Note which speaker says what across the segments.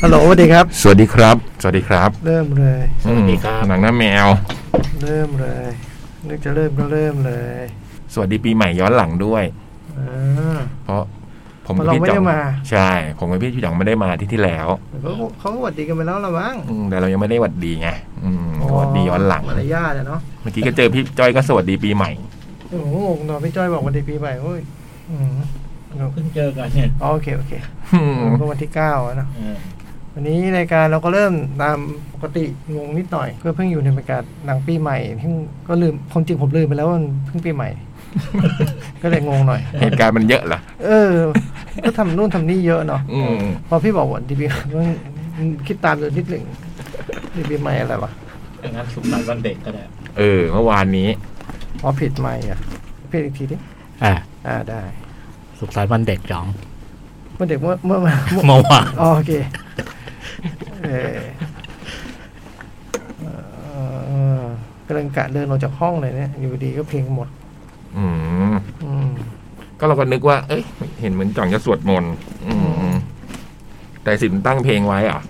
Speaker 1: ฮัลโหลสวัสดีครับ
Speaker 2: สวัสดีครับ สวัสดีครับ
Speaker 1: เริ่มเลย
Speaker 3: สวัสดีครับ
Speaker 2: อืมหนังหน้าแมว
Speaker 1: เริ่มเลย นึกจะเริ่มก็เริ่มเลย
Speaker 2: สวัสดีปีใหม่ย้อนหลังด้วย
Speaker 1: อ่า
Speaker 2: เพราะผมกับ
Speaker 1: เรา
Speaker 2: พี่
Speaker 1: ไม่
Speaker 2: จ่
Speaker 1: ได้
Speaker 2: อง
Speaker 1: มา
Speaker 2: ใช่ ผมกับพี่จ่องไม่ได้มาอาที่ที่แล้ว
Speaker 1: เขาก็เขาก็หวัดดีกันไปแล้วละมั้ง
Speaker 2: อืมแต่เรายังไม่ได้หวัดดีไงอืมหวัดดีย้อนหลัง
Speaker 1: มารยาทอะเนาะ
Speaker 2: เมื่อกี้ก็เจอพี่จ้อยก็สวัสดีปีใหม่
Speaker 1: โอ้โหงงเนอะพี่จ้อยบอกวันดีปีใหม่โอ้ยอืม
Speaker 3: เพิ่งเจอกันเนี่ย
Speaker 1: อ๋อโอเคโอเค
Speaker 2: อืม
Speaker 1: ก็วันที่เก้าอะเนาะ
Speaker 3: เออ
Speaker 1: วันนี้รายการเราก็เริ่มตามปกติงงนิดหน่อยก็เพิ่งอยู่ในบรรยากาศหนังปีใหม่เพิ่งก็ลืมความจริงผมลืมไปแล้วว่ามันเพิ่งปีใหม่ ก็เลยงงหน่อย
Speaker 2: เหตุการณ์มันเยอะเหรอ
Speaker 1: เออ ก็ทำนู่นทำนี่เยอะเนาะ
Speaker 2: อืม
Speaker 1: พอพี่บอกวันดีปี เพิ่งคิดตามอยู่นิดหนึ่งดีปีใหม่อะไรวะ
Speaker 3: ดังนั้นสุขสันต์วันเด็กก็ได้
Speaker 2: เออ เมื่อวานนี้
Speaker 1: อ๋อผิดใหม่อะผิดอีกทีดิ
Speaker 4: อ่า
Speaker 1: อ่าได้
Speaker 4: สุขสันต์วันเด็กจ่อง
Speaker 1: เมื่อเด็กเมื่อเมื่อเมื่อ
Speaker 4: เมื่อวาน
Speaker 1: อ๋อโอเคเอ่อเอ่อกำลังกะเดินออกจากห้องเลยเนี่ยอยู่ดีก็เพลงหมด
Speaker 2: อืม
Speaker 1: อืม
Speaker 2: ก็เราก็นึกว่า เอ้ย เห็นเหมือนจ่องจะสวดมนต์อืม
Speaker 1: อืม
Speaker 2: แต่สิมตั้งเพลงไว้อ่ะ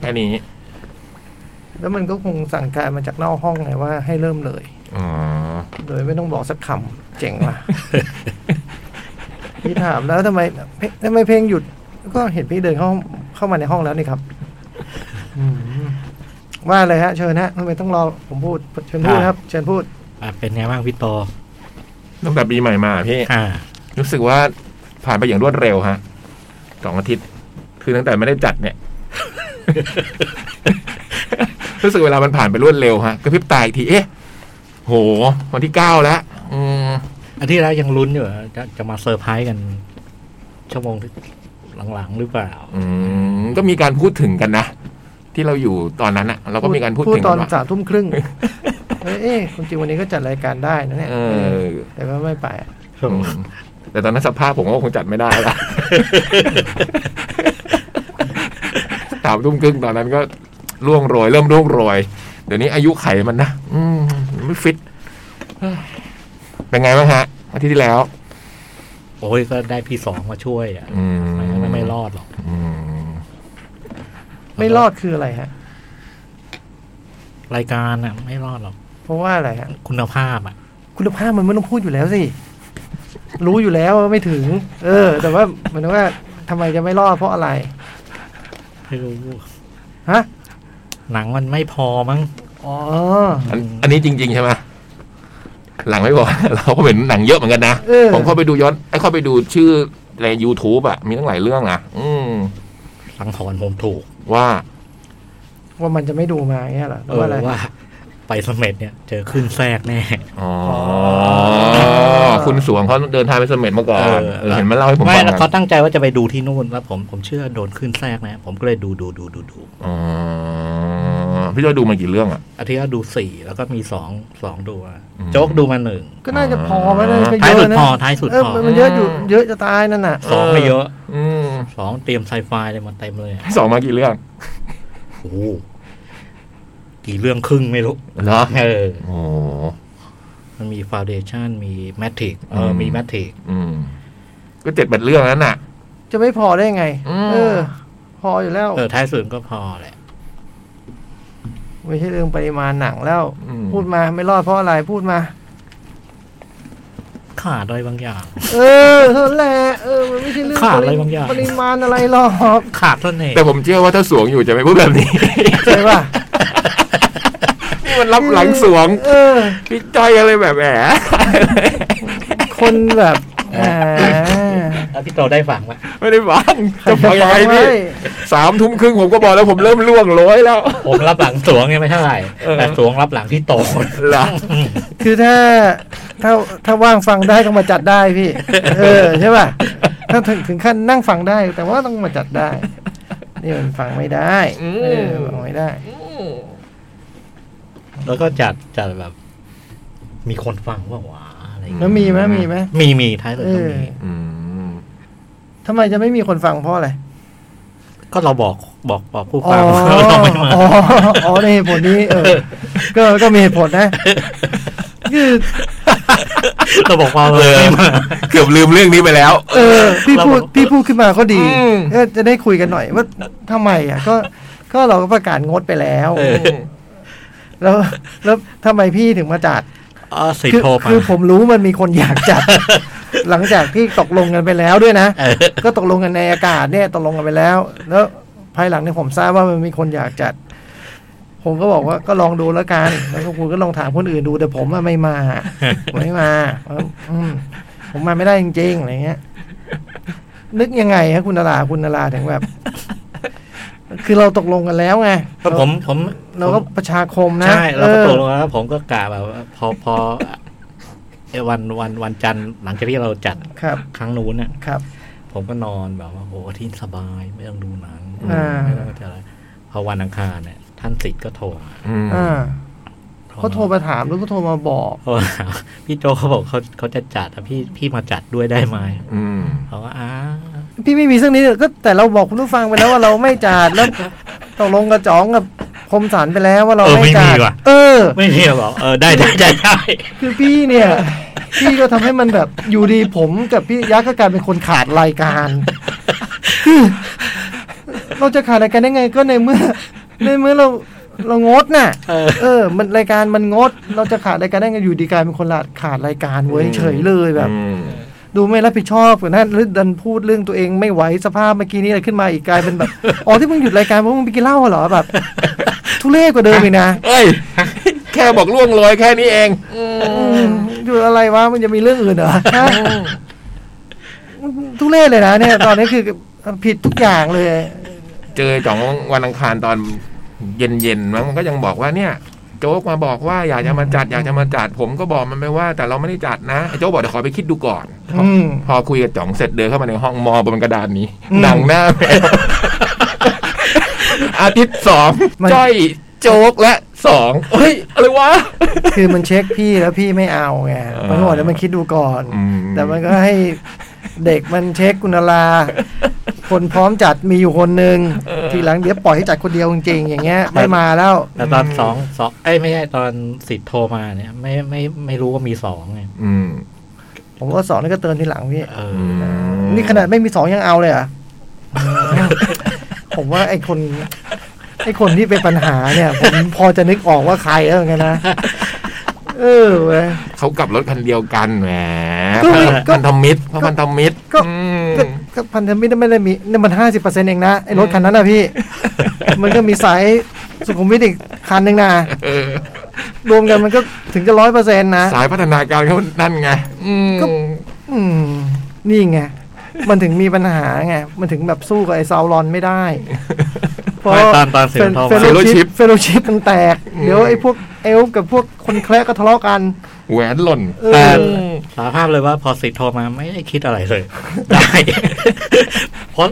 Speaker 2: แค่นี้
Speaker 1: แล้วมันก็คงสั่งการมาจากนอกห้องไงว่าให้เริ่มเลย
Speaker 2: อ๋อ
Speaker 1: โดยไม่ต้องบอกสักคำเจ๋ง ว่ะ พี่ถามแล้วทำไมเพทำไมเพลงหยุด ก็เห็นพี่เดินเข้าเข้ามาในห้องแล้วนี่ครับอืมว่าเลยฮะ เชิญฮะทำไมต้องรอผมพูดเชิญพูดครับ เชิญพูด
Speaker 4: อ่ะเป็นไงบ้างพี่โต
Speaker 2: ตั้งแต่ปีใหม่มาพี่
Speaker 4: อ่า
Speaker 2: รู้สึกว่าผ่านไปอย่างรวดเร็วฮะสองอาทิตย์ คือตั้งแต่ไม่ได้จัดเนี่ย รู้สึกเวลามันผ่านไปรวดเร็วฮะกระพริบตาอีกที เอ๊ะ โห วันที่เก้าแล้ว อืม
Speaker 4: อันที่แล้วยังลุ้นอยู่ว่าจะจะมาเซอร์ไพรส์กัน ชั่วโมงที่หลังๆหรือเปล่า
Speaker 2: อืม ก็มีการพูดถึงกันนะ ที่เราอยู่ตอนนั้นอะเราก็มีการพูดถึง
Speaker 1: ตอน
Speaker 2: กัว่า
Speaker 1: สามทุ่มครึ่ง เอ้ยเอ้ยคุณจริงวันนี้ก็จัดรายการได้นะเนี่ย
Speaker 2: เออ
Speaker 1: แต่ว่าไม่ไป
Speaker 2: อืมแต่ตอนนั้นสภาพผมก็คงจัดไม่ได้ ละ สามทุ่มครึ่งตอนนั้นก็ร่วงโรย เริ่มร่วงโรย เดี๋ยวนี้อายุไขมันนะอืมไม่ฟิตเฮ้ยเป็นไงบ้างฮะอาทิตย์ที่แล้ว
Speaker 4: โอ้ยก็ได้พี่สองมาช่วยอ่ะ
Speaker 2: อืม
Speaker 4: ไม่งั้นไม่ไม่รอดหรอก
Speaker 2: อืม
Speaker 1: ไม่รอดคืออะไรฮะ
Speaker 4: รายการอ่ะ ไม่รอดหรอก
Speaker 1: เพราะว่าอะไรฮะ
Speaker 4: คุณภาพอ่ะ
Speaker 1: คุณภาพมันไม่ต้องพูดอยู่แล้วสิ รู้อยู่แล้วว่าไม่ถึง เออ แต่ว่าเหมันว่าทำไมจะไม่รอดเพราะอะไร
Speaker 4: ไม่รู้
Speaker 1: ฮะ
Speaker 4: หนังมันไม่พอมั้ง
Speaker 1: อ๋อ
Speaker 2: อันอันนี้จริง ๆ ใช่ไหมหลังไม่พอ เราก็เห็นห นังเยอะเหมือนกันนะ
Speaker 1: เออ
Speaker 2: ผมเข้าไปดูย้อนไอ้เข้าไปดูชื่อใน YouTube อะมีตั้งหลายเรื่องอะอืม
Speaker 4: สังหรณ์ผมถูก
Speaker 2: ว่า
Speaker 1: ว่ามันจะไม่ดูมาอย่างเงี้ยเหรอห
Speaker 4: เอ
Speaker 1: รือ
Speaker 4: อ
Speaker 1: ว่าอะไร
Speaker 4: ว่า ไปเสมเด็จเนี่ย เจอขึ้นแทรกแน่
Speaker 2: อ๋อคุณสวงเขาเดินทางไปเสม็ดมาก่อนเออเห็นมาเล่าให้ผม
Speaker 4: ไม่
Speaker 2: ฟัง
Speaker 4: แล้ว
Speaker 2: นะ
Speaker 4: เขาตั้งใจว่าจะไปดูที่นู่นแล้วผมผมเชื่อโดนขึ้นแทรกนะ ผมก็เลยดูดูดูดูดู
Speaker 2: อ๋อพี่จ้อยดูมากี่เรื่องอ่ะ
Speaker 4: อาทิตย์ละดูสี่แล้วก็มีสองสองดูอะ
Speaker 2: อืม
Speaker 4: โจ๊กดูมาหนึ่ง
Speaker 1: ก็น่าจะพอไหมน่าจะ
Speaker 4: ท้าย
Speaker 1: เย
Speaker 4: สุด
Speaker 1: อะนะ
Speaker 4: พอท้ายสุด
Speaker 1: เออ
Speaker 4: พอ
Speaker 1: มันเยอะอยู่ เยอะจะตายนั่นน่ะ
Speaker 4: สองไม่เยอะ
Speaker 2: อืม
Speaker 4: สองเตรียมไซไฟเลยมาเต็มเลยอะ
Speaker 2: สองมากี่เรื่อง
Speaker 4: โอ้โหกี่เรื่องครึ่งไม่รู้
Speaker 2: เหรอ
Speaker 4: เออ
Speaker 2: โอ้
Speaker 4: มันมีฟาวเดชันมีแมทริกเออ
Speaker 2: ม
Speaker 4: มีแมทริก
Speaker 2: อืม ก็เจ็ดแปดเรื่องนั้นน่ะ
Speaker 1: จะไม่พอได้ไง
Speaker 2: อืม
Speaker 1: เออ พออยู่แล้ว
Speaker 4: เออท้ายสุดก็พอแหละ
Speaker 1: ไม่ใช่เรื่องปริมาณหนังแล้ว
Speaker 2: อืม
Speaker 1: พูดมาไม่รอดเพราะอะไรพูดมา
Speaker 4: ขาดอะไรบางอย่าง
Speaker 1: เออเท่านั้นแหละเออมันไม่ใช่เรื่อง
Speaker 4: ขาดอะไรบางอย่าง
Speaker 1: ปริมาณอะไรหรอก
Speaker 4: ขาดเสน่ห์
Speaker 2: แต่ผมเชื่อว่าถ้าสวงอยู่จะไม่พูดแบบนี้
Speaker 1: ใช่ป่ะ
Speaker 2: นี่มันรับหลังสวง
Speaker 1: เออ
Speaker 2: พี่จ้อยอะไรแบบแหม
Speaker 1: คนแบบแหม
Speaker 4: แล้วพี่โตได้ฟังไหม
Speaker 2: ไม่ได้ฟังจะฟังยังไง
Speaker 1: ว้
Speaker 2: พี่สามทุ่มครึ่งผมก็บอกแล้วผมเริ่มล่วงโร้อยแล้ว
Speaker 4: ผมรับหลังสวงเนี่ยไม่เท่าไหร่
Speaker 2: เออ
Speaker 4: แต่สวงรับหลังที่โต
Speaker 2: เหรอ
Speaker 1: คือถ้าถ้าถ้าว่างฟังได้ก็มาจัดได้ พี่ เออใช่ป่ะถ้าถึงถึงขั้นนั่งฟังได้ แต่ว่าต้องมาจัดได้นี่มันฟังไม่ได้เออฟังไม่ได้
Speaker 4: แล้วก็จัดจัดแบบ มีคนฟังว่าวาอะไรอย่าง
Speaker 1: แล้
Speaker 4: เงี้ยว
Speaker 1: มีไหมมีไหม
Speaker 4: มีมีท้ายสุด
Speaker 1: เอ
Speaker 4: ก็
Speaker 1: อ
Speaker 4: มี
Speaker 2: อืม
Speaker 1: ทำไมจะไม่มีคนฟังเพราะอะไร
Speaker 4: ก็เราบอกบอกบอกผู้
Speaker 1: อ๋อ
Speaker 4: ฟังว่าเราไม่มา
Speaker 1: อ๋ออ๋อในเหตุผลนี้ เออ ก็ก็มีเหตุผลนะ คือ
Speaker 4: เราบอกว่าเราไม่มา
Speaker 2: เกือบลืมเรื่องนี้ไปแล้ว
Speaker 1: เออพี่พูด
Speaker 4: เรา
Speaker 1: พี่พูดขึ้นมาก็ดี
Speaker 2: อืม
Speaker 1: เออจะได้คุยกันหน่อยว่าทำไมอ่ะ ก็ก็เราก็ประกาศงดไปแล้ว
Speaker 4: เออ
Speaker 1: แล้วแล้วทำไมพี่ถึงมาจัด
Speaker 4: อ่าสิ
Speaker 1: คื
Speaker 4: โทรมา
Speaker 1: คือผมรู้มันมีคนอยากจัด หลังจากที่ตกลงกันไปแล้วด้วยนะ
Speaker 4: เออ
Speaker 1: ก็ตกลงกันในอากาศเนี่ยตกลงกันไปแล้ว แล้วภายหลังเนี่ยผมทราบว่ามันมีคนอยากจัด ผมก็บอกว่าก็ลองดูแล้วกัน แล้วก็คุณก็ลองถามคนอื่นดูแต่ผมอะไม่มา ผมไม่มาอืมผมมาไม่ได้จริงๆอะไรเงี้ย นึกยังไงฮะคุณนาราคุณนาราถึงแบบ คือเราตกลงกันแล้วไง
Speaker 4: ครับผมผม
Speaker 1: เราก็ประชาคมนะ
Speaker 4: ใช่เราก็
Speaker 1: ออ
Speaker 4: ตกลงแล้วผมก็กะแบบว่าพอพอ เอ่อวันวันวันจันทร์หลังจากที่เราจัด
Speaker 1: ครับ
Speaker 4: ครั้งนู้นเนี่ย
Speaker 1: ครับ
Speaker 4: ผมก็นอนแบบว่าโหที่สบายไม่ต้องดูหนัง
Speaker 1: อ่า
Speaker 4: ไม่ต้องอะไรพอวันอังคารเนี่ย ท่านสิทธิ์ก็โทรมา
Speaker 2: อืม
Speaker 1: อ่า เขาโทรมาถามแล้วก็โทรมาบอก
Speaker 4: โทรมา หาพี่โจเขาบอกเขาเขาจะจัดอะพี่พี่มาจัดด้วยได้ไหม
Speaker 2: อืม
Speaker 4: เขาว่าอ้า
Speaker 1: พี่ไม่มีเรื่องนี้เลยก็แต่เราบอกคุณผู้ฟังไปแล้วว่าเราไม่จัดแล้วตกลงกระจองกับคมสารไปแล้วว่าเราไม่จัดเออ
Speaker 4: ไม่มีอะบอกเออได้ได้ได้ได้
Speaker 1: คือพี่เนี่ย พี่ก็ทำให้มันแบบอยู่ดีผมกับพี่ยักษ์ก็กลายเป็นคนขาดรายการคือเราจะขาดรายการได้ไงก็ในเมื่อ ในเมื่อเราเรางดน่ะ
Speaker 4: เออ
Speaker 1: เออ มันรายการมันงด เราจะขาดรายการได้ไงอยู่ดีกลายเป็นคนขาดรายการเว้ยเฉยเลยแบบ
Speaker 2: อืม
Speaker 1: ดูไม่รับผิดชอบกันนะหรือดันพูดเรื่องตัวเองไม่ไหวสภาพเมื่อกี้นี้อะไรขึ้นมาอีกกลายเป็นแบบ อ๋อที่มึงหยุดรายการเพราะมึงไปกินเหล้าเหรอแบบ ทุเรศกว่าเดิมอีกนะ
Speaker 2: เอ้ย แค่บอกล่วงโรยแค่นี้เอง
Speaker 1: อืมหยุดอะไรวะมันจะมีเรื่องอื่นเหรอฮะทุเรศเลยนะเนี่ย ตอนนี้คือผิดทุกอย่างเลย
Speaker 2: เจอจ่องวันอังคารตอนเย็นเย็นๆมั้งมันก็ยังบอกว่าเนี่ย โจ๊กมาบอกว่าอยากจะมาจัดอยากจะมาจัด ผมก็บอกมันไปว่า แต่เราไม่ได้จัดนะไอ้โจ๊กบอกเดี๋ยวขอไปคิดดูก่อน
Speaker 1: อืม
Speaker 2: พอคุยกับจ่องเสร็จเดินเข้ามาในห้องมองบนกระดานนี้
Speaker 1: อืม
Speaker 2: หนังหน้าแมว อาทิตย์สอง
Speaker 1: มัน
Speaker 2: จ้อยโจ๊กและสองเฮ้ย อะไรวะ
Speaker 1: คือมันเช็คพี่แล้วพี่ไม่เอาไง
Speaker 2: เออ
Speaker 1: มันบอกเดี๋ยวมันคิดดูก่อน
Speaker 2: อื
Speaker 1: แต่มันก็ให้เด็กมันเช็คกุณลา คนพร้อมจัดมีอยู่คนหนึ่งทีหลังเดี๋ยวปล่อยให้จัดคนเดียวจริงๆอย่างเงี้ย ไม่มาแล้ว
Speaker 4: แต่ตอนสองสองเอ้ยไม่ใช่ตอนสิทธิ์โทรมาเนี่ย ไม่ไม่ไม่รู้ว่ามีสองไง
Speaker 2: อืม
Speaker 1: ผมก็สอนแล้วก็เตือนทีหลังพี่
Speaker 4: เอ
Speaker 2: อื
Speaker 4: อ
Speaker 2: ม
Speaker 1: นี่ขนาดไม่มีสองยังเอาเลยเหรอ่ะ ผมว่าไอ้คน ไอ้คนที่เป็นปัญหาเนี่ย ผมพอจะนึกออกว่าใครแล้วเหมือนกันนะ เออเว้ย
Speaker 2: เขากลับรถคันเดียวกันแหม
Speaker 1: ก็ไม่ก็
Speaker 2: พันธมิตรเพราะพันธมิตร
Speaker 1: ก็
Speaker 2: อืม
Speaker 1: ก็ก็พันธมิตรไม่ได้มีนี่มันห้าสิบเปอร์เซ็นต์เองนะ ไอ้รถคันนั้นนะพี่ มันก็มีสายสุขุมวิทอีกคันหนึ่งนะ
Speaker 2: เออ
Speaker 1: รวมกันมันก็ถึงจะร้อยเปอร์เซ็นต์นะ
Speaker 2: สายพัฒนาการเขานั่นไงอืม
Speaker 1: ก็ อืม นี่ไง มันถึงมีปัญหาไง มันถึงแบบสู้กับไอ้ซาวรอนไม่ได้ เพราะ
Speaker 4: ไม่ตอนตอนเสียงทอง
Speaker 1: เฟโลชิพเฟโลชิพมันแตก เดี๋ยวไอ้พวกเอลฟ์กับพวกคนแคร์ก็ทะเลาะกัน
Speaker 2: แหวนหล่น
Speaker 1: เออ
Speaker 4: แต่สารภาพเลยว่าพอสิทธิ์โทรมาไม่ได้คิดอะไรเลย ได้ เพราะ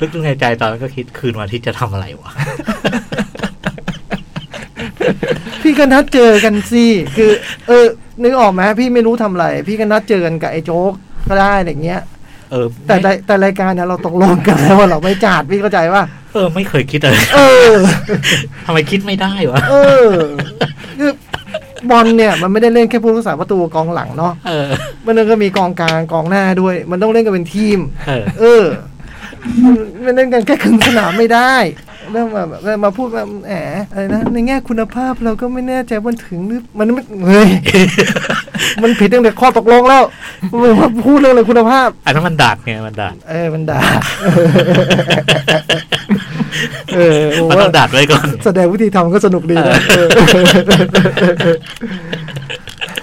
Speaker 4: ลึกๆในใจตอนนั้นก็คิดคืนวันอาที่จะทำอะไรวะ
Speaker 1: พี่ก็นัดเจอกันสิคือ เออ นึกออกไหมพี่ไม่รู้ทำอะไร พี่ก็นัดเจอกันกับไอ้โจ๊กก็ได้อะไรเงี้ย
Speaker 4: เออ
Speaker 1: แต่แต่
Speaker 4: ไม่
Speaker 1: แต่รายการเนี่ยเราตกลงกันแล้วว่าเราไม่จัดพี่เข้าใจว่า
Speaker 4: เออ ไม่เคยคิดอะไร
Speaker 1: เออ
Speaker 4: ทำไมคิดไม่ได้วะ
Speaker 1: เออ คือบอลเนี่ยมันไม่ได้เล่นแค่ผู้รักษาประตูกองหลังเนาะ
Speaker 4: เออ
Speaker 1: มันก็มีกองกลางกองหน้าด้วย มันต้องเล่นกันเป็นทีม
Speaker 4: เออ
Speaker 1: เออ มันเล่นกันแค่ครึ่งสนามไม่ได้ เริ่มมาแบบเริ่มมาพูดแบบแหมอะไรนะ ในแง่คุณภาพเราก็ไม่แน่ใจว่ามันถึงหรือ มันไม่เฮ้ย มันผิดตั้งแต่ข้อตกลงแล้วมันมาพูดเรื่องอะไรคุณภาพ
Speaker 4: อันนั้นมันดาดไงมันดาด
Speaker 1: เออมันด่า เออโ
Speaker 4: มันต้องดาดไว้ก่อน
Speaker 1: แสดงวิธีทำก็สนุกดีนะเออ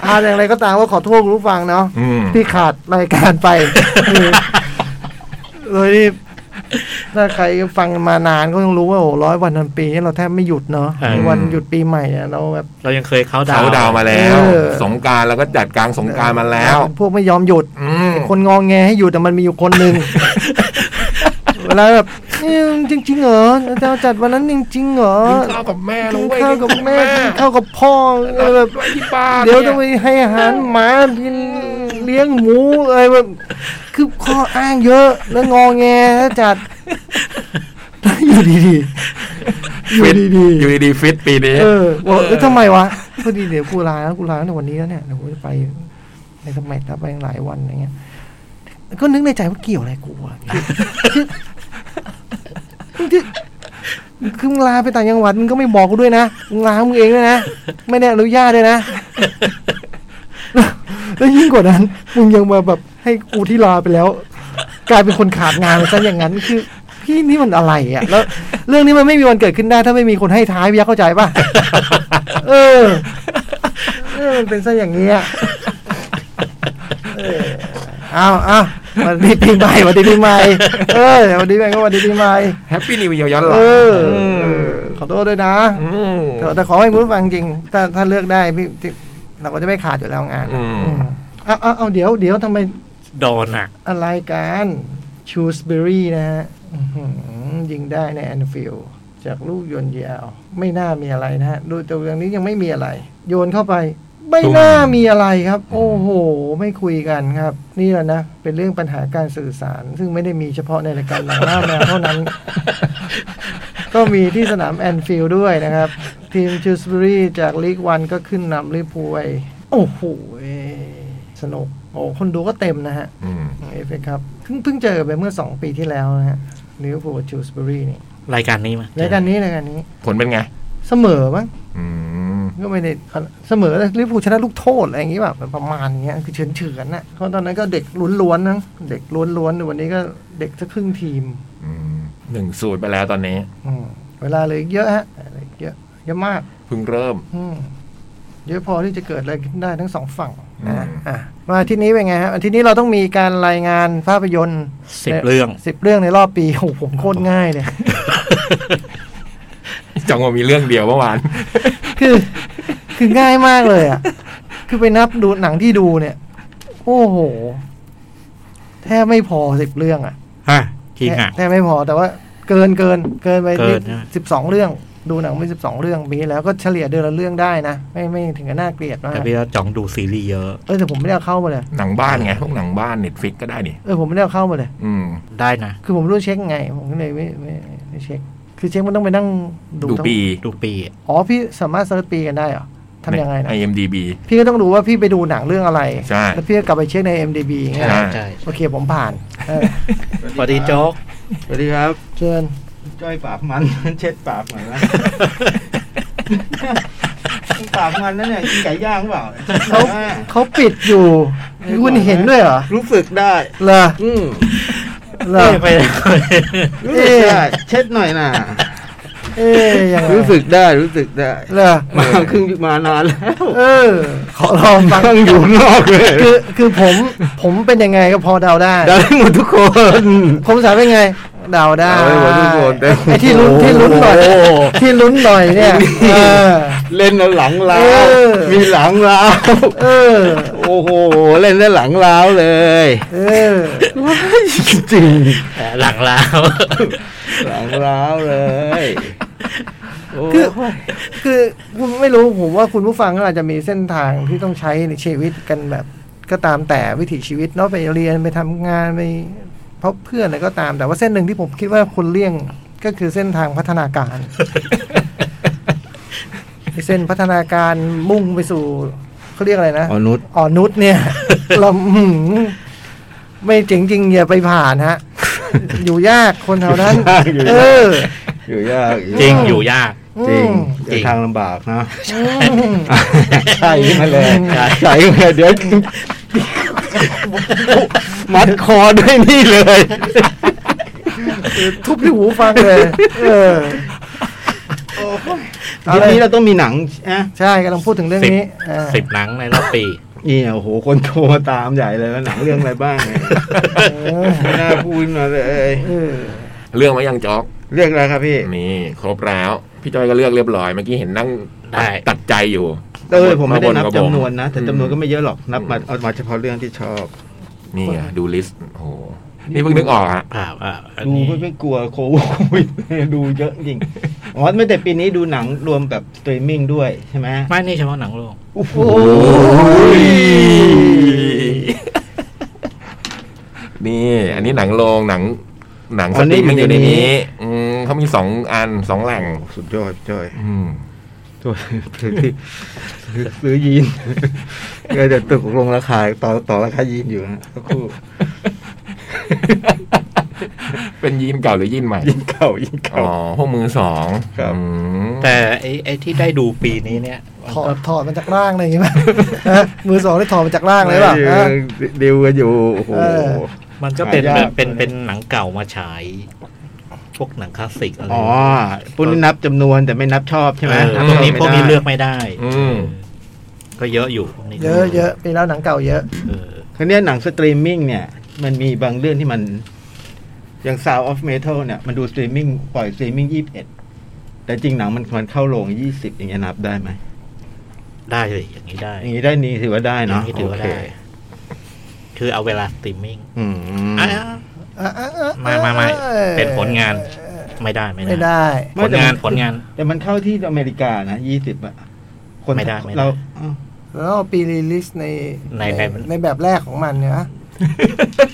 Speaker 1: อาอย่างไรก็ตามว่าขอโทษคุณผู้ฟังเนาะ
Speaker 2: อืม
Speaker 1: ที่ขาดรายการ ไป โดยที่ถ้าใครฟังมานานก็ต้องรู้ว่าโอ้ร้อยวันทันปีเนี่ยเราแทบไม่หยุดเนาะ
Speaker 4: อืม
Speaker 1: วันหยุดปีใหม่เนี่ยเราแบบ
Speaker 4: เรายังเคยเขาดาว
Speaker 2: เขาดาวน์มาแล้ว
Speaker 1: เออ
Speaker 2: สงกรารแล้วก็จัดกลางสงกรารมาแล้ว
Speaker 1: เป็นพวกไม่ยอมหยุด
Speaker 2: อืม
Speaker 1: คนงองแงให้หยุดแต่มันมีอยู่คน หนึ่ง เวลาแบบเอ้ยจริงๆเหรอจะจัดวันนั้นจริงๆเหรอ
Speaker 2: กินข้าวกับแม่
Speaker 1: กิ
Speaker 2: นะ
Speaker 1: น
Speaker 2: เว้ย
Speaker 1: ข้าวกับแม่กินข้าวกับพ่อเอ
Speaker 2: เอ
Speaker 1: อ
Speaker 2: อ
Speaker 1: แบบ
Speaker 2: ไว้ที่บ้าน
Speaker 1: เดี๋ยวต้องไปให้อาหารหมากินเลี้ยงหมูอะไรแบบคือข้ออ้างเยอะ แล้วงอแงแล้วจัด อยู่ดีๆอยู่
Speaker 2: ฟิต
Speaker 1: ดี
Speaker 2: อยู่ดีๆฟิตปีนี้
Speaker 1: ๆเออบอกเอ้ยทำไมวะพอดีเดี๋ยวกูลาแล้วกูลาตั้งแต่วันนี้แล้วเนี่ยเดี๋ยวกูจะไป ในสมัยทับไปหลายวันอะไรเงี้ย ก็นึกในใจว่าเกี่ยวอะไรกูวะคือคือคือมึงลาไปต่างจังหวัดมึงก็ไม่บอกกูด้วยนะมึงลามึงเองด้วยนะ ไม่ได้อนุญาตด้วยนะ แล้ว แล้วยิ่งกว่านั้นมึงยังมาแบบให้กูที่ลาไปแล้ว กลายเป็นคนขาดงานไปซะอย่างนั้น คือ พี่นี่มันอะไรอ่ะ แล้ว เรื่องนี้มันไม่มีวันเกิดขึ้นได้ ถ้าไม่มีคนให้ท้ายพี่ยักษ์เข้าใจป่ะ เออเออมันเป็นซะอย่างเงี้ยเออเอาเอาสวันดีปีใหม่สวันดีปีใหม่เออสวันดีปีใหม่ก็สวันดีปีใหม่
Speaker 2: แฮปปี้นิวเยียย้อนหลั
Speaker 1: เอง อเออ ขอโทษด้วยนะ
Speaker 2: ม
Speaker 1: แต่แต่ขอให้คุณผู้ฟังจริง ถ้าถ้าเลือกได้พี่ที่เราก็จะไม่ขาดอยู่แล้วงาน
Speaker 2: อืม
Speaker 1: อืมเอาเอาเอาเดี๋ยวเดี๋ยวทำไม
Speaker 4: โดนอ่ะ
Speaker 1: อะไรกันชูสเบอรี่นะฮะอื้อหือยิงได้ในแอนฟิลจากลูกโยนยาว ไม่น่ามีอะไรนะฮะ ดูตัวอย่างนี้ยังไม่มีอะไร โยนเข้าไป ไม่น่ามีอะไรครับ โอ้โห ไม่คุยกันครับ นี่แหละนะ เป็นเรื่องปัญหาการสื่อสาร ซึ่งไม่ได้มีเฉพาะในรายการหลังหน้าแมวเท่านั้น ก็มีที่สนามแอนฟิลด์ด้วยนะครับ ทีมชูสบรีจากลีกวันก็ขึ้นนำลิเวอร์พูลโอ้โหเอ้ยสนุกโอ้คนดูก็เต็มนะฮะ
Speaker 2: อืม
Speaker 1: เอฟเอครับเพิ่งเพิ่งเจอไปเมื่อ 2 ปีที่แล้วนะฮะลิเวอร์พูลชูสบรีนี่
Speaker 4: รายการนี้มั้ย
Speaker 1: รายการนี้รายการนี้
Speaker 2: ผลเป็นไง
Speaker 1: เสมอมั้ง
Speaker 2: อืม
Speaker 1: ก็ไม่ได้เสมอแล้วลิเวอร์พูลชนะลูกโทษอะไรอย่างงี้แบบประมาณเนี้ยคือเฉือนเฉือนๆน่ะเพราะตอนนั้นก็เด็กล้วนๆนะเด็กล้วนๆแต่วันนี้ก็เด็กสักครึ่งทีม
Speaker 2: อืมหนึ่งศูนย์ไปแล้วตอนนี้
Speaker 1: อืมเวลาเหลยเยอะฮะเหลืออีกเยอะเยอะมาก
Speaker 2: เพิ่งเริ่ม
Speaker 1: อืมเยอะพอที่จะเกิดอะไรขึ้นได้ทั้งสองฝั่งนะฮะ
Speaker 2: อืม
Speaker 1: อ่ะมาอาที่นี้เป็นไงฮะอาที่นี้เราต้องมีการรายงานภาพยนตร์
Speaker 4: สิบเรื่อง
Speaker 1: สิบเรื่องในรอบปีโอ้โหผมโคตรง่ายเลย
Speaker 2: จังหวะมีเรื่องเดียวเมื่อวาน
Speaker 1: คือ คือง่ายมากเลยอ่ะ คือไปนับดูหนังที่ดูเนี่ย โอ้โห แทบไม่พอสิบเรื่องอ่ะ
Speaker 4: ฮะจริงอ่ะ
Speaker 1: แทบแทบไม่พอแต่ว่าเกินเกินเกินไป
Speaker 4: เกินนะ
Speaker 1: สิบสองเรื่อง ดูหนังไปสิบสองเรื่องปีที่แล้วก็เฉลี่ยเดือนละเรื่องได้นะไม่ไม่ถึงกับน่าเกลียดมาก
Speaker 4: แต่พี่ก็จ้องดูซีรีส์เยอะ
Speaker 1: เออแต่ผมไม่ได้เอาเข้ามาเลย
Speaker 2: หนังบ้านไง พวกหนังบ้านเน็ตฟิกก็ได้นี่
Speaker 1: เออผมไม่ได้เอาเข้ามาเลย
Speaker 2: อืม
Speaker 4: ได้นะ
Speaker 1: คือผมรู้เช็คไง ผมก็เลยไม่ไม่ไม่เช็ค คือเช็คมันต้องไปนั่งดู
Speaker 2: ดู
Speaker 1: ทั้ง
Speaker 2: ปี
Speaker 4: ดูปีอะ
Speaker 1: อ๋อพี่สามารถเซิร์ชปีกันได้เหรอทำยังไง
Speaker 2: ใน
Speaker 1: นะ
Speaker 2: IMDB
Speaker 1: พี่ก็ต้องรู้ว่าพี่ไปดูหนังเรื่องอะไร
Speaker 2: ใช่
Speaker 1: แล้วพี่ก็กลับไปเช็คใน MDB อย่างเงี้ย
Speaker 2: ใช่
Speaker 1: โอเคผม ผ่านเออ
Speaker 4: สวัสดีโจ๊ก
Speaker 5: สวัสดีครับ
Speaker 1: เชิญ
Speaker 5: จ้อยปากมัน เช็ดปากมันนะปากมันนั่นเนี่ยกินไก่ย่างเปล่า
Speaker 1: เขาเขาปิดอยู่ คุณเห็นด้วยเหรอ
Speaker 5: รู้สึกได้
Speaker 1: เหรอ
Speaker 5: อืม
Speaker 1: เหรอ
Speaker 4: ไม่ได้
Speaker 5: รู้สึกได้
Speaker 1: เอ๊ะ
Speaker 5: เช็ดหน่อยน่ะ
Speaker 1: เอ๊ยยังไง
Speaker 5: รู้สึกได้รู้สึกได้
Speaker 1: เหรอ
Speaker 5: มาครึ่งมานานแล้ว
Speaker 1: เออขอลองฟัง
Speaker 5: ตั้งอยู่นอกเลย
Speaker 1: คือคือผมผมเป็นยังไงก็พอเดาได้
Speaker 5: ได้หมดทุกคน
Speaker 1: ผมสามเป็นไงเดาได้
Speaker 5: เดาได้หมดทุกคนแต่
Speaker 1: ไอ้ที่ลุ้นที่ลุ้นหน่อยที่ลุ้นหน่อยเนี่ย เออ
Speaker 5: เล่นเอาหลังล้า
Speaker 1: เอ
Speaker 5: ว
Speaker 1: อ
Speaker 5: มีหลังล้าว
Speaker 1: เออ
Speaker 5: โอ้โห เล่นได้หลังล้าวเลย
Speaker 1: เออ
Speaker 5: จริง
Speaker 4: แต่หลังแล้ว
Speaker 5: หลังร้าวเลยโอ้ย
Speaker 1: คือ คือคุณไม่รู้ผมว่าคุณผู้ฟังก็อาจจะมีเส้นทางที่ต้องใช้ในชีวิตกันแบบ ก็ตามแต่วิถีชีวิตเนาะไปเรียนไปทำงานไปพบเพื่อนอะไรก็ตาม แต่ว่าเส้นหนึ่งที่ผมคิดว่าคนเลี่ยงก็คือเส้นทางพัฒนาการไอ้เส้นพัฒนาการมุ่งไปสู่เขาเรียกอะไรนะ
Speaker 5: อนุษ
Speaker 1: อ่อนนุชเนี่ย เราอื้อหือไม่จริงจริง ๆ อย่าไปผ่านฮะ อยู่ยากคนแถวนั้น
Speaker 5: อยู่ยาก
Speaker 1: เออ
Speaker 5: อยู่ยากอยู่
Speaker 4: จริง
Speaker 5: ยาก
Speaker 4: อยู่ยาก
Speaker 5: จริง
Speaker 4: จริง
Speaker 5: เดินทางลำบากนะ
Speaker 1: อืม
Speaker 5: ใช่มาเลยใช่มาเลยเดี๋ยว มัดคอด้วยนี่เลย
Speaker 1: ทุบที่หูฟังเลย เออ
Speaker 5: ทีนี้เราต้องมีหนังนะ
Speaker 1: ใช่กำลังพูดถึงเรื่องนี้อ่า
Speaker 4: สิบหนังในรอบปี
Speaker 5: นี่โอ้โห คนโทรมาตามใหญ่เลยว่าหนังเรื่องอะไรบ้างเนี่ย
Speaker 1: เออ
Speaker 5: ไม่น่าพูดมาเลย
Speaker 1: เออ
Speaker 2: เรื่องมายังจ๊อก
Speaker 5: เรียกอะไรครับพี่
Speaker 2: นี่ครบแล้ว พี่จอยก็เลือกเรียบร้อย เมื่อกี้เห็นนั่ง
Speaker 4: ได้
Speaker 2: ตัดใจอยู่
Speaker 5: เออผมไม่ได้นับ
Speaker 2: ากั
Speaker 5: จำนวนนะ แต่
Speaker 2: อื
Speaker 5: จำนวนก็ไม่เยอะหรอก นับมาเอามาเฉพาะเรื่องที่ชอบ
Speaker 2: นี่ไงดูลิสต์โอ้โหนี่เพิ่งนึกออกอะ
Speaker 4: อ่าอ่าอัน
Speaker 5: ดู
Speaker 4: นี้
Speaker 5: ไม่ไม่กลัวโควิดดูเยอะจริงอ๋อไม่แต่ปีนี้ดูหนังรวมแบบสตรีมมิ่งด้วยใช่ไหม
Speaker 4: ไม่นี่เฉพาะหนังโลก
Speaker 5: โอ้โห
Speaker 2: นี่ อันนี้หนังโรงหนัง หนังส
Speaker 5: อัน
Speaker 2: ตรี
Speaker 5: นี้
Speaker 2: มมิ่งอยู่ในนี้ อืมเขามีสองอันสองแหล่ง
Speaker 5: สุดยอดจ้อย
Speaker 2: อืม
Speaker 5: ตัวที่ซื้อยีนก็จะตึกลงราคาต่อต่อราคายีนอยู่ฮะสักครู่
Speaker 2: เป็นยีนเก่าหรือยีนใหม่
Speaker 5: ยิงเก่ายิงเก่า
Speaker 2: อ๋อพวกมือสอง
Speaker 5: ครับ
Speaker 2: อืม
Speaker 4: แต่ไอ้ไอ้ที่ได้ดูปีนี้เนี่ยมัน
Speaker 1: ถอ
Speaker 4: ก็
Speaker 1: ดถอดมันจากร่างอะไรอย่างเงี้ยป่ะ ฮะมือสองได้ถอดมันจากร่างเลยป่ะฮะ
Speaker 5: ดิวกันอยู่โอ้โห
Speaker 1: เออ
Speaker 4: มันก็เป็น
Speaker 5: หา
Speaker 4: แบ
Speaker 5: ยาก
Speaker 4: บเป็นเป็นหนังเก่ามาฉาย พวกหนังคลาสสิกอะไร
Speaker 5: อ๋อพวกนี้นับจำนวนแต่ไม่นับชอบใช่ไหม
Speaker 4: เออพวกนี้พวกนี้เลือกไม่ได้
Speaker 2: อืม
Speaker 4: ก็เยอะอยู่พวกนี้
Speaker 1: เยอะเยอะปีแล้วหนังเก่าเยอะ
Speaker 4: เออ
Speaker 5: คือเนี้ยหนังสตรีมมิ่งเนี่ย มันมีบางเรื่องที่มัน อย่าง Sound of Metal เนี่ย มันดูสตรีมมิ่งปล่อยสตรีมมิ่งยี่สิบเอ็ดแต่จริงหนังมันมันเข้าโรงยี่สิบอย่างเงี้ยนับได้ไหม
Speaker 4: ได้เลยอย่างนี้ได้
Speaker 5: อย่างนี้ได้นี่ถือว่าได้
Speaker 4: อย่า
Speaker 5: เนาะ
Speaker 4: งนี้ถือว่า
Speaker 5: โเค
Speaker 4: ได้ คือเอาเวลาสตรีมมิ่ง
Speaker 5: อืม
Speaker 4: อ่ะ
Speaker 1: อ่ะอ่ะอ่ะ
Speaker 4: ไม่ไม่ไม่เป็นผลงาน ไม่ได้ไม่
Speaker 1: ไม่
Speaker 4: ได้
Speaker 1: ได้
Speaker 4: ผลงานผลงาน
Speaker 5: แต่มันเข้าที่อเมริกานะยี่สิบอะคน
Speaker 4: ไม่ได้ไม่ได้
Speaker 5: เราอ้าว
Speaker 1: แล้วก็ปีรีลิสใน
Speaker 4: ในแบบ
Speaker 1: ในแบบแรกของมันเนี่ยนะ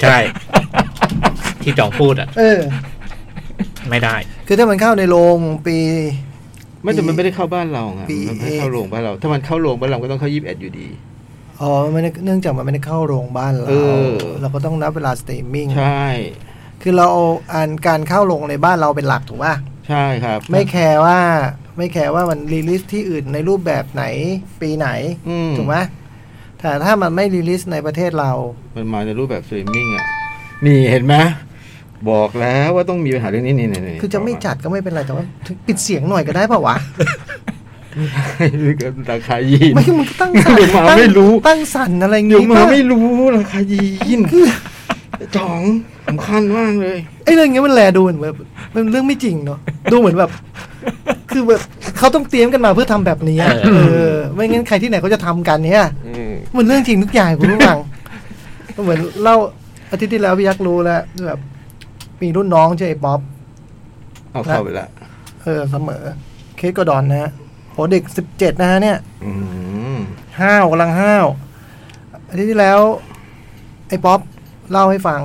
Speaker 4: ใช่ ที่จองพูดอ่ะ
Speaker 1: เออ
Speaker 4: ไม่ได้
Speaker 1: คือถ้ามันเข้าในโรงปี
Speaker 5: ไม่แต่มันไม่ได้เข้าบ้านเราไง
Speaker 1: ปี
Speaker 5: มันไม่ได้
Speaker 1: เอ
Speaker 5: เข้าโรงบ้านเรา ถ้ามันเข้าโรงบ้านเราก็ต้องเข้ายี่สิบเอ็ดอยู่ดี
Speaker 1: อ๋อมันไม่ได้เนื่องจากมันไม่ได้เข้าโรงบ้านเรา
Speaker 5: เออ
Speaker 1: เราก็ต้องนับเวลาสตรีมมิ่ง
Speaker 5: ใช่
Speaker 1: คือเราเอาอันการเข้าโรงในบ้านเราเป็นหลักถูกป่ะ
Speaker 5: ใช่ครับ
Speaker 1: ไม่แคร์ว่าไม่แคร์ว่ามันรีลิสที่อื่นในรูปแบบไหนปีไหน
Speaker 5: อืม
Speaker 1: ถูกไหมแต่ถ้ามันไม่รีลิสในประเทศเรา
Speaker 5: มันมาในรูปแบบสตรีมมิ่งอ่ะ นี่เห็นไหมบอกแล้วว่าต้องมีปัญหาเรื่องนี้นี่นี่นี่
Speaker 1: คือจะไม่จัดก็ไม่เป็นไรแต่ว่าปิดเสียงหน่อยก็ได้เปล่าวะ
Speaker 5: นี่ก็ราคายีน
Speaker 1: ไม่มึงตั้งสั่น
Speaker 5: เดี๋ยวหมา
Speaker 1: ตั้ง
Speaker 5: ไม่รู้
Speaker 1: ตั้งสั่นอะไรอย่าง
Speaker 5: เดี๋ยว
Speaker 1: งี้
Speaker 5: มา
Speaker 1: ป่ะ
Speaker 5: ไม่รู้ราคายีนจ่องสำคัญมากเลย
Speaker 1: ไอ้เรื่องเงี้ยมันแลดูเหมือนแบบมันเรื่องไม่จริงเนาะดูเหมือนแบบ คือแบบเขาต้องเตรียมกันมาเพื่อทำแบบนี้อะ
Speaker 4: เออ
Speaker 1: เออ ไม่งั้นใครที่ไหนเขาจะทำกันเนี่ย
Speaker 2: อืม
Speaker 1: มันเรื่องจริงทุกอย่างคุณผู้ฟังเหมือนเล่าอาทิตย์ที่แล้วพี่ยักษ์รู้แล้วแบบมีรุ่นน้องชื่อไอ้ป๊อป
Speaker 5: เอาเข้าไปละ
Speaker 1: เออเสมอ เคสกอร์ดอนนะฮะโหเด็กสิบเจ็ดนะฮะเนี่ย
Speaker 5: อืม
Speaker 1: ห้าวกำลังห้าวอาทิตย์ที่แล้ว ไอ้ป๊อปเล่าให้ฟัง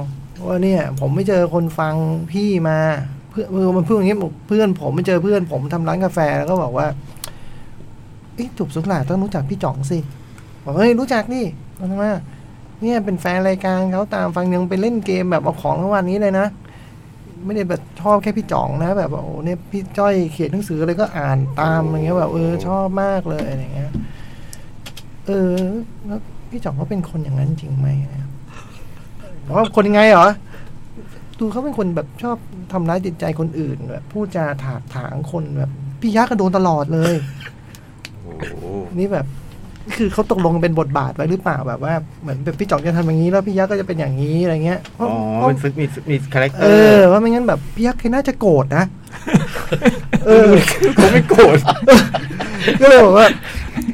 Speaker 1: ว่าเนี่ย ผมไม่เจอคนฟังพี่มา เพื่อนเออมันเพื่อนอย่างเงี้ยบอกเพื่อนผมไม่เจอเพื่อนผมทำร้านกาแฟแล้วก็บอกว่าเอ้จุบสุขหลาดต้องรู้จักพี่จ่องสิบอกเฮ้ยรู้จักนี่มันทำไมอะเนี่ยเป็นแฟนรายการเขาตามฟังยังไปเล่นเกมแบบเอาของรางวัลนี้เลยนะไม่ได้แบบชอบแค่พี่จ่องนะ แบบว่าโอ้เนี่ยพี่จ้อยเขียนหนังสืออะไรก็อ่านตามอะไรเงี้ยแบบเออชอบมากเลยอะไรเงี้ย เออแล้วพี่จ่องเขาเป็นคนอย่างนั้นจริงไหมนะบอกว่าคนยังไงเหรอ ดูเขาเป็นคนแบบชอบทำร้ายจิตใจคนอื่นแบบพูดจาถากถางคนแบบ พี่ยักษ์ก็โดนตลอดเลย
Speaker 5: โอ้โห
Speaker 1: นี่แบบ คือเขาตกลงเป็นบทบาทไว้หรือเปล่าแบบว่าเหมือนแบบพี่จ่องจะทำอย่างนี้แล้วพี่ยักษ์ก็จะเป็นอย่างนี้อะไรเงี้ยเพ
Speaker 5: อ๋
Speaker 1: ราะ
Speaker 5: อ
Speaker 1: เพราะ
Speaker 5: มันซึกมีซึกมีคาแรคเต
Speaker 1: เอ
Speaker 5: อร์
Speaker 1: อว่าไม่งั้นแบบพี่ยักษ์เคน่าจะโกรธนะ เออ
Speaker 5: ผมไม่โกรธ
Speaker 1: ก็เลยบอกว่า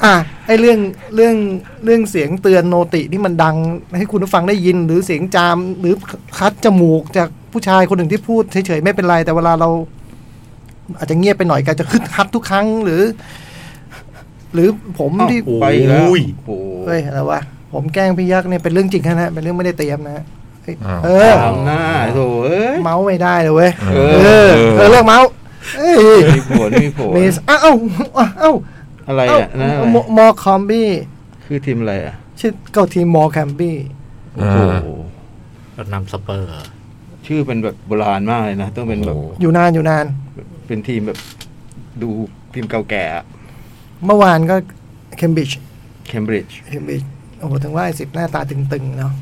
Speaker 1: อ่ะ ไอเรื่องเรื่องเรื่องเสียงเตือนโนติที่มันดังให้คุณผู้ฟังได้ยิน หรือเสียงจามหรือคัดจมูกจากผู้ชายคนหนึ่งที่พูดเฉยๆไม่เป็นไร แต่เวลาเรา อาจจะเงียบไปหน่อยก็จะคึกคัดทุกครั้งหรือ หรือผม
Speaker 5: อ้าว
Speaker 1: ที่
Speaker 5: โอ้ยไปอีกแล้ว
Speaker 4: โอ้ย
Speaker 5: โอ้โห
Speaker 1: เฮ้ยอะไรวะผมแกล้งพี่ยักษ์เนี่ยเป็นเรื่องจริงนะฮะเป็นเรื่องไม่ได้เตรียมนะฮะเฮ้ย
Speaker 2: อ้าว
Speaker 1: เออ
Speaker 5: ตามหน้าโถเอ้ย
Speaker 1: เมาส์ไม่ได้เลยเว้ย
Speaker 2: เอ
Speaker 1: เออ
Speaker 2: อ
Speaker 1: เออเลิกเมาส์เอ้ย
Speaker 5: มีผลมีผล
Speaker 1: เมสอ้าวอ้าวอ้าว
Speaker 5: อะไรอ่ะนั่นอะไร
Speaker 1: มมอคอมบี้
Speaker 5: คือทีมอะไรอ่ะ
Speaker 1: ชื่อเก็ทีมมอแคมบี้
Speaker 2: เออ
Speaker 5: โอ้โห
Speaker 4: นำสเปอร์
Speaker 5: ชื่อเป็นแบบโบราณมากเลยนะ ต้องเป็นแบบ
Speaker 2: โอ้
Speaker 1: อยู่นานอยู่นาน
Speaker 5: เป็นทีมแบบ ดูทีมเก่าแก่อะ
Speaker 1: เมื่อวานก็เคมบริดจ์
Speaker 5: เคมบริดจ์
Speaker 1: เคมบริดจ์โอ้โห ถึงว่าไอ้สิบหน้าตาตึงๆ เนาะ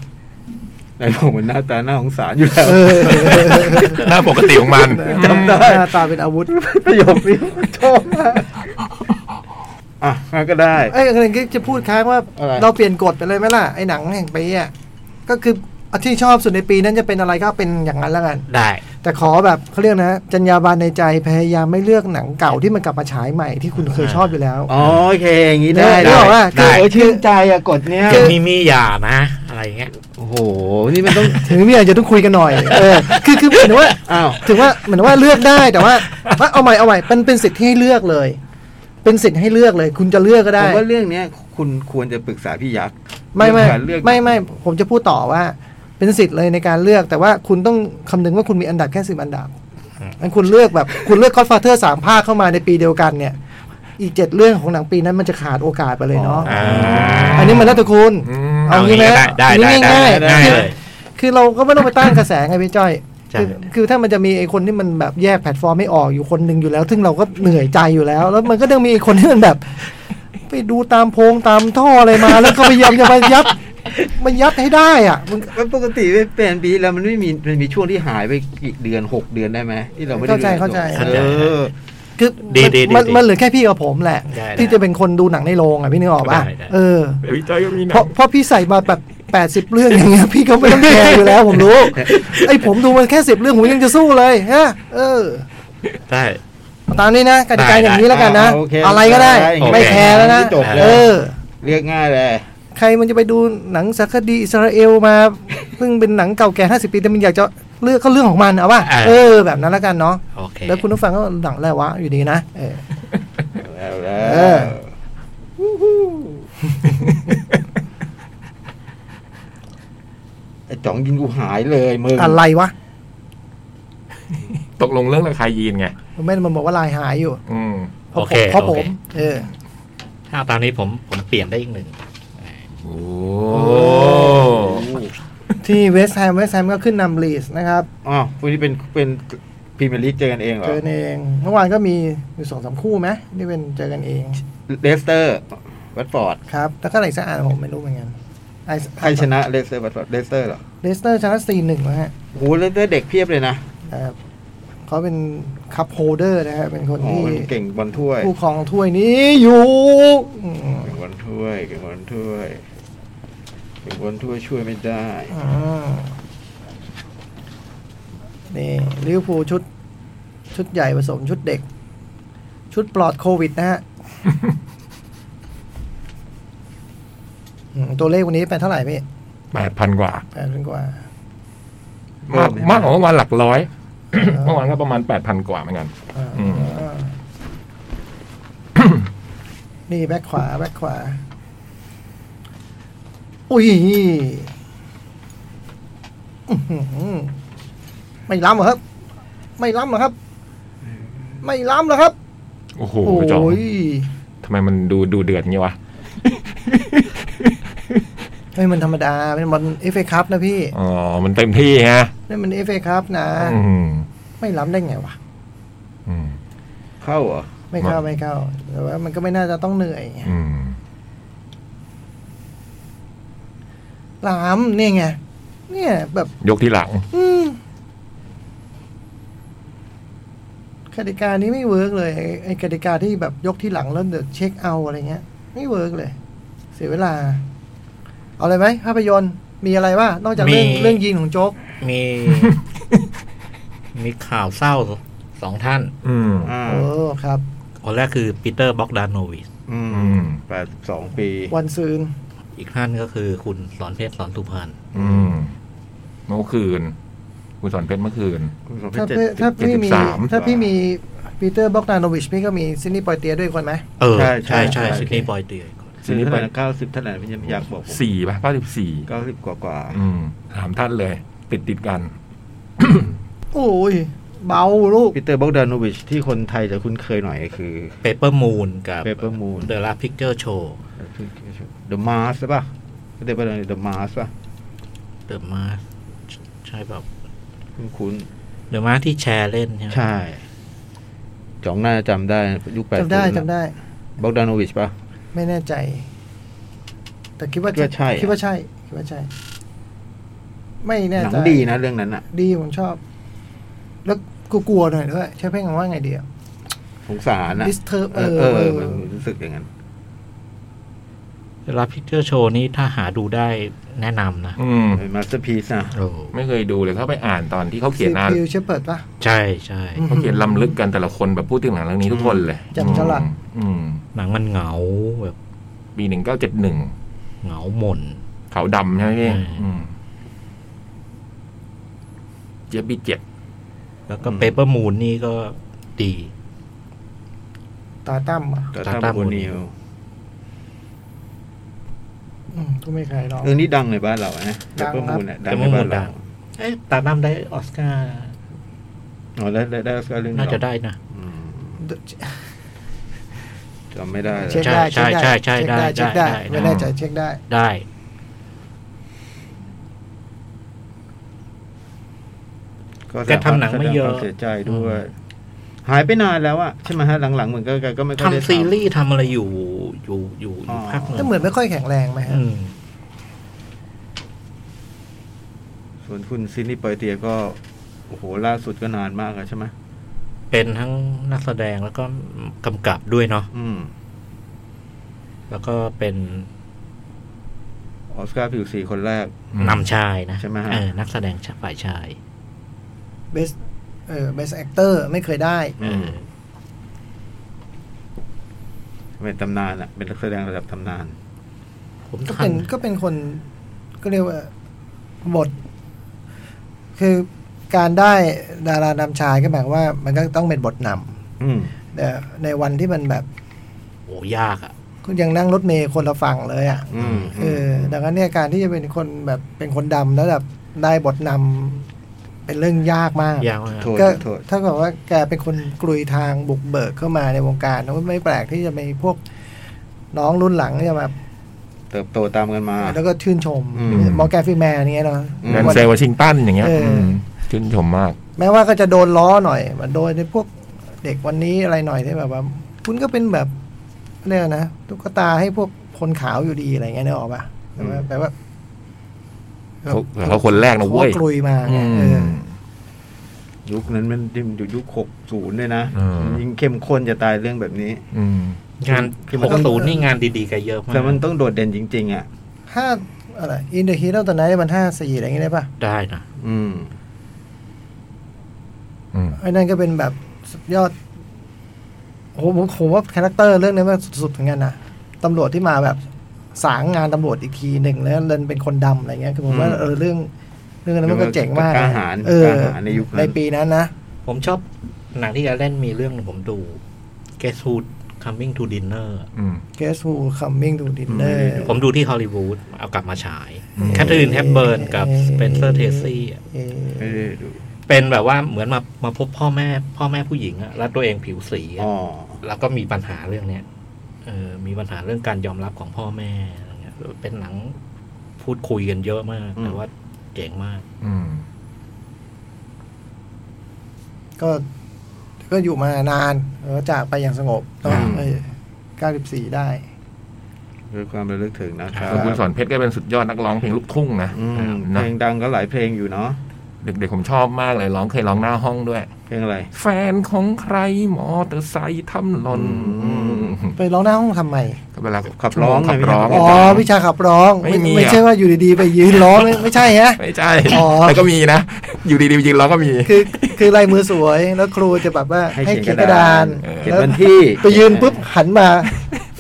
Speaker 5: นายบอกมันหน้าตาหน้าสงสารอยู่แล้ว
Speaker 1: เออ
Speaker 2: หน้าปกติของมัน
Speaker 5: จำได้
Speaker 1: หน้าตาเป็นอาวุธ
Speaker 5: ประโยคนี้ชอบมากอ่ะงั้นก็ได้
Speaker 1: เอ้ยอะไรก็จะพูดค้างว่า
Speaker 5: อะไร
Speaker 1: เราเปลี่ยนกฎไปเลยไหมล่ะ ไอ้หนังแห่งปีอ่ะ ก็คืออาที่ชอบสุดในปีนั้นจะเป็นอะไรก็เป็นอย่างนั้นแล้วกัน
Speaker 4: ได้
Speaker 1: แต่ขอแบบเขาเรียกนะ จรรยาบรรณในใจพยายามไม่เลือกหนังเก่าที่มันกลับมาฉายใหม่ที่คุณเคยชอบอยู่แล้ว
Speaker 5: อ๋อโอเค อย่างนี้ได้
Speaker 1: ได้ได้
Speaker 5: คือเออชื่นใจอะกดเนี้ย
Speaker 4: เดี๋ยวมีมีอย่านะ อะไรอย่างเงี้ย
Speaker 5: โอ้โห นี่มันต้อง
Speaker 1: ถึงเนี่ยจะต้องคุยกันหน่อย เออ คือคือเหมือนว่า
Speaker 5: อ้าว
Speaker 1: ถึงว่าเหมือนว่าเลือกได้แต่ว่าว่าเอาใหม่เอาใหม่เป็นเป็นสิทธิ์ที่ให้เลือกเลย เป็นสิทธิ์ให้เลือกเลย คุณจะเลือกก็
Speaker 5: ผ
Speaker 1: ได้
Speaker 5: มว่าเรื่องเนี้ยคุณควรจะปรึกษาพี่ยักษ์
Speaker 1: ไม่ไม่
Speaker 5: เรื่องการเลือก
Speaker 1: ไม่ไม่ผมจะพูดต่อว่า เป็นสิทธิ์เลยในการเลือก แต่ว่าคุณต้องคำนึงว่าคุณมีอันดับแค่สิบอันดับอันคุณเลือกแบบ คุณเลือกคอสฟาเธอร์สามภาคเข้ามาในปีเดียวกันเนี่ย อีกเจ็ดเรื่องของหนังปีนั้นมันจะขาดโอกาสไปเลยเนาะ
Speaker 5: อ๋อ
Speaker 1: อันนี้มันแล้วแต่คุณ
Speaker 2: อืม
Speaker 1: เอางี้ไหม
Speaker 4: ได้ได้
Speaker 1: อัน
Speaker 4: ได้
Speaker 1: นี้ง่ายๆ
Speaker 4: ได้ได้เลย
Speaker 1: คือเราก็ไม่ต้องไปต้านกระแสไงพี่จ้อย
Speaker 4: ใช่
Speaker 1: คือคือถ้ามันจะมีไอ้คนที่มันแบบแยกแพลตฟอร์มไม่ออกอยู่คนหนึ่งอยู่แล้ว ซึ่งเราก็เหนื่อยใจอยู่แล้ว แล้วมันก็ยังมีไอ้คนที่มันแบบ ไปดูตามโพรงตามท่ออะไรมา แล้วก็พยายามจะมายัด มายัดให้ได้อ่ะมัน
Speaker 5: มันปกติไม่เป็นปีแล้วมันไม่มีมันมีช่วงที่หายไปกี่เดือนหกเดือนได้ไหมที่เราไม่ได้ดูเออ
Speaker 1: คือ
Speaker 4: ดีดีดี
Speaker 1: มัน
Speaker 4: ดี
Speaker 1: มันเหลือแค่พี่กับผมแหละ
Speaker 4: ได้ได้
Speaker 1: ที่จะเป็นคนดูหนังในโรงอ่ะพี่นึกออกป่ะ
Speaker 4: ได้ได้
Speaker 1: เออ
Speaker 2: แต่พี่จ้อยก็มีหนั
Speaker 1: เพราะ
Speaker 2: ง
Speaker 1: เพราะพี่ใส่มาแบบแปดสิบ80 เรื่องอย่างเงี้ยพี่ก็ไม่ต้องแคร์อยู่แล้วผมรู้ ไอ้ผมดูมันแค่สิบเรื่องผมยังจะสู้เลยฮะเออ
Speaker 4: ได้
Speaker 1: ตามนี้นะกติกาอย่างนี้แล้วกันนะ
Speaker 5: ได้ได้โอเค
Speaker 1: อะไรก็ได้
Speaker 5: ได้
Speaker 1: ไม่แคร์แล้วนะ
Speaker 5: จบเลย
Speaker 1: เออ
Speaker 5: เรียกง่ายเลย
Speaker 1: ใครมันจะไปดูหนังสารคดีอิสราเอลมา เพิ่งเป็นหนังเก่าแก่ห้าสิบปีแต่มันอยากจะเลือกก็เรื่องของมันเอาว่า
Speaker 4: อ่า
Speaker 1: เออแบบนั้นแล้วกันเนาะ
Speaker 4: โอเค
Speaker 1: แล้วคุณผู้ฟังก็หนังอะไรวะอยู่ดีนะเออ
Speaker 5: แล้ว
Speaker 1: เออ
Speaker 5: ไอ้จ่องยินกูหายเลยมึง
Speaker 1: อะไรวะ
Speaker 2: ตกลงเรื่องราคายีนไง
Speaker 1: มันไม่มันบอกว่าลายหายอยู่
Speaker 2: อืม
Speaker 1: เพราะผ
Speaker 4: โอเค
Speaker 1: มเพราะผ
Speaker 4: โอเค
Speaker 1: มเออ
Speaker 4: ถ้าตามนี้ผมผมเปลี่ยนได้อีกหนึ่ง
Speaker 2: โอ้
Speaker 1: ที่เวสต์แฮมเวสต์แฮมก็ขึ้นนำลีสนะครับ
Speaker 5: อ๋อพวกนี้เป็นเป็นพรีเมียร์ลีกเจอกันเองเหรอ
Speaker 1: เจอกันเองเมื่อวานก็มีอยู่สองสามคู่ไหมที่เป็นเจอกันเอง
Speaker 5: เลสเตอร์วัตฟอร์ด
Speaker 1: ครับแล้วก็อะไรสักอันผมไม่รู้เหมือนกันไอ้
Speaker 5: ใครชนะเลสเตอร์วัตฟอร์ดเลสเตอร์เหรอ
Speaker 1: เลสเตอร์ชนะสี่หนึ่งนะฮะ
Speaker 5: โหเลสเตอร์เด็กเพียบเลยนะ
Speaker 1: แต่เขาเป็นคัพโฮลเดอร์นะฮะเป็นคน
Speaker 5: โอ้
Speaker 1: ที่
Speaker 5: มันเก่งบอลถ้วย
Speaker 1: ผู้ครองถ้วยนี้อยู่อืม
Speaker 5: เก่งบอลถ้วยเก่งบอลถ้วยเก่งบอลถ้วยช่วยไม่ได้
Speaker 1: อ่านี่ลิเวอร์พูลชุด ชุดใหญ่ผสมชุดเด็ก ชุดปลอดโควิด นะฮะ อืมตัวเลขวันนี้เป็นเท่าไหร่พี่
Speaker 2: แปดพันกว่า
Speaker 1: แปดพันกว่า
Speaker 2: มาก
Speaker 5: เพิ่มไหม
Speaker 2: มากกว่าเมื่อวานหลักร้อย เมื่อวานก็ประมาณแปดพันกว่าเหมือนกัน
Speaker 1: อ่า
Speaker 2: อืม
Speaker 1: อ่า นี่แบ็คขวา แบ็คขวา อุ้ยอื้อหือไม่ล้ำเหรอครับ ไม่ล้ำเหรอครับ ไม่ล้ำเหรอครับ
Speaker 2: โอ้โห
Speaker 1: โอ้
Speaker 2: จอม
Speaker 1: ย
Speaker 2: ทำไมมันดูดูเดือดงี้วะ
Speaker 1: ไม่มันธรรมดา เป็นบอลเอฟเอคัพนะพี่
Speaker 2: อ๋อ มันเต็มที่ฮะ
Speaker 1: นั่นมันเอฟเอคัพนะ
Speaker 2: อืม
Speaker 1: ไม่ล้ำได้ไงวะ
Speaker 2: อืม
Speaker 5: เข้าเหรอ
Speaker 1: ไม่เข้าไม่เข้า แต่ว่ามันก็ไม่น่าจะต้องเหนื่อยไง
Speaker 2: อืม
Speaker 1: ล้ำเนี่ยไง เนี่ยแบบ
Speaker 2: ยกที่หลัง
Speaker 1: อืมกติกานี้ไม่เวิร์กเลยไอ้ไอ้กติกาที่แบบยกที่หลังแล้วเดี๋ยวเช็คเอาอะไรเงี้ย ไม่เวิร์กเลย เสียเวลา เอาเลยไหมภาพยนตร์มีอะไรว่านอกจากเรื่อง
Speaker 4: มี
Speaker 1: เรื่องยีนของโจ๊ก
Speaker 4: มี มีข่าวเศร้าสองท่าน
Speaker 2: อืม
Speaker 5: อ่า
Speaker 1: โอ้ครับ
Speaker 4: คนแรกคือปีเตอร์บ็อกดานโนวิช
Speaker 5: อื
Speaker 2: อืม
Speaker 5: มแปดสิบสองปี
Speaker 1: วันซืน
Speaker 4: อีกท่านก็คือคุณสอนเพชรสอนสุพรรณ
Speaker 2: อืมเมื่อคืน คุณสอนเพชรเมื่อคืน
Speaker 5: คุณสมเพช
Speaker 1: ถ้าร
Speaker 5: เจ็ด
Speaker 1: พี่ถ้าพี่มี
Speaker 5: สิบ
Speaker 2: 73
Speaker 1: ถ้าพี่มีปีเตอร์บ็อกดานโนวิชพี่ก็มีซินนี่ปอยเตียด้วยคนไหม
Speaker 4: เออ
Speaker 5: ใช่ใช่
Speaker 4: ใช่ใช่
Speaker 5: ใช่
Speaker 4: ซิด
Speaker 5: โอเค
Speaker 4: นีย์บอยเตียก่อน
Speaker 5: ซื้อเท่าไหร่เก้าสิบเท่าไหร่พี่ยังอยากบอก
Speaker 2: สี่ป่ะเก้าสิบสี่
Speaker 5: เก้าสิบกว่ากว่า
Speaker 2: อืมสามท่านเลย ติดติดๆกัน
Speaker 1: โอ้ย เบาลูก
Speaker 5: ปีเตอร์บอกดานวิชที่คนไทยจะคุ้นเคยหน่อยคือ
Speaker 4: เปเปอร์มูนกับ
Speaker 5: เปเปอร์มูน
Speaker 4: เดอะลาพิกเจอร์โชว์
Speaker 5: เดอะมาสใช่ป่ะเดอะเดอะมาสป่ะ
Speaker 4: เดอะมาใช่แบบ
Speaker 5: คุ้นคุ้น
Speaker 4: เดอะมาที่แชร์เล่นใช่ไหม
Speaker 5: ๆใช่จ่องน่าจะจำได้ยุคแปด
Speaker 1: จำได้จำได้
Speaker 5: บอกดานวิชป่ะ
Speaker 1: ไม่แน่ใจ แต่คิดว่า
Speaker 5: คิดว่าใช่อะ
Speaker 1: คิดว่าใช่คิดว่าใช่ ไม่
Speaker 5: ห
Speaker 1: แน่
Speaker 5: นั
Speaker 1: ใจ
Speaker 5: งดีนะเรื่องนั้นอ่ะ
Speaker 1: ดีผมชอบ แล้วกูกลัวหน่อยด้วยใช้เพลงคำว่าไงดีอ่ะ
Speaker 5: สงสารนะ
Speaker 1: Disturb
Speaker 5: เอ
Speaker 1: เอ
Speaker 5: อ
Speaker 1: อ
Speaker 5: เออ
Speaker 1: เออ
Speaker 5: มันรู้สึกอย่างนั้น
Speaker 4: เดอะลาพิกเจอร์โชว์นี่ถ้าหาดูได้แนะนำนะ
Speaker 2: อืม
Speaker 5: เป็นมาสเตอร์พีซนะ
Speaker 4: โอ้
Speaker 2: ไม่เคยดูเลยเขาไปอ่านตอนที่เขาเขียนนาน
Speaker 1: ฟิวเชเปิดปะ
Speaker 4: ใช่ใช่
Speaker 1: อืม
Speaker 2: เขาเขียนลำลึกกันแต่ละคนแบบพูดถึงหนังเรื่องนี้ทุกคนเลย
Speaker 1: จำฉลาก
Speaker 2: อืม
Speaker 4: หนังมันเหงาแบบ
Speaker 2: ปีหนึ่งเก้าเจ็ดหนึ่ง
Speaker 4: เหงาหม่น
Speaker 2: ขาวดำใช่ไหมพี่
Speaker 4: ใช่
Speaker 2: อืมเจ็บบีเจ็บ
Speaker 4: แล้วก็
Speaker 2: อืม
Speaker 4: เปเปอร์มูนนี่ก็ดี
Speaker 1: ตาตั้มอ่ะ
Speaker 5: แต่
Speaker 4: Tata
Speaker 5: ถ้าโอนิ
Speaker 4: O'Neill
Speaker 5: ว
Speaker 1: อืมก็ไม่เคยร้อง
Speaker 5: เรื่องนี้ดังในบ้านเรานะเปเปอร์มูนเนี่ยดังในบ้านเรา
Speaker 4: เอ๊ะตาดำได้ออสการ์
Speaker 5: อ๋อได้ได้ได้ออสการ์เรื่อง
Speaker 4: น่า
Speaker 5: เหรอ
Speaker 4: จะได้นะ
Speaker 5: อืม
Speaker 1: The-
Speaker 5: จำไม่ได้เลย
Speaker 1: เช็คได้
Speaker 4: ใช่
Speaker 1: เช็คได้
Speaker 4: ใช่ใช่
Speaker 1: เช็คได้เช็คได้
Speaker 4: ใช่ได้ได้
Speaker 1: ไม่แน่ใจเช็คได้
Speaker 4: ได้
Speaker 5: แสด
Speaker 4: แกทำหนังไม่เยอะ
Speaker 5: แสดควาเสียใจด้วย หายไปนานแล้วอะใช่ไหมฮะหลังๆเหมือนก็แกก็ไม่ค่อยได้
Speaker 4: ทำซีรีส์ทำอะไรอยู่อยู่อยู่อ
Speaker 5: อ๋อ
Speaker 4: ยู่พักหนึ่
Speaker 1: ก็
Speaker 4: ง
Speaker 1: เหมือนไม่ค่อยแข็งแรงไหมฮะ
Speaker 4: อืม
Speaker 5: ส่วนคุณซินนี่เปอร์เตียก็ โอ้โหล่าสุดก็นานมากแล้วใช่ไหม
Speaker 4: เป็นทั้งนักแสดงแล้วก็กำกับด้วยเนาะ
Speaker 5: อืม
Speaker 4: แล้วก็เป็น
Speaker 5: ออสการ์ผิวสีคนแรก
Speaker 4: นำชายนะ
Speaker 5: ใช่ไหมฮะ
Speaker 4: เออนักแสดงชายฝ่ายชาย
Speaker 1: เบสเออเบสแอคเตอร์ไม่เคยได้
Speaker 5: อืม เป็นตำนานอะเป็นนักแสดงระดับตำนาน
Speaker 4: ผม
Speaker 1: ก็
Speaker 4: ทั
Speaker 1: เป็น นก็เป็นคนก็เรียกว่าบท คือการได้ดารานำชายก็หมายความว่า มันก็ต้องเป็นบทน
Speaker 5: อืม
Speaker 1: ำแต่ในวันที่มันแบบ
Speaker 4: โอ้ยากอ่ะ
Speaker 1: คุณยังนั่งรถเมย์คนละฝั่งเลยอ่ะ
Speaker 5: อืม
Speaker 1: เออดังนั้นเนี่ยการที่จะเป็นคนแบบเป็นคนดำแล้วแบบได้บทนำเป็นเรื่องยากมาก
Speaker 4: ยากมาก
Speaker 5: โทษ
Speaker 1: ก็
Speaker 5: โทษ
Speaker 1: ถ้ากับว่าแกเป็นคนกลุยทางบุกเบิกเข้ามาในวงการนะไม่แปลกที่จะมีพวกน้องรุ่นหลังจะมา
Speaker 5: เติบโตตามกันมา
Speaker 1: แล้วก็ชื่นชม
Speaker 5: อืม
Speaker 1: มอร์แกนฟรีแมนอย่างเงี้ยเนาะ
Speaker 5: อืม
Speaker 2: แดนเซลวัชิงตันอย่างเงี้ย
Speaker 1: เอออื
Speaker 2: มชื่นชมมาก
Speaker 1: แม้ว่าก็จะโดนล้อหน่อยเหมันโดนในพวกเด็กวันนี้อะไรหน่อยที่แบบว่า คุณก็เป็นแบบเนี่ยนะตุ๊กตาให้พวกคนขาวอยู่ดีอะไรเงี้ยนึกออกปะแต่ว่า
Speaker 5: อืม
Speaker 1: แปลว่า
Speaker 2: เขาเขาคนแรกนะเว้ย
Speaker 1: ขากลุยมา
Speaker 2: อื
Speaker 1: ไง
Speaker 2: ม
Speaker 1: เออ
Speaker 5: ยุคนั้นมันอยู่ยุคหกศูนย์ด้วยนะ
Speaker 2: อืม
Speaker 5: ยิ่งเข้มข้นจะตายเรื่องแบบนี้
Speaker 2: อืม
Speaker 4: งาน
Speaker 5: คือมั
Speaker 4: ห
Speaker 5: น
Speaker 4: ก
Speaker 5: ต้อง
Speaker 4: ศูนย์นี่งานดีๆกันเยอะมาก
Speaker 5: แต่มันต้องโดดเด่นจริง ๆ อ่ะ
Speaker 1: ห้าอะไรอินเดอะฮีโร่ตอนนั้นมันห้าสี่อะไรเงี้ยได้ปะ
Speaker 4: ได้นะ
Speaker 5: อืม
Speaker 2: อืม
Speaker 1: ไอ้นั่นก็เป็นแบบสุดยอดโอ้โหผมผมว่าคาแรคเตอร์เรื่องนี้มันสุดๆเหมือนกันนะตำรวจที่มาแบบสางงานตำรวจอีกทีหนึ่งแล้วเล่นเป็นคนดำอะไรเงี้ยคือผมว่า
Speaker 5: อืม
Speaker 1: เออเรื่อง เรื่องนั้นมันก็เจ๋งมาก
Speaker 5: ก
Speaker 1: นะ
Speaker 5: ล้าหาร
Speaker 1: เออ
Speaker 5: กล้าหารในยุค
Speaker 1: ใน
Speaker 5: นั้น
Speaker 1: ปีนั้นนะ
Speaker 4: ผมชอบหนังที่แกเล่นมีเรื่องหนึ่งผมดู Guess Who Coming to Dinner
Speaker 2: อืม
Speaker 1: Guess Who Coming to Dinner
Speaker 4: ผมดูที่ฮอลลีวูดเอากลับมาฉายแคทเธอรีนแฮปเบิร์นกับสเปนเซอร์เทซี่อะ
Speaker 1: เอ่อ
Speaker 5: ไม่ได้ดู
Speaker 4: เป็นแบบว่าเหมือนมามาพบพ่อแม่ พ่อแม่ผู้หญิงอะแล้วตัวเองผิวสีอะ
Speaker 5: อ๋อ
Speaker 4: แล้วก็มีปัญหาเรื่องเนี้ยเออมีปัญหาเรื่องการยอมรับของพ่อแม่อะไรเงี้ยเป็นหนังพูดคุยกันเยอะมาก แต่ว่าเจ๋งมาก
Speaker 2: อืม
Speaker 1: ก็ก็อยู่มานานแล้วจากไปอย่างสงบตอน
Speaker 2: อืม
Speaker 1: เอ้ย94 ได้
Speaker 5: ด้วยความระลึกถึงนะครับ
Speaker 2: แล้วคุณสอนเพชรก็เป็นสุดยอดนักร้องเพลงลูกทุ่งนะ
Speaker 5: อืมเพ
Speaker 2: นะ
Speaker 5: ลงดังก็หลายเพลงอยู่เนาะ
Speaker 2: เด็กๆผมชอบมากเลยร้องเคยร้องหน้าห้องด้วย
Speaker 5: เพลงอะไร
Speaker 2: แฟนของใครมอเตอร์ไซค์ทำหล่น
Speaker 5: อืม
Speaker 1: ไปร้องหน้าห้องทำไม
Speaker 2: ก็เวลา
Speaker 5: ขับร้อง
Speaker 2: ขับร้อง
Speaker 5: ไง
Speaker 1: อ๋อ วิชาขับร้อง
Speaker 2: ไม่มี
Speaker 1: ไม่
Speaker 2: อ่ะ
Speaker 1: ใช่ว่าอยู่ดีๆ ไปยืนร้อง ไม่ไม่ใช่ฮะ
Speaker 2: ไม่ใช่
Speaker 1: อ๋อ
Speaker 2: แต่ก็มีนะ อยู่ดีๆจริงๆร้องก็มี
Speaker 1: คือคือลายมือสวยแล้วครูจะแบบว่าให้เขียนกระดาน
Speaker 2: เออ
Speaker 5: เขียน
Speaker 1: แล้ว
Speaker 5: วันที่
Speaker 1: ไปยืนปุ๊บหันมา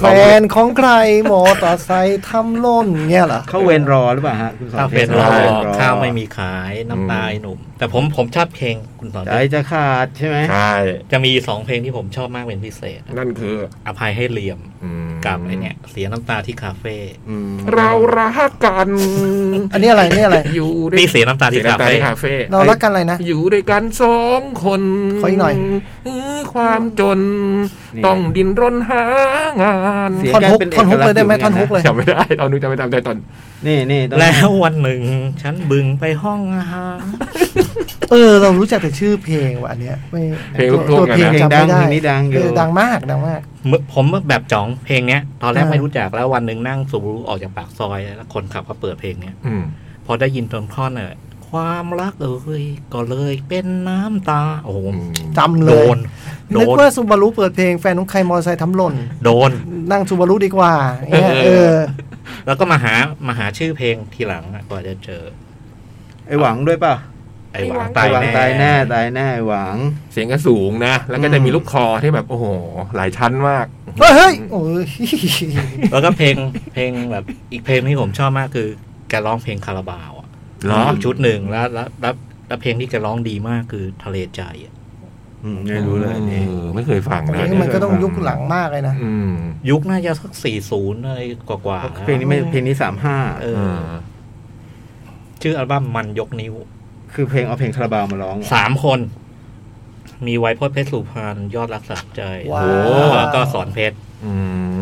Speaker 1: แฟนของใครหมอต่อไซค์ทำหล่นเงี้ยเหรอ
Speaker 5: เข้าเวรรอหรือเปล่าฮะคุณสอน
Speaker 4: ข้าว
Speaker 5: เพ
Speaker 4: เป็
Speaker 5: ช
Speaker 4: น
Speaker 5: ร
Speaker 4: รอ
Speaker 5: เข้าเวรรอ
Speaker 4: ข้าวไม่มีขายน้ำตาไอ้หนุ่ม แต่ผมผมชอบเพลงคุณสอน
Speaker 5: ใจจะขาดใช่ไหม
Speaker 2: ใช่
Speaker 4: จะมีสองเพลงที่ผมชอบมากเป็นพิเศษ
Speaker 2: นั่นคือ
Speaker 4: อภัยให้เหลี่ยม
Speaker 2: อืม
Speaker 4: กับไอเนี่ย เสียน้ำตาที่คาเฟ่
Speaker 5: อืม
Speaker 2: เรารักกัน
Speaker 1: อันนี้อะไรนี่อะไร
Speaker 2: อยู่ด้ว
Speaker 4: นี่
Speaker 2: ย
Speaker 4: เสียน้ำตา
Speaker 2: เสี
Speaker 4: ที่
Speaker 2: ย
Speaker 4: คา
Speaker 2: น้ำตา
Speaker 4: เฟ่
Speaker 2: ที่คาเฟ่
Speaker 1: เรารักกันอะไรนะ
Speaker 2: อยู่ด้วยกันสองคน
Speaker 1: ขออีกหน่อย
Speaker 2: เออความจน ต้องดิ้นรนหางาน
Speaker 5: เสียง
Speaker 1: ท่อน
Speaker 5: แก
Speaker 1: ฮุก
Speaker 5: เป็น
Speaker 1: ท่อนฮุกเลยได้ไหม
Speaker 5: อก
Speaker 1: ท่
Speaker 5: ษ
Speaker 1: อน
Speaker 5: ณ์
Speaker 1: ฮุกเลย
Speaker 2: จำไม่ได้ตอนนู้นจำไม่ได้ตอน
Speaker 5: นี่นี่ต้อง
Speaker 4: แล้ววันหนึ่ง ฉันบึงไปห้องอาหาร
Speaker 1: เออ เรารู้จักแต่ชื่อเพลงว่ะอันเนี้ยไม่
Speaker 2: เพลงลูกทุ่ง
Speaker 1: ตัว
Speaker 2: อะ
Speaker 1: เพลง
Speaker 2: นะ
Speaker 1: จำไม่ได้
Speaker 5: เพลงดังเพลงนี้ดังอยู่
Speaker 1: เดังมากดังมาก
Speaker 4: เมื่อผมแบบจ๋องเพลงเนี้ย ตอนแรก
Speaker 1: อ่า
Speaker 4: ไม่รู้จักแล้ววันหนึ่งนั่งสูบบุหรี่ออกจากปากซอย แล้วคนขับก็เปิดเพลงเนี้ย
Speaker 2: อืม
Speaker 4: พอได้ยินตอนท่อนเน่ยความรักเอ้ยก็เลยเป็นน้ำตา โอ้โห
Speaker 1: จำเล
Speaker 4: โด
Speaker 1: ย
Speaker 4: น โด
Speaker 1: นึก
Speaker 4: น
Speaker 1: ว่าซูบารุเปิดเพลงแฟนของใครมอเตอร์ไซค์ทำหล่น
Speaker 4: โดน
Speaker 1: นั่งซูบารุดีกว่าอย่างเงี้ยเอ
Speaker 2: เอ
Speaker 1: อ
Speaker 2: อ
Speaker 4: แล้วก็มาหามาหาชื่อเพลงทีหลังอะกว่าจะเจอ
Speaker 5: ไอหวังด้วยป่ะ
Speaker 4: ไอ้หวัง
Speaker 5: ไอ
Speaker 4: ตาย
Speaker 5: หวัง
Speaker 4: แน่
Speaker 5: ตายแน่ตายแน่ไอ้หวัง
Speaker 2: เสียงก็สูงนะ แล้วก็จะ
Speaker 5: อืม
Speaker 2: มีลูกคอที่แบบ โอ้โห หลายชั้นมาก
Speaker 1: เฮ้ยเฮ้ยโอ้ย
Speaker 4: แล้วก็เพลงเพลงแบบอีกเพลงที่ผมชอบมากคือแกร้องเพลงคาราบาวอ่ะ
Speaker 2: เหรอ
Speaker 4: ยู่ชุดหนึ่งแล้วแล้วแล้วแล้วเพลงที่แกร้องดีมากคือทะเลใจอะ
Speaker 5: อืมไม่รู้เลยนี่
Speaker 2: ออไม่เคยฟัง
Speaker 1: อัน
Speaker 2: นะ
Speaker 1: นี้มันก็ต้องยุค หลังมากเลยนะ
Speaker 2: อืม
Speaker 4: ยุคน่าจะสักสี่ศูนย์อะไรกว่าๆ
Speaker 5: เพลงนี้ไม่เพลงนี้สามห้า
Speaker 4: เอ
Speaker 2: เอ
Speaker 4: อ
Speaker 2: อ
Speaker 4: ชื่ออัลบั้มมันยกนิ้ว
Speaker 5: คือเพลงเอาเพลงคาราบาวมาร้องเหรอ
Speaker 4: สามคน มีไว้พจน์เพชรสุพรรณยอดรักสักใจ
Speaker 1: ว้าว
Speaker 4: แล้วก็สอนเพชร
Speaker 2: อื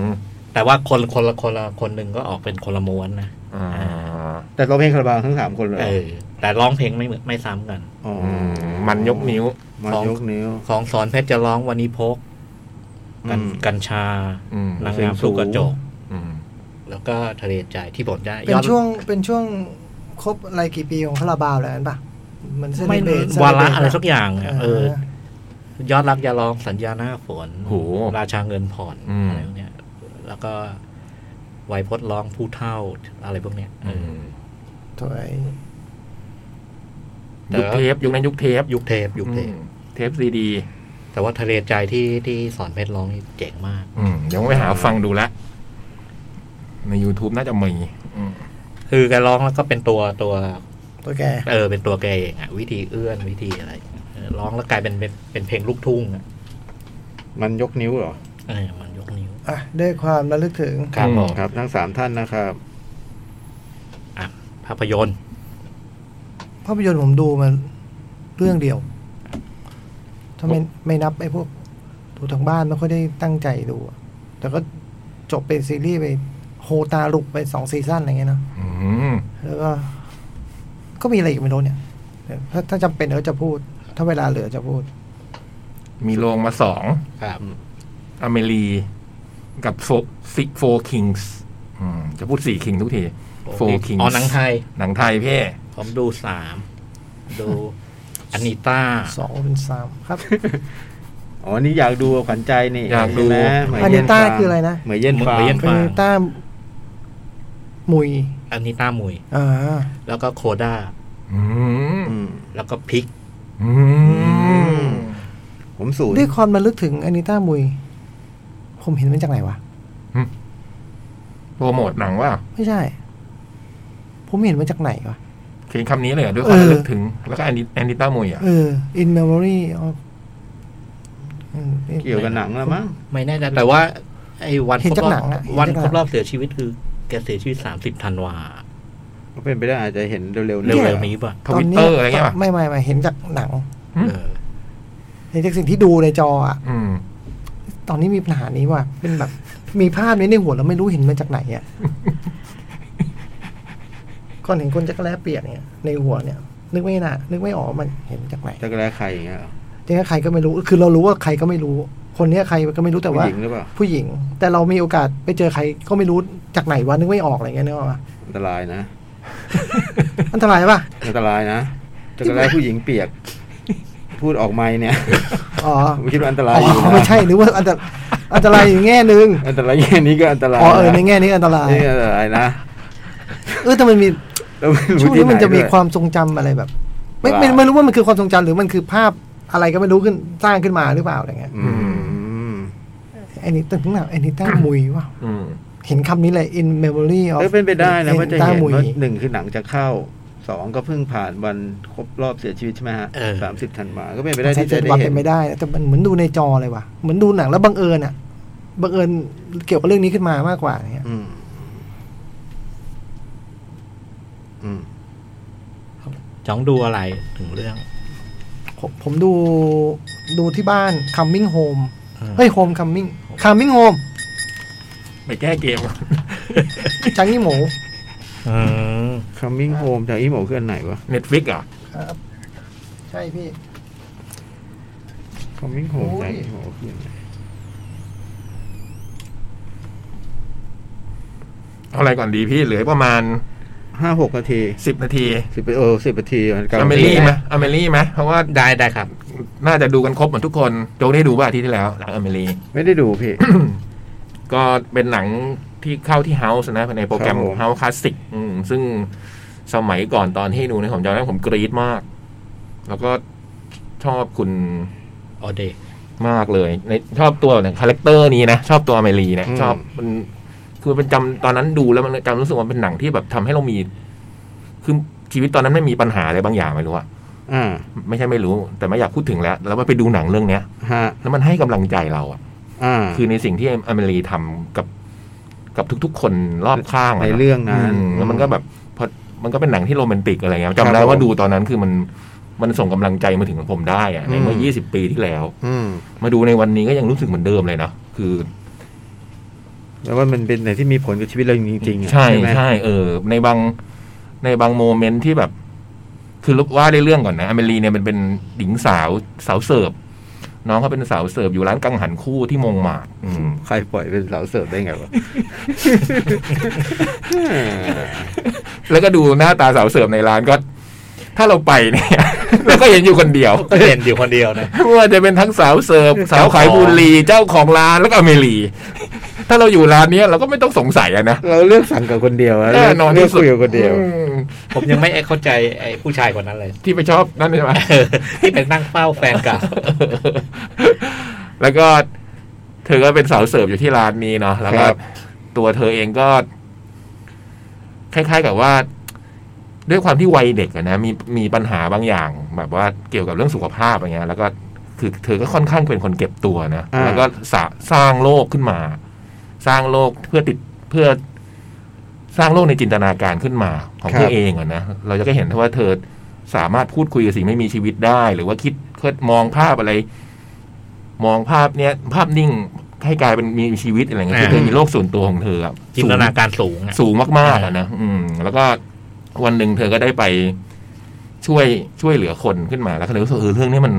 Speaker 2: ม
Speaker 4: แต่ว่าคนคนละคนละคนหนึ่งก็ออกเป็นคนละม้วนนะ
Speaker 2: อ่า
Speaker 5: แต่เราเพลงคาราบาวทั้งสามคนเลย
Speaker 4: เออ แต่ร้องเพลงไม่เหมือนไม่ซ้ำกัน
Speaker 5: อ๋อ
Speaker 2: อื
Speaker 5: อ
Speaker 2: มมันยกนิ้ว
Speaker 5: มันยกนิ้ว
Speaker 4: ของสอนเพชรจะร้องวันนี้พก กัน
Speaker 5: อืม
Speaker 4: กัญชา
Speaker 2: อืม
Speaker 4: นางงามสู้กระจก
Speaker 2: อืม
Speaker 4: แล้วก็ทะเลใจที่ผมได้
Speaker 1: เป็นช่วงเป็นช่วงครบอะไรกี่ปีของคาราบาวแล้วนั่นปะมันเซเล
Speaker 4: ไม่
Speaker 1: เบ
Speaker 4: รู้
Speaker 1: ต
Speaker 4: วาระอะไรสักอย่างอะเออ
Speaker 1: อ
Speaker 4: ยอดรักยาร้องสัญญาหน้าฝน
Speaker 2: โห
Speaker 4: ราชาเงินผ่อน
Speaker 2: อืม
Speaker 4: อะไรพวกเนี้ย แล้วก็ไวยพจน์ร้องผู้เท่าอะไรพวกเนี้ยเอ
Speaker 2: อืม
Speaker 4: อ
Speaker 1: ถอย
Speaker 4: แต่
Speaker 2: ยุคเทปยุคนั้นยุคเทป
Speaker 4: ยุคเทปยุคเทป
Speaker 2: อืมเทปซีดี
Speaker 4: แต่ว่าทะเลใจที่ที่สอนเพชรร้องนี่เจ๋งมาก
Speaker 2: อืมเดี๋ยวไปหาฟังดูละใน YouTube น่าจะมีอืม
Speaker 4: คือแกร้องแล้วก็เป็นตัวตัว
Speaker 1: ตัวแก
Speaker 4: เออเป็นตัวแกเองอะวิธีเอื้อนวิธีอะไรเออร้องแล้วกลายเป็นเป็นเป็นเพลงลูกทุ่งอะ
Speaker 5: มันยกนิ้วเหรอ
Speaker 4: เออมันยกนิ้ว
Speaker 1: อ่ะ ด้วยความระลึกถึง
Speaker 4: ครับผม
Speaker 5: ครับ ทั้งสามท่านนะครับ
Speaker 4: อ่ะภาพยนตร์
Speaker 1: ภาพยนตร์ผมดูมันเรื่องเดียว ถ้าไม่ไม่นับไอ้พวกดูทางบ้านไม่ค่อยได้ตั้งใจดูอะแต่ก็จบเป็นซีรีส์ไปโฮตาลุกไปสองซีซั่นอะไรเงี้ยเนอะ
Speaker 2: อืม
Speaker 1: แล้วก็ ก็มีอะไรอีกไม่รู้เนี่ยเดี๋ยวถ้าถ้าจำเป็นเดี๋ยวจะพูด ถ้าเวลาเหลือจะพูด
Speaker 2: มีโรงมาสอง
Speaker 4: ครับ
Speaker 2: อเมรีกับโฟซิโฟคิงส์จะพูดสี่คิงทุกทีโฟคิงส์
Speaker 4: อ๋อหนังไทย
Speaker 2: หนังไทยพี่
Speaker 4: ผมดูสาม ดูอนิต้า
Speaker 1: สองเป็นสาม ครับ
Speaker 5: อ๋อ นี่อยากดูขวัญใจนี่
Speaker 2: อยากดู
Speaker 5: ใช่ไหมเหมย
Speaker 1: อัน
Speaker 5: เย็น
Speaker 1: นี้ต้า
Speaker 5: ฟร์ม
Speaker 1: คืออะไรนะ
Speaker 5: เหมยเย็นฟา
Speaker 4: เหมยเย็
Speaker 5: ร์ม
Speaker 4: น
Speaker 1: เป็นต้ามมุย
Speaker 4: อนิต้ามุย
Speaker 1: อ่า
Speaker 4: แล้วก็โคด้า
Speaker 2: อืม
Speaker 5: อืม
Speaker 4: แล้วก็พริก
Speaker 2: อืม
Speaker 5: ผมศูนย์
Speaker 1: ด้วยความระลึกถึงอานิต้ามุย ผมเห็นมันจากไหนวะ
Speaker 2: โปรโมทหนังว่า
Speaker 1: ไม่ใช่ ผมเห็นมันจากไหนวะ
Speaker 2: เขียนคำนี้เลยเหรอด้วยความ
Speaker 1: เออ
Speaker 2: ระลึกถึง แล้วก็แอนดิแอนดิต้ามุยอ่ะ
Speaker 1: เออ in memory of อืม
Speaker 5: เกี่ยวกับหนังแล้วมั้ง
Speaker 4: ไม่แน่ใจแต่ว่า ไอ้วัน
Speaker 1: เห็น
Speaker 4: ครบ
Speaker 1: จากห
Speaker 4: ร
Speaker 1: นั
Speaker 4: อบ
Speaker 1: งอะเห็นจากหนัง
Speaker 4: วันครบรอบเสียชีวิตคือ แกเสียชีวิตสามสิบธันวา
Speaker 5: ก็เป็นไปได้อาจจะเห็นเร็วๆ
Speaker 4: เร็วๆนี้ป่ะ
Speaker 2: ทวิตเตอร์อะไรเงี้ยป่ะ
Speaker 1: ไม่ไม่ไม่เห็นจากหนัง
Speaker 2: อืม
Speaker 4: เออ
Speaker 1: เห็นจากสิ่งที่ดูในจออะ
Speaker 2: อืม
Speaker 1: ตอนนี้มีปัญหานี้ว่ะเป็นแบบ มีภาพนี้ในหัวแล้วไม่รู้เห็นมาจากไหนอะ ก่อนเห็นคนจักรแล้เปียกเนี่ย ในหัวเนี่ย นึกไม่น่ะนึกไม่ออกว่ามันเห็นมาจากไหน
Speaker 5: จักรแลใครอย่างเงี้ยเหรอ
Speaker 1: จริงๆใครก็ไม่รู้ คือเรารู้ว่าใครก็ไม่รู้ คนเนี้ยใครก็ไม่รู้แต่
Speaker 5: ผู้
Speaker 1: ว่า
Speaker 5: หญิงหรือเปล่า
Speaker 1: ผู้หญิง แต่เรามีโอกาสไปเจอใครก็ไม่รู้จากไหนวะนึกไม่ออกอะไรเงี้ยนึกออกปะ
Speaker 5: อันตรายนะ
Speaker 1: อันตรายปะ
Speaker 5: อันตรายนะจักรแลผู้หญิงเปียก พูดออกไม่เนี่ย
Speaker 1: อ๋อ
Speaker 5: ผมคิดว่าอันตราย
Speaker 1: อ๋
Speaker 5: อยู่
Speaker 1: อ
Speaker 5: นะ
Speaker 1: ไม่ใช่หรือว่าอันตรายอันตรายอย่างแง่หนึ่ง
Speaker 5: อันตรายแค่นี้ก็อันตราย
Speaker 1: อ๋อเออใน
Speaker 5: นะ
Speaker 1: แง่นี้อันตราย
Speaker 5: นี่อันตรายนะ
Speaker 1: เออแต่มันมี
Speaker 5: แล้วไม่รู้
Speaker 1: ช่วง
Speaker 5: ที่
Speaker 1: นี้
Speaker 5: ไหน
Speaker 1: มันจะมี
Speaker 5: ด้วย
Speaker 1: ความทรงจำอะไรแบบ ไม่
Speaker 5: ว่า
Speaker 1: ไม่ไม่รู้ว่ามันคือความทรงจำหรือมันคือภาพอะไรก็ไม่รู้ขึ้นสร้างขึ้นมาหรือเปล่าอะไรเงี้ย
Speaker 5: อืม
Speaker 1: ไอ้นี่ตั้งหนาไอ้นี่ตั้งมุยว่า
Speaker 2: อืม
Speaker 1: เห็นคำนี้เลย in memory of
Speaker 5: เออเป็นไปได้นะว่าจะเห็น
Speaker 1: ต้มุย
Speaker 5: ว่าหนึ่งคือหนังจะเข้าสองก็เพิ่งผ่านวันครบรอบเสียชีวิตใช่ไหมฮะ
Speaker 4: เออ
Speaker 5: สามสิบธันวาก็เป็นไปได้ที่
Speaker 1: ใช่
Speaker 5: จะได้
Speaker 1: ว่า
Speaker 5: เห็
Speaker 1: เป็น นไม่ได้นะแต่มันเหมือนดูในจอเลยว่ะเหมือนดูหนังแล้วบังเอิญอ่ะบังเอิญเกี่ยวกับเรื่องนี้ขึ้นมามากกว่าเนี่ย
Speaker 5: อืม อืม
Speaker 4: จ้องดูอะไรถึงเรื่อง
Speaker 1: ผมผมดูดูที่บ้าน coming home
Speaker 4: อืม
Speaker 1: เฮ้ย home coming coming home
Speaker 2: ไปแก้เกม
Speaker 1: จังยี่หมู
Speaker 4: อืม
Speaker 5: coming home จากอีโมคืออันไหนวะ
Speaker 2: เน็ตฟิกอ่ะ
Speaker 1: ครับ ใช่พี่
Speaker 5: coming home
Speaker 1: โอ้
Speaker 5: จาก
Speaker 1: ย
Speaker 5: อีโมคืออันไหน
Speaker 2: เอาอะไรก่อนดีพี่เหลือประมาณ
Speaker 5: ห้าหกนาที
Speaker 2: สิบนาที
Speaker 5: สิบเออสิบนาทีมันกำลั
Speaker 2: องเม
Speaker 5: ดี
Speaker 2: รี่ไหมอเมรี่ไหมเพราะว่า
Speaker 4: ได้ได้ครับ
Speaker 2: น่าจะดูกันครบหมดทุกคน โจ๊กได้ดูป่ะอาทิตย์ที่แล้วหนังอเมรี่
Speaker 5: ไม่ได้ดูพี่
Speaker 2: ก็เป็นหนังที่เข้าที่เฮาส์นะในโปรแกรม
Speaker 5: ครับผม
Speaker 2: เฮาส์คลาสสิกซึ่งสมัยก่อนตอนที่ดูเนี่ยผมจำได้ผมกรี๊ดมาก แล้วก็ชอบคุณ
Speaker 4: ออเดย์
Speaker 2: มากเลย ในชอบตัวเนี่ยคาแรคเตอร์นี้นะ ชอบตัวอเมรีเนี่ย
Speaker 5: อืม
Speaker 2: ชอบมันคือเป็นจำตอนนั้นดูแล้วมันจำรู้สึกว่าเป็นหนังที่แบบทำให้เรามีคือชีวิตตอนนั้นไม่มีปัญหาอะไรบางอย่างไม่รู้อะ
Speaker 5: อ่า
Speaker 2: ไม่ใช่ไม่รู้ แต่ไม่อยากพูดถึงแล้ว แล้วว่าไปดูหนังเรื่องเนี้ย
Speaker 5: ฮะ
Speaker 2: แล้วมันให้กำลังใจเราอะ
Speaker 5: อ่า
Speaker 2: คือในสิ่งที่อเมรีทำกับกับทุกๆ คนรอบข้างะ
Speaker 5: ในเรื่องนั้น
Speaker 2: อืมแล้วมันก็แบบพอมันก็เป็นหนังที่โรแมนติกอะไรเงี้ย
Speaker 5: ครับ
Speaker 2: จำได้
Speaker 5: ผม
Speaker 2: ว่าดูตอนนั้นคือมัน มันส่งกำลังใจมาถึงผมได้อะในเมื่อ
Speaker 5: ม
Speaker 2: 20 ปีที่แล้ว
Speaker 5: อืม
Speaker 2: มาดูในวันนี้ก็ยังรู้สึกเหมือนเดิมเลยนะคือ
Speaker 5: แล้วว่ามันเป็นอะไรที่มีผลกับชีวิตเราจริงๆอะ
Speaker 2: ใช่
Speaker 5: ไหม
Speaker 2: ใช่เออ ในบางในบางโมเมนต์ที่แบบ คือรูว่าได้เรื่องก่อนนะอเมรีเนี่ยมันเป็นหญิงสาวสาวเสิร์ฟน้องเขาเป็นสาวเสิร์ฟอยู่ร้านกังหันคู่ที่มงหมาดอืม
Speaker 5: ใครปล่อยเป็นสาวเสิร์ฟได้ไง วะ
Speaker 2: แล้วก็ดูหน้าตาสาวเสิร์ฟในร้านก็ ถ้าเราไปเนี่ย แล้วก็เห็นอยู่คนเดียว
Speaker 4: ก็เห็นอยู่คนเดียวนะ
Speaker 2: ไม่ว่าจะเป็นทั้งสาวเสิร์ฟสาวขายบุหรี่เจ้าของร้านแล้วก็อเมรีถ้าเราอยู่ร้านเนี้ยเราก็ไม่ต้องสงสัยอะนะ
Speaker 5: เราเลือกสั่งกับคนเดียวะ
Speaker 2: แน่นอน
Speaker 5: เลือก
Speaker 2: ที่สุด
Speaker 5: คุยกับคนเดียว
Speaker 2: อืม
Speaker 4: ผมยังไม่เข้าใจไอ้ผู้ชายคนนั้นเลย
Speaker 2: ที่ไปชอบนั่นใช่ไหม
Speaker 4: ที่เป็นนั่งเฝ้าแฟนเก่า
Speaker 2: แล้วก็เธอก็เป็นสาวเสิร์ฟอยู่ที่ร้านนี้เนาะแล้วก็
Speaker 5: ครับ
Speaker 2: ตัวเธอเองก็ คล้ายๆกับว่า ด้วยความที่วัยเด็กอะนะมีมีปัญหาบางอย่าง แบบว่าเกี่ยวกับเรื่องสุขภาพอะไรเงี้ยแล้วก็คือเธอก็ค่อนข้างเป็นคนเก็บตัวนะ
Speaker 5: อ่า
Speaker 2: แล้วก็สะสร้างโลกขึ้นมา สร้างโลกเพื่อติดเพื่อสร้างโลกในจินตนาการขึ้นมา ของเธอเองอะนะเราจะก็เห็นว่าเธอสามารถพูดคุยกับสิ่งไม่มีชีวิตได้ หรือว่าคิดคิดมองภาพอะไร มองภาพเนี้ยภาพนิ่งให้กลายเป็นมีชีวิตอะไรเงี้ย
Speaker 4: อ่า
Speaker 2: คือเธอมีโลกส่วนตัวของเธออะ
Speaker 4: จินตนาการสูงอะ
Speaker 2: สูงมากๆอะนะอืม แล้วก็วันหนึ่งเธอก็ได้ไปช่วยช่วยเหลือคนขึ้นมา แล้วเธอรู้สึกเออเรื่องนี้มัน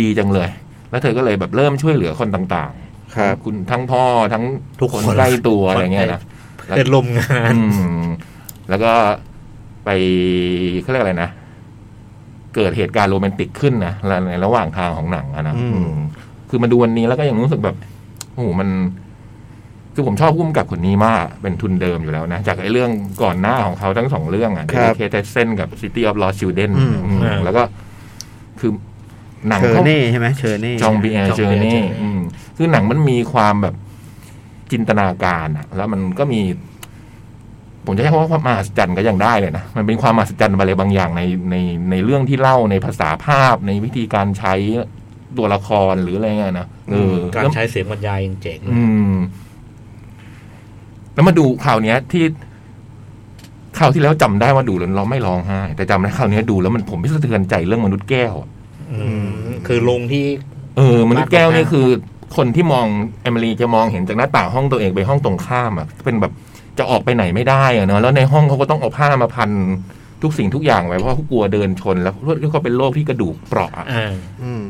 Speaker 2: ดีจังเลย แล้วเธอก็เลยแบบเริ่มช่วยเหลือคนต่างๆ
Speaker 5: ครับ
Speaker 2: คุณทั้งพ่อทั้ง
Speaker 4: ทุกคน
Speaker 2: ใกล้ตัวอะไรเงี้ยนะ
Speaker 4: เพื่อนลมงาน
Speaker 2: อืมแล้วก็ไปเขาเรียกอะไรนะ เกิดเหตุการณ์โรแมนติกขึ้นนะและในระหว่างทางของหนังอะนะ
Speaker 5: อืม
Speaker 2: อืมคือมาดูวันนี้แล้วก็ยังรู้สึกแบบโอ้โหมัน คือผมชอบพุ่มกับคนนี้มาก เป็นทุนเดิมอยู่แล้วนะ จากไอ้เรื่องก่อนหน้าของเขาทั้งสองเรื่องอ่ะ
Speaker 5: ครับ
Speaker 2: เคทเซนกับ City of Lost Children
Speaker 5: อืม
Speaker 2: อืม
Speaker 4: อ่า
Speaker 2: แล้วก็คือหนัง
Speaker 5: เชอ
Speaker 2: เขา
Speaker 5: ร์นี่ใช่ไหมเชอร์นี่
Speaker 2: จองบีแอร์
Speaker 4: John
Speaker 2: เจอ
Speaker 4: Biel
Speaker 2: นี่
Speaker 4: Journey
Speaker 2: คือหนังมันมีความแบบจินตนาการอะแล้วมันก็มี ผมจะใช้คำว่าความมหัศจรรย์ก็ยังได้เลยนะ มันเป็นความมหัศจรรย์อะไรบางอย่างในในในเรื่องที่เล่าในภาษาภาพในวิธีการใช้ตัวละครหรืออะไรเงี้ยนะเออ
Speaker 4: การ
Speaker 2: แล้ว
Speaker 4: ใช้เสียงบรรยายเจ๋ง
Speaker 2: อืม แล้วมาดูข่าวเนี้ย ที่ข่าวที่แล้วจำได้ว่าดูแล้วเราไม่ร้องไห้แต่จำได้ข่าวเนี้ยดูแล้วมันผมไม่สะเทือนใจเรื่องมนุษย์แก้วอะ
Speaker 4: อืมคือลุงที่
Speaker 2: เออมนุษย์แก้วนี่
Speaker 4: มากกว่า
Speaker 2: คือคนที่มองเอมิลีจะมองเห็นจากหน้าต่างห้องตัวเองไปห้องตรงข้ามอ่ะเป็นแบบจะออกไปไหนไม่ได้อะเนาะแล้วในห้องเขาก็ต้องเอาผ้ามาพันทุกสิ่งทุกอย่างไว้เพราะเขากลัวเดินชนแล้วแล้วก็เป็นโรคที่กระดูกเปราะอะ
Speaker 4: อ่า
Speaker 5: อืม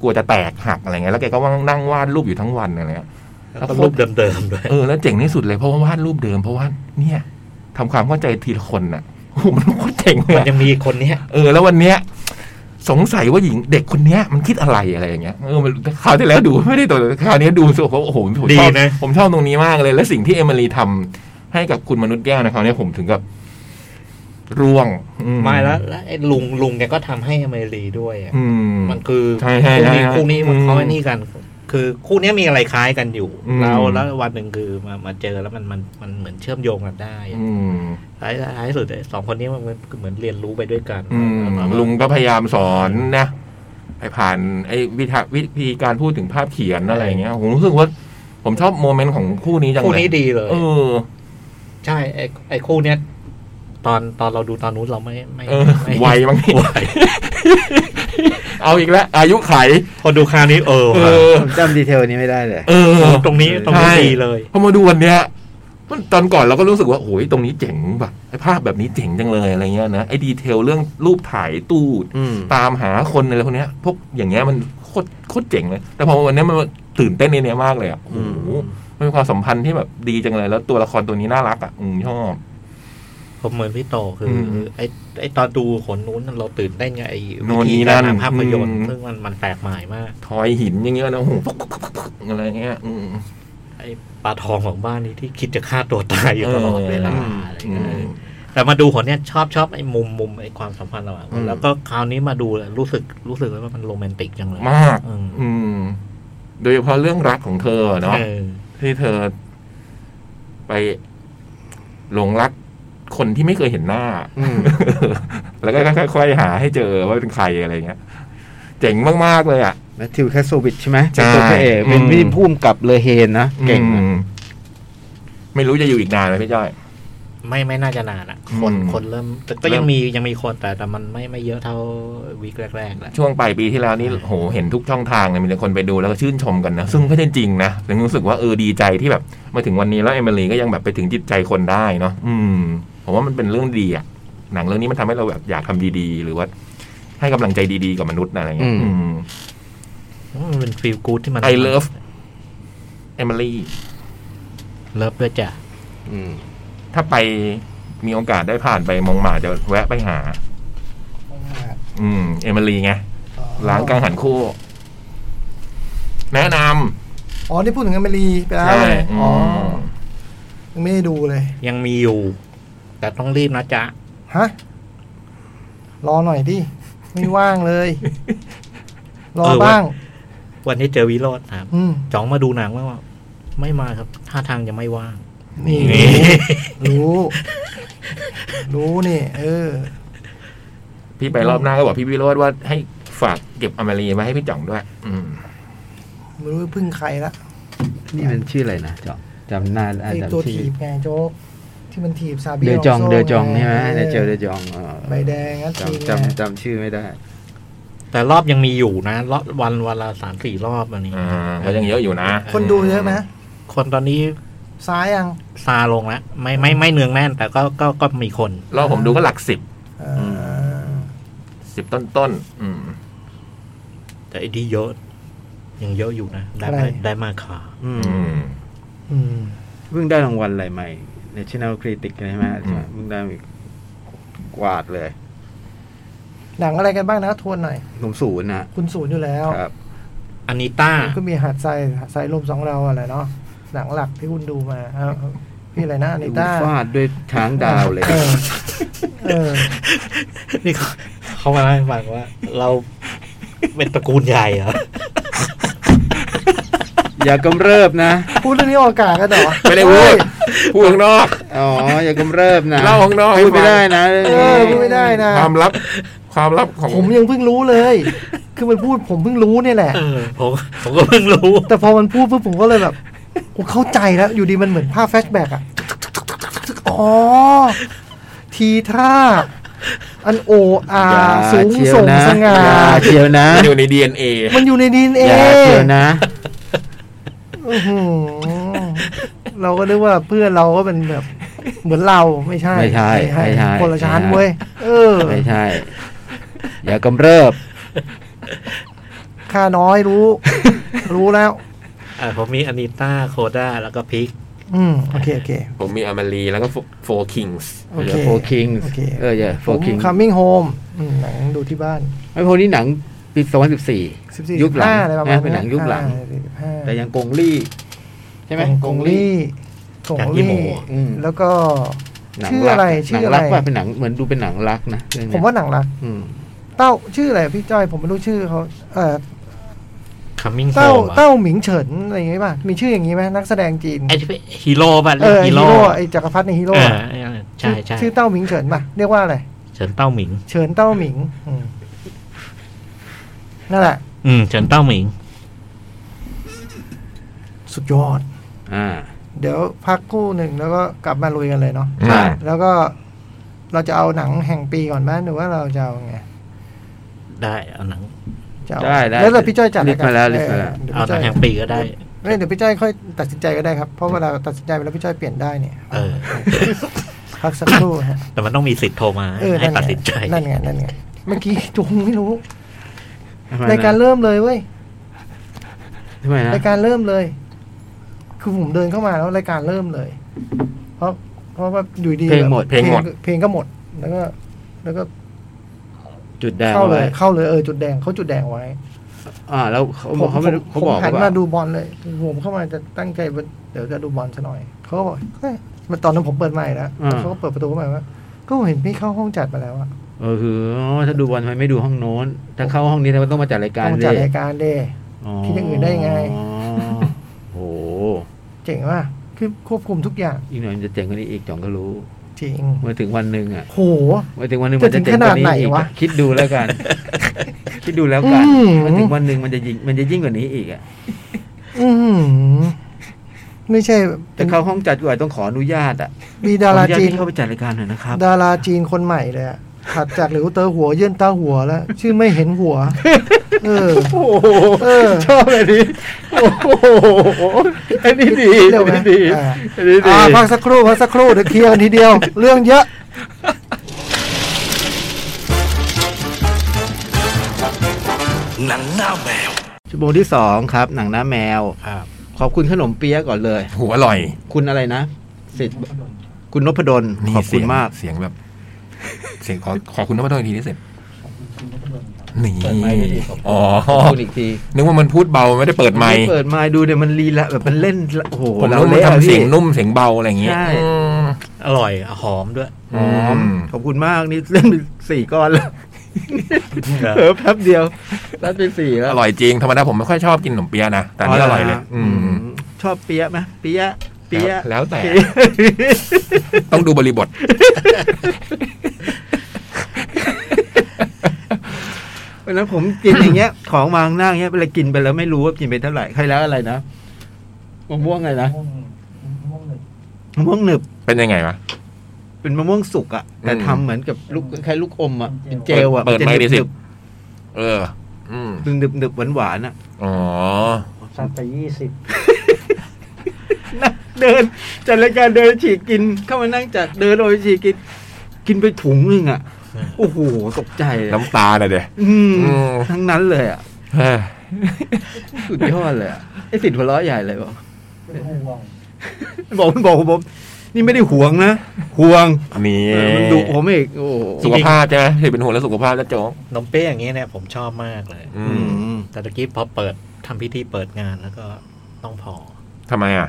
Speaker 2: กลัวจะแตกหักอะไรเงี้ยแล้วแกก็ว่างนั่งวาดรูปอยู่ทั้งวันอะไรเงี้ย แล้
Speaker 4: แล้ว ว
Speaker 2: ก็
Speaker 4: ก็รูปเดิมๆด้วย
Speaker 2: เออแล้วเจ๋งที่สุดเลยเพราะว่าวาดรูปเดิมเพราะว่าเนี่ยทำความเข้าใจทีละคนน่ะโอ้โหมันโคตรเจ๋งเลย
Speaker 4: มัน
Speaker 2: อะ
Speaker 4: ยังมีคนเนี้ย
Speaker 2: เออแล้ววันเนี้ย สงสัยว่าหญิงเด็กคนเนี้ย มันคิดอะไรอะไรอย่างเงี้ยเออมันคราวที่แล้วดูไม่ได้ตัวคราวนี้ดูสุโอ้โหผมชอบ
Speaker 4: ดีนะ
Speaker 2: ผมชอบตรงนี้มากเลย และสิ่งที่เอมิลีทำให้กับคุณมนุษย์แก้วนะคราวนี้ผมถึงกับร่วงอื
Speaker 4: ไมาแล้วแล้วไอ้ลุงลุงแกก็ทำให้อเมรีด้วยอะ
Speaker 2: อืม
Speaker 4: มันคือ
Speaker 2: ใช่ใช่
Speaker 4: คู่นี้
Speaker 2: ใช่
Speaker 4: คู่นี้มัน
Speaker 2: อืม
Speaker 4: เขาไอ้นี่กัน คือคู่เนี้ยมีอะไรคล้ายกันอยู่
Speaker 2: อืม
Speaker 4: แล้วแล้ววันหนึ่งคือมามาเจอแล้วมันมันมันเหมือนเชื่อมโยงกันได้
Speaker 2: อืม
Speaker 4: ท้ายท้ายสุดไอ้สองคนนี้มันมันเหมือนเรียนรู้ไปด้วยกัน
Speaker 2: อืม
Speaker 4: แวก็
Speaker 2: ลุงก็พยายามสอนนะไอ้ผ่าน ไอ้วิธาวิธีการพูดถึงภาพเขียนอะไรอย่างเงี้ยผมรู้สึกว่า ผมชอบโมเมนต์ของคู่นี้จังเลย
Speaker 4: คู่นี้ดีเลย
Speaker 2: เออ
Speaker 4: ใช่ไอ้ไอ้คู่เนี้ยตอนตอนเราดูตอนนู้นเราไม่ไม่
Speaker 2: เออ
Speaker 4: ไม่
Speaker 2: วัยมั้งนี่
Speaker 4: วัย
Speaker 2: เอาอีกแล้วอายุไข
Speaker 4: พอดูคราวนี้เออ
Speaker 2: เอ
Speaker 4: ว่ะ
Speaker 2: อ
Speaker 5: ผมจำดีเทลนี้ไม่ได้เลย
Speaker 2: เออ
Speaker 4: ตรงนี้ตรงนี้
Speaker 2: ใช่
Speaker 4: ดีเลย
Speaker 2: พอมาดูวันเนี้ยมันตอนก่อนเราก็รู้สึกว่าโอ้ยตรงนี้เจ๋งแบบไอ้ภาพแบบนี้เจ๋งจังเลยอะไรเงี้ยนะไอ้ดีเทลเรื่องรูปถ่ายตู้
Speaker 5: อืม
Speaker 2: ตามหาคนอะไรพวกเนี้ย พวกอย่างเงี้ยมันโคตรโคตรเจ๋งเลย แต่พอวันเนี้ยมันตื่นเต้นในเนี้ยมากเลยอ่ะโอ้โหมันเป็นความสัมพันธ์ที่แบบดีจังเลยแล้วตัวละครตัวนี้น่ารักอ่ะอืมชอบ
Speaker 4: ผมเหมือนพี่โตคือ
Speaker 2: ม
Speaker 4: ไอ้ไอ้ตอนดูขนนู้นเราตื่นเต้นไงไอ้
Speaker 2: โน่น
Speaker 4: วิ
Speaker 2: นี่
Speaker 4: ธี
Speaker 2: นั่
Speaker 4: การ
Speaker 2: น
Speaker 4: ทำภาพยนตร์
Speaker 2: อืม
Speaker 4: ซึ่งมันมันแปลกใหม่มาก
Speaker 2: ทอยหินอย่างเงี้ยนะโอ้โหอะไรเงี้ย อืม
Speaker 4: ไอ้ปลาทองของบ้านนี้ที่คิดจะฆ่าตัวตายอยู่ตลอดเวลา
Speaker 2: เออ
Speaker 4: อะไร
Speaker 2: อื
Speaker 4: เงี้ย
Speaker 2: ม
Speaker 4: แต่มาดูขนเนี้ยชอบชอบไอ้มุมมุมไอ้ความสัมพันธ์ระหว่าง
Speaker 5: อืม
Speaker 4: แล้วก็คราวนี้มาดูแล้วรู้สึกรู้สึกเลยว่ามันโรแมนติกจังเลย
Speaker 2: มาก
Speaker 4: อืม
Speaker 2: อืม โดยเฉพาะเรื่องรักของเธอเนาะ
Speaker 4: เออ
Speaker 2: ที่เธอไปหลงรักคนที่ไม่เคยเห็นหน้า
Speaker 5: อืม
Speaker 2: แล้วก็ค่อยๆหาให้เจอว่าเป็นใครอะไรเงี้ย เจ๋งมากๆเลยอ่ะ
Speaker 5: แมทธิวแคสโซวิชใช่ไหม
Speaker 2: ใช่
Speaker 5: เป็นตัวพระเอกเป็น
Speaker 2: อืม
Speaker 5: พี่พุ่มกับเลอเฮนนะ เก่ง
Speaker 2: อื
Speaker 5: นะ
Speaker 2: มไม่รู้จะอยู่อีกนานไหมพี่จ้อย
Speaker 4: ไม่ไม่น่าจะนานอ่ะ คน
Speaker 2: อืม
Speaker 4: คนเริ่มแต่ก็
Speaker 2: เริ่
Speaker 4: ยัง
Speaker 2: ม
Speaker 4: มียังมีคนแต่แต่มันไม่ไม่เยอะเท่าวีคแรกๆแหละ
Speaker 2: ช่วงปลายปีที่แล้วนี่โหเห็นทุกช่องทางเลยมีแต่คนไปดูแล้วก็ชื่นชมกันนะ ซึ่งไม่ได้จริงนะแต่รู้สึกว่าเออดีใจที่แบบมาถึงวันนี้แล้วเอมิลีก็ยังแบบไปถึงจิตใจคนได้เนาะอืมผมว่ามันเป็นเรื่องดีอะหนังเรื่องนี้มันทำให้เราแบบอยากทำดีๆ หรือว่า ให้กำลังใจดีๆกับมนุษย์นะอะไรเงี้ย
Speaker 5: อืม
Speaker 2: อืม
Speaker 4: มันเป็นฟีลกู๊ดที่มัน
Speaker 2: I love เอมิลี่
Speaker 4: เลิฟด้วยจ้ะ
Speaker 5: อืม
Speaker 2: ถ้าไปมีโอกาสได้ผ่านไปมองหมาจะแวะไปหา อืมเอมิลีไงร้านกลางหันคู่ แนะนำ
Speaker 1: อ๋อนี่พูดถึงอเมรีไปแล้ว
Speaker 2: ใช่
Speaker 1: เลย
Speaker 2: อื
Speaker 1: อ๋อ
Speaker 2: ม
Speaker 1: ยังไม่ได้ดูเลย
Speaker 4: ยังมีอยู่ แต่ต้องรีบนะจ๊ะ
Speaker 1: ฮะ รอหน่อยดิ ไม่ว่างเลย รอ
Speaker 4: เออว่ะ
Speaker 1: บ้าง
Speaker 4: วันนี้เจอวิโรจน์ครับ
Speaker 1: อืม
Speaker 4: จ๋องมาดูหนังบ้างว่า ไม่มาครับท่าทางจะไม่ว่าง
Speaker 1: นี่
Speaker 2: นี่
Speaker 1: รู้ รู้นี่ เออ
Speaker 2: พี่ไปรอบหน้าก็บอกพี่วิโรจน์ว่าให้ฝากเก็บอเมรีมาให้พี่จ่องด้วย อืม
Speaker 1: ไม่รู้พึ่งใครละ
Speaker 5: นี่มันชื่ออะไรนะจอมจำหน้า
Speaker 1: ไอ
Speaker 5: จำ
Speaker 1: ตัว
Speaker 5: ชื่
Speaker 1: ถี
Speaker 5: อบ
Speaker 1: ไงโจ๊ก ที่มันถีบซาบี
Speaker 5: เดอจอ
Speaker 1: ล
Speaker 5: ง
Speaker 1: โซ่
Speaker 5: เดอจองใช่ไหม
Speaker 1: ง
Speaker 5: เดอเจอเดอจองเออ
Speaker 1: ใบแดงอันที
Speaker 5: จำ
Speaker 1: เนี่ย
Speaker 5: จำจำชื่อไม่ได้
Speaker 4: แต่รอบยังมีอยู่นะรอบวันวันละสามสี่รอบอันนี้
Speaker 2: อ่าก็ยังเยอะอยู่นะ
Speaker 1: คนดูเยอะไหม
Speaker 4: คนตอนนี้
Speaker 1: ซ้ายยัง
Speaker 4: ซาลงแล้วไม่ไม่ไม่เนืองแน่น แต่ก็ก็ก็มีคน
Speaker 2: รอบผมดูก็หลักสิบ
Speaker 1: เออ
Speaker 2: สิบต้นต้นๆอืม
Speaker 4: แต่ไอ้ที่เยอะ ยังเยอะอยู่นะ ได้
Speaker 1: อะไร
Speaker 4: ได้มากค่ะ
Speaker 5: อื
Speaker 2: อื
Speaker 5: ม
Speaker 2: ม
Speaker 1: อืม
Speaker 5: เพิ่งได้รางวัลอะไรใหม่ National Critic ใช่ไหม
Speaker 2: อืม
Speaker 5: เพิ่งได้กวาดเลย
Speaker 1: หนังอะไรกันบ้างนะทวนหน่อย
Speaker 5: หนุ่มศูนย์นะ
Speaker 1: คุณศูนย์อยู่แล้ว
Speaker 5: ครับ
Speaker 4: อานิต้า
Speaker 1: ก็มีหาดทรายหาดทรายลมสองเราอะไรเนาะหนังหลักที่คุณดูมาเอาเอาพี่อะไรนะอนิต้า
Speaker 5: ฟาดด้วยช้างดาวเลย
Speaker 1: ออเออ
Speaker 4: นี่เขาเขามาเล่าให้ฟังว่า เราเป็นตระกูลใหญ่เหรอ
Speaker 5: อย่ากำเริบนะ
Speaker 1: พูดเรื่องนี้ออกอากาศกันเหรอ
Speaker 2: ไม่ได้พูดพูดข้างนอก
Speaker 5: อ๋อ อย่ากำเริบนะ
Speaker 2: เล่าข้างนอกให้
Speaker 5: พู
Speaker 2: ฟัง
Speaker 5: ดไม่ได้นะ
Speaker 1: เออพูดไม่ได้นะ
Speaker 2: ความลับ ความลับของ
Speaker 1: ผมยังเพิ่งรู้เลย คือมันพูดผมเพิ่งรู้เนี่ยแหละ
Speaker 4: เออผมผมก็เพิ่งรู้
Speaker 1: แต่พอมันพูดปุ๊บผมก็เลยแบบผมเข้าใจแล้ว อยู่ดีมันเหมือนภาพแฟลชแบ็กอะอ๋อ ทีท่า อันโออา
Speaker 5: อย่า
Speaker 1: สูง
Speaker 5: เชียว
Speaker 1: ส่ง
Speaker 5: นะ
Speaker 1: สง่า
Speaker 5: อย่าเชียวนะ
Speaker 2: มันอยู่ในดีเอ็นเอ
Speaker 1: มันอยู่ในดินเอ
Speaker 5: อย่าเชียวนะ
Speaker 1: อื้อหือเราก็นึกว่าเพื่อนเราก็เป็นแบบเหมือนเราไม่ใช่
Speaker 5: ไม่ใช่ไม่ใช่
Speaker 1: คนละชั้น
Speaker 5: ไม่ใช่
Speaker 1: เว้ยเออ
Speaker 5: ไม่ใช่ อย่ากำเริบ
Speaker 1: ค่าน้อยรู้ รู้แล้ว
Speaker 4: อ่าผมมีอานิต้าโคด้าแล้วก็พิก
Speaker 1: อืมโอเคโอเค
Speaker 2: ผมมีอเมรีแล้วก็โฟร์คิงส์
Speaker 1: โอ
Speaker 5: อ
Speaker 1: เค
Speaker 5: ย่าโฟคิง
Speaker 1: โอเค
Speaker 5: เออ อย่าโฟ
Speaker 1: ผม
Speaker 5: คิง
Speaker 1: coming home อืมหนังดูที่บ้าน
Speaker 5: ไอ้พวกนี้หนังปี2014
Speaker 1: 14
Speaker 5: ยุคหลัง
Speaker 1: 15อะไรประมาณ
Speaker 5: นะเป็นหนังยุคหลัง แต่
Speaker 1: แต่
Speaker 5: ยังกงลี่ ใช่
Speaker 1: ใช่
Speaker 5: ไหม
Speaker 1: ไหมกงลี่กง
Speaker 4: จากยี่
Speaker 1: ลี่
Speaker 4: โม
Speaker 5: อืม
Speaker 1: แล้วก็
Speaker 5: หนัง
Speaker 1: ชื่อ
Speaker 5: รัก
Speaker 1: อะไร
Speaker 5: หนั
Speaker 1: ชื่อง อะ
Speaker 5: รั
Speaker 1: ไร
Speaker 5: กว่าเป็นหนังเหมือนดูเป็นหนังรักนะเรื่อง
Speaker 1: ผ
Speaker 5: เนี้ย
Speaker 1: มว่าหนังรัก
Speaker 5: อืม
Speaker 1: เต้าชื่ออะไรพี่จ้อยผมไม่รู้ชื่อเขาเออ
Speaker 4: คัมมิ่งโฮ
Speaker 1: เต้าม เต้าหมิงเฉินอะไรอย่างงี้ป่ะ มีชื่ออย่างงี้ไหมนักแสดงจีน
Speaker 4: ไอ้ที่เป็นฮีโร่ป่ะ
Speaker 1: เออ
Speaker 4: เรียกฮี
Speaker 1: ฮี
Speaker 4: โร่
Speaker 1: โร่ไอจักรพรรดิในฮีโร่
Speaker 4: อ่า
Speaker 1: อะ
Speaker 4: ใช่ใช่
Speaker 1: ออเต้าหมิงเฉินป่ะ เรียกว่าอะไร
Speaker 4: เฉินเต้าหมิง
Speaker 1: เฉินเต้าหมิงอืมนั่นแหละ
Speaker 4: อืมเฉินเต้าหมิง
Speaker 1: สุดยอด
Speaker 5: อ่า
Speaker 1: เดี๋ยวพักครู่หนึ่งแล้วก็กลับมาลุยกันเลยเนาะ
Speaker 5: ใช่
Speaker 2: อ่า
Speaker 1: แล้วก็เราจะเอาหนังแห่งปีก่อนไหมหรือว่าเราจะเอาไง
Speaker 4: ได้เอาหนัง
Speaker 1: จะเอา
Speaker 5: ได้ได้
Speaker 1: แล้วแต่พี่จ้อยจัด
Speaker 5: ลิสต์มาแล้วลิสต์มาแล้ว
Speaker 1: เดี๋ย
Speaker 4: เอา
Speaker 1: พี่
Speaker 4: ห
Speaker 1: จ้อง ย
Speaker 4: นัแห่งปีก็ได้
Speaker 1: เอ้ยเดี๋ยวพี่จ้อยค่อยตัดสินใจก็ได้ครับเพราะเวลาตัดสินใจไปแล้วพี่จ้อยเปลี่ยนได้เนี่ย
Speaker 4: เออ
Speaker 1: พักสักครู่ฮะ
Speaker 4: แต่มันต้องมีสิทธิ์โทรมา
Speaker 1: เออ
Speaker 4: ให้
Speaker 1: นั่นไง
Speaker 4: ตัดสินใจ
Speaker 1: นั่นไง นั่นไง เมื่อกี้จุงไม่รู้
Speaker 5: ทำไม
Speaker 1: รายการ
Speaker 5: นะ
Speaker 1: เริ่มเลยเว้ย
Speaker 5: ทำไมนะ
Speaker 1: รายการเริ่มเลย คือผมเดินเข้ามาแล้วรายการเริ่มเลย เพราะ เพราะว่าอยู่ดี
Speaker 5: เพลงหมด
Speaker 2: เพลงหมด
Speaker 1: เพลงก็หมด แล้วก็ แล้วก็
Speaker 5: จุดแดง
Speaker 1: เข้าเล
Speaker 5: ไว้
Speaker 1: ย เข้าเลยเออจุดแดงเขาจุดแดงไว้
Speaker 5: อ่า แล้วเขาบอกเขาไม่
Speaker 1: ผม
Speaker 5: เขาบอก
Speaker 1: ผมหัน
Speaker 5: ว่า
Speaker 1: มาดูบอลเลยผมเข้ามาจะตั้งใจว่าเดี๋ยวจะดูบอลซะหน่อยเขาก็บอกเฮ้ยมันตอนนั้นผมเปิดใหม่แล้วแล้วเขาก็เปิดประตูเข้ามาว่าก็เห็นพี่เข้าห้องจัดมาแล้วอะ
Speaker 5: เออคืออ๋อถ้าดูบอลทำไมไม่ดูห้องโน้น ถ้าเข้าห้องนี้ทำไมต้องมาจัดรายการ
Speaker 1: ห้อง
Speaker 5: เล
Speaker 1: จัด
Speaker 5: ย
Speaker 1: รายการเด้ คิดอย่างอื่นได้ยังไง
Speaker 5: อ๋อโอ้โห
Speaker 1: เจ๋งว่ะคือควบคุมทุกอย่าง
Speaker 5: อีกหน่อยมันจะเจ๋งกว่านี้อีกจ่องก็รู้
Speaker 1: จริง
Speaker 5: เมื่อถึงวันหนึ่งอ่ะ
Speaker 1: โห
Speaker 5: เมื่อถึงวันหนึ่งมันจะเจ๋งกว่า
Speaker 1: จะถึงขนาด
Speaker 5: นี้อีก
Speaker 1: ไหนวะ
Speaker 5: อะคิดดูแล้ว กัน คิดดูแล้วกัน
Speaker 1: อืม
Speaker 5: เมื่อถึงวันหนึ่งมันจะยิ่งมันจะยิ่งกว่านี้อีกอ่ะ
Speaker 1: อืม ไม่ใช่
Speaker 5: แต่เข้าห้องจัดด้วยต้องขออนุญาตอ่ะ
Speaker 1: มีดาราจีน
Speaker 5: ขออญตที่เข้าไปจัดรายการหน่อยนะครับ
Speaker 1: ดาราจีนคนใหม่เลยอะถัดจากหลิวเตอหัวเยื่นเตาหัวแล้ว ชื่อไม่เห็นหัว เออ
Speaker 5: โอ้โห
Speaker 1: เออ
Speaker 5: ชอบเลยนี่โอ้โหอันนี้ดี
Speaker 1: เร็วไหม
Speaker 5: อันนี้ดี
Speaker 1: อ่า
Speaker 5: อันนี้ดี
Speaker 1: อ่าพักสักครู่พักสักครู่เดี๋ยวเคลียร์กันทีเดียว เรื่องเยอะ
Speaker 5: ชั่วโมงที่สองครับ หนังหน้าแมว
Speaker 4: ครับ
Speaker 5: ขอบคุณขนมเปี๊ยะก่อนเลย
Speaker 2: โหอร่อย
Speaker 5: คุณอะไรนะสิทธิ์คุณนพดล
Speaker 2: นี่
Speaker 5: ขอบคุณมาก
Speaker 2: เสียงแบบ เสียงขอขอคุณนพดลอีกทีนี้เสร็จนี่
Speaker 5: เปิดไมค์ให้ดีขอบคุณ
Speaker 2: อ๋อ
Speaker 5: ขอบคุณอีกที
Speaker 2: นึกว่ามันพูดเบาไม่ได้เปิดไมค์
Speaker 5: เปิดไมค์ดูเดี๋ยวมันลีละแบบมันเล่นละโอ้โห
Speaker 2: ผม
Speaker 5: เรา
Speaker 2: รู้มัน
Speaker 5: เละอะ
Speaker 2: ทำเสียง
Speaker 5: พี่
Speaker 2: นุ่มเสียงเบาอะไรอย่างเงี้ย
Speaker 5: ใช่
Speaker 2: อืม
Speaker 4: อร่อยหอมด้วย
Speaker 5: หอม
Speaker 2: อืม
Speaker 5: ขอบคุณมากนี่เล่นไปสี่ก้อนแล้ว
Speaker 4: ครับ
Speaker 5: เออแป๊บเดียวรัดไปสี่แล้ว
Speaker 2: อร่อยจริงธรรมดาผมไม่ค่อยชอบกินขนมเปี๊ยะนะแต่อันนี่อร่อยเลย อืม
Speaker 5: ชอบเปี๊ยะไหมเปี๊ยะเปี๊ยะ
Speaker 2: แล้วแต่ ต้องดูบริบท
Speaker 5: วันนั้นผมกินอย่างเงี้ย ของวางหน้าอย่างเงี้ยเวลากินไปแล้วไม่รู้ว่ากินไปเท่าไหร่ใครแล้วอะไรนะมะม่วงอะไรนะ
Speaker 3: ม่วงม่วงเลย
Speaker 5: มะม่วงหนึบ
Speaker 2: เป็นยังไงวะ
Speaker 5: เป็นมะม่วงสุกอะแต่
Speaker 2: อืม
Speaker 5: ทำเหมือนกับลูกคล้ายๆลูกอมอะเป็นเจลอะ
Speaker 2: เปิดไมค์ดิสิ
Speaker 5: หนึบ
Speaker 2: เออ อืม
Speaker 5: ๆหนึบๆหนึบๆหวานๆอะ
Speaker 2: อ๋อ
Speaker 3: ซัดไปยี่สิบ
Speaker 5: นั่งเดินจัดรายการเดินฉีกกิน เข้ามานั่งจัดเดินโดยฉีกกิน กินไปถุงหนึงอ่ะ โอ้โหตกใจเลย
Speaker 2: น้ำตาเลยเด้
Speaker 5: อืม
Speaker 2: อืม
Speaker 5: ทั้งนั้นเลยอ่ะสุดยอดเลยอะไอ้สิทธิ์หัวเราะใหญ่เลยบอก
Speaker 3: เป็นห่วง
Speaker 5: บอกมันบอกผมนี่ไม่ได้ห่วงนะห่วง
Speaker 2: นี่
Speaker 5: เออมันดุผมอีกโอ้โห
Speaker 2: สุขภาพใช่ไหมเห็นเป็นห่วงแล้วสุขภาพแล้วโจ๊ก
Speaker 4: นมเป้ยอย่างเงี้ยเนี่ยผมชอบมากเลย
Speaker 2: อื
Speaker 5: อื
Speaker 2: ม
Speaker 5: ม
Speaker 4: แต่ตะกี้พอเปิดทำพิธีเปิดงานแล้วก็ต้องพอ
Speaker 2: ทำไมอ่ะ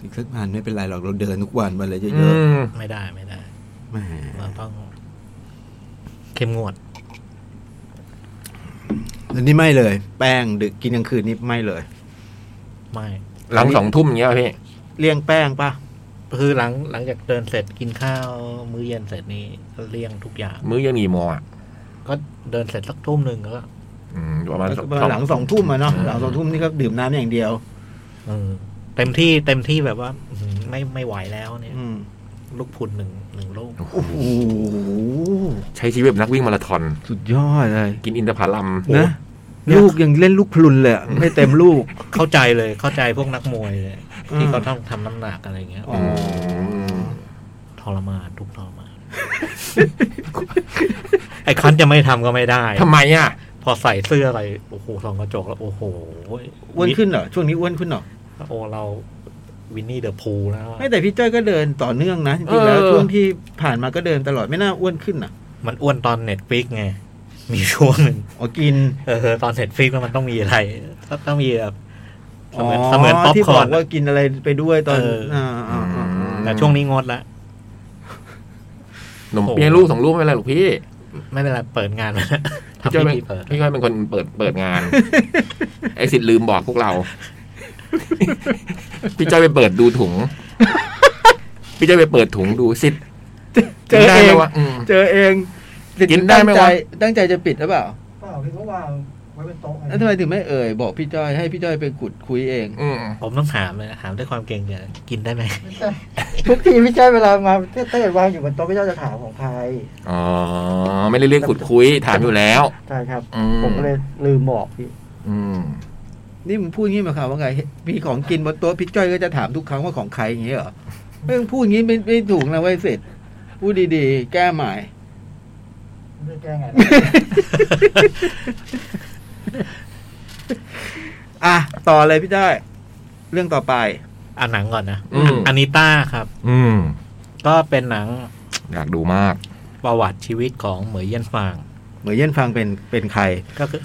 Speaker 5: อีกสักงานไม่เป็นไรหรอกเราเดินทุกวันมาเลย
Speaker 2: อื
Speaker 5: เยอะ
Speaker 2: ม
Speaker 4: ไม่ได้ไม่ได้
Speaker 5: ๆแหม
Speaker 4: เราต้อง เข้มงวด
Speaker 5: แล้วนี่ไม่เลย แป้งดึกกินกลางคืนนี่ไม่เลย
Speaker 4: ไม่
Speaker 2: หลังสองทุ่มอย่างเงี้ยพี่
Speaker 5: เลี่ยงแป้งป่ะ
Speaker 4: คือหลังหลังจากเดินเสร็จกินข้าว มื้อเย็นเสร็จนี่ก็เลี่ยงทุกอย่าง
Speaker 2: มื้อเยังกี่โมงอ่ะ
Speaker 4: ก็เดินเสร็จสักทุ่มหนึ่งก็
Speaker 2: อืมประมาณ
Speaker 5: แล้วก็หลังสองทุ่มอะเนาะหลังสองทุ่มนี่ก็ดื่มน้ำอย่างเดียว
Speaker 4: เออเต็มที่เต็มที่แบบว่าอื้อหือไม่ไม่ไหวแล้วเนี่ย
Speaker 5: อืม
Speaker 4: ลูกพุนหนึ่งหนึ่งลูก
Speaker 5: โอ้โห
Speaker 2: ใช้ชีวิตแบบนักวิ่งมาราธอน
Speaker 5: สุดยอดเลย
Speaker 2: กินอินทผลัม
Speaker 5: นะลูกยังเล่นลูกพลุนเลยอะไม่เต็มลูก
Speaker 4: เข้าใจเลยเข้าใจพวกนักมวยเลย
Speaker 5: อืม
Speaker 4: ที่เขาต้องทำน้ำหนักอะไรเงี้ย
Speaker 5: อ๋อ
Speaker 4: ทรมานทุกข์ทรมาน ไอ้คันจะไม่ทำก็ไม่ได้
Speaker 2: ทำไมอ่ะ
Speaker 4: พอใส่เสื้ออะไรโอ้โหส่องกระจกแล้วโอ้โห
Speaker 5: อ้วนขึ้นเหรอช่วงนี้อ้วนขึ้นเหรอ
Speaker 4: โอ้เราวินนี่เดอะพูแล้วอะ
Speaker 5: ไม่แต่พี่จ้อยก็เดินต่อเนื่องนะจริงๆแล้ว
Speaker 2: เออ
Speaker 5: ช่วงที่ผ่านมาก็เดินตลอดไม่น่าอ้วนขึ้นอ่ะ
Speaker 4: มันอ้วนตอนเน็ตฟิกไง มีช่วงหนึ่ง
Speaker 5: อ๋อกิน
Speaker 4: เออตอนเน็ตฟิกแล้วมันต้องมีอะไรก็ต้องมีแบบเส
Speaker 5: อ๋อ
Speaker 4: มือนเสมือนป๊อป
Speaker 5: ที่
Speaker 4: ค
Speaker 5: บ
Speaker 4: อ
Speaker 5: อ
Speaker 4: ร์
Speaker 5: ก
Speaker 4: น
Speaker 5: ว่ากินอะไรไปด้วยตอน
Speaker 4: เอออ่
Speaker 5: าอ่าอ่า
Speaker 4: แต่ช่วงนี้งดละ
Speaker 2: หนมเปี๊ยะลูกสองลูกไม่เป็นไรหรอกพี่
Speaker 4: ไม่เป็นไรเปิดงาน มาแล้ว
Speaker 2: พี่
Speaker 4: ทำ
Speaker 2: จ้อย
Speaker 4: พิ
Speaker 2: เป็น
Speaker 4: ธีเปิด
Speaker 2: พี่จ้อยเป็นคนเปิดเปิดงาน ไอ้สิทธิ์ลืมบอกพวกเรา พี่จ้อยไปเปิดดูถุง พี่จ้อยไปเปิดถุงดูสิทธิ์
Speaker 5: เจอ
Speaker 2: ได้
Speaker 5: เอ
Speaker 2: ไหม
Speaker 5: ง
Speaker 2: วะอืม
Speaker 5: เจอเอง
Speaker 2: กินได้ไหมวะ
Speaker 5: ตั้งใจตั้งใจจะปิดหรือเปล่า
Speaker 3: เปล่าพี่เขาวางไว้เป็นโต๊ะ
Speaker 5: แล้วทำไมถึงไม่เอ่ยบอกพี่จ้อยให้พี่จ้อยไปขุดคุยเอง
Speaker 2: อืม
Speaker 4: ผมต้องถามเลยถามด้วยความเกรงใจกินได้ไหม
Speaker 3: ทุกทีพี่จ้อยเวลามาเต้ยวางอยู่บนโต๊ะพี่จ้อยจะถามของใคร
Speaker 2: อ๋อ ไม่ได้เรียกขุดคุยถามอยู่แล้ว
Speaker 3: ใช่ครับ
Speaker 2: อืม
Speaker 3: ผมก็เลยลืมบอกพี่
Speaker 2: อืม
Speaker 5: นี่มึงพูดงี้มาค่ะว่าไง มีของกินบนโต๊ะพี่จ้อยก็จะถามทุกครั้งว่าของใครอย่างเงี้ยเหรอไม่ต้องพูดงี้ไม่ไม่ถูกนะไว้ยเสร็จ พูดดีๆ แก้ใหม่
Speaker 3: ไม่ได้แก้ไงนะ
Speaker 5: อ่ะ ต่อเลยพี่จ้อย เรื่องต่อไป
Speaker 4: อ่านหนังก่อนนะ
Speaker 2: อืม
Speaker 4: นิต้าครับ
Speaker 2: อืม
Speaker 4: ก็เป็นหนัง
Speaker 2: อยากดูมาก
Speaker 4: ประวัติชีวิตของเหมยเยี่ยนฟาง
Speaker 5: เหมือนเย็นฟังเป็นเป็นใคร
Speaker 4: ก็คือ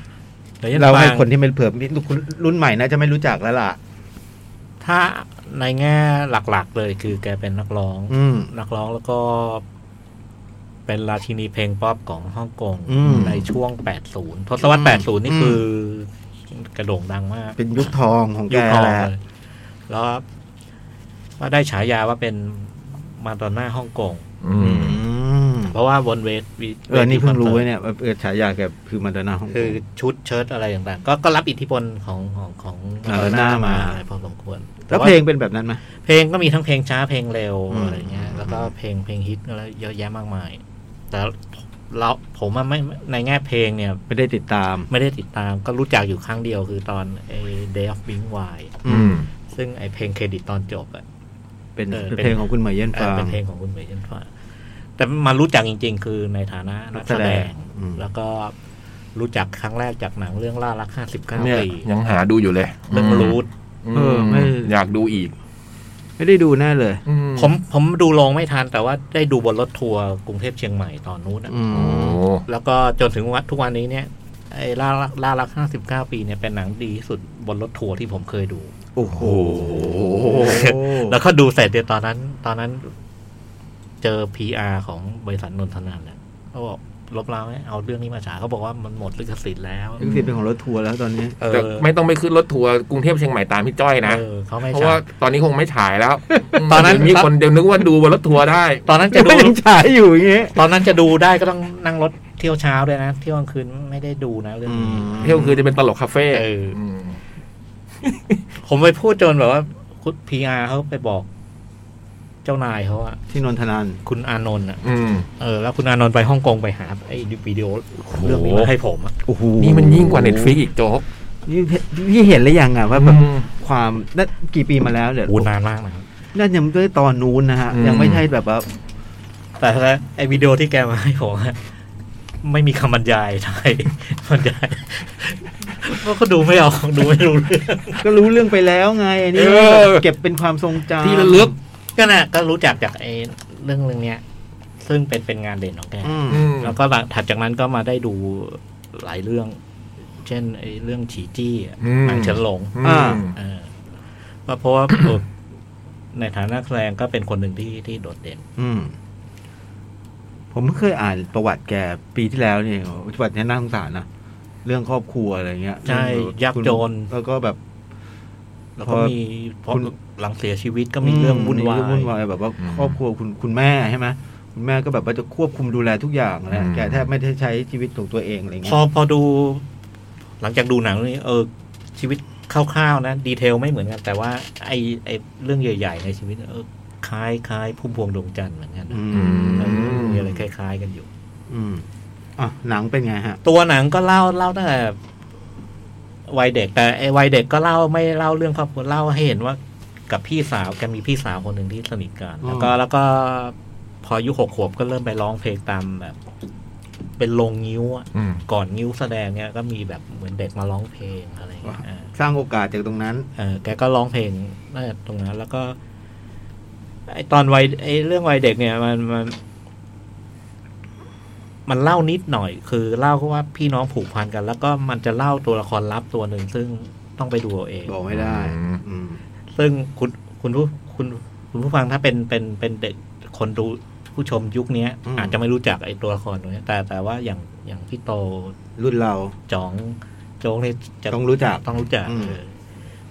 Speaker 4: เหมยเยี่ยน
Speaker 5: เรา
Speaker 4: ฟา
Speaker 5: ให้
Speaker 4: ง
Speaker 5: คนที่ไม่เผื่อรุ่นใหม่น่าจะไม่รู้จักแล้วล่ะ
Speaker 4: ถ้าในแง่หลักๆเลยคือแกเป็นนักร้อง
Speaker 5: อืม
Speaker 4: นักร้องแล้วก็เป็นราชินีเพลงป๊อปของฮ่องกง
Speaker 5: อืม
Speaker 4: ในช่วง 80 ทศวรรษ 80 นี่
Speaker 5: อืม
Speaker 4: คือกระโด่งดังมาก
Speaker 5: เป็นยุคทองของแก
Speaker 4: ยุคทอง
Speaker 5: แหละ
Speaker 4: เลยแล้วก็ได้ฉายาว่าเป็นมาดอนน่าฮ่องกง
Speaker 2: อื
Speaker 5: อื
Speaker 2: ม
Speaker 5: ม
Speaker 4: เพ เพราะว่าบนเวทวี
Speaker 5: เออนี่เพิ่งรู้ไว้เนี่ยเออฉายาแกคือมันดาน่าฮ่องก
Speaker 4: คืออง ชุดเชิ้ตอะไรต่างๆก็ก็รับอิทธิพลของของของ
Speaker 5: เออหน้ามา
Speaker 4: อะไรพอสมควร
Speaker 5: แล้ว
Speaker 4: ต่า
Speaker 5: เพลงเป็นแบบนั้นไหม
Speaker 4: เพลงก็มีทั้งเพลงช้าเพลงเร็ว
Speaker 5: อืม
Speaker 4: อะไรเงี้ยแล้วก็เพลงเพลงฮิตอะไรเยอะแยะมากมาย แต่เราผมอะไม่ในแง่เพลงเนี่ย
Speaker 5: ไม่ได้ติดตาม
Speaker 4: ไม่ได้ติดตามก็รู้จักอยู่ครั้งเดียวคือตอนไอ้ Day of Being Wild
Speaker 5: อื
Speaker 2: อื
Speaker 5: ม
Speaker 2: ม
Speaker 4: ซึ่งไอ้เพลงเครดิตตอนจบอะ
Speaker 5: เป็น
Speaker 4: เออ
Speaker 5: เป็นเพลงของคุณเหมยเย็น
Speaker 4: เออ
Speaker 5: ฟาร์
Speaker 4: เป็
Speaker 5: ม
Speaker 4: นเพลงของคุณเหมยเชันฟ้าแต่มารู้จักจริง ๆ คือในฐานะนักแสดง
Speaker 5: อืม
Speaker 4: แล้วก็รู้จักครั้งแรกจากหนังเรื่องล่ารัก
Speaker 2: เนี่ย
Speaker 4: 59 ปี
Speaker 2: ยังหาดูอยู่เลย
Speaker 4: เรื่องรูท
Speaker 2: อืม
Speaker 5: เออไม่
Speaker 2: อยากดูอีก
Speaker 5: ไม่ได้ดูแน่เลย
Speaker 2: อื
Speaker 4: ผมผมดูลงไม่ทัน แต่ว่าได้ดูบนรถทัวร์กรุงเทพเชียงใหม่ตอนนู้นอะ
Speaker 5: อืม
Speaker 2: โอ้โห
Speaker 4: แล้วก็จนถึงวันทุกวันนี้เนี่ยไอ้ล่ารักล่ารัก 59 ปีเนี่ยเป็นหนังดีที่สุดบนรถทัวร์ที่ผมเคยดู
Speaker 5: โอ้โห
Speaker 4: แล้วก็ดูเสร็จเดี๋ยวตอนนั้น ตอนนั้น เจอ PR ของบริษัทนนทนานแหละเขาบอกลบล้างไหมเอาเรื่องนี้มาฉายเขาบอกว่ามันหมดลิขสิทธิ์แล้ว
Speaker 5: ลิขสิทธิ์เป็นของรถทัวร์แล้วตอนนี้
Speaker 4: เอ
Speaker 2: แต่
Speaker 4: อ
Speaker 2: ไม่ต้องไปขึ้นรถทัวร์กรุงเทพเชียงใหม่ตามพี่จ้อยนะ
Speaker 4: เออเขาไม่
Speaker 2: เพราะ
Speaker 4: ฉา
Speaker 2: ว่าย ตอนนี้คงไม่ฉายแล้วม
Speaker 4: ตอนนั้น
Speaker 2: เดี๋ยวมีคนเดี๋ยวนึกว่าดูบนรถทัวร์ได้
Speaker 4: ตอนนั้น
Speaker 5: จะ
Speaker 4: จะดู
Speaker 5: ยังฉายอยู่อย่างเงี้ย
Speaker 4: ตอนนั้นจะดูได้ก็ต้องนั่งรถเที่ยวเช้าด้วยนะ เที่ยวกลางคืนไม่ได้ดูนะเรื่องนี้
Speaker 5: อืม
Speaker 2: เที่ยวคือจะเป็นตลกคาเฟ่
Speaker 4: เออ
Speaker 2: ม
Speaker 4: ผมไปพูดจนแบบว่าคุณ PR เขาไปบอก เจ้านายเขาอะ
Speaker 5: ที่นนทนาน
Speaker 4: คุณอานนท์อะ
Speaker 2: อืม
Speaker 4: เออแล้วคุณอานนท์ไปฮ่องกงไปหาไอ้วิดีโอเรื่องนี้มาให้ผมอะ
Speaker 5: โอ้โห
Speaker 2: นี่มันยิ่งกว่าเน็ตฟิกอีกโจ๊ก
Speaker 5: นี่พี่เห็นหรือยังอ่ะว่าแบบ
Speaker 2: อืม
Speaker 5: ความนั่นกี่ปีมาแล้วเดี๋ยว
Speaker 4: โอูนานมากนะครับ
Speaker 5: นั่นยังด้วยตอนนู้นนะฮะ
Speaker 2: อืม
Speaker 5: ยังไม่ใช่แบบว่า
Speaker 4: แต่ถ้าไอวิดีโอที่แกมาให้ผมอะไม่มีคำบรรยายไทย บรรยายเพราะก็ดูไม่ออกดูไม่รู้เรื่อง
Speaker 5: ก็รู้เรื่องไปแล้วไงอันนี้
Speaker 2: เออ
Speaker 5: เก็บเป็นความทรงจำ
Speaker 2: ที่ระลึก
Speaker 4: ก็น่ะก็รู้จักจากไอเรื่องเรื่องเนี้ย ซึ่งเป็นเป็นงานเด่นของแก
Speaker 5: อืม
Speaker 2: อืม
Speaker 4: แล้วก็หลังถัดจากนั้นก็มาได้ดูหลายเรื่อง เช่นไอเรื่องฉีจี้อะ
Speaker 2: อืม
Speaker 4: หนังเฉินหลง
Speaker 5: อ่า
Speaker 4: เออเพราะเพราะ ว่า เออในฐานะแสดงก็เป็นคนหนึ่งที่ที่โดดเด่น
Speaker 5: อืม ผมเคยอ่านประวัติแกปีที่แล้วเนี่ยประวัติเนี่ยน่าสงสารนะเรื่องครอบครัวอะไรเงี้ย
Speaker 4: ใช่
Speaker 5: เรื่อง
Speaker 4: ยากจน
Speaker 5: แล้วก็แบบ
Speaker 4: แล้วก็
Speaker 5: พอ
Speaker 4: มีพอ
Speaker 5: คุณ
Speaker 4: หลังเสียชีวิตก็มีเรื่องวุ่นวา
Speaker 5: มีเรื่องวุ่นวาย ยแบบว่าครอบครัวคุณคุณแม่ใช่ไหมคุณแม่ก็แบบว่าจะควบคุมดูแลทุกอย่างนะแกแทบไม่ได้ใช้ชีวิตของตัวเองอะไร
Speaker 4: พ
Speaker 5: เงี้
Speaker 4: อย พอดูหลังจากดูหนังเรื่องนี้เออชีวิตคร่าวๆนะ ดีเทลไม่เหมือนกัน แต่ว่าไอไอเรื่องใหญ่ ๆ ในชีวิตเออคล้ายคล้ายพุ่มพวงดวงจันทร์เหมือนกันนะ
Speaker 5: อื
Speaker 2: อื
Speaker 5: ม
Speaker 4: เออ
Speaker 2: ม
Speaker 4: มีอะไรคล้าย ๆ กันอยู่
Speaker 5: อืมอ่ะหนังเป็นไงฮะ
Speaker 4: ตัวหนังก็เล่าเล่าตั้งแต่วัยเด็ก แต่ไอวัยเด็กก็เล่าไม่เล่าเรื่องครอบครัวเล่าให้เห็นว่ากับพี่สาวแกมีพี่สาวคนหนึ่งที่สนิทกันแล้วก็
Speaker 5: อืม
Speaker 4: แล้วก็พออายุหกขวบก็เริ่มไปร้องเพลงตามแบบ เป็นลงงิ้วอะ
Speaker 2: อืม
Speaker 4: ก่อนงิ้วแสดงเนี่ยก็มีแบบเหมือนเด็กมาร้องเพลงอะไรอย่างเงี้ยอ่า
Speaker 5: สร้างโอกาสจากตรงนั้น
Speaker 4: เออแกก็ร้องเพลงน่าจะตรงนั้น แล้วก็ไอตอนวัยไอเรื่องวัยเด็กเนี่ยมันมัน มันเล่านิดหน่อย คือเล่าว่าพี่น้องผูกพันกัน แล้วก็มันจะเล่าตัวละครลับตัวหนึ่งซึ่งต้องไปดูเอาเอง
Speaker 5: บอกไม่ได้
Speaker 2: อืม
Speaker 5: อืม
Speaker 4: ซึ่งคุณคุณผู้คุณคุณผู้ฟังถ้าเป็นเป็นเป็นเด็กคนดูผู้ชมยุคเนี้ย อาจจะไม่รู้จักไอตัวละครตรงเนี้ยแต่แต่ว่าอย่างอย่างพี่โต
Speaker 5: รุ่นเรา
Speaker 4: จ๋องโจ๊กนี่จะ
Speaker 5: ต้องรู้จัก
Speaker 4: ต้องรู้จัก
Speaker 5: อืม
Speaker 4: เออ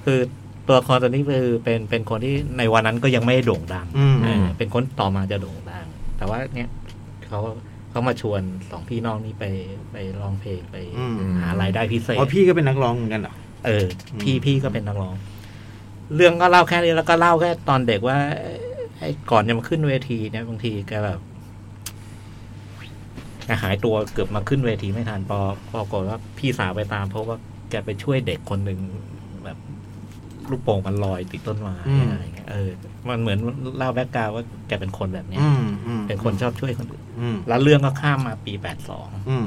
Speaker 4: คือตัวละครตัวนี้คือเป็นเป็นคนที่ในวันนั้นก็ยังไม่ได้โด่งดัง
Speaker 5: อืม
Speaker 4: เออเป็นคนต่อมาจะโด่งดัง แต่ว่าเนี่ยเขาเขามาชวนสองพี่น้องนี่ไปไปร้องเพลงไป
Speaker 5: อืม
Speaker 4: หารายได้พิเศษ
Speaker 5: อ๋อพี่ก็เป็นนักร้องเหมือนกันเหรอ
Speaker 4: เออพี่
Speaker 5: อืม
Speaker 4: พี่ก็เป็นนักร้อง เรื่องก็เล่าแค่นี้แล้วก็เล่าแค่ตอนเด็กว่าไอ้ก่อนจะมาขึ้นเวทีเนี่ยบางทีแกแบบแกหายตัวเกือบมาขึ้นเวทีไม่ทันพอพอปรากฏว่าพี่สาวไปตาม เพราะว่าแกไปช่วยเด็กคนหนึ่งแบบลูกโป่งมันลอยติดต้นไม้
Speaker 5: อืม
Speaker 4: อะไรเงี้ยเออ มันเหมือนเล่าแบ็กกราวด์ว่าแกเป็นคนแบบเนี้ย
Speaker 5: อืมอืม
Speaker 4: เป็นคนชอบช่วยคนอื่น
Speaker 5: อืม
Speaker 4: แล้วเรื่องก็ข้ามมาปีแปดสอง
Speaker 5: อืม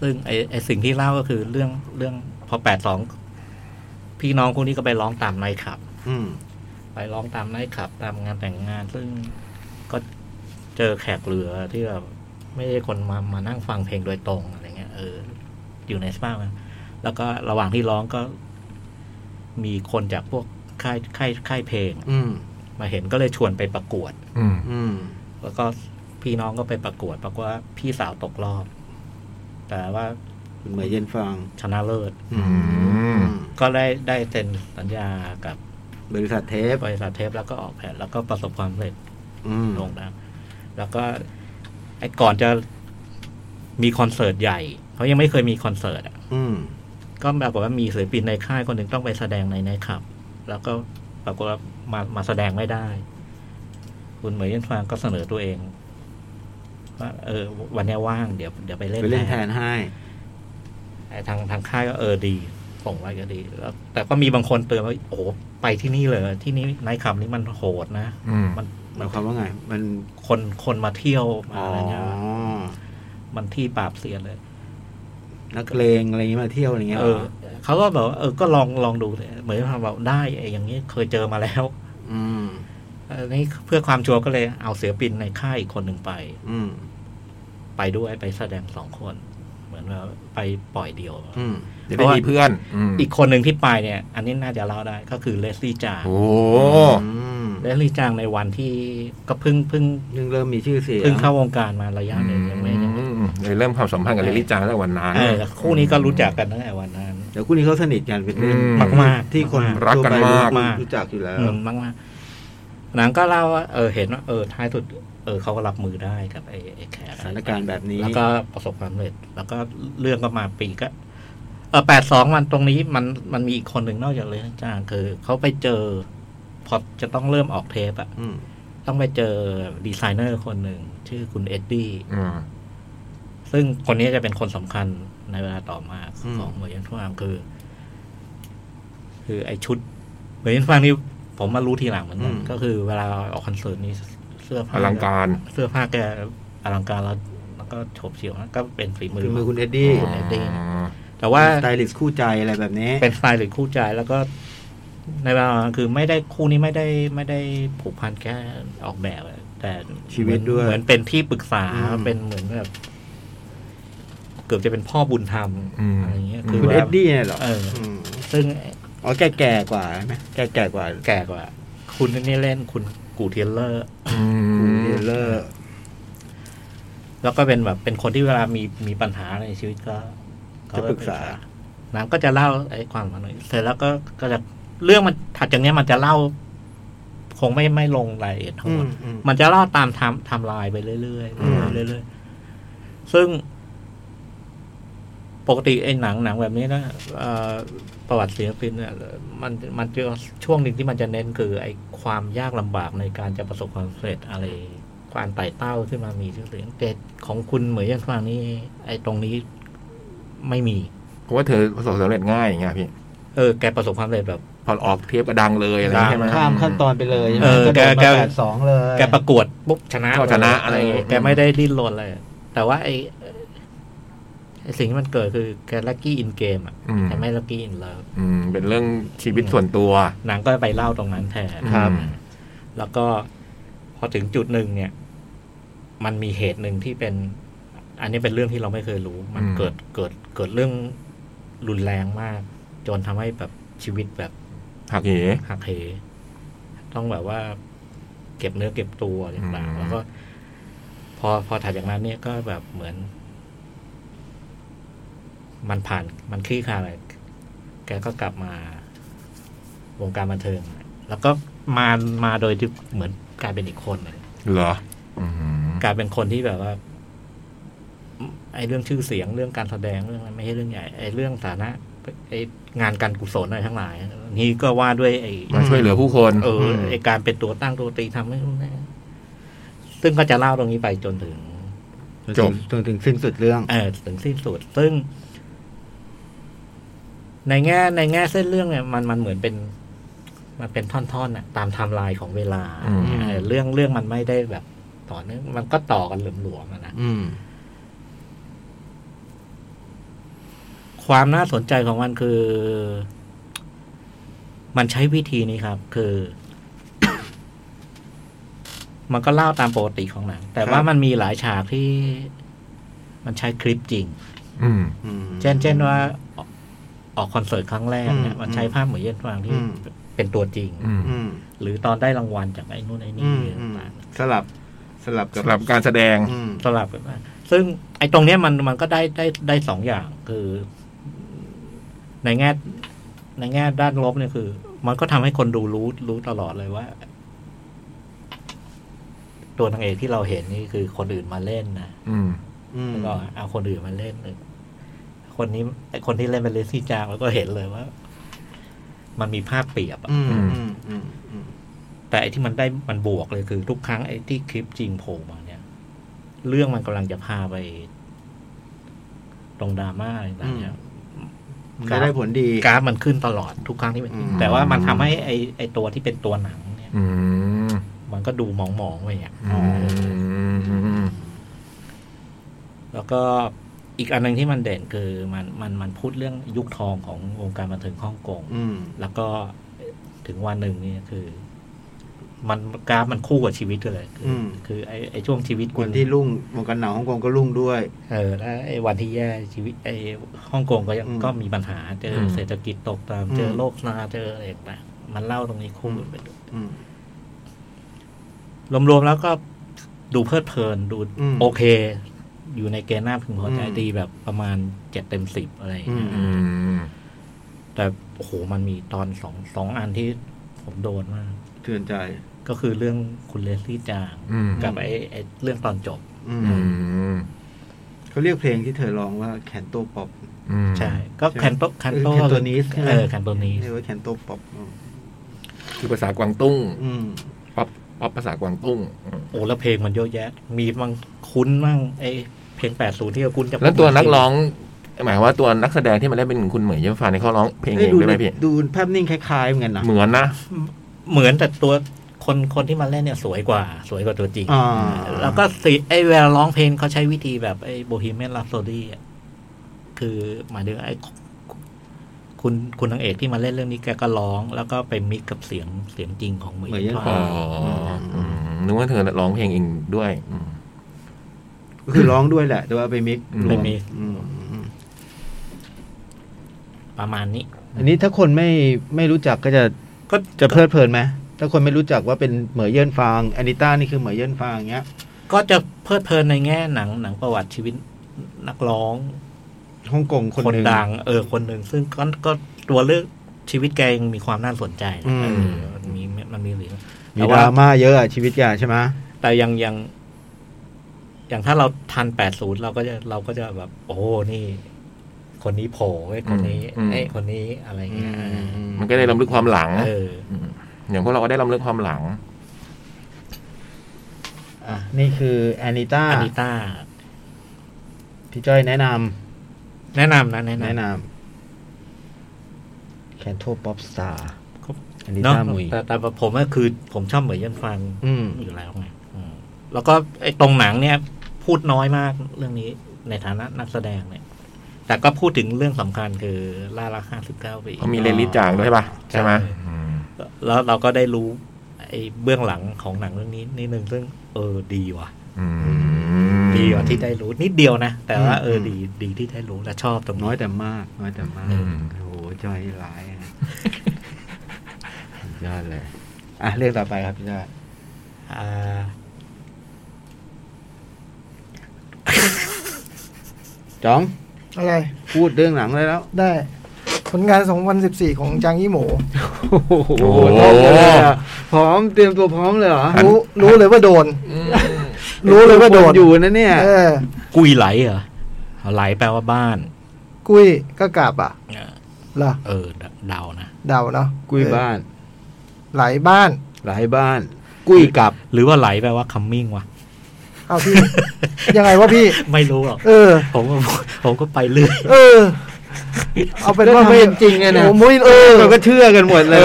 Speaker 4: ซึ่งไอไอสิ่งที่เล่าก็คือเรื่องเรื่องพอแปดสองพี่น้องคู่นี้ก็ไปร้องตามไนท์คลับ
Speaker 5: อืม
Speaker 4: ไปร้องตามไนท์คลับ ตามงานแต่งงาน ซึ่งก็เจอแขกเหลือที่แบบไม่ได้คนมามานั่งฟังเพลงโดยตรงอะไรเงี้ยเออ อยู่ในสภาพนั้นแล้วก็ระหว่างที่ร้องก็ มีคนจากพวกค่ายค่ายค่ายเพลง
Speaker 5: อืม
Speaker 4: มาเห็นก็เลยชวนไปประกวด
Speaker 2: อืม
Speaker 5: อืม
Speaker 4: แล้วก็พี่น้องก็ไปประกวดปรากฏว่าพี่สาวตกรอบ แต่ว่า
Speaker 5: เหมือนเย็นฟัง
Speaker 4: ชนะเลิศ
Speaker 5: อืม
Speaker 4: ก็ได้ได้เซ็นสัญญากับบ
Speaker 5: ริษัทเทป
Speaker 4: บริษัทเทปแล้วก็ออกแผ่นแล้วก็ประสบความสำเร็จ
Speaker 5: อืม
Speaker 4: โด่งดังแล้วก็ ไอ้ก่อนจะมีคอนเสิร์ตใหญ่เขายังไม่เคยมีคอนเสิร์ตอะ
Speaker 5: อืม
Speaker 4: ก็ปรากฏว่ามีศิลปินในค่ายคนหนึ่งต้องไปแสดงในในขับ แล้วก็ปรากฏว่ามามาแสดงไม่ได้ คุณเหมยเยันฟางก็เสนอตัวเองว่าเออ วันเนี้ยว่างเดี๋ยวเดี๋ยวไปเล่น
Speaker 5: ไปเล่น
Speaker 4: ท
Speaker 5: แท
Speaker 4: น
Speaker 5: นให้
Speaker 4: ไอ้ทางทางค่ายก็เออดี ส่งไว้ก็ดีแล้วแต่ก็มีบางคนเตือนว่าโอ้โหไปที่นี่เลยที่นี่ไนท์คลับนี่มันโหดนะ
Speaker 2: อืม
Speaker 4: มัน
Speaker 5: ห
Speaker 4: มั
Speaker 5: มาน ยความว่าไง มัน
Speaker 4: คนคนมาเที่ยวมา
Speaker 5: อ๋อ
Speaker 4: อะไรเงี้ยมันที่ปราบเสียนเลย
Speaker 5: นักเลงอะไรอย่างงี้มาเที่ยวอะไรเงี้ย
Speaker 4: เออเขาก็บอกว่าเออก็ลองลองดูสิเหมือนเขาบอกได้ไอ้อย่างนี้เคยเจอมาแล้ว
Speaker 5: อืม
Speaker 4: อันนี้เพื่อความชัวร์ก็เลยเอาเสือปินในค่ายอีกคนหนึ่งไป
Speaker 5: อืม
Speaker 4: ไปด้วยไปแสดงสองคน เหมือนว่าไปปล่อยเดียว
Speaker 5: อืม
Speaker 2: เดี๋ยวได้มีเพื่อนม
Speaker 4: อีกคนหนึ่งที่ไปเนี่ย อันนี้น่าจะเล่าได้ก็คือเลสลี่จาง
Speaker 2: โอ้โห
Speaker 4: และลีจางในวันที่ก็เพิ่งเพิ่ง
Speaker 5: ยังเริ่มมีชื่อเสียง
Speaker 4: เพิ่งเข้าวงการมาระยะหนึ่งยังไม่ยังไม่
Speaker 2: อืมเลยเริ่มความสัมพันธ์กับเลลี่จางตั้งแต่วันนั้น
Speaker 4: เออคู่นี้ก็รู้จักกันตั้งแต่วันนั้น
Speaker 5: เดี๋ยวคู่นี้เขาสนิทกันเป็นเรื่อง
Speaker 2: อืม
Speaker 4: มากๆ
Speaker 5: ที่คน
Speaker 4: มาก
Speaker 2: ๆรักกันมาก
Speaker 5: ทั่วไปรู้จักอยู่แล้ว
Speaker 4: อืมมากมากนางก็เล่าว่าเออเห็นว่าเออท้ายสุด เออเขาก็รับมือได้กับไอ้ไอ้แขก
Speaker 5: สถานการณ์แบบนี้
Speaker 4: แล้วก็ประสบความสำเร็จ แล้วก็เรื่องก็มาปีก็ เออแปดสองมันตรงนี้มันมันมีอีกคนหนึ่งนอกจากเลสจางคือเขาไปเจอ พอจะต้องเริ่มออกเทปอะ
Speaker 5: อืม
Speaker 4: ต้องไปเจอดีไซเนอร์คนหนึ่งชื่อคุณเอ็ดดี้
Speaker 2: อืม
Speaker 4: ซึ่งคนนี้จะเป็นคนสำคัญในเวลาต่อมา
Speaker 5: อืม
Speaker 4: ของเหมยเยันฟางคือ คือไอชุดเหมยเยันฟางนี่ผมมารู้ทีหลังเหมือนกันก็คือเวลาออกคอนเสิร์ตนี่เสื้อผ้า
Speaker 2: อลังการ
Speaker 4: เสื้อผ้าแกอลังการแล้วแล้วก็โฉบเฉี่ยวนะก็เป็นฝีมือ
Speaker 5: คือมือคุณเอ็ดดี้
Speaker 4: คุณเอ็ดดี้ แต่ว่า
Speaker 5: สไตลิสต์คู่ใจอะไรแบบนี้
Speaker 4: เป็นสไตล์หรือคู่ใจแล้วก็ ในเวลาคือไม่ได้คู่นี้ไม่ได้ไม่ได้ผูกพันแค่ออกแบบอะแต่
Speaker 5: ชีวิตด้วย
Speaker 4: เหมือนเป็นที่ปรึกษา
Speaker 5: อืม
Speaker 4: เป็นเหมือนแบบเกือบจะเป็นพ่อบุญธรรม
Speaker 2: อืม
Speaker 4: อะไรเงี้ยคือ
Speaker 5: คุณ
Speaker 4: ว่า
Speaker 5: เอ็ดดี้เนี่ยเหรอ
Speaker 4: เอออื
Speaker 5: ม
Speaker 4: ซึ่ง
Speaker 5: อ๋อแก่แก่กว่าใช่ไหมแก่แก่กว่า
Speaker 4: แก่กว่า คุณนี่เล่นคุณกูเทยเลอร์
Speaker 2: อื
Speaker 5: คู
Speaker 2: ม
Speaker 5: เดลเลอร์
Speaker 4: แล้วก็เป็นแบบเป็นคนที่เวลามีมีปัญหาในชีวิตก็
Speaker 5: จะปรึกษา
Speaker 4: นางก็จะเล่าไอ้ความมันเสร็จแล้วก็ก็จะเรื่องมันถัดจากเนี้ยมันจะเล่า คงไม่ไม่ลงรายละเอียดทั้งหมด
Speaker 5: อืม
Speaker 4: มันจะรอดตามไทำไทำลายไปเรื่อยๆเรื่
Speaker 5: อืม
Speaker 4: อยๆเรื่อยๆซึ่ง ปกติไอ้หนังหนังแบบนี้นะเอ่อประวัติศิลปินเนี่ยมันมันจะช่วงหนึ่งที่มันจะเน้นคือ ไอ้ความยากลำบากในการจะประสบความสำเร็จอะไร ความไต่เต้าขึ้นมามีชื่อเสียงแต่ของคุณเหมยยันฟางนี่ไอ้ตรงนี้ไม่มี
Speaker 2: เพราะว่าเธอประสบความสำเร็จง่ายอย่างเงี้ยพี่
Speaker 4: เออ แกประสบความสำเร็จแบบ
Speaker 2: พอออกเทปก็ดังเลยอะไรใช่ไหม
Speaker 5: ข้ามขั้นตอนไปเลยใช่ไหม
Speaker 4: เออ
Speaker 5: ก็โดน
Speaker 4: แก
Speaker 5: มา
Speaker 4: แก
Speaker 5: แปดสองเลย
Speaker 4: แกประกวดปุ๊บชนะ
Speaker 2: ก็ชนะอะไรอย่างเงี้ย
Speaker 4: แกไม่ได้ดิ้นรนเลย แต่ว่าไอ้ไอ้สิ่งที่มันเกิดคือแกลักกี้อินเกมอ่ะ
Speaker 2: อืม
Speaker 4: แต่ไม่ลักกี้อินเลิฟ
Speaker 2: อืม เป็นเรื่องชีวิตส่วนตัว
Speaker 4: หนังก็ไปเล่าตรงนั้นแทน
Speaker 5: ครับ
Speaker 2: อืม
Speaker 4: แล้วก็พอถึงจุดหนึ่งเนี่ย มันมีเหตุหนึ่งที่เป็น อันนี้เป็นเรื่องที่เราไม่เคยรู้ มันเกิดเกิดเกิดเรื่องรุนแรงมาก จนทำให้แบบชีวิตแบบ
Speaker 2: หักเห
Speaker 4: หักเหต้องแบบว่า เก็บเนื้อเก็บตัวต่าง
Speaker 2: อืม
Speaker 4: ๆแล้วก็ พอพอถัดจากนั้นเนี่ยก็แบบเหมือน มันผ่านมันคลี่คลายอะไรแกก็กลับมา วงการบันเทิง แล้วก็มามาโดยที่เหมือนกลายเป็นอีกคนเลย
Speaker 2: เหรออืม
Speaker 4: กลายเป็นคนที่แบบว่า ไอ้เรื่องชื่อเสียงเรื่องการแสดงเรื่องอะไรไม่ใช่เรื่องใหญ่ไอ้เรื่องฐานะไอ้งานการกุศลอะไรทั้งหลาย นี่ก็ว่าด้วยไอ้
Speaker 2: มาช่วยเหลือผู้คน
Speaker 4: เอออไอการเป็นตัวตั้งตัวตีทำให้รู้นะซึ่งก็จะเล่าตรงนี้ไปจนถึง
Speaker 5: จบจนถึงสิ้นสุดเรื่อง
Speaker 4: เออถึงสิ้นสุด ซึ่ง ในแง่ในแง่เส้นเรื่องเนี่ย มันมันเหมือนเป็น มันเป็นท่อนๆน่ะ ตามไทม์ไลน์ของเวลา
Speaker 2: อืม
Speaker 4: เออเรื่องเรื่องมันไม่ได้แบบต่อเนื่องมันก็ต่อกันหลวมๆอะนะ
Speaker 5: อืม
Speaker 4: ความน่าสนใจของมันคือ มันใช้วิธีนี้ครับ คือ มันก็เล่าตามปกติของหนังแต่ว่า
Speaker 5: ครับ
Speaker 4: มันมีหลายฉากที่ มันใช้คลิปจริง
Speaker 2: อืม
Speaker 5: อืม
Speaker 4: เช่นเช่นว่าออกออกคอนเสิร์ตครั้งแรกเนี่ย
Speaker 5: อืม
Speaker 4: มันใช้ภาพเหมือนเย็นฟางที่
Speaker 5: อืม
Speaker 4: เป็นตัวจริง
Speaker 2: อืม
Speaker 5: อืม
Speaker 4: หรือตอนได้รางวัลจากไอ้นู่นไอ้
Speaker 5: อื
Speaker 4: นี่
Speaker 5: มอืม
Speaker 4: ต่าง
Speaker 5: สลับสลับกับ
Speaker 2: สำหรับการแสดง
Speaker 5: อืม
Speaker 4: ๆสลับกันมาซึ่งไอ้ตรงเนี้ยมันมันก็ได้ได้ได้สองอย่างคือ ในแง่ในแง่ด้านลบเนี่ยคือ มันก็ทำให้คนดูรู้รู้ตลอดเลยว่า ตัวนางเอกที่เราเห็นนี่คือคนอื่นมาเล่นนะ
Speaker 2: อืม
Speaker 5: อืม
Speaker 4: แล้วก็เอาคนอื่นมาเล่นเลยคนนี้ไอคนที่เล่นเป็นเลซี่จางแล้วก็เห็นเลยว่า มันมีภาพเปรียบอะ
Speaker 5: อืม
Speaker 2: อืม
Speaker 5: อืมอืมอืม
Speaker 4: แต่ไอ้ที่มันได้มันบวกเลยคือทุกครั้งไอ้ที่คลิปจริงโผล่มาเนี่ย เรื่องมันกำลังจะพาไป ตรงดราม่าอะไรต่างๆเนี่ย ครั
Speaker 5: จะ
Speaker 4: บ
Speaker 5: ได้ผลดี
Speaker 4: กราฟมันขึ้นตลอดทุกครั้งที่มัน
Speaker 5: อืม
Speaker 4: แต่ว่ามันทำให้ไอ้ไอ้ตัวที่เป็นตัวหนังเนี่ย
Speaker 2: อืม
Speaker 4: มันก็ดูหมองๆไปอย่าง
Speaker 2: อืมอืม
Speaker 4: แล้วก็อีกอันหนึงที่มันเด่นคือมันมันมันพูดเรื่องยุคทองของวงการบันเทิงฮ่องกง
Speaker 5: อืม
Speaker 4: แล้วก็ถึงวันหนึ่งเนี่ยคือ มันกราฟมันคู่กับชีวิตเลยคือ
Speaker 5: ม
Speaker 4: คือไอ้ไอ้ช่วงชีวิต
Speaker 5: ค
Speaker 4: คุณ
Speaker 5: นที่รุ่งวงการหนังฮ่องกงก็รุ่งด้วย
Speaker 4: เออแล้วไอ้วันที่แย่ชีวิตไอ้ฮ่องกงก็ยัง
Speaker 5: อืม
Speaker 4: ก็มีปัญหาเจออ
Speaker 2: ม
Speaker 4: เศรษฐกิจตกตาม
Speaker 5: อืม
Speaker 4: เจอโรคนาเจออะไรต่างๆมันเล่าตรงนี้คู่ไปด้วย
Speaker 5: อืม
Speaker 4: รวมๆแล้วก็ดูเพลิดเพลินดู
Speaker 5: อืม
Speaker 4: โอเค อยู่ในเกณฑ์หน้าพึงพอใจ
Speaker 5: อืม
Speaker 4: ดีแบบประมาณเจ็ดเต็มสิบอะไรอย่างเงี้ย
Speaker 5: อื
Speaker 2: อืม
Speaker 4: แต่โอ้โหมันมีตอนสองสองอันที่ผมโดนมาก
Speaker 5: เทือนใจ
Speaker 4: ก็คือเรื่องคุณเลสลี่จาง
Speaker 2: อืม
Speaker 4: กับไอ้ไอ้เรื่องตอนจบ
Speaker 5: อืม
Speaker 2: อืม
Speaker 5: เขาเรียกเพลงที่เธอร้องว่าแคนโตป๊อป
Speaker 2: อืม
Speaker 4: ใช่ ก็
Speaker 5: ใช่
Speaker 4: แคนโตแคนโต
Speaker 5: เออ Cantonese ใช่ไหม
Speaker 4: เออแคนโตนีส
Speaker 5: เรียกว่าแคนโตป๊อป
Speaker 2: คือภาษากวางตุ้ง
Speaker 5: อืม
Speaker 2: ป๊อปป๊อปภาษากวางตุ้ง
Speaker 4: โอ้แล้วเพลงมันเยอะแยะ มีบางคุ้นบ้างไอเพลงแปดศูนย์ที่เราคุ้นจะ
Speaker 2: แล้วตัวนักร้องหมายว่าตัวนักแสดงที่มาเล่นเป็นคุณเหมยเยี่ยมฟ้าเนี่ยเขาร้องเพลงเอง
Speaker 5: ดู
Speaker 2: ด้วยไหมพี่
Speaker 5: ดูภาพนิ่งคล้ายๆเหมือนกันนะ
Speaker 2: เหมือนนะ
Speaker 4: เหมือนแต่ตัวคนคนที่มาเล่นเนี่ยสวยกว่า สวยกว่าตัวจริง
Speaker 5: อ่า
Speaker 4: แล้วก็สิไอเวลาร้องเพลงเขาใช้วิธีแบบไอโบฮีเมียนร h โซดี้คือหมายถึงไอคุณคุณนางเอกที่มาเล่นเรื่องนี้แกก็ร้อง แล้วก็ไปมิกกับเสียงเสียงจริงของเหมือน
Speaker 5: เหมือนยัน
Speaker 2: อ๋
Speaker 5: ฟ้า
Speaker 2: ออืมนึกว่าเธอร้องเพลงเองด้วยอืม
Speaker 5: ก็คือร้องด้วยแหละ แต่ว่าไปมิกซ์รว
Speaker 4: ไป
Speaker 5: ม
Speaker 4: มิก
Speaker 5: อืมอืม
Speaker 4: ประมาณนี้
Speaker 5: อันนี้ถ้าคนไม่ไม่รู้จักก็จะ
Speaker 4: ก็
Speaker 5: จะเพลิดเพลินไหมถ้าคนไม่รู้จักว่าเป็นเหมยเยินฟางอานิต้านี่คือเหมยเยินฟางอย่างเงี้ย
Speaker 4: ก็จะเพลิดเพลินในแง่หนังหนังประวัติชีวิตนักร้อง
Speaker 5: ฮ่องกงคน
Speaker 4: คน
Speaker 5: หนึ่ง
Speaker 4: ดังเออคนหนึ่งซึ่งก็ก็ตัวเลือกชีวิตแกยังมีความน่าสนใจนะ
Speaker 5: อืม
Speaker 4: เออมันมีมันมีเหรือ
Speaker 5: มี
Speaker 4: แต่
Speaker 5: ด
Speaker 4: ว่า
Speaker 5: ราม่าเยอะอะชีวิตแกใช่ไหม
Speaker 4: แต่ยังยัง อย่างถ้าเราทันแปดศูนย์เราก็จะเราก็จะแบบ โอ้นี่ คนนี้โผล่ไอ้ยคนนี้
Speaker 2: อืม
Speaker 4: ไอ้ยคนนี้อะไรเงี้ย
Speaker 2: มันก็ได้รำลึกความหลัง
Speaker 4: เออ
Speaker 2: มอย่างพวกเราก็ได้รำลึกความหลัง
Speaker 5: อ่ะนี่คืออานิต้า
Speaker 4: อานิต้า
Speaker 5: พี่จ้อยแนะนำ
Speaker 4: แนะนำนะแนะน
Speaker 5: แนะนำแคนโทป๊อปสตาร์
Speaker 4: ครับ
Speaker 5: อันนี้
Speaker 4: ำเนาะ
Speaker 5: ตามุย
Speaker 4: แต่แต่ผมก็คือ ผมชอบเหมือนยันฟัง
Speaker 5: อืม
Speaker 4: อยู่แล้วไงอืมแล้วก็ไอ้ตรงหนังเนี่ย พูดน้อยมากเรื่องนี้ในฐานะนักแสดงเนี่ย แต่ก็พูดถึงเรื่องสำคัญคือล่ารักห้าสิบเก้าปี
Speaker 2: เขามีเลนลิจางด้วยใช่ปะใช่ไหม
Speaker 4: ใช่
Speaker 2: อืม
Speaker 4: แล้วเราก็ได้รู้ ไอ้เบื้องหลังของหนังเรื่องนี้นิดนึงซึ่งเออดีว่ะ
Speaker 2: อืม
Speaker 4: ดีว่ะที่ได้รู้นิดเดียวนะ แต่ว่าเอออ
Speaker 5: ม
Speaker 4: ดีดีที่ได้รู้และชอบตรง
Speaker 5: น้
Speaker 4: นี้
Speaker 5: อยแต่มาก น้อยแต่มาก โอ้โหจอยร้าย อะสุดยอดเลย อ่ะ เรื่องต่อไปครับพี่จ้อย
Speaker 4: อ่า
Speaker 5: จ้อง
Speaker 1: อะไร
Speaker 5: พูดเรื่องหนังได้แล้ว
Speaker 1: ได้ ผลงาน 2014 ของจางยี่หมู
Speaker 5: โอ้โหพร้อมเตรียมตัวพร้อมเลยเหรอ
Speaker 1: รู้รู้เลยว่าโดน
Speaker 2: อืม
Speaker 1: รู้เลยว่าโดน
Speaker 5: อยู่นะเนี่ย
Speaker 1: เออ
Speaker 4: กุยไหลเหรอไหลแปลว่าบ้าน
Speaker 1: กุ้ยก็กลับอ่ะเหรอ
Speaker 4: เออเดานะ
Speaker 1: เดาเนาะ
Speaker 5: กุยบ้าน
Speaker 1: ไหลบ้าน
Speaker 5: หลายบ้าน กุยกลับ
Speaker 4: หรือว่าไหลแปลว่า coming วะ
Speaker 1: เอา พี่ ยังไงวะพี่
Speaker 4: ไม่รู้หรอก
Speaker 1: เออ
Speaker 4: ผมก็ ผมก็ไปเรื่อย
Speaker 1: เออ เอาเป็นว่า
Speaker 5: ก็ทำเป็นจริงไงนะ
Speaker 1: โอ้มุ้ยเออ
Speaker 5: เราก็เชื่อกันหมด
Speaker 2: เอ
Speaker 5: เลย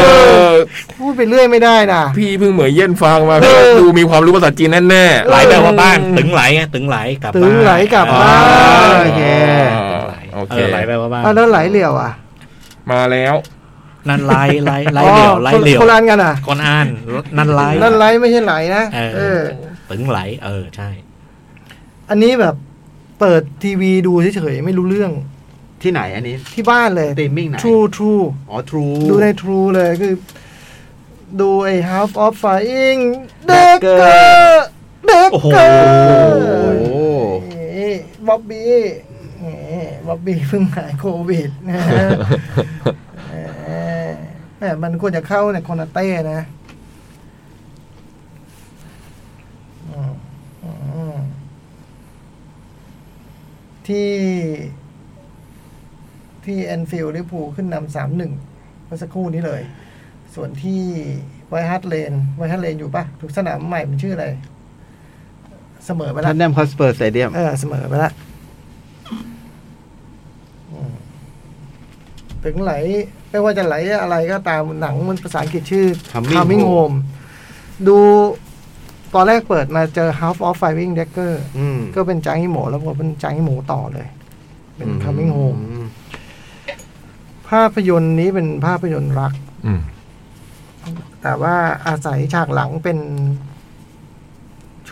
Speaker 2: อ
Speaker 1: พูดไปเรื่อยไม่ได้นะ
Speaker 2: พี่เพิ่งเหมยเยี่ยนฟังมา
Speaker 1: เออ
Speaker 2: ดูมีความรู้ภาษาจีนแน่ๆ
Speaker 4: ไหลแปลว่าบ้านตึงไหลไงตึงไหลกลับบ้าน
Speaker 1: ตึงไหลกลับ
Speaker 4: เออ
Speaker 1: บ้าน
Speaker 5: โอเค
Speaker 4: ตึงไหล
Speaker 2: โอเค
Speaker 4: เออไหลแปลว่าบ้าน
Speaker 1: อ่ะแล้วไหลเหลี่ยวอ่ะ
Speaker 2: มาแล้ว
Speaker 4: นั่นไหลไหลไหลเหลี่ยวไหลเหลี่ยว
Speaker 1: อ๋อคนคนละอันกันอ่ะ
Speaker 4: คนอ่านนั่นไหล
Speaker 1: นั่นไหลไม่ใช่ไหลนะ
Speaker 4: เอ
Speaker 1: เอ
Speaker 4: อ
Speaker 1: อ
Speaker 4: ตึงไหล เออใช่
Speaker 1: อันนี้แบบเปิดทีวีดูเฉยๆไม่รู้เรื่อง
Speaker 5: ที่ไหนอันนี้
Speaker 1: ที่บ้านเลย
Speaker 5: สตรีมมิ่งไหน
Speaker 1: True True
Speaker 5: อ๋อ True
Speaker 1: ดูใน True เลยคือ ดูไอ้ Half of Flying Decker Decker
Speaker 4: โอ้โห
Speaker 5: โอ้
Speaker 1: บ๊อบบี้บ๊อบบี้เพิ่งหายโควิดนะ ฮะเออแหม่มันควรจะเข้าเนี่ยโคนาเต้นะอืม ที่ที่แอนฟิลด์ลิเวอร์พูลขึ้นนำสามหนึ่งเมื่อสักครู่นี้เลย ส่วนที่ไวท์ฮัตเลนไวท์ฮัตเลนอยู่ปะถูกสนามใหม่มันชื่ออะไร เสมอไปละ
Speaker 5: ท่านแนมคอสเปอร์สเตเดียม
Speaker 1: เออเสมอไปละอืมถึงไหล ไม่ว่าจะไหลอะไรก็ตามหนังมันภาษาอังกฤษชื่อ Coming Home ดูตอนแรกเปิดมาเจอ Half of Firing Dagger
Speaker 5: อืม
Speaker 1: ก็เป็นจางฮิโหมแล้วก็เป็นจางฮิโหมต่อเลย เป็น coming home
Speaker 5: อืม
Speaker 1: ภาพยนตร์นี้เป็นภาพยนตร์รัก
Speaker 2: อืม
Speaker 1: แต่ว่าอาศัยฉากหลังเป็น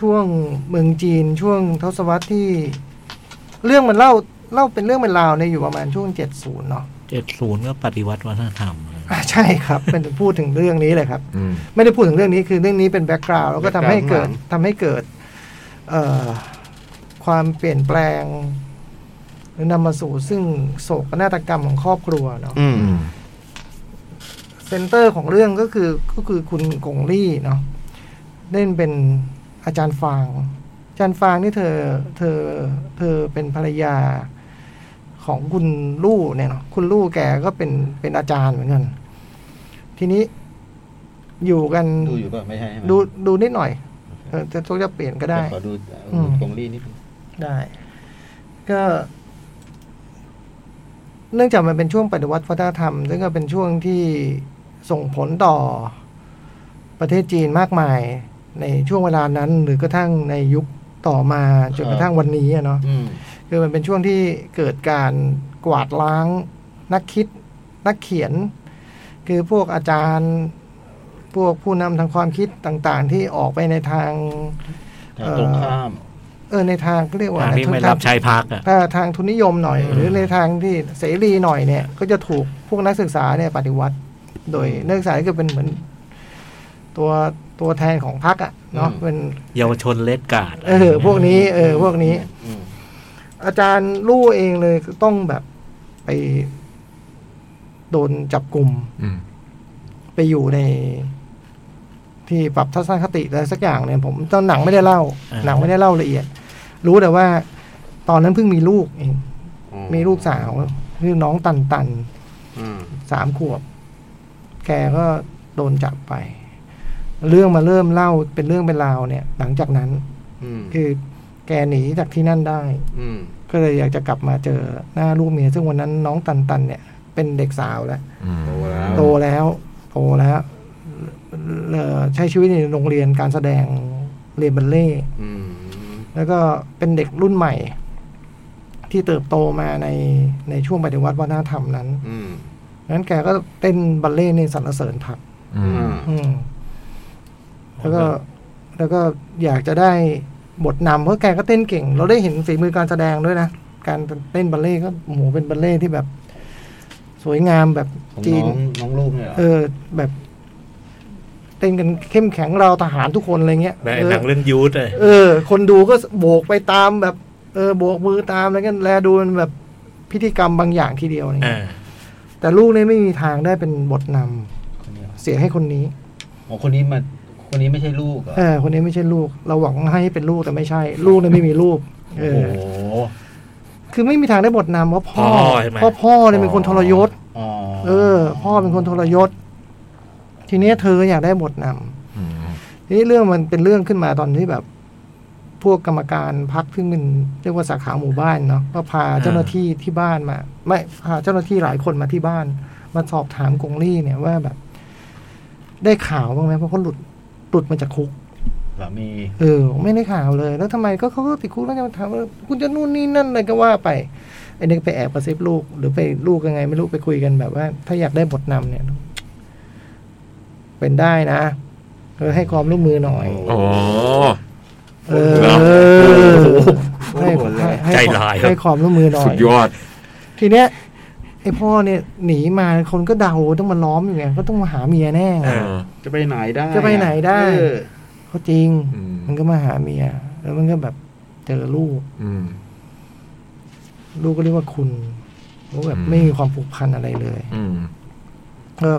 Speaker 1: ช่วงเมืองจีนช่วงทศวรรษที่ เรื่องมันเล่าเล่าเป็นเรื่องเป็นราวในยอยู่ประมาณช่วงเจ็ดศูนย์เนาะ
Speaker 4: เจ็ดศูนย์ก็ปฏิวัติวัฒนธรรมอะไรเงี้ย
Speaker 1: อ่ะใช่ครับ เป็นพูดถึงเรื่องนี้เลยครับ
Speaker 2: อืม
Speaker 1: ไม่ได้พูดถึงเรื่องนี้คือเรื่องนี้เป็นแบ็กกราวด์แล้วก็ทำให้เกิดทำให้เกิด เอ่อความเปลี่ยนแปลงหรือนำมาสู่ซึ่งโศกนาฏกรรมของครอบครัวเนาะ
Speaker 5: อืม
Speaker 2: อืม
Speaker 1: เซนเตอร์ของเรื่องก็คือก็คือคุณกงลี่เนาะเล่นเป็นอาจารย์ฟาง อาจารย์ฟางนี่เธอเธอเธอเป็นภรรยาของคุณลู่เนี่ยเนาะคุณลู่แกก็เป็นเป็นอาจารย์เหมือนกันทีนี้อยู่กัน
Speaker 5: ดูอยู่ป่ะไม่ใช่ใช่ไหม
Speaker 1: ดูดูนิดหน่อยเออจะต้องจะเปลี่ยนก็ได้
Speaker 5: ขอดูเอ่ออ
Speaker 1: ม
Speaker 5: ตรงรีนิดนึง
Speaker 1: ได้ ก็ เนื่องจากมันเป็นช่วงปฏิวัติวัฒนธรรม ซึ่งก็เป็นช่วงที่ส่งผลต่อประเทศจีนมากมาย ในช่วงเวลานั้น หรือกระทั่งในยุคต่อมาจน
Speaker 5: ครับ
Speaker 1: กระทั่งวันนี้อะเนาะ
Speaker 5: อืม
Speaker 1: คือมันเป็นช่วงที่เกิดการกวาดล้างนักคิด นักเขียน คือพวกอาจารย์ พวกผู้นำทางความคิดต่าง ๆ ที่ออกไปในทาง
Speaker 5: ทางตรงข้าม
Speaker 1: เออในทางเขาเรียกว่า
Speaker 4: ทาง
Speaker 1: อะไร
Speaker 4: ที่ไม่รับชายพักอ่ะ
Speaker 1: ถ้าทางทุนนิยมหน่อย
Speaker 5: อืม
Speaker 1: หรือในทางที่เสรีหน่อยเนี่ย ก็จะถูกพวกนักศึกษาเนี่ยปฏิวัติ โดยนักศึกษาก็เป็นเหมือน ตัวตัวแทนของพรรคอ่ะเนาะเป็น
Speaker 4: เยาวชนเลดการ์ด
Speaker 1: เออพวกนี้ เออ พวกนี้
Speaker 5: อืม
Speaker 1: อาจารย์ลู่เองเลยต้องแบบไปโดนจับกลุ่ม
Speaker 2: อืม
Speaker 1: ไปอยู่ใน ที่ปรับทัศนคติอะไรสักอย่างเนี่ยผมตอนหนังไม่ได้เล่า หนังไม่ได้เล่าละเอียด รู้แต่ว่า ตอนนั้นเพิ่งมีลูกเอง
Speaker 5: อื
Speaker 1: มีลูกสาวชื่อน้องตันตัน
Speaker 5: อืม
Speaker 1: สามขวบ แกก็โดนจับไป เรื่องมาเริ่มเล่าเป็นเรื่องเป็นราวเนี่ย หลังจากนั้น
Speaker 5: อืม
Speaker 1: คือแกหนีจากที่นั่นได้
Speaker 5: อืม
Speaker 1: ก็เลยอยากจะกลับมาเจอหน้าลูกเมีย ซึ่งวันนั้นน้องตันตันเนี่ย เป็นเด็กสาวแล้ว
Speaker 2: อืม
Speaker 5: โอ้แล้ว
Speaker 1: โตแล้วโตแล้วเอ่อใช้ชีวิตในโรงเรียนการแสดงเรียนบัลเล่
Speaker 5: อืม
Speaker 1: แล้วก็เป็นเด็กรุ่นใหม่ ที่เติบโตมาในในช่วงปฏิวัติวัฒนธรรมนั้น
Speaker 5: อืม
Speaker 1: นั้นแกก็เต้นบัลเล่ต์ในสรรเสริญพัก
Speaker 2: อืม
Speaker 1: อืม แล้วก็แล้วก็อยากจะได้บทนำเพราะแกก็เต้นเก่ง เราได้เห็นฝีมือการแสดงด้วยนะ การเต้นบัลเล่ต์ก็โอ้โหเป็นบัลเล่ต์ที่แบบ สวยงามแบบ
Speaker 5: ของ
Speaker 1: จี
Speaker 5: น้อน งน้องลูกเนี่ยเหรอ
Speaker 1: เออ แบบ เต้นกันเข้มแข็งเราทหารทุกคนอะไรเงี้ย
Speaker 4: ใน
Speaker 1: เออ
Speaker 4: หนังเรื่องยูทเลย
Speaker 1: เออ คนดูก็โบกไปตามแบบ เออ โบกมือตามอะไรกันแลดูมันแบบพิธีกรรมบางอย่างทีเดียวอะไรเงี้
Speaker 4: อ่า
Speaker 1: ยแต่ลูกเนี่ยไม่มีทางได้เป็นบทนำ
Speaker 5: คนนี้เหรอ
Speaker 1: เสียให้คนนี้
Speaker 5: อ๋อคนนี้มาคนนี้ไม่ใช่ลูกเหรอ
Speaker 1: เออ คนนี้ไม่ใช่ลูก เราหวังให้เป็นลูกแต่ไม่ใช่ ลูกเนี่ยไม่มีลูกเอ
Speaker 5: โอ้โห
Speaker 1: อ คือไม่มีทางได้บทนำเพราะพ่อ
Speaker 4: พ่อใช่ไหม
Speaker 1: เพราะพ่อเนี่ยเป็นคนทรยศ
Speaker 5: อ๋อ
Speaker 1: เออ พ่อเป็นคนทรยศ ทีเนี้ยเธออยากได้บทนำ
Speaker 2: อืม
Speaker 1: ทีนี้เรื่องมันเป็นเรื่องขึ้นมาตอนที่แบบ พวกกรรมการพักซึ่งเป็นเรียกว่าสาขาหมู่บ้านเนาะก็พาเจ้าหน้าที่ที่บ้านมา ไม่พาเจ้าหน้าที่หลายคนมาที่บ้าน มาสอบถามกงลี่เนี่ยว่าแบบ ได้ข่าวบ้างไหมเพราะเขาหลุดหลุดมาจากคุก
Speaker 5: สามี
Speaker 1: เออ ไม่ได้ข่าวเลย แล้วทำไมก็เขาก็ติดคุกแล้วจะมาถามว่าคุณจะนู่นนี่นั่นอะไรก็ว่าไปไอ้นี่ก็ไปแอบกระซิบลูก หรือไปลูกยังไง ไม่รู้ไปคุยกันแบบว่า ถ้าอยากได้บทนำเนี่ย เป็นได้นะเออให้ความร่วมมือหน่อย
Speaker 2: โอ้
Speaker 1: เออให้
Speaker 5: โอ้โหเลย
Speaker 1: ห้
Speaker 4: ใจร้ายครับ
Speaker 1: ให้ความร่วมมือหน่อ
Speaker 2: สุ
Speaker 1: ย
Speaker 2: ดยอด
Speaker 1: ทีเนี้ยไอพ่อเนี่ยหนีมาคนก็เดาต้องมาล้อมอยู่ไงก็ต้องมาหาเมียแน่ไง
Speaker 2: เออ
Speaker 5: จะไปไหนได้
Speaker 1: จะไปไหนได้
Speaker 5: เออ
Speaker 1: เขาจริง
Speaker 2: อืม
Speaker 1: มันก็มาหาเมีย แล้วมันก็แบบเจอลูก
Speaker 2: อืม
Speaker 1: ลูกก็เรียกว่าคุณลูกแบบ
Speaker 2: อืม
Speaker 1: ไม่มีความผูกพันอะไรเลย
Speaker 2: อืม
Speaker 1: เออ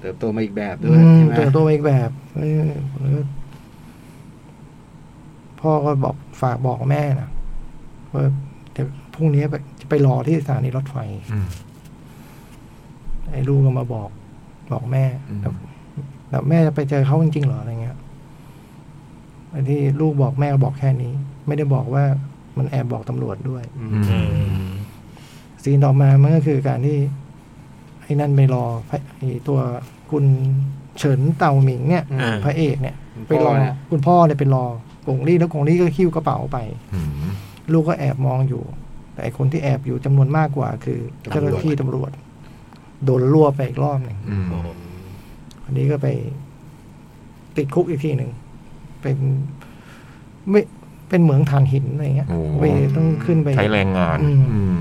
Speaker 5: เติบโตมาอีกแบบด้
Speaker 1: อื
Speaker 5: วย
Speaker 1: ม
Speaker 5: ใช่ไหม
Speaker 1: เติบโตมาอีกแบบเออแล้วก็พ่อก็บอกฝากบอกแม่นะว่าเดี๋ยว พรุ่งนี้ไปจะไปรอที่สถานีรถไฟ
Speaker 2: อืม
Speaker 1: ไอ้ลูกก็มาบอก บอกแม่
Speaker 2: อืม
Speaker 1: แบบแบบแม่จะไปเจอเขาจริงๆเหรออะไรเงี้ยไอ้ที่ลูกบอกแม่ก็บอกแค่นี้ ไม่ได้บอกว่ามันแอบบอกตำรวจด้วย
Speaker 2: อืม
Speaker 1: ซีนต่อมามันก็คือการที่ไอ้นั่นไปรอพระไอ้ตัวคุณเฉินเต่าหมิงเนี่ย
Speaker 5: อืม
Speaker 4: อ่า
Speaker 1: พระเอกเนี่ย ไปรอ
Speaker 5: คุณพ่อ
Speaker 1: คุณพ่อ
Speaker 5: เนี่ย
Speaker 1: เนี่ยไปรอกงลี่แล้วกงลี่ก็คิ้วกระเป๋าไป
Speaker 2: อืม
Speaker 1: ลูกก็แอบมองอยู่ แต่ไอ้คนที่แอบอยู่จำนวนมากกว่า คือเจ้าหน้าที่ตำรวจ โดนรั่วบไปอีกรอบหนึ่ง
Speaker 2: อืม
Speaker 4: โอ้โห
Speaker 1: อันนี้ก็ไปติดคุกอีกที่หนึ่งเป็นไม่เป็นเหมืองถ่านหินอะไรเงี้ยไปต้องขึ้นไป
Speaker 2: ใช้แรงงาน
Speaker 1: อืม
Speaker 2: อืม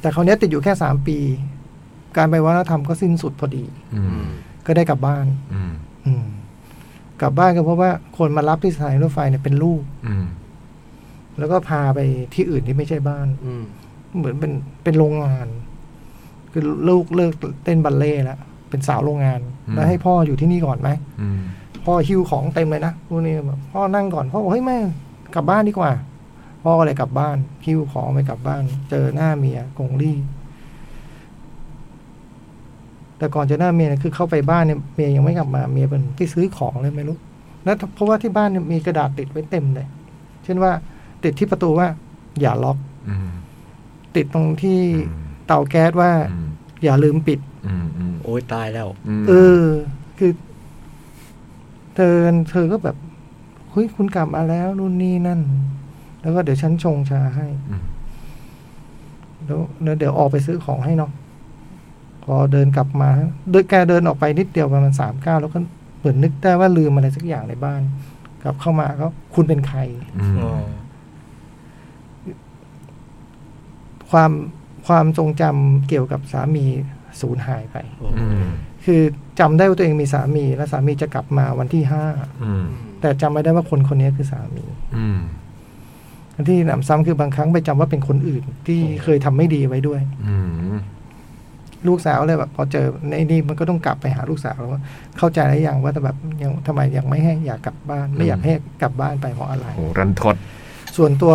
Speaker 1: แต่คราวเนี้ยติดอยู่แค่สามปี การไปวัฒนธรรมก็สิ้นสุดพอดี
Speaker 2: อื
Speaker 5: อื
Speaker 2: ม
Speaker 5: ม
Speaker 1: ก็ได้กลับบ้าน
Speaker 2: อืม
Speaker 1: อืม กลับบ้านก็เพราะว่าคนมารับที่สถานีรถไฟเนี่ยเป็นลูก
Speaker 2: อืม
Speaker 1: แล้วก็พาไปที่อื่นที่ไม่ใช่บ้าน
Speaker 5: อืม
Speaker 1: เหมือนเป็นเป็นโรงงาน คือลูกเลิกเต้นบัลเล่ต์แล้วเป็นสาวโรงงาน แล้วให้พ่ออยู่ที่นี่ก่อนไหม
Speaker 2: อืม
Speaker 1: พ่อหิ้วของเต็มเลยนะพวกนี้แบบพ่อนั่งก่อน พ่อบอกเฮ้ยแม่กลับบ้านดีกว่า พ่อก็เลยกลับบ้านหิ้วของไปกลับบ้าน เจอหน้าเมียกงลี่แต่ก่อนเจอหน้าเมียเนี่ยคือเข้าไปบ้านเนี่ยเมียยังไม่กลับมาเมียเป็นที่ซื้อของเลยไม่รู้แล้วเพราะว่าที่บ้านเนี่ยมีกระดาษติดไว้เต็มเลย เช่นว่า ติดที่ประตูว่า อย่าล็อก
Speaker 2: อืม
Speaker 1: ติดตรงที่เตาแก๊สว่า
Speaker 2: อืม
Speaker 1: อย่าลืมปิด
Speaker 2: อืมอืม
Speaker 4: โอ้ยตายแล้ว
Speaker 2: ม
Speaker 1: เออ คือ เธอเธอก็แบบเฮ้ยคุณกลับมาแล้วนู่นนี่นั่น แล้วก็เดี๋ยวฉันชงชาให้
Speaker 2: ม
Speaker 1: แล้วแล้วเดี๋ยวออกไปซื้อของให้เนาะพอเดินกลับมาเดินแกเดินออกไปนิดเดียวประมาณสามก้าวแล้วก็เหมือนนึกได้ว่าลืมอะไรสักอย่างในบ้าน กลับเข้ามาก็คุณเป็นใคร
Speaker 2: อืม
Speaker 1: ความความทรงจำเกี่ยวกับสามีสูญหายไป
Speaker 4: โอ้
Speaker 2: อืม
Speaker 1: คือจำได้ว่าตัวเองมีสามี และสามีจะกลับมาวันที่ห้า
Speaker 2: อืม
Speaker 1: แต่จำไม่ได้ว่าคนคนนี้คือสามี
Speaker 2: อืม
Speaker 1: ที่หนำซ้ำคือบางครั้งไปจำว่าเป็นคนอื่นที่เคยทำไม่ดีไว้ด้วย
Speaker 2: อืม
Speaker 1: ลูกสาวเลยแบบพอเจอในนี่มันก็ต้องกลับไปหาลูกสาวแล้วว่าเข้าใจแล้วยังว่าแต่แบบยังทำไมยังไม่ให้อยากกลับบ้าน ไม่อยาก
Speaker 2: อืม
Speaker 1: ให้กลับบ้านไปเพราะอะไร
Speaker 2: โหรันทด
Speaker 1: ส่วนตัว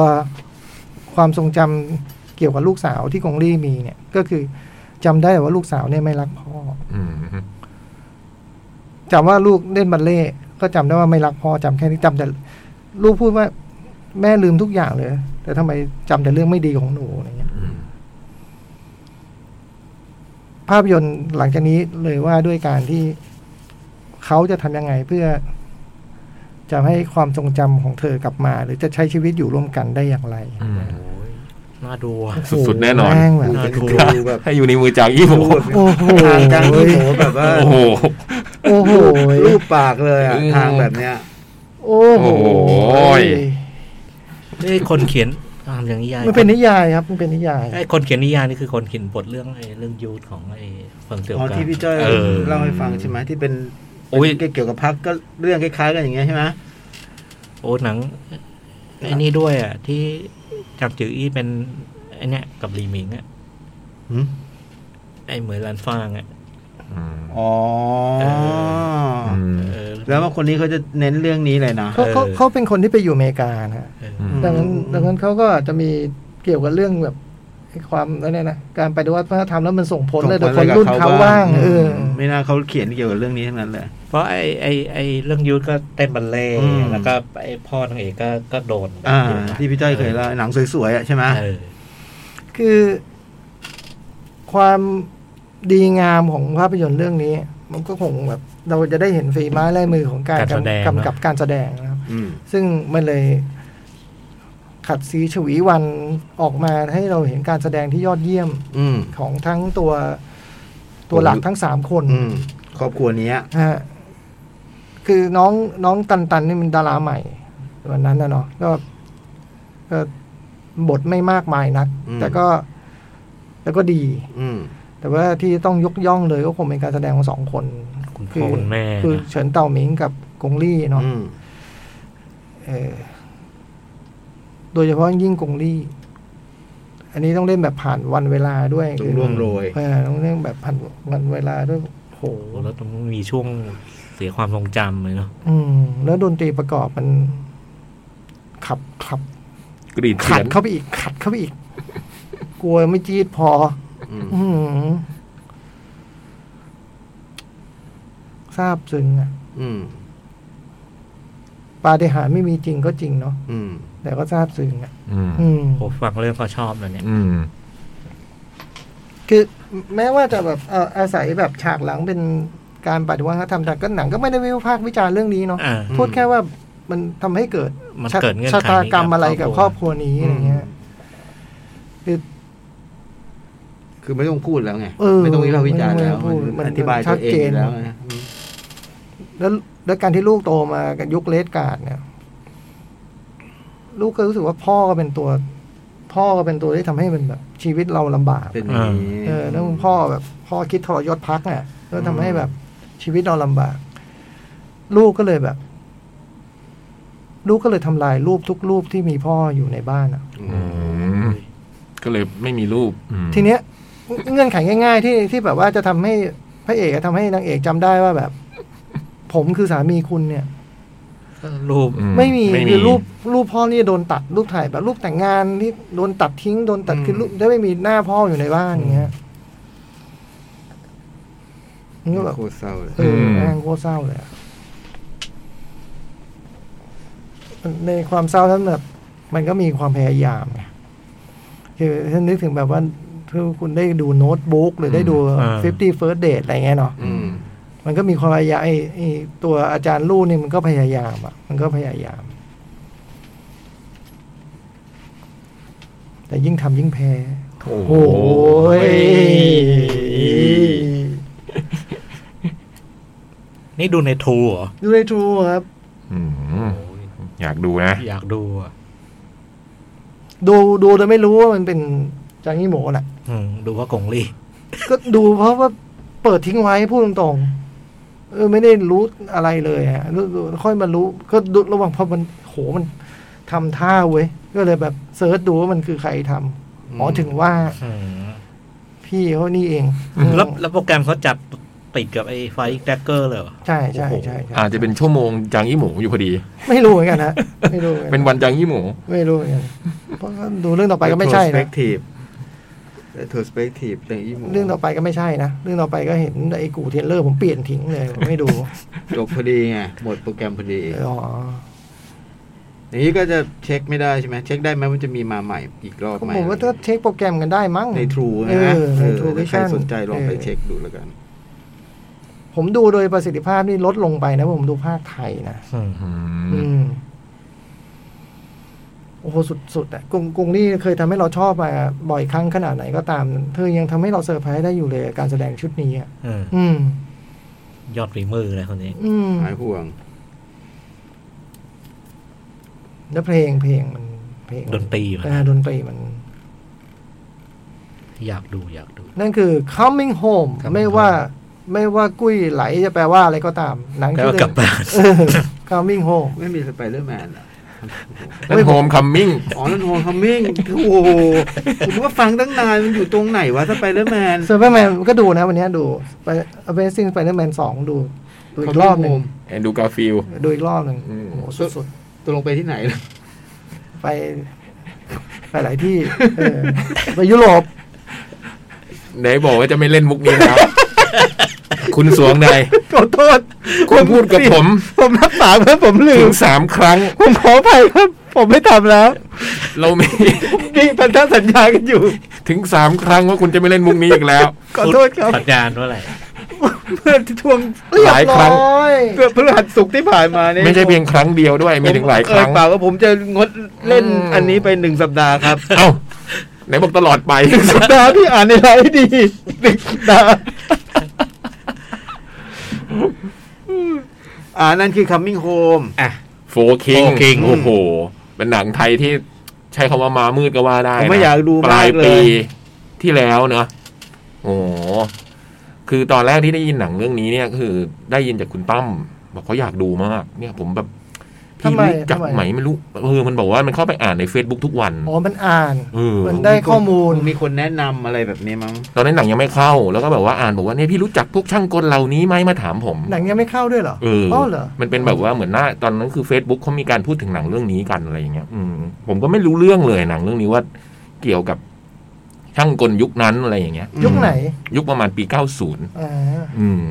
Speaker 1: ความทรงจำเกี่ยวกับลูกสาวที่กงลี่มีเนี่ย ก็คือจำได้แต่ว่าลูกสาวเนี่ยไม่รักพ่อ
Speaker 2: อืม
Speaker 1: จำว่าลูกเล่นบัลเล่ต์ก็จำได้ว่าไม่รักพ่อจำแค่นี้จำแต่ลูกพูดว่าแม่ลืมทุกอย่างเลย แต่ทำไมจำแต่เรื่องไม่ดีของหนูอะไรเงี้ย
Speaker 2: อืม
Speaker 1: ภาพยนตร์หลังจากนี้เลยว่าด้วยการที่เขาจะทำยังไงเพื่อ จะให้ความทรงจำของเธอกลับมา หรือจะใช้ชีวิตอยู่ร่วมกันได้อย่างไร
Speaker 2: อืม
Speaker 4: โอ้ยน่าดูอะ
Speaker 2: สุดๆแน่นอน
Speaker 1: โโหม่งแบบ
Speaker 4: น่าดู
Speaker 5: แบบ
Speaker 2: ให้อยู่ในมือจางอี้ผม
Speaker 1: โอ้โห
Speaker 5: ทางการที่โหแบบว่า
Speaker 2: โอ้โห
Speaker 1: โอ้โห
Speaker 5: รูปปากเลยอ่ะ
Speaker 2: อืม
Speaker 5: ทางแบบเนี้ย
Speaker 1: โอ้โห
Speaker 2: โอ้โห
Speaker 4: นี่คนเขียนตามอย่างนิยาย
Speaker 1: มันเป็นนิยายครับ มันเป็นนิยาย
Speaker 4: ไอ้คนเขียนนิยายนี่คือคนเขียนบทเรื่องไอ้เรื่องยูทของไอ้เฟิงเสี่ยว
Speaker 5: อ๋อ
Speaker 4: กั
Speaker 5: ที่พี่จ้อยเล่าให้ฟังใช่ไหมที่เป็น
Speaker 2: โอ้ย
Speaker 5: เกี่ยวกับพักก็เรื่องคล้ายๆกันอย่างเงี้ยใช่ไหม
Speaker 4: โอ้หนังไอ้นี่ด้วยอ่ะ ที่จำจืออี้เป็นไอ้เนี่ยกับลีหมิงอ่ะไอ้เหมือนลันฟางอ่ะ
Speaker 2: อืม
Speaker 5: อ๋ออ
Speaker 2: อืม
Speaker 4: เออ
Speaker 5: แล้วว่าคนนี้เขาจะเน้นเรื่องนี้เลยนะ
Speaker 1: เขาเขาเขาเป็นคนที่ไปอยู่อเมริกานะฮะ
Speaker 4: เออ
Speaker 5: ม
Speaker 1: ดังนั้นดังนั้นเขาก็จะมีเกี่ยวกับเรื่องแบบไอ้ความอะไรนะการไปดูวัฒนธรรมแล้วมันส่งผลเลยต่อคนรุ่นเขาบ้างเออ
Speaker 5: ไม่น่าเขาเขียนเกี่ยวกับเรื่องนี้ทั้งนั้นเลย
Speaker 4: เพราะไอ้ไอ้ไอ้เรื่องยูทก็เต้นบัลเล่ต์
Speaker 5: อืม
Speaker 4: แล้วก็ไอ้พ่อนางเอกก็ก็โดน
Speaker 5: อ่า ที่พี่จ้อยเคยเล่าหนังสวยๆอ่ะใช่ไหม
Speaker 4: เออ
Speaker 1: คือความดีงามของภาพยนตร์เรื่องนี้ มันก็คงแบบ เราจะได้เห็นฝีไม้ลายมือของการ
Speaker 4: การแสดง
Speaker 1: กำกับการแสดงนะครับ
Speaker 5: อืม
Speaker 1: ซึ่งมันเลย ขัดสีฉวีวันออกมาให้เราเห็นการแสดงที่ยอดเยี่ยม
Speaker 5: อืม
Speaker 1: ของทั้งตัวตัวหลักทั้งสามคน
Speaker 5: อืมครอบครัวเนี้ย
Speaker 1: ฮะคือน้องน้องตันตันนี่มันดาราใหม่วันนั้นนะเนาะก็ก็บทไม่มากมายนัก
Speaker 5: อืม
Speaker 1: แต่ก็แต่ก็ดี
Speaker 5: อืม
Speaker 1: แต่ว่าที่ต้องยกย่องเลยก็คงเป็นการแสดงของสองคน
Speaker 4: คุณพ่อคุณแม่
Speaker 1: คือ
Speaker 4: นะ
Speaker 1: เฉินเต่าหมิงกับกงลี่เนาะ
Speaker 5: อืม
Speaker 1: เออโดยเฉพาะยิ่งกงลี่ อันนี้ต้องเล่นแบบผ่านวันเวลาด้วย
Speaker 5: ต้องร่วงโรย
Speaker 1: เออต้องเล่นแบบผ่านวันเวลาด้วยโห
Speaker 4: โอ้แล้วมันมีช่วงเสียความทรงจำเลยเนาะ
Speaker 1: อืม แล้วดนตรีประกอบมันขับขับ
Speaker 2: กรีดเขี
Speaker 1: ขัด
Speaker 2: ยน
Speaker 1: เข้าไปอีกขัดเข้าไปอีก กลัวไม่จี๊ดพอ
Speaker 5: อืม
Speaker 1: อื้อหือทราบซึ้งอะ
Speaker 5: อืม
Speaker 1: ปาฏิหาริย์ไม่มีจริงก็จริงเนาะ
Speaker 5: อืม
Speaker 1: แต่ก็ทราบซึ้งอะ
Speaker 2: อืม
Speaker 1: อืม
Speaker 4: ผมฟังเรื่องก็ชอบนะเนี่ย
Speaker 2: อืม
Speaker 1: คือแม้ว่าจะแบบเอ่ออาศัยแบบฉากหลังเป็นการปฏิวัติวัฒนธรรมแต่ก็หนังก็ไม่ได้วิพากษ์วิจารณ์เรื่องนี้เนาะ
Speaker 4: อ่า
Speaker 1: พูดแค่ว่ามันทำให้เกิด
Speaker 4: มัน
Speaker 1: ชะ
Speaker 4: เกิดเงื่อนไข
Speaker 1: ชะตากรรม
Speaker 4: นี้กับ
Speaker 1: อะไรกับค
Speaker 4: ค
Speaker 1: ร
Speaker 4: ร
Speaker 1: อ
Speaker 4: อ
Speaker 1: บบ ค
Speaker 4: ครั
Speaker 1: รัว
Speaker 4: ว
Speaker 1: นี้อะไรเงี้ยคือ
Speaker 5: คือไม่ต้องพูดแล้วไง
Speaker 1: เออ
Speaker 5: ไม่ต้องวิพากษ์วิจารณ์แล้ว
Speaker 1: ไม่ต้องพูดมัน
Speaker 5: อธิบายตัวเองอยู่แล้วนะอืม
Speaker 1: แล้วแล้วการที่ลูกโตมากับยุคเลดการ์ดเนี่ย ลูกก็รู้สึกว่าพ่อก็เป็นตัว พ่อก็เป็นตัวที่ทำให้มันแบบ ชีวิตเราลำบาก
Speaker 5: เป็นอย่างนี้
Speaker 1: เออแล้วพ่อแบบพ่อคิดทรยศพักเนี่ยก็ทำให้แบบชีวิตเราลำบาก ลูกก็เลยแบบ ลูกก็เลยทำลายรูปทุกรูปที่มีพ่ออยู่ในบ้านอะ
Speaker 5: ม
Speaker 2: อืม ก็เลยไม่มีรูปอืม
Speaker 1: ทีเนี้ย เงื่อนไขง่าย ๆ ที่ที่แบบว่าจะทำให้พระเอกอะทำให้นางเอกจำได้ว่าแบบ ผมคือสามีคุณเนี่ย
Speaker 4: รูป
Speaker 2: อื
Speaker 1: ไม่มี
Speaker 2: ไม่มี
Speaker 1: คือรูปรูปพ่อนี่โดนตัดรูปถ่ายแบบรูปแต่งงานที่โดนตัดทิ้งโดนตัด
Speaker 4: อืม
Speaker 1: คือรูปได้ไม่มีหน้าพ่ออยู่ในบ้านอย่างเงี้ยมันก็แบบ
Speaker 5: โคตรเศร้าเลย
Speaker 1: เออแม่งโคตรเศร้าเลยอะในความเศร้านั้นแบบ มันก็มีความพยายามไงคือถ้านึกถึงแบบว่าคือคุณได้ดูโน้ตบุ๊กหรือได้ดู
Speaker 4: อ่า
Speaker 1: 50 First Date อะไรเงี้ยเนาะ
Speaker 5: อืม
Speaker 1: มันก็มีความพยายามไอ้ไอ้ตัวอาจารย์ลู่นี่มันก็พยายามอ่ะ มันก็พยายาม แต่ยิ่งทำยิ่งแพ้
Speaker 2: โอ้
Speaker 1: โอ้
Speaker 2: โห
Speaker 1: โห
Speaker 4: นี่ดูในทูเหรอ
Speaker 1: ดูในทูครับ
Speaker 2: อืม
Speaker 4: โอ้ย
Speaker 2: อยากดูนะ
Speaker 4: อยากดูอ่ะ
Speaker 1: ดูดูโดยไม่รู้ว่ามันเป็นจางยี่หมูน่ะ
Speaker 4: อืมดูว่ากงลี
Speaker 1: ก็ดูเพราะว่าเปิดทิ้งไว้พูดตรงๆเออไม่ได้รู้อะไรเลยฮะรู้รู้ค่อยมารู้ ก็ดูระหว่างพอมันโหมันทำท่าเว้ย ก็เลยแบบเซิร์ชดูว่ามันคือใครทำอ๋อถึงว่า
Speaker 4: อืม
Speaker 1: พี่เขานี่เอง
Speaker 4: แล้วแล้วโปรแกรมเขาจัดติดกับไอ้ไฟแท็กเกอร์เลยเหรอ
Speaker 1: ใช่ใช่
Speaker 4: โอ้โห
Speaker 1: ใช่ใช่
Speaker 2: อาจจะเป็นชั่วโมงจางยี่หมูอยู่พอดี
Speaker 1: ไม่รู้เหมือนกันฮะไม่รู้หมือกั
Speaker 2: เป็นวันจางยี่หมู
Speaker 1: ไม่รู้เหมือนกันเพราะว่าดูเรื่องต่อไปก็ไม่ใช่นะ
Speaker 5: retrospective retrospective อย่างอีหมู
Speaker 1: เรื่องต่อไปก็ไม่ใช่นะเรื่องต่อไปก็เห็นไอ้กูเทรลเลอร์ผมเปลี่ยนทิ้งเลยผมไม่ดู
Speaker 5: จบพอดีไง หมดโปรแกรมพอดี
Speaker 1: อ๋อ
Speaker 5: อย่างนี้ก็จะเช็คไม่ได้ใช่ไหมเช็คได้ไหมว่าจะมีมาใหม่อีกรอบไหม
Speaker 1: ผมว่าถ้าเช็คโปรแกรมกันได้มั้ง
Speaker 5: ในทรู
Speaker 1: เอ
Speaker 5: นะ
Speaker 1: อใน
Speaker 5: เออ
Speaker 1: True
Speaker 5: ถ้าใคร
Speaker 1: Vision
Speaker 5: สนใจลองไป
Speaker 1: เออ
Speaker 5: เช็คดูแล้วกัน
Speaker 1: ผมดูโดยประสิทธิภาพนี่ลดลงไปนะผมดูภาคไทยนะ
Speaker 4: อืม
Speaker 2: อืม
Speaker 1: อืมโอ้โหสุดๆอ่ะกรุงกรุงนี่เคยทำให้เราชอบมาบ่อยครั้งขนาดไหนก็ตาม เธอยังทำให้เราเซอร์ไพรส์ได้อยู่เลยการแสดงชุดนี้อ่ะ
Speaker 4: อืม
Speaker 1: อืม
Speaker 4: ยอดฝีมือเลยคนนี้
Speaker 1: อืม
Speaker 5: หายห่วง
Speaker 1: แล้วเพลงเพลงมันเพลงมั
Speaker 4: ดนตรีมัน
Speaker 1: อ่าดนตรีมัน
Speaker 4: อยากดูอยากดู
Speaker 1: นั่นคือ coming home
Speaker 4: Coming
Speaker 1: ไม่ว่า ไม่ว่ากุ้ยไหลจะแปลว่าอะไรก็ตาม หนัง
Speaker 4: แปล
Speaker 1: ชื่
Speaker 4: ว่า
Speaker 1: อเรื่
Speaker 4: กลั
Speaker 1: อบ ง
Speaker 4: บ้าน
Speaker 1: coming home
Speaker 5: ไม่มีสไปเดอร์แมนอ่ะ
Speaker 2: นั่นโฮมคัมมิ่ง
Speaker 5: อ๋อนั่นโฮมคัมมิ่งโอ้โหผมก็ฟังตั้งนาน มันอยู่ตรงไหนวะสไปเดอร์แมน
Speaker 1: ซูเปอร์แมนก็ดูนะวันเนี้ยดูไป Amazing Spider-Man 2 ดู ดูอีกรอบหนึ่ง
Speaker 2: แอนดูการ์ฟิล
Speaker 1: ดูอีกรอบหนึ่ง
Speaker 2: อืม
Speaker 1: โอ้โหสุด
Speaker 5: ตัวลงไปที่ไหนล่ะ
Speaker 1: ๆ ไป ไปหลายที่เออไปยุโรป
Speaker 2: ไหนบอกว่าจะไม่เล่นมุกนี้นะครับ คุณสวงนาย
Speaker 1: ขอโทษ
Speaker 2: คุณพูดกับผม
Speaker 1: ผมรับปากเพื่อผมลืม
Speaker 2: ถึงสามครั้ง
Speaker 1: ผมขออภัยครับ ผมไม่ทำแล้ว
Speaker 2: เรามี
Speaker 1: นี่พันธสัญญากันอยู่
Speaker 2: ถึงสามครั้งว่าคุณจะไม่เล่นมุกนี้อีกแล้ว
Speaker 1: ขอโทษครับ
Speaker 4: สัญญาณว่าอะไร
Speaker 5: เพื่อนที่ทวง
Speaker 2: หลายครั้ง
Speaker 1: เบร้อย
Speaker 5: เพื่อนพฤหัสสุกร์ที่ผ่านมานี่
Speaker 2: ไม่ใช่เพียงครั้งเดียวด้วย มีถึงหลายครั้ง
Speaker 5: เอ่ยปากว่าผมจะงดเล่น
Speaker 2: อืม
Speaker 5: อันนี้ไปหนึ่งสัปดาห์ครับ
Speaker 2: เอ้าไหนบอกตลอดไป
Speaker 5: สัปดาห์ที่อ่านในไลน์ดีหนึ่งสัปดาห์ อ่านั่นคือ coming home อ่ะ
Speaker 2: โฟคิง
Speaker 5: Four King
Speaker 2: โอ้โห เป็นหนังไทยที่ใช้คำว่ามามืดก็ว่าได้
Speaker 5: ผม
Speaker 2: นะ
Speaker 5: ไม่อยากดู
Speaker 2: ปลาม
Speaker 5: าย กเลย
Speaker 2: ปีที่แล้วเนอะโอ้โหคือตอนแรกที่ได้ยินหนังเรื่องนี้เนี่ย คือได้ยินจากคุณตั้มบอกเขาอยากดูมาก เนี่ยผมแบบพี่
Speaker 1: ทำไม
Speaker 2: รู้จัก
Speaker 1: ทำ
Speaker 2: ไหม
Speaker 1: ไม
Speaker 2: ไม่รู้เออมันบอกว่ามันเข้าไปอ่านใน Facebook ทุกวัน
Speaker 1: อ๋อมันอ่าน
Speaker 2: เออ
Speaker 1: มันได้ข้อมูล
Speaker 5: มีคนแนะนำอะไรแบบนี้มั้ง
Speaker 2: ตอนนั้นหนังยังไม่เข้า แล้วก็แบบว่าอ่านบอกว่าเนี่ยพี่รู้จักพวกช่างกลเหล่านี้ไหมมาถามผม
Speaker 1: หนังยังไม่เข้าด้วยเหรอ
Speaker 2: เออ
Speaker 1: อ๋อเหรอ
Speaker 2: มันเป็นแบบว่าเหมือนหน้าตอนนั้นคือ Facebook เขามีการพูดถึงหนังเรื่องนี้กันอะไรอย่างเงี้ยอืมผมก็ไม่รู้เรื่องเลยหนังเรื่องนี้ว่าเกี่ยวกับ ช่างกลยุคนั้นอะไรอย่างเงี้ย
Speaker 5: อืม
Speaker 1: ยุคไหน
Speaker 2: ยุคประมาณปี 90
Speaker 1: อ่า
Speaker 2: อืม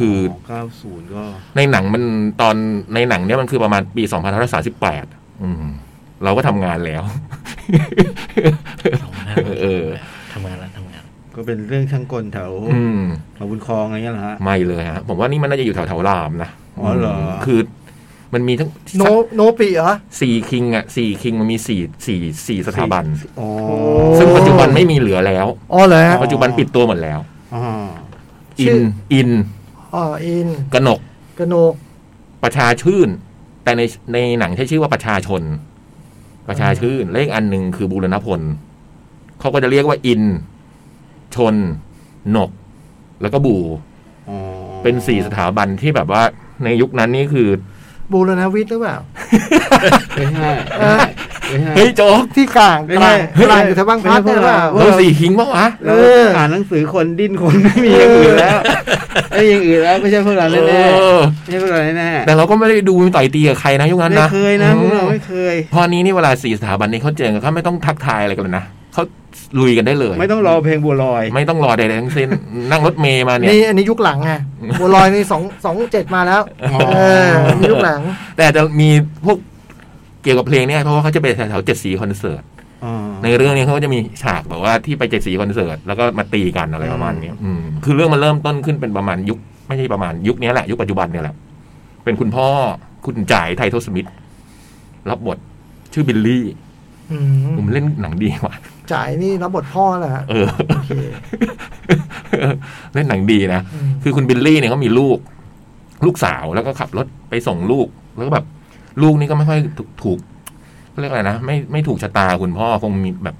Speaker 2: คือ
Speaker 5: เก้าศูนย์ก็
Speaker 2: ในหนังมันตอนในหนังเนี้ยมันคือประมาณปี2538อืม เราก็ทำงานแล้ว เออ
Speaker 4: ทำงานแล้วทำงาน
Speaker 5: ก็เป็นเรื่องช่างกลแถว
Speaker 2: อืม
Speaker 5: แถวบุญคลองอะไรเงี้ยเหรอฮะ
Speaker 2: ไม่เลยฮะ ผมว่านี่มันน่าจะอยู่แถวแถวรามนะ
Speaker 5: อ๋อเหรอ
Speaker 2: คือ มันมีทั้ง
Speaker 1: โนโนปีเหรอ
Speaker 2: สี่คิงอ่ะสี่คิงมันมีสี่สี่สี่สถาบัน
Speaker 5: โอ้
Speaker 1: โอ้
Speaker 2: ซึ่งปัจจุบันไม่มีเหลือแล้ว
Speaker 1: อ๋อเหรอฮะ
Speaker 2: ปัจจุบันปิดตัวหมดแล้ว
Speaker 5: อ่า
Speaker 2: อิ
Speaker 1: ชื่
Speaker 2: น
Speaker 1: อ
Speaker 2: อิน
Speaker 1: อ๋ออิน
Speaker 2: กนก
Speaker 1: กโนก
Speaker 2: ประชาชื่น แต่ในในหนังใช้ชื่อว่าประชาชน ประชาชื่น เลขอันหนึ่งคือบูรณพลเขาก็จะเรียกว่าอิน ชน นก แล้วก็บู
Speaker 5: อ๋อ
Speaker 2: เป็นสี่สถาบันที่แบบว่าในยุคนั้นนี่คือ
Speaker 1: บูรณวิทย์หรือเปล่า
Speaker 5: ไม่ใช่
Speaker 1: เออ
Speaker 5: ไม่ใช่
Speaker 2: เฮ้ยโจ๊ก
Speaker 1: ที่กลาง
Speaker 5: ไม่
Speaker 1: ก
Speaker 5: ใช่
Speaker 1: ลาง
Speaker 5: เฮ้ย
Speaker 1: กลางอยู่แถวบางพลัด
Speaker 5: ไม่
Speaker 1: หรื
Speaker 5: ใช่
Speaker 1: อเปล่า
Speaker 5: พวก
Speaker 2: เราสี่คิงปะวะ
Speaker 5: เรา
Speaker 1: เออ
Speaker 5: อ่านหนังสือคนดิ้นคนไม่มีอย่างอื่นแล้วไอ้อย่างอื่นแล้วไม่ใช่พวกเราแน่
Speaker 2: เออ
Speaker 5: ๆไม่ใช่พวกเราแน่
Speaker 2: แต่เราก็ไม่ได้ดูต่อยตีกับใครนะยุค
Speaker 5: ๆ
Speaker 2: นั้น
Speaker 5: ไม่
Speaker 2: นะ
Speaker 5: เคยนะพ
Speaker 2: อื
Speaker 5: ว
Speaker 2: ม
Speaker 5: กเราไม่เคย
Speaker 2: พอนี้นี่เวลาสี่สถาบันนี้เขาเจอกันเขาไม่ต้องทักทายอะไรกันเลยนะเขาลุยกันได้เลย
Speaker 5: ไม่ต้องรอเพลงบัวลอย
Speaker 2: ไม่ต้องรอใดๆ ทั้งสิ้น นั่งรถเมย์มาเนี่ย
Speaker 1: นี่อันนี้ยุคหลังไงบัวลอยนี่สองสองเจ็ดมาแล้ว
Speaker 5: อ๋อ
Speaker 1: เอออันนี้ยุคหลัง
Speaker 2: แต่จะมีพวกเกี่ยวกับเพลงเนี่ยเพราะว่าเขาจะไปแถวๆเจ็ดสีคอนเสิร์ต
Speaker 5: อ่า
Speaker 2: ในเรื่องนี้เขาก็จะมีฉากแบบว่าที่ไปเจ็ดสีคอนเสิร์ตแล้วก็มาตีกันอะไรประมาณนี้อืมคือเรื่องมันเริ่มต้นขึ้นเป็นประมาณยุคไม่ใช่ประมาณยุคนี้แหละยุคปัจจุบันเนี่ยแหละเป็นคุณพ่อคุณจ่ายไททอลสมิธรับบทชื่อบิลลี่
Speaker 1: อื
Speaker 2: ผม
Speaker 1: ม
Speaker 2: เล่นหนังดีว่ะ
Speaker 1: จ่ายนี่รับบทพ่อแหละฮะ
Speaker 2: เออ เล่นหนังดีนะ
Speaker 1: อืม
Speaker 2: คือคุณบิลลี่เนี่ยเขามีลูก ลูกสาวแล้วก็ขับรถไปส่งลูก แล้วก็แบบ ลูกนี่ก็ไม่ค่อยถูกถูกเขาเรียกอะไรนะไม่ไม่ถูกชะตาคุณพ่อคงมีแบบ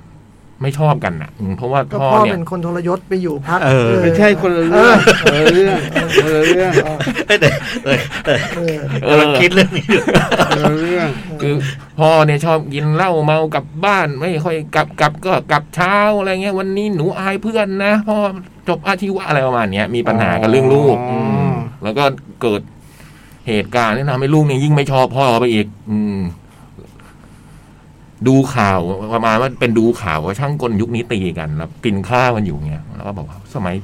Speaker 2: ไม่ชอบกันอ่ะอืมเพราะว่า
Speaker 1: ก็
Speaker 2: พ่อ
Speaker 1: พ่อ
Speaker 2: เนี่ย
Speaker 1: เป็นคนทรยศไปอยู่พัก
Speaker 2: เออ
Speaker 5: ไม่ใช่คนละเรื่องคนละเรื่องคนละเรื่อง
Speaker 4: แต่แต่แต่
Speaker 1: เออ
Speaker 2: เอก
Speaker 4: ำลัง
Speaker 2: อ
Speaker 4: คิดเรื่องนี้อยู่
Speaker 5: คนละเรื่อง
Speaker 2: คือพ่อเนี่ยชอบกินเหล้าเมากลับบ้าน ไม่ค่อยกลับกลับก็กลับเช้าอะไรเงี้ยวันนี้หนูอายเพื่อนนะพ่อจบอาชีวะอะไรประมาณเนี้ยมีปัญหากันเรื่องลูกมแล้วก็เกิดเหตุการณ์ที่ทำให้ลูกเนี่ยยิ่งไม่ชอบพ่อไปอีก อืม ดูข่าวประมาณว่าเป็นดูข่าวว่าช่างกลยุคนี้ตีกันแล้วกินข้าวกันอยู่เงี้ยแล้วก็บอกว่าสมัย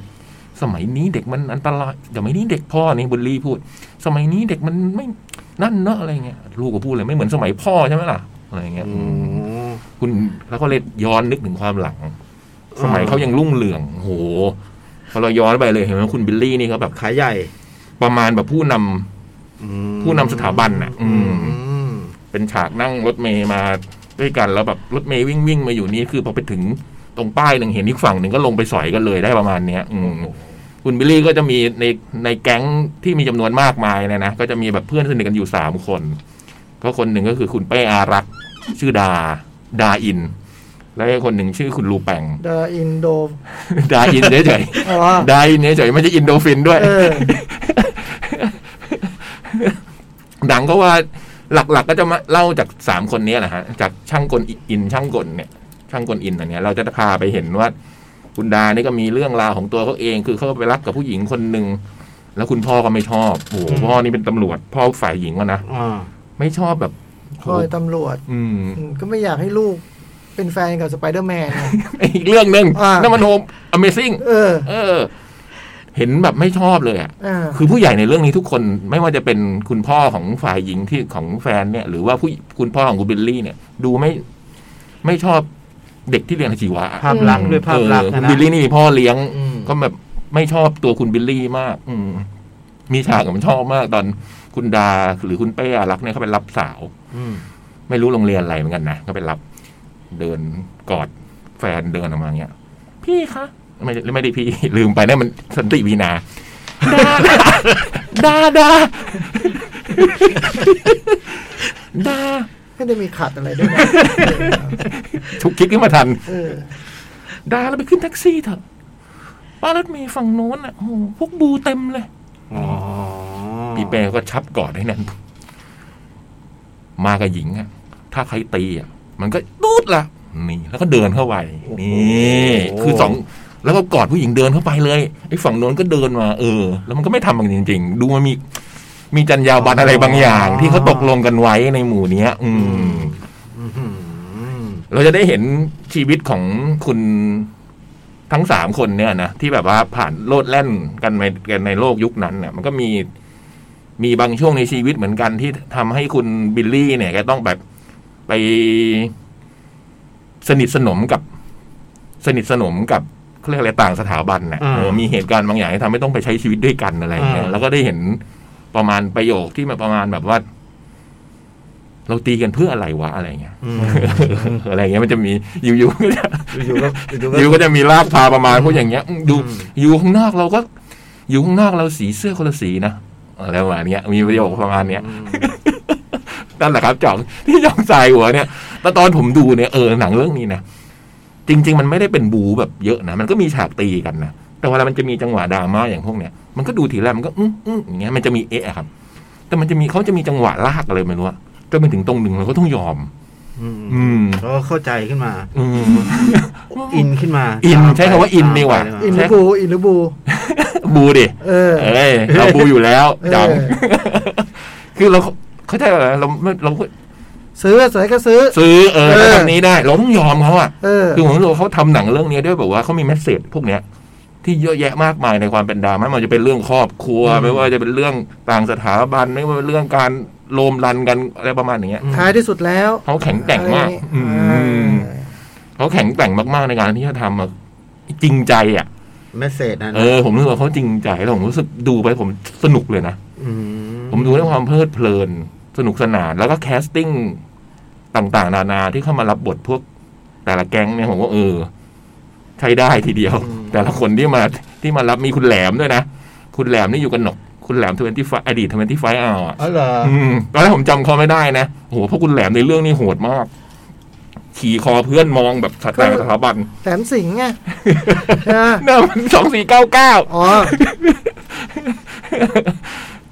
Speaker 2: สมัยนี้เด็กมันอันตรายสมัยนี้เด็กพ่อนี่บุลลี่พูด สมัยนี้เด็กมันไม่นั่นเนอะอะไรเงี้ยลูกก็พูดเลยไม่เหมือนสมัยพ่อใช่ไหมล่ะอะไรเงี้ย
Speaker 5: อื
Speaker 2: อืม
Speaker 5: ม
Speaker 2: คุณแล้วก็เลยย้อนนึกถึงความหลัง
Speaker 5: อ่า
Speaker 2: สมัยเขายังรุ่งเรืองโหพอเราย้อนไปเลยเห็นไหมคุณบิลลี่นี่เขาแบบ
Speaker 5: ขายใหญ่
Speaker 2: ประมาณแบบผู้นำ
Speaker 5: อืม
Speaker 2: ผู้นำสถาบันน่ะอืม
Speaker 5: อืม
Speaker 2: เป็นฉากนั่งรถเมย์มาด้วยกันแล้วแบบรถเมย์วิ่งวิ่งมาอยู่นี่คือพอไปถึงตรงป้ายหนึ่งเห็นอีกฝั่งหนึ่งก็ลงไปสอยกันเลยได้ประมาณเนี้ยอืมคุณบิลลี่ก็จะมีในในแก๊งที่มีจำนวนมากมายเนี่ยนะก็จะมีแบบเพื่อนสนิทกันอยู่สามคน ก็คนหนึ่งก็คือคุณเป้อารักษ์ชื่อดา ดาอิน แล้วก็คนหนึ่งชื่อคุณลูแปง
Speaker 1: เดอะอินโด
Speaker 2: ดาอินเฉย
Speaker 1: อ๋อ
Speaker 2: ๆดาอินเฉยๆไม่ใช่อินโดฟินด้วย
Speaker 1: เออ
Speaker 2: หนังก็ว่าหลักๆก็จะมาเล่าจากสามคนนี้แหละฮะจากช่างกลอินช่างกลเนี่ย ช่างกลอินอันเนี้ยเราจะพาไปเห็นว่าคุณดานี่ก็มีเรื่องราวของตัวเขาเอง คือเขาไปรักกับผู้หญิงคนหนึ่งแล้วคุณพ่อก็ไม่ชอบโอ้โห
Speaker 5: อืม
Speaker 2: พ่อนี่เป็นตำรวจ พ่อฝ่ายหญิงก็นะ
Speaker 5: อ่า
Speaker 2: ไม่ชอบแบบ
Speaker 1: คอยตำรวจ
Speaker 2: อืม
Speaker 1: อืมก็ไม่อยากให้ลูกเป็นแฟนกับสไปเดอร์แมนไง
Speaker 2: อีกเรื่องหนึ่ง
Speaker 1: อ่านั่
Speaker 2: นั่นมันโฮม Amazing
Speaker 1: เออ
Speaker 2: เออ เห็นแบบไม่ชอบเลยอะ
Speaker 1: อ่า
Speaker 2: คือผู้ใหญ่ในเรื่องนี้ทุกคนไม่ว่าจะเป็นคุณพ่อของฝ่ายหญิงที่ของแฟนเนี่ย หรือว่าผู้คุณพ่อของคุณบิลลี่เนี่ย ดูไม่ ไม่ชอบเด็กที่เรียนอาชีวะ
Speaker 5: ภาพลักษณ์ด้วยภาพลักษณ์
Speaker 2: เออคุ
Speaker 5: นะ
Speaker 2: ณบิลลี่นี่มีพ่อเลี้ยง
Speaker 5: อืม
Speaker 2: ก็แบบไม่ชอบตัวคุณบิลลี่มาก อืมมีฉากผมชอบมาก ตอนคุณดาหรือคุณเป้อารักษ์เนี่ยเขาไปรับสาว
Speaker 5: อืม
Speaker 2: ไม่รู้โรงเรียนอะไรเหมือนกันนะก็ไปรับ เดินกอดแฟนเดินออกมาอย่างเงี้ย พี่คะไม่ได้ไม่ได้พี่ ลืมไปนะมันสันติวีนา ดาดา ดาดา
Speaker 1: ไม่ได้มีขัดอะไรด้วยนะ
Speaker 2: ทุกคิดขึ้นมาทัน
Speaker 1: เออ
Speaker 2: ดาแล้วไปขึ้นแท็กซี่เถอะป้ารถเมย์ฝั่งโน้นอ่ะโอ้โหพวกบูเต็มเลย
Speaker 5: อ๋อ
Speaker 2: ปีเป้ก็ชับกอดให้แน่นมากับหญิงอะถ้าใครตีอะมันก็ตูดละนี่แล้วก็เดินเข้าไปนี่คือสองแล้วก็กอดผู้หญิงเดินเข้าไปเลยไอ้ฝั่งโน้นก็เดินมา เออ แล้วมันก็ไม่ทำกันจริง ๆ ดูมันมี มีจรรยาบรรณอะไรบางอย่าง ที่เขาตกลงกันไว้ในหมู่เนี้ย อืม
Speaker 5: อื้อหือ
Speaker 2: เราจะได้เห็นชีวิตของคุณ ทั้งสามคนเนี่ยนะที่แบบว่าผ่านโลดแล่นกันในกันในโลกยุคนั้นเนี่ยมันก็มีมีบางช่วงในชีวิตเหมือนกันที่ทำให้คุณบิลลี่เนี่ยแกต้องแบบไปสนิทสนมกับ สนิทสนมกับเขาเรียกอะไรต่างสถาบันเนี่ย
Speaker 5: อ่า
Speaker 2: เออมีเหตุการณ์บางอย่างที่ทำให้ต้องไปใช้ชีวิตด้วยกันอะไรอย่างเงี้ย
Speaker 5: อ่า
Speaker 2: แล้วก็ได้เห็นประมาณประโยคที่มันประมาณแบบว่า เราตีกันเพื่ออะไรวะอะไรอย่างเงี้ย
Speaker 5: อืม
Speaker 2: อะไรอย่างเงี้ยมันจะมีอยู่ๆ ก็จะ
Speaker 5: อยู่ๆก็อยู่
Speaker 2: ยู
Speaker 5: ๆก็
Speaker 2: ก็จะมีลากพาประมาณพวกอย่างเงี้ยดู
Speaker 5: อืม
Speaker 2: อยู่ข้างนอกเราก็ อยู่ข้างนอกเราสีเสื้อคนละสีนะอะไรประมาณเนี้ย มีประโยคประมาณเนี้ย
Speaker 5: อืม
Speaker 2: นั่นแหละครับจ่องที่จ่องใส่หัวเนี่ยแต่ตอนผมดูเนี่ยเออหนังเรื่องนี้นะจริง ๆ มันไม่ได้เป็นบูแบบเยอะนะมันก็มีฉากตีกันนะแต่เวลามันจะมีจังหวะดราม่าอย่างพวกเนี้ยมันก็ดูทีแรกมันก็อื้ออื้ออย่างเงี้ยมันจะมีเอะอะครับ แต่มันจะมีเขาจะมีจังหวะลากอะไรไม่รู้อะจนไปถึงตรงหนึ่งเราก็ต้องยอม
Speaker 5: อืม
Speaker 2: อืม
Speaker 5: แล้วก็เข้าใจขึ้นมา
Speaker 2: อืม
Speaker 5: อินขึ้นมา
Speaker 2: อิน
Speaker 5: ตาม
Speaker 2: ใช้คำว่าอินดีกว่า
Speaker 5: ตมไป
Speaker 1: อิน
Speaker 5: เล
Speaker 1: หรื
Speaker 5: ย
Speaker 1: อบูอินหรือบู
Speaker 2: บูดิ
Speaker 1: เออ
Speaker 2: เอ้ยเราบูอยู่แล้ว
Speaker 1: เออ
Speaker 2: จัง คือเราเข้าใจว่าเราไม่เรา
Speaker 1: ซื้อสวยก็ซื้อ
Speaker 2: ซื้อเออ
Speaker 1: เออ
Speaker 2: ทำนี้ได้ เราต้องยอมเขาอ่ะ
Speaker 1: เออ
Speaker 2: คือผมรู้สึกว่าเขาทำหนังเรื่องนี้ด้วยแบบว่าเขามีเมสเซจพวกเนี้ย ที่เยอะแยะมากมายในความเป็นดราม่าไมันจะเป็นเรื่องครอบครัว ไม่ว่าจะเป็นเรื่องต่างสถาบันไม่ว่าเรื่องการโลมรันกันอะไรประมาณอย่างเงี้ย
Speaker 1: ท้ายที่สุดแล้ว
Speaker 2: เขาแข็งแกร่งมาก อื
Speaker 1: อะไรอย่างงี้
Speaker 2: ม
Speaker 1: เออ
Speaker 2: เขาแข็งแกร่งมากๆในการที่จะทำอะจริงใจอ่ะ
Speaker 5: เมสเซจนะ
Speaker 2: เออผมรู้สึกว่าเขาจริงใจแล้วผมรู้สึกดูไปผมสนุกเลยนะ
Speaker 5: ม
Speaker 2: ผมดูด้วยความเพลิดเพลิน สนุกสนาน แล้วก็แคสติ้งต่างๆ นานาที่เข้ามารับบทพวก แต่ละแก๊งเนี่ยผมว่าเออ ใช้ได้ทีเดียว แต่ละคนที่มาที่มารับมีคุณแหลมด้วยนะ คุณแหลมนี่อยู่กันหนก คุณแหลมทเวนตี้ไฟอดีตทเวนตี้ไฟเอาอ่ะ
Speaker 5: อ๋อเหรอ
Speaker 2: อืมตอนแรกผมจำเขาไม่ได้นะโอ้โหเพราะคุณแหลมในเรื่องนี่โหดมาก ขี่คอเพื่อนมองแบบสัตว์ต่างสถาบัน
Speaker 1: แสนสิงห์ไง ใช่ไหม
Speaker 2: หน้ามันสองสี่เก้าเก้า
Speaker 1: อ๋อ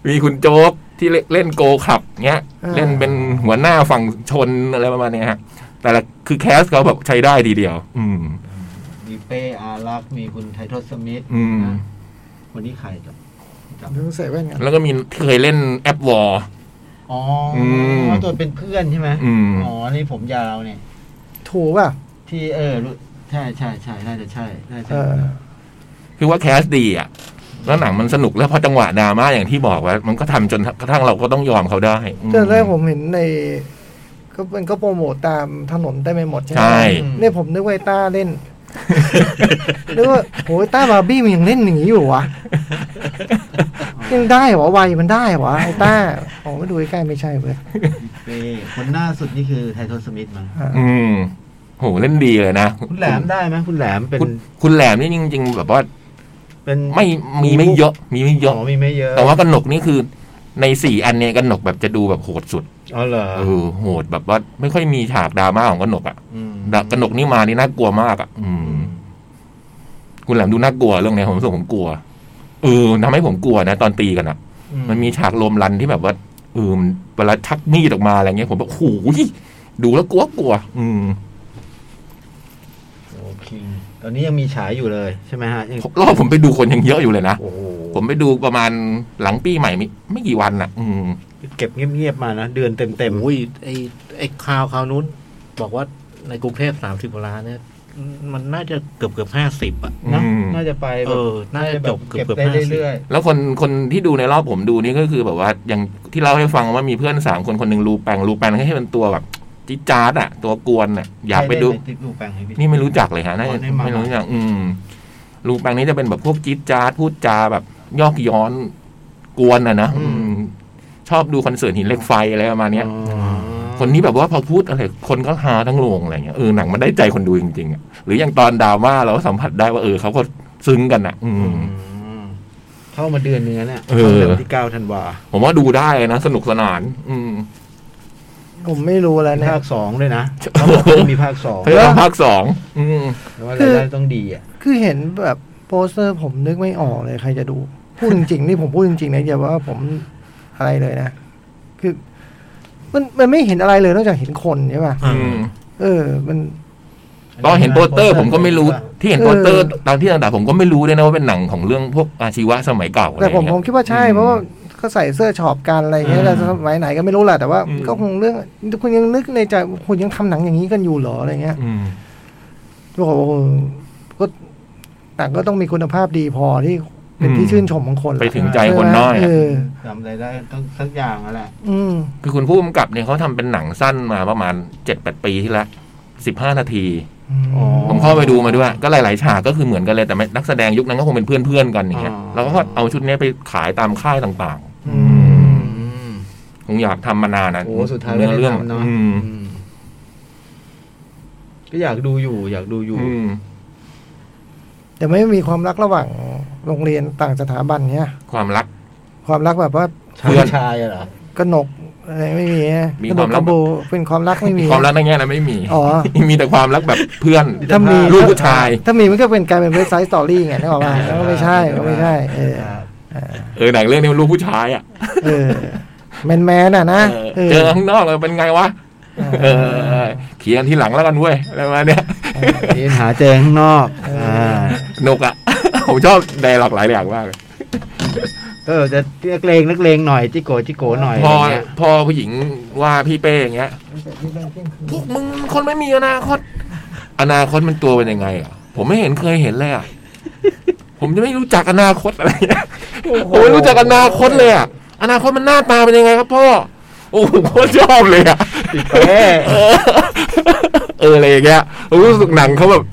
Speaker 2: มีคุณโจ๊กที่เล่นเล่นโกขับเงี้ย
Speaker 1: อ่า
Speaker 2: เล่นเป็นหัวหน้าฝั่งชนอะไรประมาณเนี้ยฮะแต่ละคือแคสเขาแบบใช้ได้ทีเดียว อืม
Speaker 5: มีเป้อารักษ์มีคุณไททอสมิธ
Speaker 2: อืม
Speaker 5: นะวันนี้ใครจะจับ
Speaker 1: ต้องใส่แว่นกัน
Speaker 2: แล้วก็มีที่เคยเล่นแอปวอร์
Speaker 5: อ๋ออ
Speaker 2: ม
Speaker 5: ตัวเป็นเพื่อนใช่ไหม
Speaker 2: อืม
Speaker 5: อ๋อนี่ผมยาวเนี่ย
Speaker 1: ถูกป่ะ
Speaker 5: ที่เออรู้ใช่ใช่ใช่น่าจะใช่น่าจะ
Speaker 1: เอ
Speaker 5: ใช่
Speaker 1: อ
Speaker 2: คือว่าแคสดีอ่ะ แล้วหนังมันสนุกแล้วพอจังหวะดราม่าอย่างที่บอกว่า มันก็ทำจนกระทั่งเราก็ต้องยอมเขาได้อืม
Speaker 1: เจอแรกผมเห็นใน ก็มันก็โปรโมตตามถนนได้ไปหมดใช่ไหม
Speaker 2: ใช่
Speaker 1: เนี่ยผมนึกว่าไอ้ต้าเล่น นึกว่าโหไอ้ต้าบาร์บี้มันยังเล่นหนีอยู่วะยังได้เหรอวัยมันได้เหรอไอ้ต้าอ๋อไม่ดูใกล้ๆไม่ใช่เว้ย
Speaker 5: มีเป้คนหน้าสุดนี่คือไททอสมิธมั้ง
Speaker 1: อ่า
Speaker 2: อืมโหเล่นดีเลยนะ
Speaker 5: คุณแหลมได้ไหมคุณแหลมเป็น
Speaker 2: คุณคุณแหลมนี่จริง ๆ แบบว่า
Speaker 5: เป็น
Speaker 2: ไม่มีไม่เยอะ มีไม่เย
Speaker 5: อ๋
Speaker 2: อะ
Speaker 5: อมีไม่เยอะ
Speaker 2: แต่ว่ากนกนี่คือ ในสี่อันเนี่ยกนกแบบจะดูแบบโหดสุด
Speaker 5: อ๋อเหรอ
Speaker 2: เออโหดแบบว่าไม่ค่อยมีฉากดราม่าของกนกอะ
Speaker 5: ม
Speaker 2: ่ะกนกนี่มานี่น่ากลัวมากอะ่ะ อืม คุณแหลมดูน่ากลัวเรื่องเนี้ยผมรู้ส่งผมกลัวเออทำให้ผมกลัวนะตอนตีกันอะ่ะ มันมีฉากลมรันที่แบบว่าเออมันเวลาชักมีดออกมาอะไรเงี้ยผมแบบโอ้โหูยดูแล้วกลัวกลัว อืม
Speaker 5: โอเค ตอนนี้ยังมีฉายอยู่เลยใช่ไหมฮะยัง
Speaker 2: รอบผมไปดูคนยังเยอะอยู่เลยนะ
Speaker 5: โอ้โห
Speaker 2: ผมไปดูประมาณหลังปีใหม่ไม่ไม่กี่วันอ่ะ อืม
Speaker 5: เก็บเงียบๆมานะ เดือนเต็ม
Speaker 4: อุ้ยไอไอข่าวข่าวนู้น บอกว่าในกรุงเทพสามสิบกว่าล้านเนี่ย มันน่าจะเกือบเกือบห้าสิบอ่ะ
Speaker 5: ๆนะ
Speaker 2: อืม
Speaker 5: น่าจะไปแบ
Speaker 4: เอบ อ น่าจะจบเกือ
Speaker 5: เก็
Speaker 4: บบ เกือบ
Speaker 5: ได้
Speaker 4: ห้าสิบ
Speaker 5: เรื่อย
Speaker 2: แล้วคนคนที่ดูในรอบผมดูนี่ก็คือแบบว่าอย่างที่เล่าให้ฟังว่ามีเพื่อนสามคนคนหนึ่งรูแปงรูแปงให้เป็นตัวแบบจิดจาร์ดอะตัวกวนอะ
Speaker 5: ๆ
Speaker 2: อยากไปดู
Speaker 5: ใครเล่นในติ๊กดูแปลงให้พี่
Speaker 2: นี่ไม่รู้จักเลยฮะน่า
Speaker 5: อ๋
Speaker 2: จะ
Speaker 5: อในหมา
Speaker 2: ไม่รู้จักอืมรูแปงนี้จะเป็นแบบพวกจิดจาร์ดพูดจาแบบ ยอกย้อนกวนอะนะอืมชอบดูคอนเสิร์ตหินเหล็กไฟอะไรประมาณเนี้ย
Speaker 5: อ๋อ
Speaker 2: คนนี้แบบว่าพอพูดอะไรคนก็ฮาทั้งโรงอะไรเงี้ยเออหนังมันได้ใจคนดูจริงๆอะหรืออย่างตอนดราม่าเราก็สัมผัสได้ว่าเออเขาก็ซึ้งกันอะอื
Speaker 5: อื
Speaker 2: ม
Speaker 5: มเข้ามาเดือนเนื้แล้วเนี่ย
Speaker 2: เออ
Speaker 5: ข้าดืนที่เก้าธันวา
Speaker 2: ผมว่าดูได้นะสนุกสนาน อืม
Speaker 1: ผมไม่รู้แล้วเนี่ย
Speaker 5: ภาคสองด้วยนะ
Speaker 2: ใช่
Speaker 5: เขาบอกว่าจะมีภาคสอง
Speaker 2: พยายามภาคสองอืม
Speaker 5: แต่ว่ารายได้ต้องดีอ่ะ
Speaker 1: คือเห็นแบบโปสเตอร์ผมนึกไม่ออกเลยใครจะดู พูดจริงๆนี่ผมพูดจริงๆนะอย่าว่าผมอะไรเลยนะ คือ มันมันไม่เห็นอะไรเลยนอกจากเห็นคนใช่ป่ะ
Speaker 4: อ่า
Speaker 1: เออ มัน
Speaker 2: ตอนเห็นโปสเตอร์ผมก็ไม่รู้ที่เห็นโปสเตอร์ตามที่ต่างๆผมก็ไม่รู้เลยนะว่าเป็นหนังของเรื่องพวกอาชีวะสมัยเก่าอะไรอ
Speaker 1: แต่ผม
Speaker 2: ย่างเงี้ย
Speaker 1: ผมคิดว่าใช่
Speaker 2: อืม
Speaker 1: เพราะว่าเขาใส่เสื้อช็อปกันอะไรอย่างเงี้ย
Speaker 2: อืม
Speaker 1: แต่สมัยไหนก็ไม่รู้แหละแต่ว่า
Speaker 2: อืม
Speaker 1: ก็คงเรื่องคุณยังนึกในใจคุณยังทำหนังอย่างนี้กันอยู่เหรออะไรเงี้ย
Speaker 2: อืม
Speaker 1: บอกว่าโอ้โหก็ หนังก็ต้องมีคุณภาพดีพอที่เป็นที่ชื่นชมของคน
Speaker 2: ไปถึงใจคนน้อย
Speaker 1: เออ
Speaker 5: ทำอะไรได้ต้องสักอย่างแล้วแหละ
Speaker 1: อืม
Speaker 2: คือคุณผู้กำกับเนี่ยเขาทำเป็นหนังสั้นมาประมาณเจ็ดแปดปีที่แล้วสิบห้านาที ผมเข้าไปดูมาด้วย ก็หลาย ๆ ฉากก็คือเหมือนกันเลยแต่ไม่นักแสดงยุคนั้นก็คงเป็นเพื่อน ๆ กันอย่างเงี้ยแล้วก็เอาชุดเนี้ยไปขายตามค่ายต่าง
Speaker 1: อืม
Speaker 2: ๆคงอยากทำมานานนะ
Speaker 5: โอ้สุดท้าย
Speaker 2: เนื้อเรื่อง
Speaker 5: ไม่ได้ทำเนาะ
Speaker 2: อืม
Speaker 5: อืมก็อยากดูอยู่ อยากดูอยู่
Speaker 2: อืม
Speaker 1: แต่ไม่มีความรักระหว่างโรงเรียนต่างสถาบันเนี่ย
Speaker 2: ความรัก
Speaker 1: ความรักแบบว่า
Speaker 5: ชาย
Speaker 2: เพื่อน
Speaker 5: ชายอะเหรอ
Speaker 1: กนกอะไรไม่มีนะ
Speaker 2: มี
Speaker 1: กน
Speaker 2: ควาก ม
Speaker 1: ก
Speaker 2: รัก
Speaker 1: ระโบเป็นความรักไม่มี
Speaker 2: ความรักในแง่นั้นไม่มี
Speaker 1: อ๋อ
Speaker 2: มีแต่ความรักแบบเพื่อน
Speaker 1: ถ้ามี
Speaker 2: ลูกผู้ชาย
Speaker 1: ถ้ามีมันก็เป็นกลารเป็นเว็บไซต์สตอรี่ไงนึกออกป่ะแล้วก็ไม่ใช่ก็ไม่ใช่ เออ
Speaker 2: เออหนังเรื่องนี้มันลูกผู้ชายอ่ะ
Speaker 1: เออแมนแมนๆอ่ะนะ
Speaker 2: เออเจอข้างนอกเลยเป็นไงวะเออเขียนทีหลังแล้วกันเว้ยอะไรประมาณเนี้ย
Speaker 5: มีปัญหาเจอข้างนอกอ่า
Speaker 2: หนกอ่ะ ผมชอบไดร์หลากหลายอย่างมากเลย
Speaker 5: ก็จะนักเลงนักเลงหน่อยจิโกจิโกหน่อย
Speaker 2: พอ
Speaker 5: เนี่ย
Speaker 2: พอผู้หญิงว่าพี่เป้อย่างเงี้ย
Speaker 3: ที่เรื่องเที่ยงคืน
Speaker 2: พวกมึงคนไม่มีอนาคต อนาคตมันตัวเป็นยังไงอ่ะ ผมไม่เห็นเคยเห็นเลยอ่ะ ผมจะไม่รู้จักอนาคตอะไรเงี้ยผมไม่รู้จักอนาคตเลยอ่ะ อนาคตมันหน้าตาเป็นยังไงครับพ่อ โอ้โหโคตรชอบเลยอ่ะ
Speaker 5: ติดเป้
Speaker 2: เออเอออะไรอย่างเงี้ยผมรู้สึกหนังเขาแบบ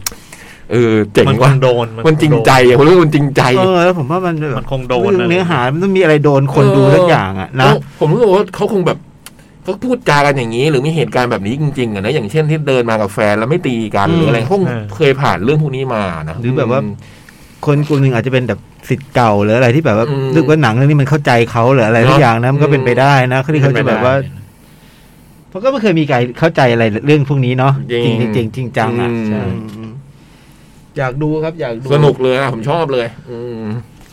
Speaker 2: เออเจ๋ง
Speaker 4: มันค
Speaker 2: ว่ะ
Speaker 4: งโดน
Speaker 2: มันจริงใจอะผมรู้สึกมันจริงใจ
Speaker 5: เออแล้วผมว่ามันแบบ
Speaker 4: มันคงโดน
Speaker 5: เนื้อหามันต้องมีอะไรโดนคน
Speaker 2: เออ
Speaker 5: ดูสักอย่างอะนะ
Speaker 2: แล้วผมรู้สึกว่าเขาคงแบบเขาพูดจากันอย่างนี้ หรือมีเหตุการณ์แบบนี้จริงๆอะนะอย่างเช่นที่เดินมากับแฟนแล้วไม่ตีกันหรืออะไร
Speaker 5: อืม
Speaker 2: คงเคยผ่านเรื่องพวกนี้มานะ
Speaker 5: หรือแบบว่า คนกลุ่มหนึ่งอาจจะเป็นแบบสิทธิ์เก่าหรืออะไรที่แบบว่า
Speaker 2: อืม
Speaker 5: นึกว่าหนังเรื่องนี้มันเข้าใจเขาหรืออะไรสักอย่างนะมันก็เป็นไปได้นะที่เขาจะแบบว่าเพราะก็ไม่เคยมีใครเข้าใจอะไรเรื่องพวกนี้เนาะ
Speaker 2: จ
Speaker 5: จ
Speaker 2: ริ
Speaker 5: ริ
Speaker 2: ง
Speaker 5: งจริงๆจริงจังอ่ะ
Speaker 2: อืม
Speaker 5: ใช่อืมอยากดูครับอยากดู
Speaker 2: สนุกเลยอะผมชอบเลย อืม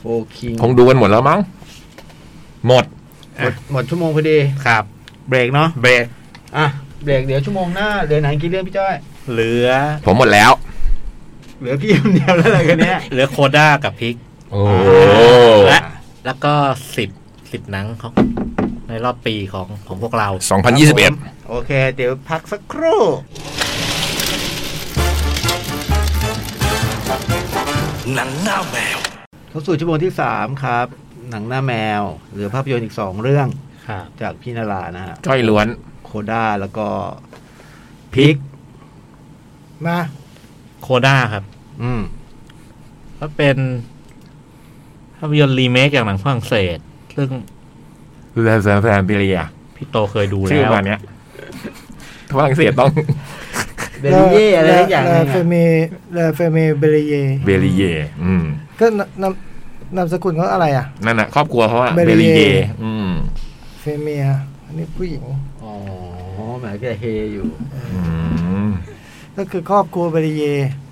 Speaker 5: โอเค
Speaker 2: คงดูกันหมดแล้วมั้งหมด
Speaker 5: หมดหมดชั่วโมงพอดี
Speaker 4: ครับ
Speaker 5: เบรกเนาะ
Speaker 4: เบรก
Speaker 5: อ่ะเบรกเดี๋ยวชั่วโมงหน้าเหลือหนังกี่เรื่องพี่จ้อย
Speaker 4: เหลือ
Speaker 2: ผมหมดแล้ว
Speaker 5: เหลือพี่คนเดียวแล้วอะไรกันเนี้ย
Speaker 4: เหลือโคด้ากับพิก
Speaker 2: โอ้
Speaker 4: และแล้วก็สิบสิบหนังของในรอบปีของของพวกเรา
Speaker 2: สองพันยี่สิบเอ็ด
Speaker 5: โอเค เดี๋ยวพักสักครู่
Speaker 6: หนังหน้าแมว
Speaker 5: เข้าสู่ชั่วโมงที่สามครับ หนังหน้าแมว เหลือภาพยนตร์อีกสองเรื่อง
Speaker 4: ครับ
Speaker 5: จากพี่นารานะฮะ
Speaker 2: จ้อยล้วน
Speaker 5: โคด้าแล้วก็พิก
Speaker 1: มา
Speaker 4: โคด้าครับ
Speaker 5: อืม
Speaker 4: ก็เป็นภาพยนตร์รีเมคจากหนังฝรั่งเศส ซึ่ง
Speaker 2: แซมแซมเบเลีย
Speaker 4: พี่โตเคยดู
Speaker 2: ชื่อ
Speaker 4: แล้ว
Speaker 2: มาเนี้ย ฝรั่งเศส ต้อง
Speaker 5: เบลเย่อะไรสักอย่างหนึง
Speaker 1: เฟ
Speaker 5: อะ
Speaker 1: เมเลเฟเมเบลเย
Speaker 2: เบลีเยอืม
Speaker 1: ก็นำนำนามสกุลเขาอะไรอ่ะ
Speaker 2: นั่นน่ะ ครอบครัวเขาอะ
Speaker 1: Bellier
Speaker 2: เบลีเยอืม
Speaker 1: เฟเมียอันนี้ผู้หญิง
Speaker 5: อ๋อแหมายแกเฮอยู่
Speaker 2: อืม
Speaker 1: ก็คือครอบครัวเบลเย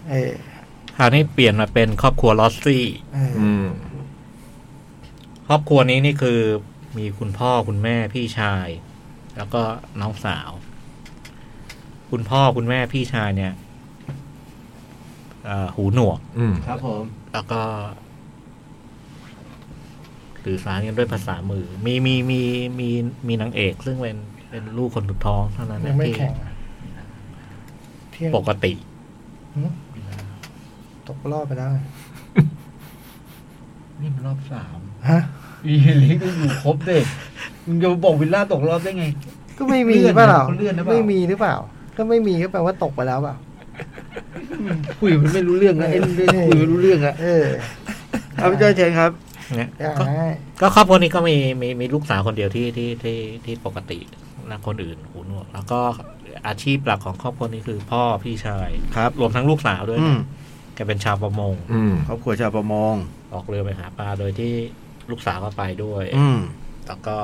Speaker 1: เออ
Speaker 4: คราวนี้เปลี่ยนมาเป็นครอบครัวลอสซี่
Speaker 1: เออ
Speaker 2: อืม
Speaker 4: ครอบครัวนี้นี่คือมีคุณพ่อคุณแม่พี่ชาย แล้วก็น้องสาว คุณพ่อคุณแม่พี่ชายเนี่ยเอ่อหูหนวก
Speaker 2: อืม
Speaker 5: ครับผม
Speaker 4: แล้วก็สื่อสารกันด้วยภาษามือ มีมีมีมีมีนางเอก ซึ่งเป็นเป็นลูกคนสุดท้องเท่านั้น
Speaker 1: ยังไม่
Speaker 4: ที่
Speaker 1: แข่งอะเที่ยง
Speaker 4: ปกติ
Speaker 1: ตกรอบไปแล้ว
Speaker 5: นี่มันรอบสาม
Speaker 1: ฮะ
Speaker 5: วีลิกอยู่ครบเด็กมึงจะบอกวิลล่าตกรอบได้ไง
Speaker 1: ก็ไม่มี
Speaker 5: เลื่อนนะ
Speaker 1: เปล่า
Speaker 5: เขาเลื่อนหรือเปล่า
Speaker 1: ไม่มีหรือเปล่า ก็ไม่มีก็แปลว่าตกไปแล้วเปล่า
Speaker 5: คุยมันไม่รู้เรื่องนะเอ็นเรื่องคุยไม่รู้เรื่องอะ
Speaker 1: เออ
Speaker 5: เอาพี่จ้อยเชิญครับ
Speaker 4: เนี่ย
Speaker 1: อย่า
Speaker 4: ก็
Speaker 1: ให้
Speaker 4: ก็ครอบครัวนี้ก็มีมีมีลูกสาวคนเดียวที่ที่ที่ที่ปกตินะคนอื่นหูหนวก แล้วก็อาชีพหลักของครอบครัวนี้คือพ่อพี่ชาย
Speaker 5: ครับ
Speaker 4: รวมทั้งลูกสาวด้วย
Speaker 5: อืม
Speaker 4: แกเป็นชาวประมง
Speaker 2: อืม
Speaker 5: ครอบครัวชาวประมง
Speaker 4: ออกเรือไปหาปลาโดยที่ลูกสาวก็ไปด้วย
Speaker 5: อืม
Speaker 4: แล้วก็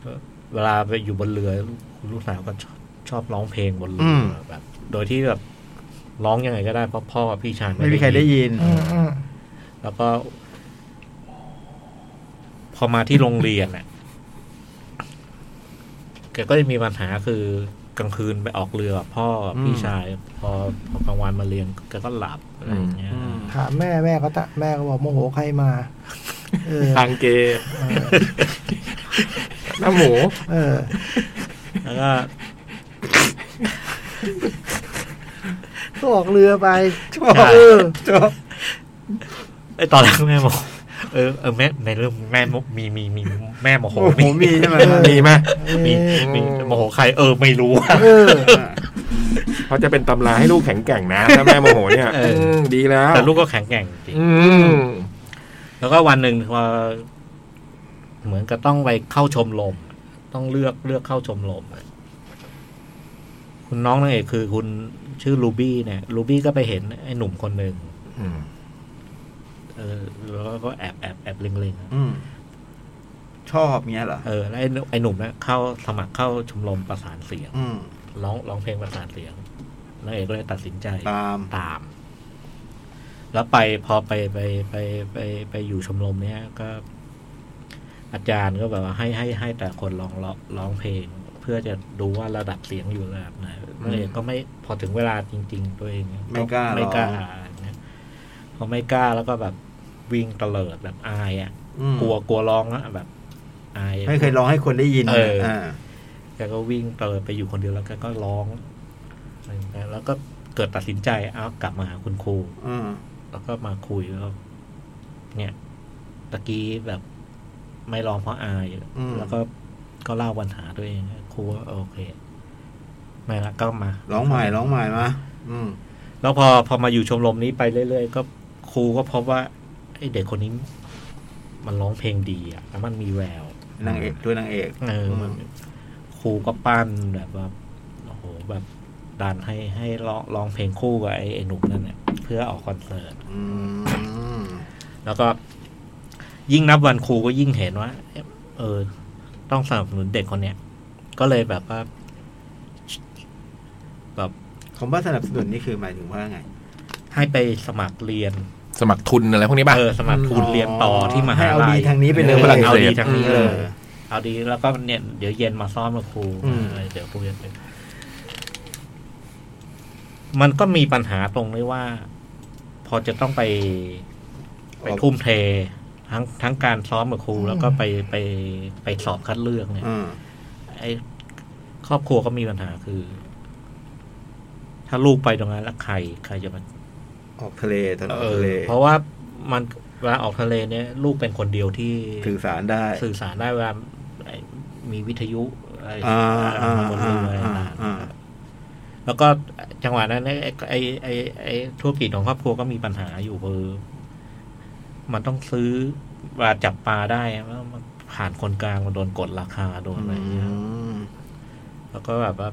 Speaker 4: เอ่อเวลาไปอยู่บนเรือคุณลูกสาวก็ชอบชอบร้องเพลงบนเรื
Speaker 5: อื
Speaker 4: อ
Speaker 5: ม
Speaker 4: แบบ โดยที่แบบร้องยังไงก็ได้เพราะพ่อกับพี่ชาย
Speaker 5: ไม่มีใครได้ยิน
Speaker 1: อืมอืม
Speaker 4: แล้วก็ พอมาที่โรงเรียนน่ะแกก็จะมีปัญหาคือกลางคืนไปออกเรือกับพ่อกับพี่
Speaker 5: อืม
Speaker 4: ชาย พอพอกลางวันมาเรียนแกก็หลับอะไรอย่างเงี้ย
Speaker 5: อืม
Speaker 1: ถามแม่แม่ก็ตะแม่ก็บอกโมโหใครมา เออ
Speaker 2: ทางเกย์หน้าหมู
Speaker 1: เออ
Speaker 4: แล้วก็
Speaker 1: ก็ออกเรือไป
Speaker 5: ชอบ
Speaker 4: ใช่
Speaker 1: เออ
Speaker 5: ชอบ
Speaker 4: ไอยตอนแรกแม่บอกเออเออแม่ในเรื่องแม่โมมีมีมีแม่โมโห
Speaker 5: โอ้โหมีใช่ไหม
Speaker 2: มีไหม
Speaker 4: มีมีโมโหใครเออไม่รู้อะ
Speaker 1: เออ
Speaker 2: เขาจะเป็นตำราให้ลูกแข็งแกร่ง นะถ้าแม่โมโหเนี่ย
Speaker 4: เอออื
Speaker 2: มดีแล้ว
Speaker 4: แต่ลูกก็แข็งแกร่งจริง
Speaker 2: อืม
Speaker 4: แล้วก็วันหนึ่งพอเหมือนก็ต้องไปเข้าชมรมต้องเลือกเลือกเข้าชมรมอะคุณน้องนางเอกคือคุณชื่อลูบี้เนี่ยลูบี้ก็ไปเห็นไอ้หนุ่มคนหนึ่ง
Speaker 2: อืม
Speaker 4: เออแล้วก็แอบแอบแอบเล็งๆอะ
Speaker 5: อืมชอบเงี้ยเหรอ
Speaker 4: เออแล้วไอ้หนุ่มไอ้หนุ่มเนี่ยเข้าสมัครเข้าชมรมประสานเสียง
Speaker 5: อืม
Speaker 4: ร้องร้องเพลงประสานเสียงนางเอกก็เลยตัดสินใจ
Speaker 5: ตาม
Speaker 4: ตาม แล้วไปพอไปไปไปไปไปอยู่ชมรมเนี้ยก็ อาจารย์ก็แบบว่าให้ให้ให้แต่คนร้องร้องร้องเพลง เพื่อจะดูว่าระดับเสียงอยู่ระดับไหนนางเอกก็ไม่พอถึงเวลาจริง ๆ ตัวเอง
Speaker 5: ไม่กล้าหรอ
Speaker 4: ไม่กล้าอย่างเงี้ยพอไม่กล้าแล้วก็แบบวิ่งเตลิดแบบอายอ่ะ
Speaker 5: อืม
Speaker 4: กลัวกลัวร้องอะแบบ อาย
Speaker 5: ไม่เคยร้องให้คนได้ยิน
Speaker 4: เอออ่
Speaker 5: า
Speaker 4: แกก็วิ่งเตลิดไปอยู่คนเดียวแล้วแกก็ร้องอะไรอย่างเงี้ยแล้วก็เกิดตัดสินใจเอากลับมาหาคุณครู
Speaker 5: อืม
Speaker 4: แล้วก็มาคุยแล้วก็เนี่ย ตะกี้แบบไม่ร้องเพราะอาย
Speaker 5: อืม
Speaker 4: แล้วก็ก็เล่าปัญหาตัวเองครูว่าโอเคไม่ละก็มา
Speaker 5: ร้องใหม่ร้องใหม่มาอืม
Speaker 4: แล้วพอพอมาอยู่ชมรมนี้ไปเรื่อยๆก็ครูก็พบว่าไอเด็กคนนี้ มันร้องเพลงดีอะแล้วมันมีแวว
Speaker 5: นางเอกตัวนางเอก
Speaker 4: เออมัน
Speaker 5: อืม
Speaker 4: ครูก็ปั้นแบบว่าโอ้โหแบบดันให้ให้ร้องร้องเพลงคู่กับไอ้ไอ้หนุ่มนั่นเนี่ยเพื่อออกคอนเสิร์ต
Speaker 5: อืม
Speaker 4: แล้วก็ยิ่งนับวันครูก็ยิ่งเห็นว่า เออ ต้องสนับสนุนเด็กคนเนี้ย ก็เลยแบบว่า แบบ
Speaker 5: คำว่าสนับสนุนนี่คือหมายถึงว่าไง
Speaker 4: ให้ไปสมัครเรียน
Speaker 2: สมัครทุนอะไรพวกนี้ป่ะ
Speaker 4: เออสมัครทุนเรียนต่อที่มหา
Speaker 5: ให้เอา
Speaker 4: ลั
Speaker 5: ดี
Speaker 4: ย
Speaker 5: ทางนี้ไปเลย
Speaker 2: ฝรั่งเศส
Speaker 4: เอาดีทางนี้
Speaker 5: เอ
Speaker 4: เลย
Speaker 5: อ
Speaker 4: เอาดีแล้วก็เนี่ยเดี๋ยวเย็นมาซ้อมกับครู
Speaker 5: อืม
Speaker 4: เดี๋ยวครูจะเป็นมันก็มีปัญหาตรงนี้ว่า พอจะต้องไปไปทุ่มเททั้งทั้งการซ้อมกับครู แล้วก็ไปไปไปสอบคัดเลือกเนี่ย
Speaker 5: อืม
Speaker 4: ไอ้ครอบครัวก็มีปัญหาคือ ถ้าลูกไปตรงนั้นแล้วใครใครจะมา
Speaker 5: ออกทะเลตอนออก
Speaker 4: เอ
Speaker 5: ทะเล
Speaker 4: อเพราะว่ามันเวลาออกทะเลเนี่ย ลูกเป็นคนเดียวที่
Speaker 5: สื่อสารได้
Speaker 4: สื่อสารได้เวลาไอ้มีวิทยุอะไร
Speaker 5: อ่าอ่า
Speaker 4: บน
Speaker 5: อ่า
Speaker 4: เรืออะไร
Speaker 5: อ่า
Speaker 4: ต่าง
Speaker 5: อ่า
Speaker 4: ๆแล้วก็จังหวะนั้นเนี่ยไอ้ไอ้ไอ้ไอ้ธุรกิจของครอบครัวก็มีปัญหาอยู่คือมันต้องซื้อเวลาจับปลาได้แล้วมันผ่านคนกลางมันโดนกดราคาโดนอะไรอย่างเงี้ย แล้วก็แบบว่า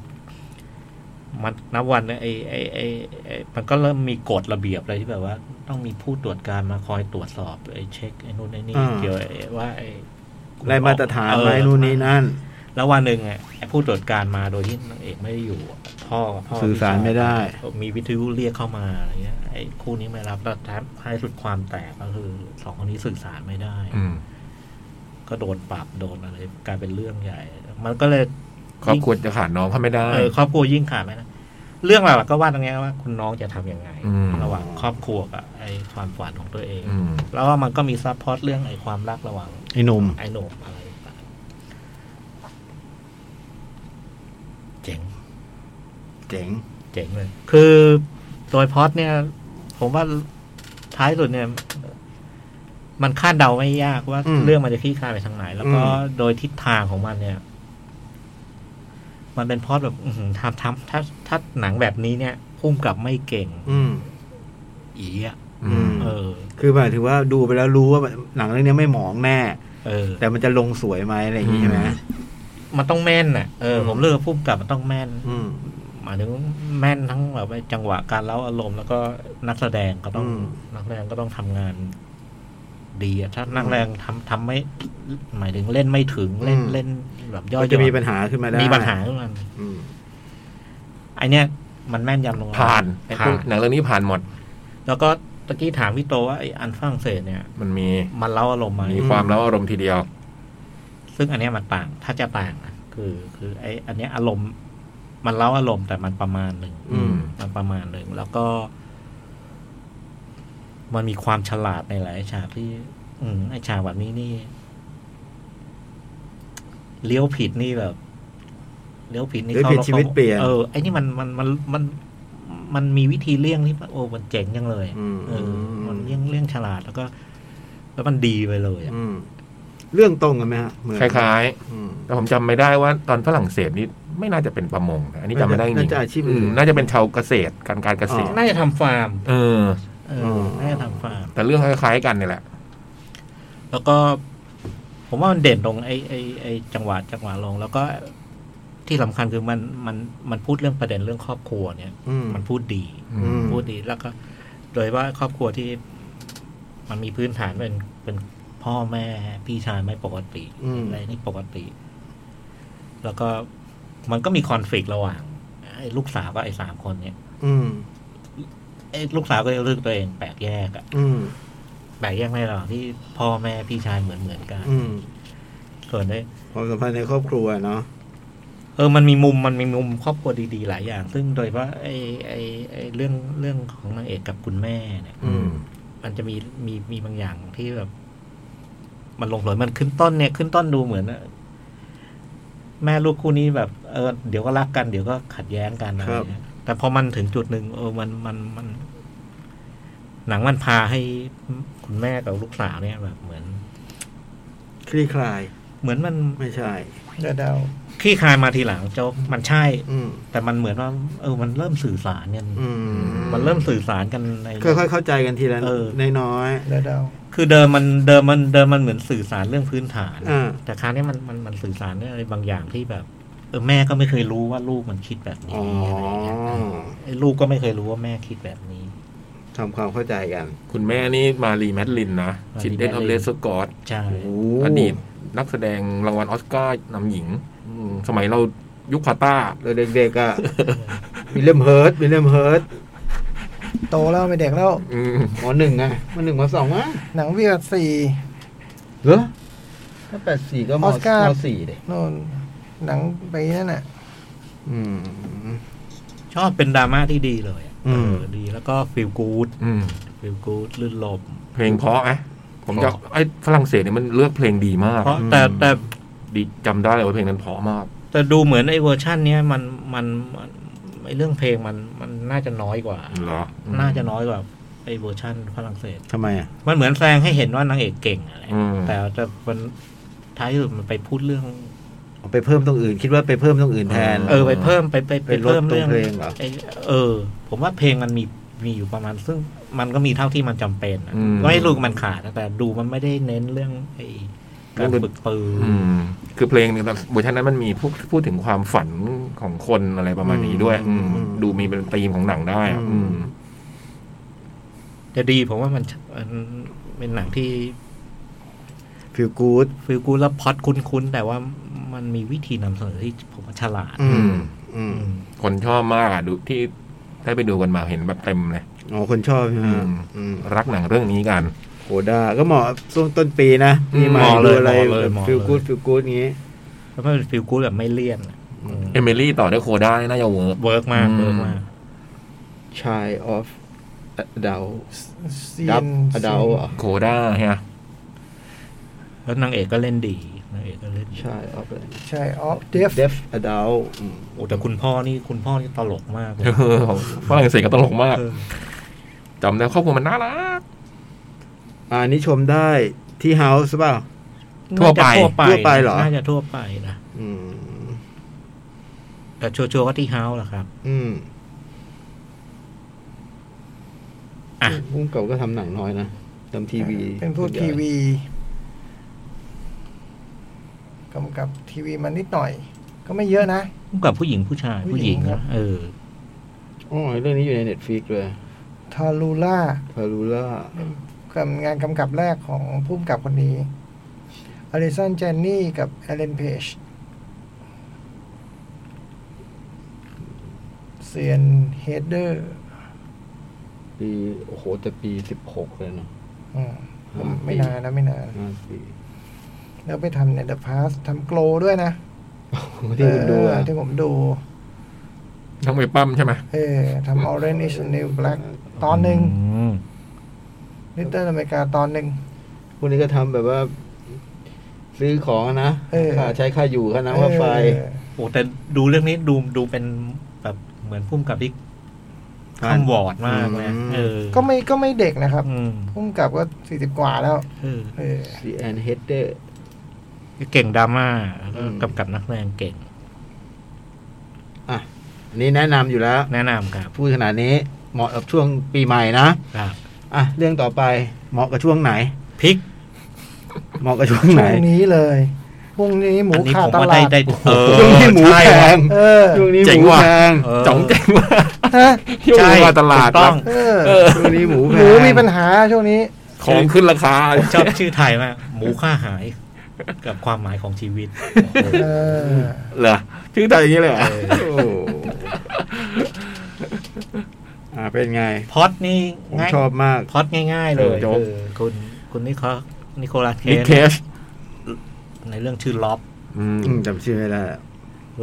Speaker 4: มันนับวันเนี่ยไอ้ไอ้ไอ้ไอ้มันก็เริ่มมีกฎระเบียบอะไรที่แบบว่า ต้องมีผู้ตรวจการมาคอยตรวจสอบไอ้เช็คไอ้นู่นไอ้นี่
Speaker 5: อ่า
Speaker 4: เกี่ยวไอ้ว่าไอ้คุณ
Speaker 5: ได้มาตรฐาน
Speaker 4: เออ
Speaker 5: ไหมนู่นนี่นั่น
Speaker 4: แล้ววันหนึ่งอ่ะไอ้ผู้ตรวจการมาโดยที่นางเอกไม่ได้อยู่อะพ่อพ่อ
Speaker 5: สื่อสารไม่ได้
Speaker 4: มีวิทยุเรียกเข้ามาอะไรเงี้ยไอ้คู่นี้ไม่รับแล้วท้ายสุดความแตกก็คือสองคนนี้สื่อสารไม่ได้
Speaker 2: อืม
Speaker 4: ก็โดนปรับโดนอะไรกลายเป็นเรื่องใหญ่ มันก็เลย
Speaker 2: ครอบครัวจะขาดน้องเขาไม่ได้
Speaker 4: เออครอบครัวยิ่งขาดไหมนะเรื่องหลักๆก็ว่าตรงเนี้ยว่า คุณน้องจะทำยังไง
Speaker 2: อืม
Speaker 4: ระหว่างครอบครัวกับไอ้ความฝันของตัวเอง
Speaker 2: อืม
Speaker 4: แล้วว่ามันก็มีซับพอร์ตเรื่องไอ้ความรักระหว่าง
Speaker 5: ไอ้หนุ่ม
Speaker 4: ไอ้หนุ่มอะไรต่างเจ๋ง
Speaker 5: เจ๋ง
Speaker 4: เจ๋งเลย คือโดยพล็อดเนี่ย ผมว่าท้ายสุดเนี่ย มันคาดเดาไม่ยากว่า
Speaker 5: อืม
Speaker 4: เรื่องมันจะคลี่คลายไปทางไหน แล้วก็
Speaker 5: อืม
Speaker 4: โดยทิศทางของมันเนี่ย มันเป็นพล็อดแบบอื้อหือทำทำถ้าถ้าหนังแบบนี้เนี่ยพุ่มกับไม่เก่ง
Speaker 5: อืม
Speaker 4: อีอะ
Speaker 5: อืม
Speaker 4: เออ
Speaker 5: คือหมายถึงว่าดูไปแล้วรู้ว่าหนังเรื่องนี้ไม่หมองแน่
Speaker 4: เออ
Speaker 5: แต่มันจะลงสวยไหมอะไรอย่างงี้ใช่ไหม
Speaker 4: มันต้องแม่นน่ะเออ
Speaker 5: อืม
Speaker 4: ผมเลือกพุ่มกับมันต้องแม่น
Speaker 5: อืม
Speaker 4: หมายถึงแม่นทั้งแบบว่าจังหวะการเล่าอารมณ์แล้วก็นักแสดงก็ต้อง
Speaker 5: อืม
Speaker 4: นักแสดงก็ต้องทำงาน ดีอะถ้านักแสดงทำทำไม่ หมายถึงเล่นไม่ถึงเล่นเล่นแบบย่อย
Speaker 5: ก็จะมีปัญหาขึ้นมาได้
Speaker 4: มีปัญหาขึ้นมา
Speaker 5: อืม
Speaker 4: ไอเนี้ยมันแม่นยำลง
Speaker 2: ผ่าน
Speaker 4: ไอ้
Speaker 2: ผ่า
Speaker 4: พุ่
Speaker 2: น
Speaker 4: ม
Speaker 2: หนังเรื่องนี้ผ่านหมด
Speaker 4: แล้วก็ตะกี้ถามพี่โตว่าไออันฝรั่งเศสเนี่ย
Speaker 2: มันมี
Speaker 4: มันเล่าอารมณ์ไหม
Speaker 2: มีความแล้วอารมณ์ทีเดียว
Speaker 4: ซึ่งอันเนี้ยมันต่าง ถ้าจะต่างนะคือ คือ ไออันเนี้ยอารมณ์ มันเล่าอารมณ์แต่มันประมาณหนึ่ง
Speaker 2: อืม
Speaker 4: มันประมาณหนึ่งแล้วก็ มันมีความฉลาดในหลายฉากที่ อืมไอฉากแบบนี้นี่เลี้ยวผิดนี่แบบเลี้ยวผิดนี่
Speaker 5: เลี้ยวผิด
Speaker 4: ข้า
Speaker 5: ชีวิตเปลี่ยน
Speaker 4: เออไอนี่มันมันมันมัน มันมีวิธีเลี่ยงที่โอ้มันเจ๋งจังเลย
Speaker 2: อืม
Speaker 4: เอออ
Speaker 2: ม
Speaker 4: มันเลี่ยงเลี่ยงฉลาดแล้วก็ แล้วมันดีไปเลยอะ
Speaker 2: อืม
Speaker 5: เรื่องตรงกันไหมฮะเหมือน
Speaker 2: คล้าย
Speaker 5: อืม
Speaker 2: ๆ แต่ผมจำไม่ได้ว่าตอนฝรั่งเศสนี่ไม่น่าจะเป็นประมงนะอันนี้จำไม่ได้จริง
Speaker 5: น่าจะอาชีพอื่น
Speaker 2: มน่าจะเป็นชาวเกษตรการการเกษตร
Speaker 5: อ๋อ
Speaker 4: น่าจะทำฟาร์ม
Speaker 2: เออ
Speaker 4: เออ
Speaker 5: อ
Speaker 4: อน่าจะทำฟาร์ม
Speaker 2: แต่เรื่องคล้ายๆกันเนี่ยแหละ
Speaker 4: แล้วก็ ผมว่ามันเด่นตรงไอ้ไอ้ไอ้จังหวะจังหวะลง แล้วก็ที่สำคัญคือมันมันมันพูดเรื่องประเด็นเรื่องครอบครัวเนี่ย
Speaker 5: อืม
Speaker 4: มันพูดดี
Speaker 2: อืม
Speaker 4: พูดดีแล้วก็ โดยว่าครอบครัวที่ มันมีพื้นฐานเป็นเป็นพ่อแม่พี่ชายไม่ปกติ
Speaker 5: อืม
Speaker 4: อะไรนี่ปกติ แล้วก็มันก็มีคอนฟ lict ระหว่างไอ้ลูกสาวกับไอ้สามคนเนี่ย
Speaker 5: อืม
Speaker 4: ไอ้ลูกสาวก็เลือกตัวเองแปลกแยกอะ
Speaker 5: อืม
Speaker 4: แปลกแยกในระหว่างที่พ่อแม่พี่ชายเหมือนเหมือนกัน
Speaker 5: อืม
Speaker 4: ส่วนได้
Speaker 5: ความสัมพันธ์ในครอบครัวเนาะ
Speaker 4: เออ มันมีมุม มันมีมุมครอบครัวดีๆ หลายอย่าง ซึ่งโดยว่าไอ้ไอ้ไอ้เรื่องเรื่องของนางเอกกับคุณแม่เนี่ย
Speaker 2: อืม
Speaker 4: มันจะมีมีมีบางอย่างที่แบบ มันลงรอยมันขึ้นต้นเนี่ย ขึ้นต้นดูเหมือนอะแม่ลูกคู่นี้แบบ เออ เดี๋ยวก็รักกัน เดี๋ยวก็ขัดแย้งกันอะไรเงี้ยแต่พอมันถึงจุดหนึ่งเออ มันมันมัน หนังมันพาให้คุณแม่กับลูกสาวเนี่ยแบบเหมือน
Speaker 5: คลี่คลาย
Speaker 4: เหมือนมัน
Speaker 5: ไม่ใช่
Speaker 1: เดาเดา
Speaker 4: ขี้คายมาทีหลังโจ๊กมันใช่
Speaker 5: อืม
Speaker 4: แต่มันเหมือนว่า เออ มันเริ่มสื่อสารกัน
Speaker 5: อืม
Speaker 4: มันเริ่มสื่อสารกันใน
Speaker 5: ค่อยๆเข้าใจกันทีละ
Speaker 4: เออ
Speaker 5: น้อย
Speaker 1: เดาเดา
Speaker 4: คือเดิมมันเดิมมันเดิมมันเหมือนสื่อสารเรื่องพื้นฐาน
Speaker 5: อ่า
Speaker 4: แต่คราวนี้มันมันมันสื่อสารเรื่องอะไรบางอย่างที่แบบ เออแม่ก็ไม่เคยรู้ว่าลูกมันคิดแบบ
Speaker 5: ๆ
Speaker 4: นี้
Speaker 5: อ๋อ
Speaker 4: อะไรอย่างเงี้ยไอ้ลูกก็ไม่เคยรู้ว่าแม่คิดแบบนี้
Speaker 5: ทำความเข้าใจกัน
Speaker 2: คุณแม่นี่มารีแมดลินนะ
Speaker 4: มารี
Speaker 2: ชินเดนออฟ
Speaker 4: Madeline
Speaker 2: เลสกอต
Speaker 4: ใช่
Speaker 2: อดีตนักแสดงรางวัลออสการ์นำหญิงอืมสมัยเรายุคพาต้า
Speaker 5: เราเด็กๆอ่ะ มีเล่มเฮิร์ตมีเล่มเฮิร์ต
Speaker 1: โตแล้วไม่เด็กแล้ว
Speaker 2: อืม
Speaker 5: มหนึ่งอ่ะมหนึ่งมสองอ่ะ
Speaker 1: หนังวีดสี่
Speaker 5: เหรอถ้าแปดสี่ก็ม
Speaker 1: ออสการ์
Speaker 5: มสี่เด็
Speaker 1: โน่นหนังไปนั่นน่ะ
Speaker 5: อืม
Speaker 4: ชอบเป็นดราม่าที่ดีเลยอะ
Speaker 5: อืม
Speaker 4: เออดีแล้วก็ฟิลกูด
Speaker 2: อืม
Speaker 4: ฟิลกูดลื่นลม
Speaker 2: เพลงเพราะไหมผมจะไอ้ฝรั่งเศสเนี่ยมันเลือกเพลงดีมาก
Speaker 4: เพราะแต่แต่
Speaker 2: ดีจำได้เลยว่าเพลงนั้นเพราะมาก
Speaker 4: แต่ดูเหมือนไอ้เวอร์ชันเนี้ยมันมันมันไอ้เรื่องเพลงมันมันน่าจะน้อยกว่า
Speaker 2: เหรอ
Speaker 4: น่าจะน้อยกว่าไอ้เวอร์ชันฝรั่งเศส
Speaker 5: ทำไมอ่ะ
Speaker 4: มันเหมือนแสดงให้เห็นว่านางเอกเก่งอะไร
Speaker 2: อืม
Speaker 4: แต่จะมันท้ายสุดมันไปพูดเรื่อง
Speaker 5: เอาไปเพิ่มตรงอื่น คิดว่าไปเพิ่มตรงอื่นแทน
Speaker 4: เออไปเพิ่มไปไปไป
Speaker 5: ไปลด
Speaker 4: เพิ่มเรื่อง
Speaker 5: ตัวเพลงเหรอ
Speaker 4: ไอ้เออ ผมว่าเพลงมันมีมีอยู่ประมาณ ซึ่งมันก็มีเท่าที่มันจำเป็นอะ
Speaker 2: อืม
Speaker 4: ไม่รู้มันขาดนะแต่ดูมันไม่ได้เน้นเรื่องไอ้การฝึกปืน
Speaker 2: อืม คือเพลงเนี่ยเวอร์ชันนั้นมันมีพูดพูดถึงความฝันของคนอะไรประมาณนี้ด้วย
Speaker 5: อื
Speaker 2: อื
Speaker 5: ม
Speaker 2: ม ดูมีเป็นธีมของหนังได้อะ
Speaker 5: อื
Speaker 2: อื
Speaker 5: ม
Speaker 2: ม
Speaker 4: จะดีผมว่ามันมันเป็นหนังที่
Speaker 5: ฟิลกูด
Speaker 4: ฟิลกูดแล้วพล็อดคุ้นๆแต่ว่ามันมีวิธีนำเสนอที่ผมว่าฉลาด
Speaker 5: อืม
Speaker 2: ม
Speaker 5: อืม
Speaker 4: อืม
Speaker 2: คนชอบมากอะดูที่ได้ไปดูกันมาเห็นแบบเต็มเลย
Speaker 5: อ๋อคนชอบใช่ไหม
Speaker 2: อืม
Speaker 5: อืม
Speaker 2: รักหนังเรื่องนี้กัน
Speaker 5: โหด้าก็เหมาะช่วงต้นปีนะ
Speaker 2: อืม
Speaker 5: ปีใหม่
Speaker 2: เหมาะเล
Speaker 5: ดู
Speaker 2: ย
Speaker 5: อะไร
Speaker 2: เหมาะเลยเหมาะเลย
Speaker 5: ฟิลกูดฟิลกูดอย่างงี้
Speaker 4: แล้วมันเป็นฟิลกู๊ดแบบไม่เลี่ยนอะ
Speaker 5: อืม
Speaker 2: เอมิลี่ต่อด้วยโคด้านี่น่าจะเวิร์ก
Speaker 4: เวิร์กมาก
Speaker 2: อืม
Speaker 4: เวิร์กมาก
Speaker 5: Child of Adult
Speaker 1: ซี
Speaker 5: ดับ
Speaker 1: น
Speaker 5: Adult เหรอ
Speaker 2: โคด้าฮะ
Speaker 4: แล้วนางเอกก็เล่นดีนางเอกก็เล่นดี
Speaker 5: Child of
Speaker 1: ใช่ออฟเดฟ
Speaker 5: Deaf Adult อืม
Speaker 4: โอ้แต่คุณพ่อนี่คุณพ่อนี่ตลกมากเลย
Speaker 2: เออของ ฝรั่งเศสก็ตลกมาก
Speaker 4: เออ
Speaker 2: จำได้ครอบครัวมันน่ารัก
Speaker 5: อ่าอันนี้ชมได้ที่ House เปล่า
Speaker 2: ทั่วไป
Speaker 5: ทั่วไปเหรอ
Speaker 4: น่าจะทั่วไปนะ
Speaker 5: อืม
Speaker 4: แต่ชัวร์ๆก็ที่เฮาส์แหละครับ
Speaker 5: อืม
Speaker 4: อ่ะ
Speaker 5: พุ่งเก่าก็ทำหนังน้อยนะทำทีวี
Speaker 1: เป็นผู้ทีวีกำกับทีวีมานิดหน่อย ก็ไม่เยอะนะ
Speaker 4: ผู้กับผู้หญิงผู้ชาย
Speaker 1: ผู้
Speaker 4: ผู้ห
Speaker 1: หญิ
Speaker 4: ญิง
Speaker 1: งครับ
Speaker 4: นะเออ
Speaker 5: อ๋อเรื่องนี้อยู่ใน Netflix เลย
Speaker 1: ทารูล่า
Speaker 5: พารูล่า
Speaker 1: กับงานกำกับแรกของผู้กำกับคนนี้อลิสันเจนนี่กับเอเลนเพจเซียนเฮดเดอร์
Speaker 5: ปี โอ้โห แต่ปีสิบหกเลยเนาะ
Speaker 1: ไม่นานนะไม่นาน
Speaker 5: ห้าปี
Speaker 1: แล้วไปทำเนเดอร์พาสทำโกลด้วยนะ
Speaker 5: ที่คุณดู
Speaker 1: เอ
Speaker 5: อะ
Speaker 1: อที่ผมดู
Speaker 2: ทั้งไปปั้มใช่ไหม
Speaker 1: เออทำ Orange is the New Black ตอนหนึ่ง
Speaker 4: อืม
Speaker 1: Little America ตอนหนึ่ง
Speaker 5: พวกนี้ก็ทำแบบว่า ซื้อของอะนะ
Speaker 1: เออ
Speaker 5: ค่าใช้ค่าอยู่ค่าน้ำค่าไฟ
Speaker 1: เออ
Speaker 4: โอ้แต่ดูเรื่องนี้ดูดูเป็นแบบเหมือนผู้กำกับที่
Speaker 5: มัน
Speaker 4: คำวอร์ดมากเลย
Speaker 5: อืม
Speaker 4: เออ
Speaker 1: ก็ไม่ก็ไม่เด็กนะครับ
Speaker 4: อืม
Speaker 1: พุ่งกลับก็สี่สิบกว่าแล้ว
Speaker 4: เออ
Speaker 1: เออ
Speaker 5: ซีแอนเฮดเดอร์
Speaker 4: เก่งดราม่าแล้วก็
Speaker 5: อืม
Speaker 4: กำกับนักแสดงเก่ง
Speaker 5: อ่ะอันนี้แนะนำอยู่แล้ว
Speaker 4: แนะนำครับ
Speaker 5: พูดขนาดนี้เหมาะกับช่วงปีใหม่นะครับอ่ะเรื่องต่อไปเหมาะกับช่วงไหน
Speaker 4: พริก
Speaker 5: เหมาะกับช่วงไหน
Speaker 1: ช่วงนี้เลยพรุ่งนี้หมู
Speaker 4: อันนี้
Speaker 1: ขา
Speaker 4: ผ
Speaker 1: ด
Speaker 4: ม
Speaker 1: ต
Speaker 4: ว่า
Speaker 1: ลา
Speaker 4: ได้
Speaker 1: ด
Speaker 4: ได้
Speaker 2: เออ
Speaker 5: ช่วงนี้หมูแพง
Speaker 1: เออ
Speaker 5: ช่วงนี้ห
Speaker 2: เจ๋ง
Speaker 5: มู
Speaker 2: ว่ะ
Speaker 5: แพง
Speaker 4: เออ
Speaker 2: จ๋องเจ๋งมาก
Speaker 1: ฮะ
Speaker 2: เที่ยว
Speaker 4: ใช่
Speaker 2: มาตลาด
Speaker 4: ถูกต้อง
Speaker 2: นะ
Speaker 1: เออ
Speaker 2: เออ
Speaker 5: ช่วงนี้หมู
Speaker 1: ห
Speaker 5: แพง
Speaker 1: มูมีปัญหาช่วงนี้
Speaker 2: ของขึ้นราคา
Speaker 4: ผมชอบชื่อไทยมากหมูค่าหายกับความหมายของชีวิต
Speaker 1: เออ
Speaker 2: เหรอชื่อตายอย่างนี้เลยเหรอ
Speaker 5: โอ้อ่ะเป็นไง
Speaker 4: พอดนี่
Speaker 5: ผม
Speaker 4: ง่าย
Speaker 5: ชอบมาก
Speaker 4: พอดง่าย ๆ เลย
Speaker 2: เออโจ๊ก
Speaker 4: คือคุณคุณนิโคลนิโคลัสเค
Speaker 2: นิ
Speaker 4: ส
Speaker 2: เคช
Speaker 4: ในเรื่องชื่อล็อบ
Speaker 2: อืม
Speaker 5: อืมจำชื่อไม่ได้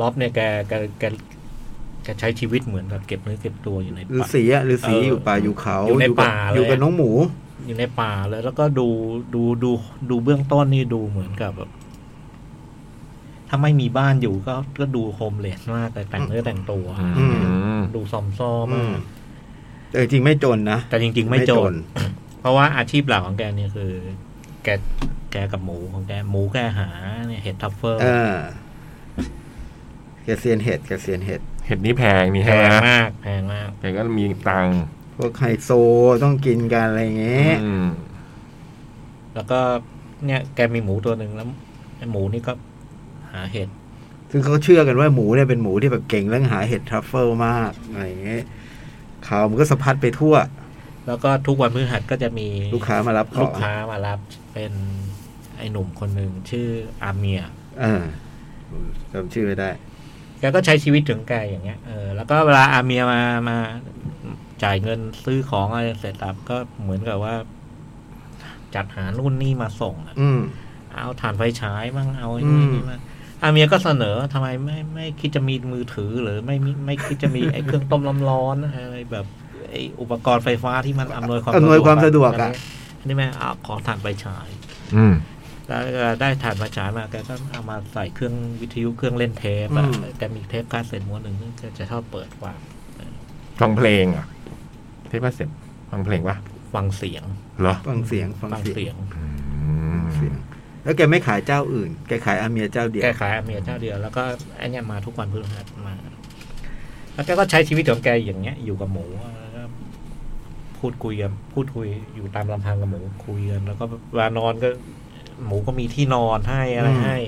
Speaker 4: ล็อบเนี่ยแกแกแกแกใช้ชีวิตเหมือนแบบเก็บเนื้อเก็บตัวอยู่ใน
Speaker 5: ฤา
Speaker 4: ป่า
Speaker 5: ษีอะฤาษี
Speaker 4: เออ
Speaker 5: อ
Speaker 4: อยู่
Speaker 5: ป่าอยู่เขา
Speaker 4: อยู่ใน
Speaker 5: กับ
Speaker 4: ป่าเลย
Speaker 5: อยู่กับน้องหมู
Speaker 4: อยู่ในป่าเลยแล้วก็ดูดูดูดูเบื้องต้นนี่ดูเหมือนกับแบบถ้าไม่มีบ้านอยู่ก็ก็ดูโฮมเลสมากเลยแต่งเนื้อแต่งตัว
Speaker 5: อืม
Speaker 2: ม
Speaker 4: ดูซอมซ่อ
Speaker 5: อื
Speaker 4: มาม ก
Speaker 5: แต่จริงๆไม่จนนะ
Speaker 4: แต่จริง ๆ ไม่จน เพราะว่าอาชีพหลักของแกเนี่ยคือ แกแกกับหมูของแกหมูแกหาเนี่ยเห็ดทัฟเฟอร์
Speaker 5: เออแกเซียนเห็ดแกเซียนเห็ด
Speaker 2: เห็ดนี้แพงนี่
Speaker 4: แพ
Speaker 2: ฮะ
Speaker 4: งมากแพงมาก
Speaker 2: แต่ก็มีตังค์
Speaker 5: พวกไฮโซต้องกินกันอะไรอย่างเงี้ย
Speaker 2: อืม
Speaker 4: แล้วก็เนี่ยแกมีหมูตัวหนึ่งแล้วไอ้หมูนี่ก็หาเห็ด
Speaker 5: ซึ่งเขาเชื่อกันว่าหมูเนี่ยเป็นหมูที่แบบเก่งเรื่องหาเห็ดทรัฟเฟิลมากอะไรอย่างเงี้ยข่าวมันก็สะพัดไปทั่ว
Speaker 4: แล้วก็ทุกวันพฤหัสก็จะมี
Speaker 5: ลูกค้ามารับข
Speaker 4: ลู
Speaker 5: อก ง
Speaker 4: ค้ามารับเป็นไอ้หนุ่มคนหนึ่งชื่ออาเมีย
Speaker 5: เออจำชื่อไม่ได้
Speaker 4: แกก็ใช้ชีวิตถึงแกอย่างเงี้ย เออ แล้วก็เวลาอาเมียมา มาจ่ายเงินซื้อของอะไรเสร็จแล้วก็เหมือนกับว่า จัดหารุ่นนี่มาส่งอะ
Speaker 5: อืม
Speaker 4: เอาถ่านไฟฉายบ้างเอาไอ้นี่นี่มางอาเมียก็เสนอทำไมไม่ไม่คิดจะมีมือถือหรือไม่มีไม่คิดจะมีไอ้เครื่องต้มน้ำร้อนอะไรแบบไอ้อุปกรณ์ไฟฟ้าที่มันอำนวยความ
Speaker 5: อำนวยความสะดวกอะ
Speaker 4: อันนี้แม่เอาขอถ่านไฟฉาย
Speaker 2: อืม
Speaker 4: แล้วก็ได้ถ่านมาฉายมาแกก็เอามาใส่เครื่องวิทยุเครื่องเล่นเทปอะ
Speaker 5: อืม
Speaker 4: แกมีเทปคาสเซ็ตม้วนหนึ่งซึ่งแกจะชอบเปิดฟัง
Speaker 2: ฟังเพลงเหรอ่ะเทปคาสเซ็ตฟังเพลงปะ
Speaker 4: ฟังเสียง
Speaker 2: เหรอ
Speaker 5: ฟังเสียงฟัง
Speaker 4: ฟัง
Speaker 5: เสี
Speaker 4: เสี
Speaker 5: ยง
Speaker 4: ยง
Speaker 5: ฟังเสียง แล้วแกไม่ขายเจ้าอื่น แกขายอาเมียเจ้าเดียว
Speaker 4: แกขายอเมียเจ้าเดียวแล้วก็ไอเนี่ยมาทุกวันพฤหัสมา แล้วแกก็ใช้ชีวิตของแกอย่างเงี้ย อยู่กับหมูแล้วก็พูดคุยกันพูดคุยอยู่ตามลำพังกับหมูคุยกันแล้วก็เวลานอนก็ หมูก็มีที่นอนให้อะไร
Speaker 5: อืม
Speaker 4: ให้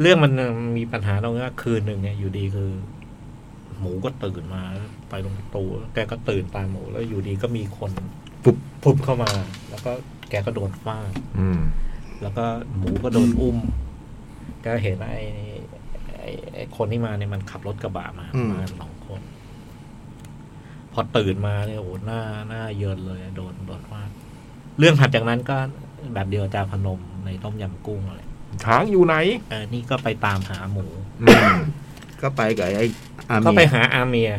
Speaker 4: เรื่องมันมีปัญหาตรงนี้ว่าคืนหนึ่งเนี่ยอยู่ดีคือ หมูก็ตื่นมาไปตรงประตูแกก็ตื่นตามหมู แล้วอยู่ดีก็มีคน
Speaker 5: ปุ๊บ
Speaker 4: พุบเข้ามา แล้วก็แกก็โดนฟาด
Speaker 2: อืม
Speaker 4: แล้วก็หมูก็โดนอุ้ม ก็เห็นว่าไอ้ไอ้ไอ้คนที่มาเนี่ยมันขับรถกระบะมา
Speaker 5: อืม
Speaker 4: มากันสองคน พอตื่นมาเนี่ยโอ้โหหน้าหน้าเยินเลยโดนโดนว่าเรื่องถัดจากนั้นก็แบบเดียวกับอาจารย์พนมในต้มยำกุ้งอะไร
Speaker 2: ช้างอยู่ไหน
Speaker 4: เออนี่ก็ไปตามหาหมู
Speaker 2: อืม
Speaker 5: ก็ไปกับไออา
Speaker 4: ก็
Speaker 5: เมี
Speaker 4: ไป
Speaker 5: ย
Speaker 4: หาอาเมีย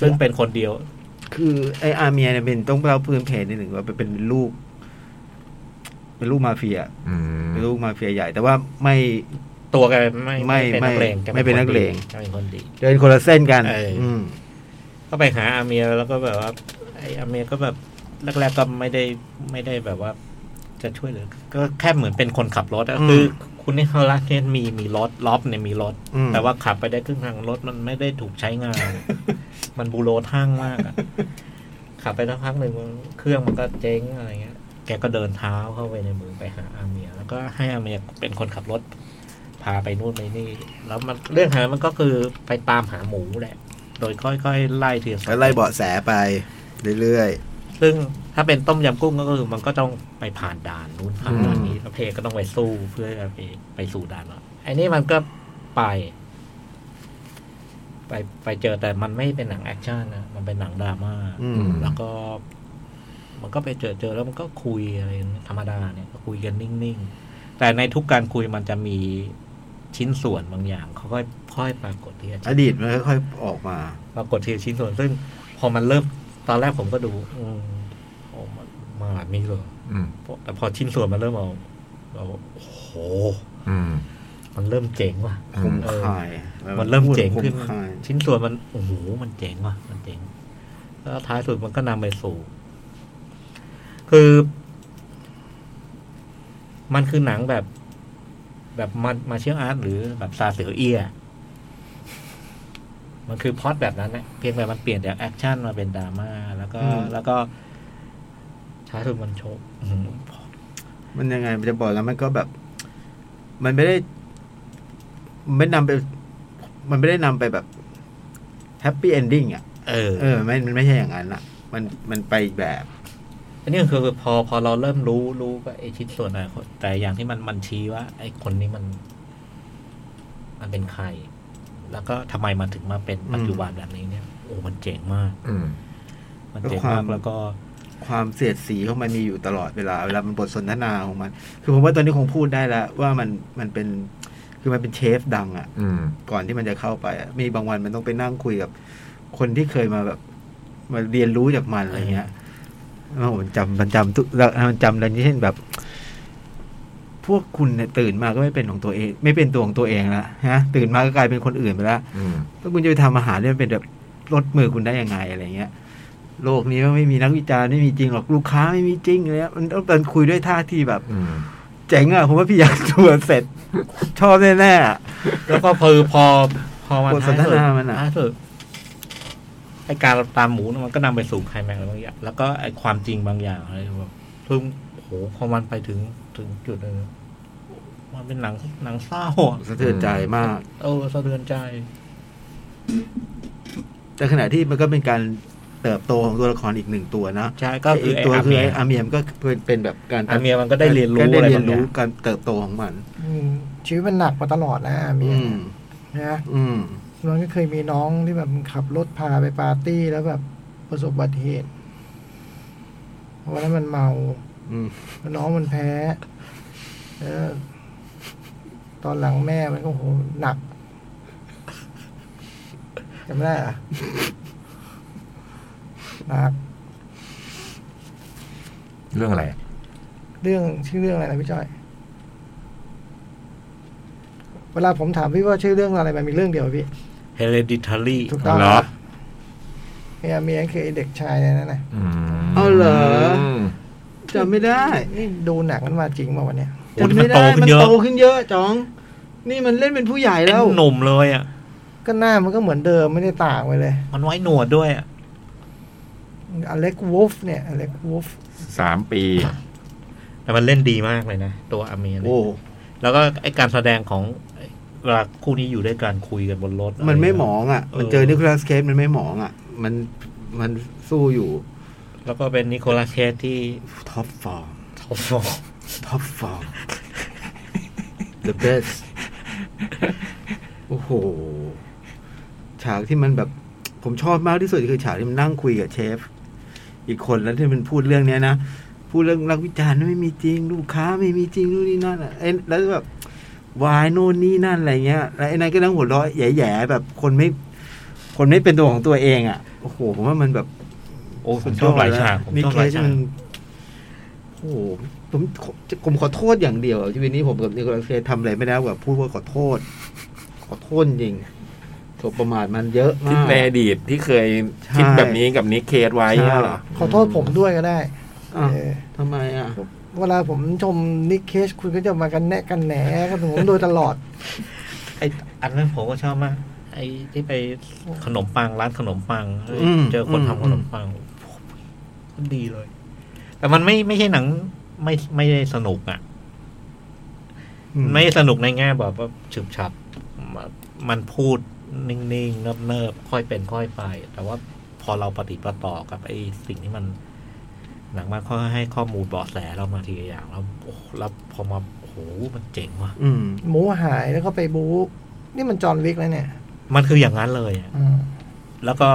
Speaker 4: ซึ่งเป็นคนเดียว
Speaker 5: คือไออาเมียเนี่ยเป็นต้องเล่าพื้นเพนิดหนึ่งว่าเป็นลูก เป็นลูกมาเฟีย
Speaker 2: อืม
Speaker 5: เป็นลูกมาเฟียใหญ่ แต่ว่าไม่
Speaker 4: ตัวแกไม่
Speaker 5: ไม่
Speaker 4: เป็นนักเลง
Speaker 5: ไม่เป็นนักเลง
Speaker 4: แกเป็นคนดี
Speaker 5: เดินคนละเส้นกัน
Speaker 4: เอออื
Speaker 5: ม
Speaker 4: ก็ไปหาอาเมียแล้วก็แบบว่า ไออาเมียก็แบบแรกๆก็ไม่ได้ไม่ได้แบบว่า จะช่วยเหลือก็แค่เหมือนเป็นคนขับรถอะ
Speaker 5: อืม
Speaker 4: คือ คุณนิโคลัสเนี่ยมีมีรถล็อบเนี่ยมีรถ
Speaker 5: อืม
Speaker 4: แต่ว่าขับไปได้ครึ่งทางรถมันไม่ได้ถูกใช้งาน มันบูโรทั่งมากอะขับไปสักพักหนึ่งมันเครื่องมันก็เจ๊งอะไรเงี้ย แกก็เดินเท้าเข้าไปในเมืองไปหาอาเมีย แล้วก็ให้อาเมียเป็นคนขับรถ พาไปนู่นไปนี่ แล้วมันเรื่องหามันก็คือไปตามหาหมูแหละ โดยค่อยๆไล่ทีละส
Speaker 5: แล้วไล่เบาะแสไปเรื่อย
Speaker 4: ซึ่งถ้าเป็นต้มยำกุ้งก็คือมันก็ต้องไปผ่านด่านนู้นผ่านด่านนี้
Speaker 5: อืม
Speaker 4: แล้วเพก็ต้องไปสู้เพื่อไปไปสู่ด่านนั้นไอ้นี่มันก็ไป ไปไปเจอแต่มันไม่เป็นหนังแอคชั่นนะมันเป็นหนังดราม่า
Speaker 5: ๆ อืม
Speaker 4: แล้วก็ มันก็ไปเจอเจอแล้วมันก็คุยอะไรธรรมดาเนี่ยก็คุยกันนิ่งๆ แต่ในทุกการคุยมันจะมีชิ้นส่วนบางอย่างค่อยๆค่อยปรากฏที่
Speaker 5: อดีตมันค่อยๆออกมา
Speaker 4: ปรากฏทีละชิ้นส่วน ซึ่งพอมันเริ่มตอนแรกผมก็ดู อืมโอ้มันมาแบบนี้เลย
Speaker 2: อืม
Speaker 4: แต่พอชิ้นส่วนมันเริ่มเอาเราโอ้โห
Speaker 2: อืม
Speaker 4: มันเริ่มเจ๋งว่ะ
Speaker 5: คมคาย
Speaker 4: มันเริ่มเจ๋ง
Speaker 5: พูด
Speaker 4: ขึ้น
Speaker 5: คมคาย
Speaker 4: ชิ้นส่วนมันโอ้โหมันเจ๋งว่ะ มันเจ๋งแล้วท้ายสุดมันก็นำไปสู่ คือ มันคือหนังแบบ แบบมามาเชียงอาร์ตหรือแบบซาเสือเอียมันคือพล็อดแบบนั้นแหละเพียงแต่มันเปลี่ยนจากแอคชั่นมาเป็นดราม่าแล้วก็
Speaker 5: อืม
Speaker 4: แล้วก็ท้ายสุดมันโชว์อื้อหือ
Speaker 5: มันยังไงมันจะบอกแล้วมันก็แบบ มันไม่ได้มันไม่นำไป มันไม่ได้นำไปแบบแฮปปี้เอนดิ้งอ่ะ
Speaker 4: เออ
Speaker 5: เออไม่มันไม่ใช่อย่างนั้นอ่ะ มันมันไปอีกแบบ
Speaker 4: อันนี้คือพอพอเราเริ่มรู้รู้ว่าไอชิ้นส่วนอะไรคนแต่อย่างที่มันมันชี้ว่า ไอคนนี้มัน มันเป็นใคร แล้วก็ทำไมมันถึงมาเป็นปัจจุบันแบบนี้เนี่ยโอ้มันเจ๋งมาก
Speaker 2: อืม
Speaker 4: มันเจ๋งมากแล้วก็
Speaker 5: ความเสียดสีของมันมีอยู่ตลอดเวลาเวลามันบทสนทนาของมัน คือผมว่าตอนนี้คงพูดได้แล้ว ว่ามันมันเป็น คือมันเป็นเชฟดังอ่ะ
Speaker 2: อืม
Speaker 5: ก่อนที่มันจะเข้าไปอะมีบางวันมันต้องไปนั่งคุยกับ คนที่เคยมาแบบ มาเรียนรู้จากมันอะไรเงี้ยแล้วผมจำมันจำทุกแล้วมันจำอะไรนี้เช่นแบบ พวกคุณเนี่ยตื่นมาก็ไม่เป็นของตัวเอง ไม่เป็นตัวของตัวเองละฮะ ตื่นมาก็กลายเป็นคนอื่นไปละ
Speaker 2: อืม
Speaker 5: แล้วคุณจะไปทำอาหารเนี่ยมันเป็นแบบรสมือคุณได้ยังไงอะไรเงี้ย โลกนี้ไม่มีนักวิจารณ์ไม่มีจริงหรอกลูกค้าไม่มีจริงเลยอะมันต้องเป็นคุยด้วยท่าทีแบบ
Speaker 2: อืม
Speaker 5: เจ๋งอะผมว่าพี่อยากดูอะเสร็จ ชอบแน่ๆอะ
Speaker 4: แล้วก็พอพอพอมัน
Speaker 5: บทสนทนามันอะ
Speaker 4: ท้ายสุดไอการตามหมูเนี่ยมันก็นำไปสู่ไคลแม็กซ์อะไรบางอย่างแล้วก็ไอความจริงบางอย่างอะไรแบบซึ่งโอ้โหพอมันไปถึงถึงจุดหนึงมันเป็นหนังหนังเศร้าอะ
Speaker 5: สะเทือนใจมาก
Speaker 4: เออสะเทือนใจ
Speaker 5: แต่ขณะที่มันก็เป็นการเติบโตของตัวละครอีกหนึ่งตัวนะ
Speaker 4: ใช่ก็คือไอ้
Speaker 5: ตัว
Speaker 4: อา
Speaker 5: คือ
Speaker 4: เมีย
Speaker 5: ไอ้อาเมียมก็เป็นเป็นแบบการ
Speaker 4: อาเมียมันก็ได้เรียนรู้
Speaker 5: ก็
Speaker 4: อะไร
Speaker 5: ด้เรีย
Speaker 4: บานงอย่า
Speaker 5: รู้
Speaker 4: ง
Speaker 5: การเติบโตของมัน
Speaker 1: อืมชีวิตมันหนักมาตลอดนะอาเมีย
Speaker 5: อืม
Speaker 1: นะ
Speaker 5: อืม
Speaker 1: มันก็เคยมีน้องที่แบบขับรถพาไปปาร์ตี้แล้วแบบประสบอุบัติเหตุวันนั้นมันเมา
Speaker 5: อืม
Speaker 1: น้องมันแพ้แล้วตอนหลังแม่มันก็โหหนักจำได้เหรอะหนัก
Speaker 2: เรื่องอะไร
Speaker 1: เรื่องชื่อเรื่องอะไรนะพี่จ้อย เวลาผมถามพี่ว่าชื่อเรื่องอะไรมันมีเรื่องเดียวพี่
Speaker 4: เฮเลดิทารี
Speaker 1: ถูกต้อง
Speaker 2: เหรอ
Speaker 1: เมียเมียคือไอ้เด็กชายในนั่นน่ะ
Speaker 2: อืม
Speaker 5: เอาเหรอ จำไม่ได้
Speaker 1: นี่ดูหนังมันมาจริงป่าววันเนี้ย
Speaker 4: โอ้
Speaker 5: จำ
Speaker 4: นี่
Speaker 5: ไม่
Speaker 4: มันโตขึ้นเย
Speaker 5: ได้มัน
Speaker 4: อะ
Speaker 5: โตขึ้นเยอะจ้อง นี่มันเล่นเป็นผู้ใหญ่
Speaker 4: เป็
Speaker 5: แล้
Speaker 4: น
Speaker 5: ว
Speaker 4: หนุ่มเลยอ่ะ
Speaker 1: ก็หน้ามันก็เหมือนเดิมไม่ได้ต่างไปเลย
Speaker 4: มันไว้หนวดด้วยอ่ะ
Speaker 1: อเล็กวฟเนี่ยอเล็กวฟ
Speaker 2: สามปี
Speaker 4: แต่มันเล่นดีมากเลยนะ ตัวอาเมียเนี่ย
Speaker 5: โอ้
Speaker 4: แล้วก็ไอการแสดงของเวลาคู่นี้อยู่ด้วยกันคุยกันบนรถ
Speaker 5: มันไม่
Speaker 4: ะร
Speaker 5: หมองอ่ะ มันเจอนิโคลัสเคสมันไม่หมองอ่ะ มันมันสู้อยู่
Speaker 4: แล้วก็เป็นนิโคลัสเคสที่
Speaker 5: ท็อปฟอร์ม
Speaker 4: ทอม
Speaker 5: ท็อปฟอร์ม the best โอ้โห ฉากที่มันแบบ ผมชอบมากที่สุดคือฉากที่มันนั่งคุยกับเชฟ อีกคนแล้วที่มันพูดเรื่องเนี้ยนะ พูดเรื่องรักวิจารณ์ไม่มีจริง ลูกค้าไม่มีจริงนู่นนี่นั่นอะไอ้แล้วแบบวายโน่นนี่นั่นอะไรเงี้ยแล้วไอ้นั่นก็นั่งหัวเราะแหย่ๆแบบคนไม่ คนไม่เป็นตัวของตัวเองอ่ะโอ้โห ผมว่ามันแบบ
Speaker 4: โอ้ผมชอบหลายฉากผม
Speaker 5: นี่
Speaker 4: ชอบ
Speaker 5: เค
Speaker 4: หลาย
Speaker 5: ส
Speaker 4: ฉาก
Speaker 5: มันโอ้โหผมผมขอโทษอย่างเดียวอะชีวิตนี้ผมกับนิโคลัสเคสทำอะไรไม่ได้แบบพูดว่าขอโทษ ขอโทษจริงถูกประมาทมันเยอะ
Speaker 2: คิด
Speaker 5: มาก
Speaker 2: ในอดีตที่เคย
Speaker 5: ใช่
Speaker 2: คิดแบบนี้กับนิกเคสไว้เนี่ยเหรอ
Speaker 1: ขอโทษผมด้วยก็ได้
Speaker 5: อ่ะ
Speaker 1: เออ
Speaker 5: ทำไมอ่ะ
Speaker 1: เวลาผมชมนิกเคชคุณก็จะมากันแนะกันแหนกับผมโดยตลอด
Speaker 4: ไออันนั้นผมก็ชอบมาก ไอที่ไปขนมปังร้านขนมปังเฮ้ย
Speaker 5: อืม
Speaker 4: เจอคน
Speaker 5: อืม
Speaker 4: ทำขนมปังมันดีเลย แต่มันไม่ไม่ใช่หนัง ไม่ไม่ได้สนุกอ่ะ
Speaker 5: อื
Speaker 4: ไม่สนุกในแง่แบบว่าฉึบฉับมมันพูดนิ่งๆ เนิบๆ ค่อยเป็นค่อยไป แต่ว่าพอเราปฏิดประต่อกับไอ้สิ่งที่มัน หนังมันค่อยให้ข้อมูลเบาะแสเรามาทีละอย่าง แล้วโอ้โหแล้วพอมาโอ้โหมันเจ๋งว่ะ
Speaker 5: อืม
Speaker 1: หมูหายแล้วก็ไปบู๊นี่มันจอห์นวิกแล้วเนี่ย
Speaker 4: มันคืออย่างนั้นเลยอะ
Speaker 1: อืม
Speaker 4: แล้วก็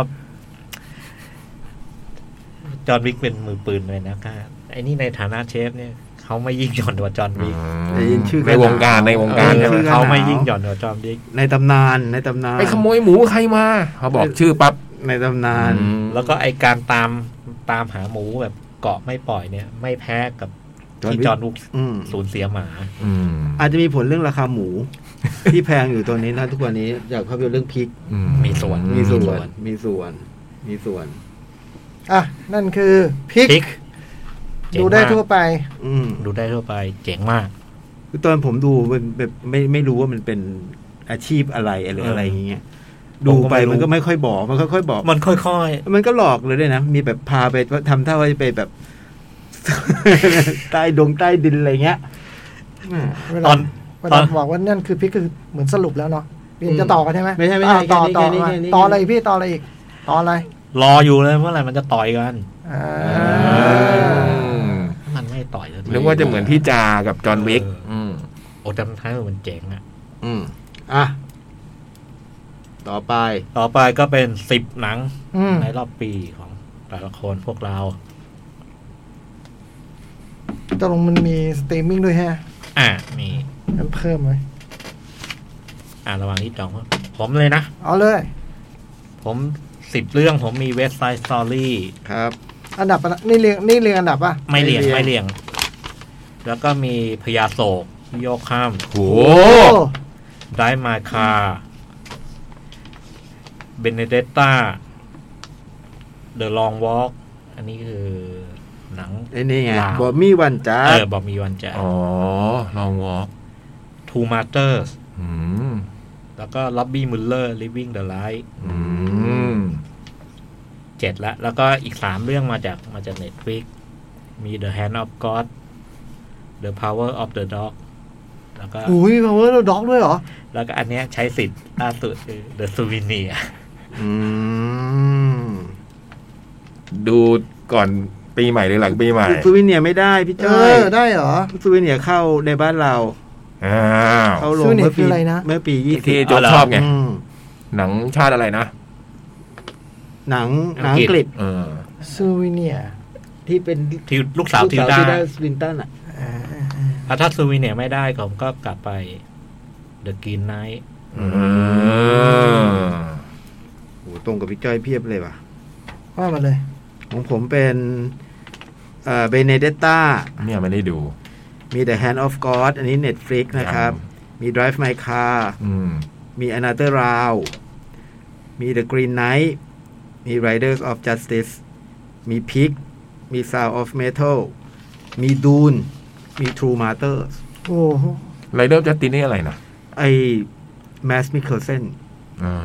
Speaker 4: จอห์นวิกเป็นมือปืนเลยนะก็ไอ้นี่ในฐานะเชฟเนี่ย เขาไม่ยิ่งหย่อนกว่าจอห์นวิก
Speaker 5: ได้ยินชื่อกัน
Speaker 2: ในวงการในวง
Speaker 5: ม
Speaker 2: การ
Speaker 4: เออ
Speaker 2: ใช่ไหม
Speaker 5: ชื่อ
Speaker 4: เขาไม่ยิ่งหย่อนกว่าจอห์นวิก
Speaker 5: ในตำนานในตำนาน
Speaker 2: ไปขโมยหมูใครมาเขาบอกชื่อปั๊บ
Speaker 5: ในตำนาน
Speaker 2: อืม
Speaker 4: แล้วก็ไอการตามตามหาหมูแบบเกาะไม่ปล่อยเนี่ย ไม่แพ้กับ
Speaker 5: จอห์น
Speaker 4: ที่
Speaker 5: วิก
Speaker 4: จอห์นวุก
Speaker 5: อืม
Speaker 4: สูญเสียหมา
Speaker 2: อืม
Speaker 5: อาจจะมีผลเรื่องราคาหมู ที่แพงอยู่ตอนนี้นะทุกวันนี้จากภาพยนตร์เรื่องพริก
Speaker 2: อื
Speaker 4: มีส่วน
Speaker 5: มีส่
Speaker 4: มีส่
Speaker 5: ว
Speaker 4: วน น
Speaker 5: มีส่วน มีส่วน
Speaker 1: อ่ะ นั่นคือพิก
Speaker 4: พลิกเจ๋ง
Speaker 1: ดู
Speaker 4: มาก
Speaker 1: ได้ทั่วไป
Speaker 5: อืม
Speaker 4: ดูได้ทั่วไป เจ๋งมาก
Speaker 5: คือตอนผมดูมันแบบไม่ไม่รู้ว่ามันเป็นอาชีพอะไรอะไรออะไรอย่างเงี้ย
Speaker 4: ผ
Speaker 5: ดู
Speaker 4: มก็
Speaker 5: ไป
Speaker 4: ไม่รู้
Speaker 5: มันก็ไม่ค่อยบอก มันค่อยๆบอก
Speaker 4: มันค่อย
Speaker 5: มันก็หลอกเลยด้วยนะ มีแบบพาไปทำท่าว่าจะไปแบบ ใต้ดงใต้ดินอะไรเงี้ย
Speaker 1: เว
Speaker 4: ๆ ต
Speaker 1: ลา
Speaker 4: อน
Speaker 1: เวลา
Speaker 4: ตอน
Speaker 1: บอกว่านั่นคือพิกคือเหมือนสรุปแล้วเนาะพี่
Speaker 5: อืม
Speaker 1: จะต่อกันใช่ไหม
Speaker 5: ไม่ใช่ไม่ใช่
Speaker 1: อ่ะต่อ
Speaker 5: แค่นี้
Speaker 1: ต่อ
Speaker 5: แค่นี้
Speaker 1: มา
Speaker 5: แค่นี้
Speaker 1: ต่ออะไรอีกพี่ต่ออะไรอีก ต่ออะไร
Speaker 4: รออยู่เลยเมื่อไหร่มันจะต่อยกัน
Speaker 1: อ่า
Speaker 4: มันไม่ต่อยสัที
Speaker 2: นึกว่าจะเหมือนพี่จากับจอห์นวิกอืม
Speaker 4: โอ้จำท้ายมันเจ๋งอะ
Speaker 5: อืมอ่ะ ต่อไป
Speaker 4: ต่อไปก็เป็นสิบหนัง
Speaker 1: อืม
Speaker 4: ในรอบปีของแต่ละคนพวกเรา
Speaker 1: ตกลงมันมีสตรีมมิ่งด้วยแฮะ
Speaker 4: อ่ะมี
Speaker 1: งั้นเพิ่มไหม
Speaker 4: อ่ะระหว่างที่จองว่าผมเลยนะ
Speaker 1: เอาเลย
Speaker 4: ผมสิบเรื่องผมมีเว็บไซต์สตอรี่
Speaker 5: ครับ
Speaker 1: อันดับอะไรนี่เรียงนี่เรียงอันดับป่ะ
Speaker 4: ไม่เรียง
Speaker 5: ไม่
Speaker 4: ไม่
Speaker 5: เรี
Speaker 4: เรี
Speaker 5: ย
Speaker 4: ย
Speaker 5: ง
Speaker 4: ง แล้วก็มีพยาโศกโยกข้าม
Speaker 2: โอ้
Speaker 1: โอ้
Speaker 4: ได้มาคาเบเนเดตตาเดอะลองวอล์กอันนี้คือหนัง
Speaker 5: ไอ้นี่ไง
Speaker 4: ลาว
Speaker 5: บอมี่วันจ้า
Speaker 4: เออบอมีวันจะ
Speaker 2: อ๋อ ลองวอล์ก
Speaker 4: ทูมาเตอร์
Speaker 2: อืม
Speaker 4: แล้วก็ล็อบบี้มุลเลอร์ลิฟวิ่งเดอะไลท์
Speaker 2: อืม
Speaker 4: เจ็ดละแล้วก็อีกสามเรื่องมาจากมาจากเน็ตฟิกมี The Hand of God The Power of the Dog แล้วก็
Speaker 1: อุ้ยพาวเวอร์ด็อกด้วยเหรอ
Speaker 4: แล้วก็อันเนี้ยใช้สิทธิ์ล่าสุดคือ The Souvenir
Speaker 5: อืม
Speaker 2: ดูก่อนปีใหม่หรือหลังปีใหม่
Speaker 5: ซูวิเนียร์ไม่ได้พี่
Speaker 1: เอ
Speaker 5: จ้อย
Speaker 1: อ ได้เหรอ
Speaker 5: ซูวิเนียร์เข้าในบ้านเรา
Speaker 2: อ้าว
Speaker 5: เข้าลง
Speaker 1: ซูวิเนียร์
Speaker 5: เมื่อ
Speaker 1: คื
Speaker 5: ปี
Speaker 1: ออะไรนะ
Speaker 5: เมื่อปียี่สิ
Speaker 2: ที่
Speaker 5: บ
Speaker 2: โจบชอบไง
Speaker 5: อืม
Speaker 2: หนังชาติอะไรนะ
Speaker 5: หนังหนังอังกฤษ
Speaker 2: เออ
Speaker 1: ซูวิเนีย
Speaker 5: ที่เป็น
Speaker 4: ที่ลูกสาวทิวดา
Speaker 5: ลูกสวินตันอ่ะ
Speaker 4: อ่ะถ้า Souvenir ไม่ได้ผมก็กลับไป The Green Knight
Speaker 2: เออ
Speaker 5: โหตรงกับพี่จ้อยเพียบเลยว่ะ
Speaker 1: ว่ามาเลย
Speaker 5: ของผมเป็นเอ่อเบเนเดตตา
Speaker 2: เนี่ยไม่ได้ดู
Speaker 5: มี The Hand of God อันนี้ Netflix นะครับ มี Drive My Car
Speaker 2: อืม
Speaker 5: มี Another Round มี The Green Knight มี Riders of Justice มี Pig มี Sound of Metal มี Dune มี True Matters
Speaker 1: โอ้โห
Speaker 2: ไรเดอร์จัสตินนี่อะไรนะ
Speaker 5: ไอ้ Mass Mikkelsen
Speaker 2: อ่า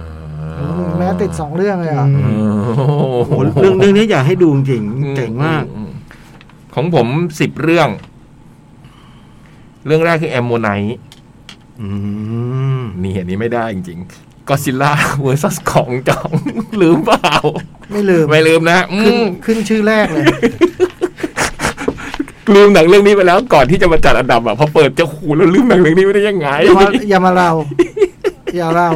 Speaker 1: แม้ติดสองเรื่องเลยเหรอ
Speaker 5: อืม
Speaker 2: โอ้
Speaker 5: โอ้โหเรื่องเรื่องนี้อยากให้ดูจริงๆเจ๋งมาก
Speaker 2: อืของผมสิบเรื่อง เรื่องแรกคือแอมโมไน
Speaker 5: อืม
Speaker 2: นี่อันนี้ไม่ได้จริงๆก็ซิลล่าเวอร์ซัสของจอง ลืมเปล่า
Speaker 1: ไม่ลืม
Speaker 2: ไม่ลืมนะอื
Speaker 1: ขึ้น
Speaker 2: ม
Speaker 1: ขึ้นชื่อแรกเลย
Speaker 2: ลืมหนังเรื่องนี้ไปแล้วก่อนที่จะมาจัดอันดับอ่ะพอเปิดเจะคูแล้วลืมหนังเรื่องนี้ไม่ได้ยังไง
Speaker 1: อย่ามาอย่ามาเรา อย่าเรา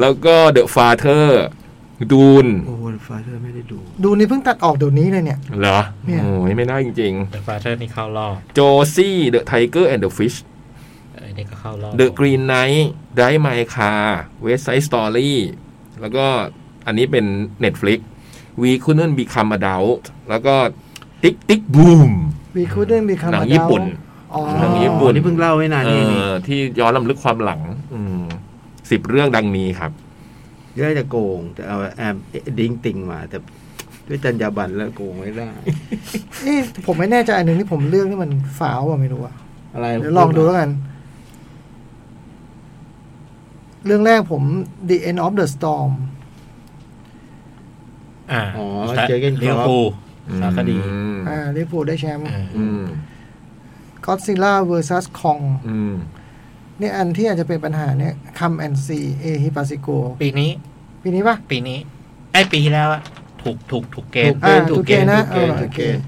Speaker 2: แล้วก็เดอะฟาเธอร์ดูน
Speaker 5: โอ้โหฟาเธอไม่ได้ดู
Speaker 1: ดูนี่เพิ่งตัดออกเดี๋ยวนี้เลยเนี่ย
Speaker 2: เหรอ
Speaker 1: เนี่ย
Speaker 2: โอ้ยไม่ได้จริง
Speaker 4: The Father นี่เข้ารอบ
Speaker 2: ๆ โจซี่เดอะไทเกอร์แอนด์เดอะฟิช
Speaker 4: อันนี้ก็เข้ารอบ
Speaker 2: The Green Knight ได้ไมค์คาเวสไซ d ์สตอรี่แล้วก็อันนี้เป็น Netflix วีคุณนั่นบีคัมอดาแล้วก็ติ๊กติ๊กบูม
Speaker 1: วีคูเดนบีคา
Speaker 2: หนั
Speaker 1: มาง
Speaker 2: ญี่ปุ่น
Speaker 1: อ๋อ
Speaker 2: หนังญี่ปุ่
Speaker 5: นี่เพิ่งเล่าไว้นาน
Speaker 2: เอ
Speaker 5: นี่นี่
Speaker 2: อที่ย้อนลำลึกความหลัง อืมสิบเรื่องดังนี้ครับ
Speaker 5: เยอะจะโกง แต่เอาแอมดิ้งติงมา แต่ด้วยจรรยาบรรณแล้วโกงไม่ได้
Speaker 1: เอ๊ะผมไม่แน่ใจอันหนึ่งที่ผมเลือกนี่มันฝาวอ่ะไม่รู้อ่ะ
Speaker 5: อะไร
Speaker 1: เดี๋ยวลองดูแล้วกัน เรื่องแรกผม The End of the Storm
Speaker 4: อ่า
Speaker 5: อ๋อ Jürgen Klopp
Speaker 4: เลียวปูลสารคดี
Speaker 2: อืม
Speaker 1: อ่าลิฟูลได้แชมป์
Speaker 4: อ่า
Speaker 2: อืม
Speaker 1: Godzilla vs Kong
Speaker 2: อืม
Speaker 1: เนี่ยอันที่อาจจะเป็นปัญหาเนี่ย Come and see A Hipasigo
Speaker 4: ปีนี้
Speaker 1: ปีนี้ปะ
Speaker 4: ปีนี้ ไอ้ปีที่แล้วอะถูกถูกถูกเกณฑ์
Speaker 1: อ่าถูกเกณฑ์นะ
Speaker 5: ถูกเก
Speaker 1: เอ
Speaker 5: ณฑ์
Speaker 1: อ
Speaker 5: ถูกเกณฑ์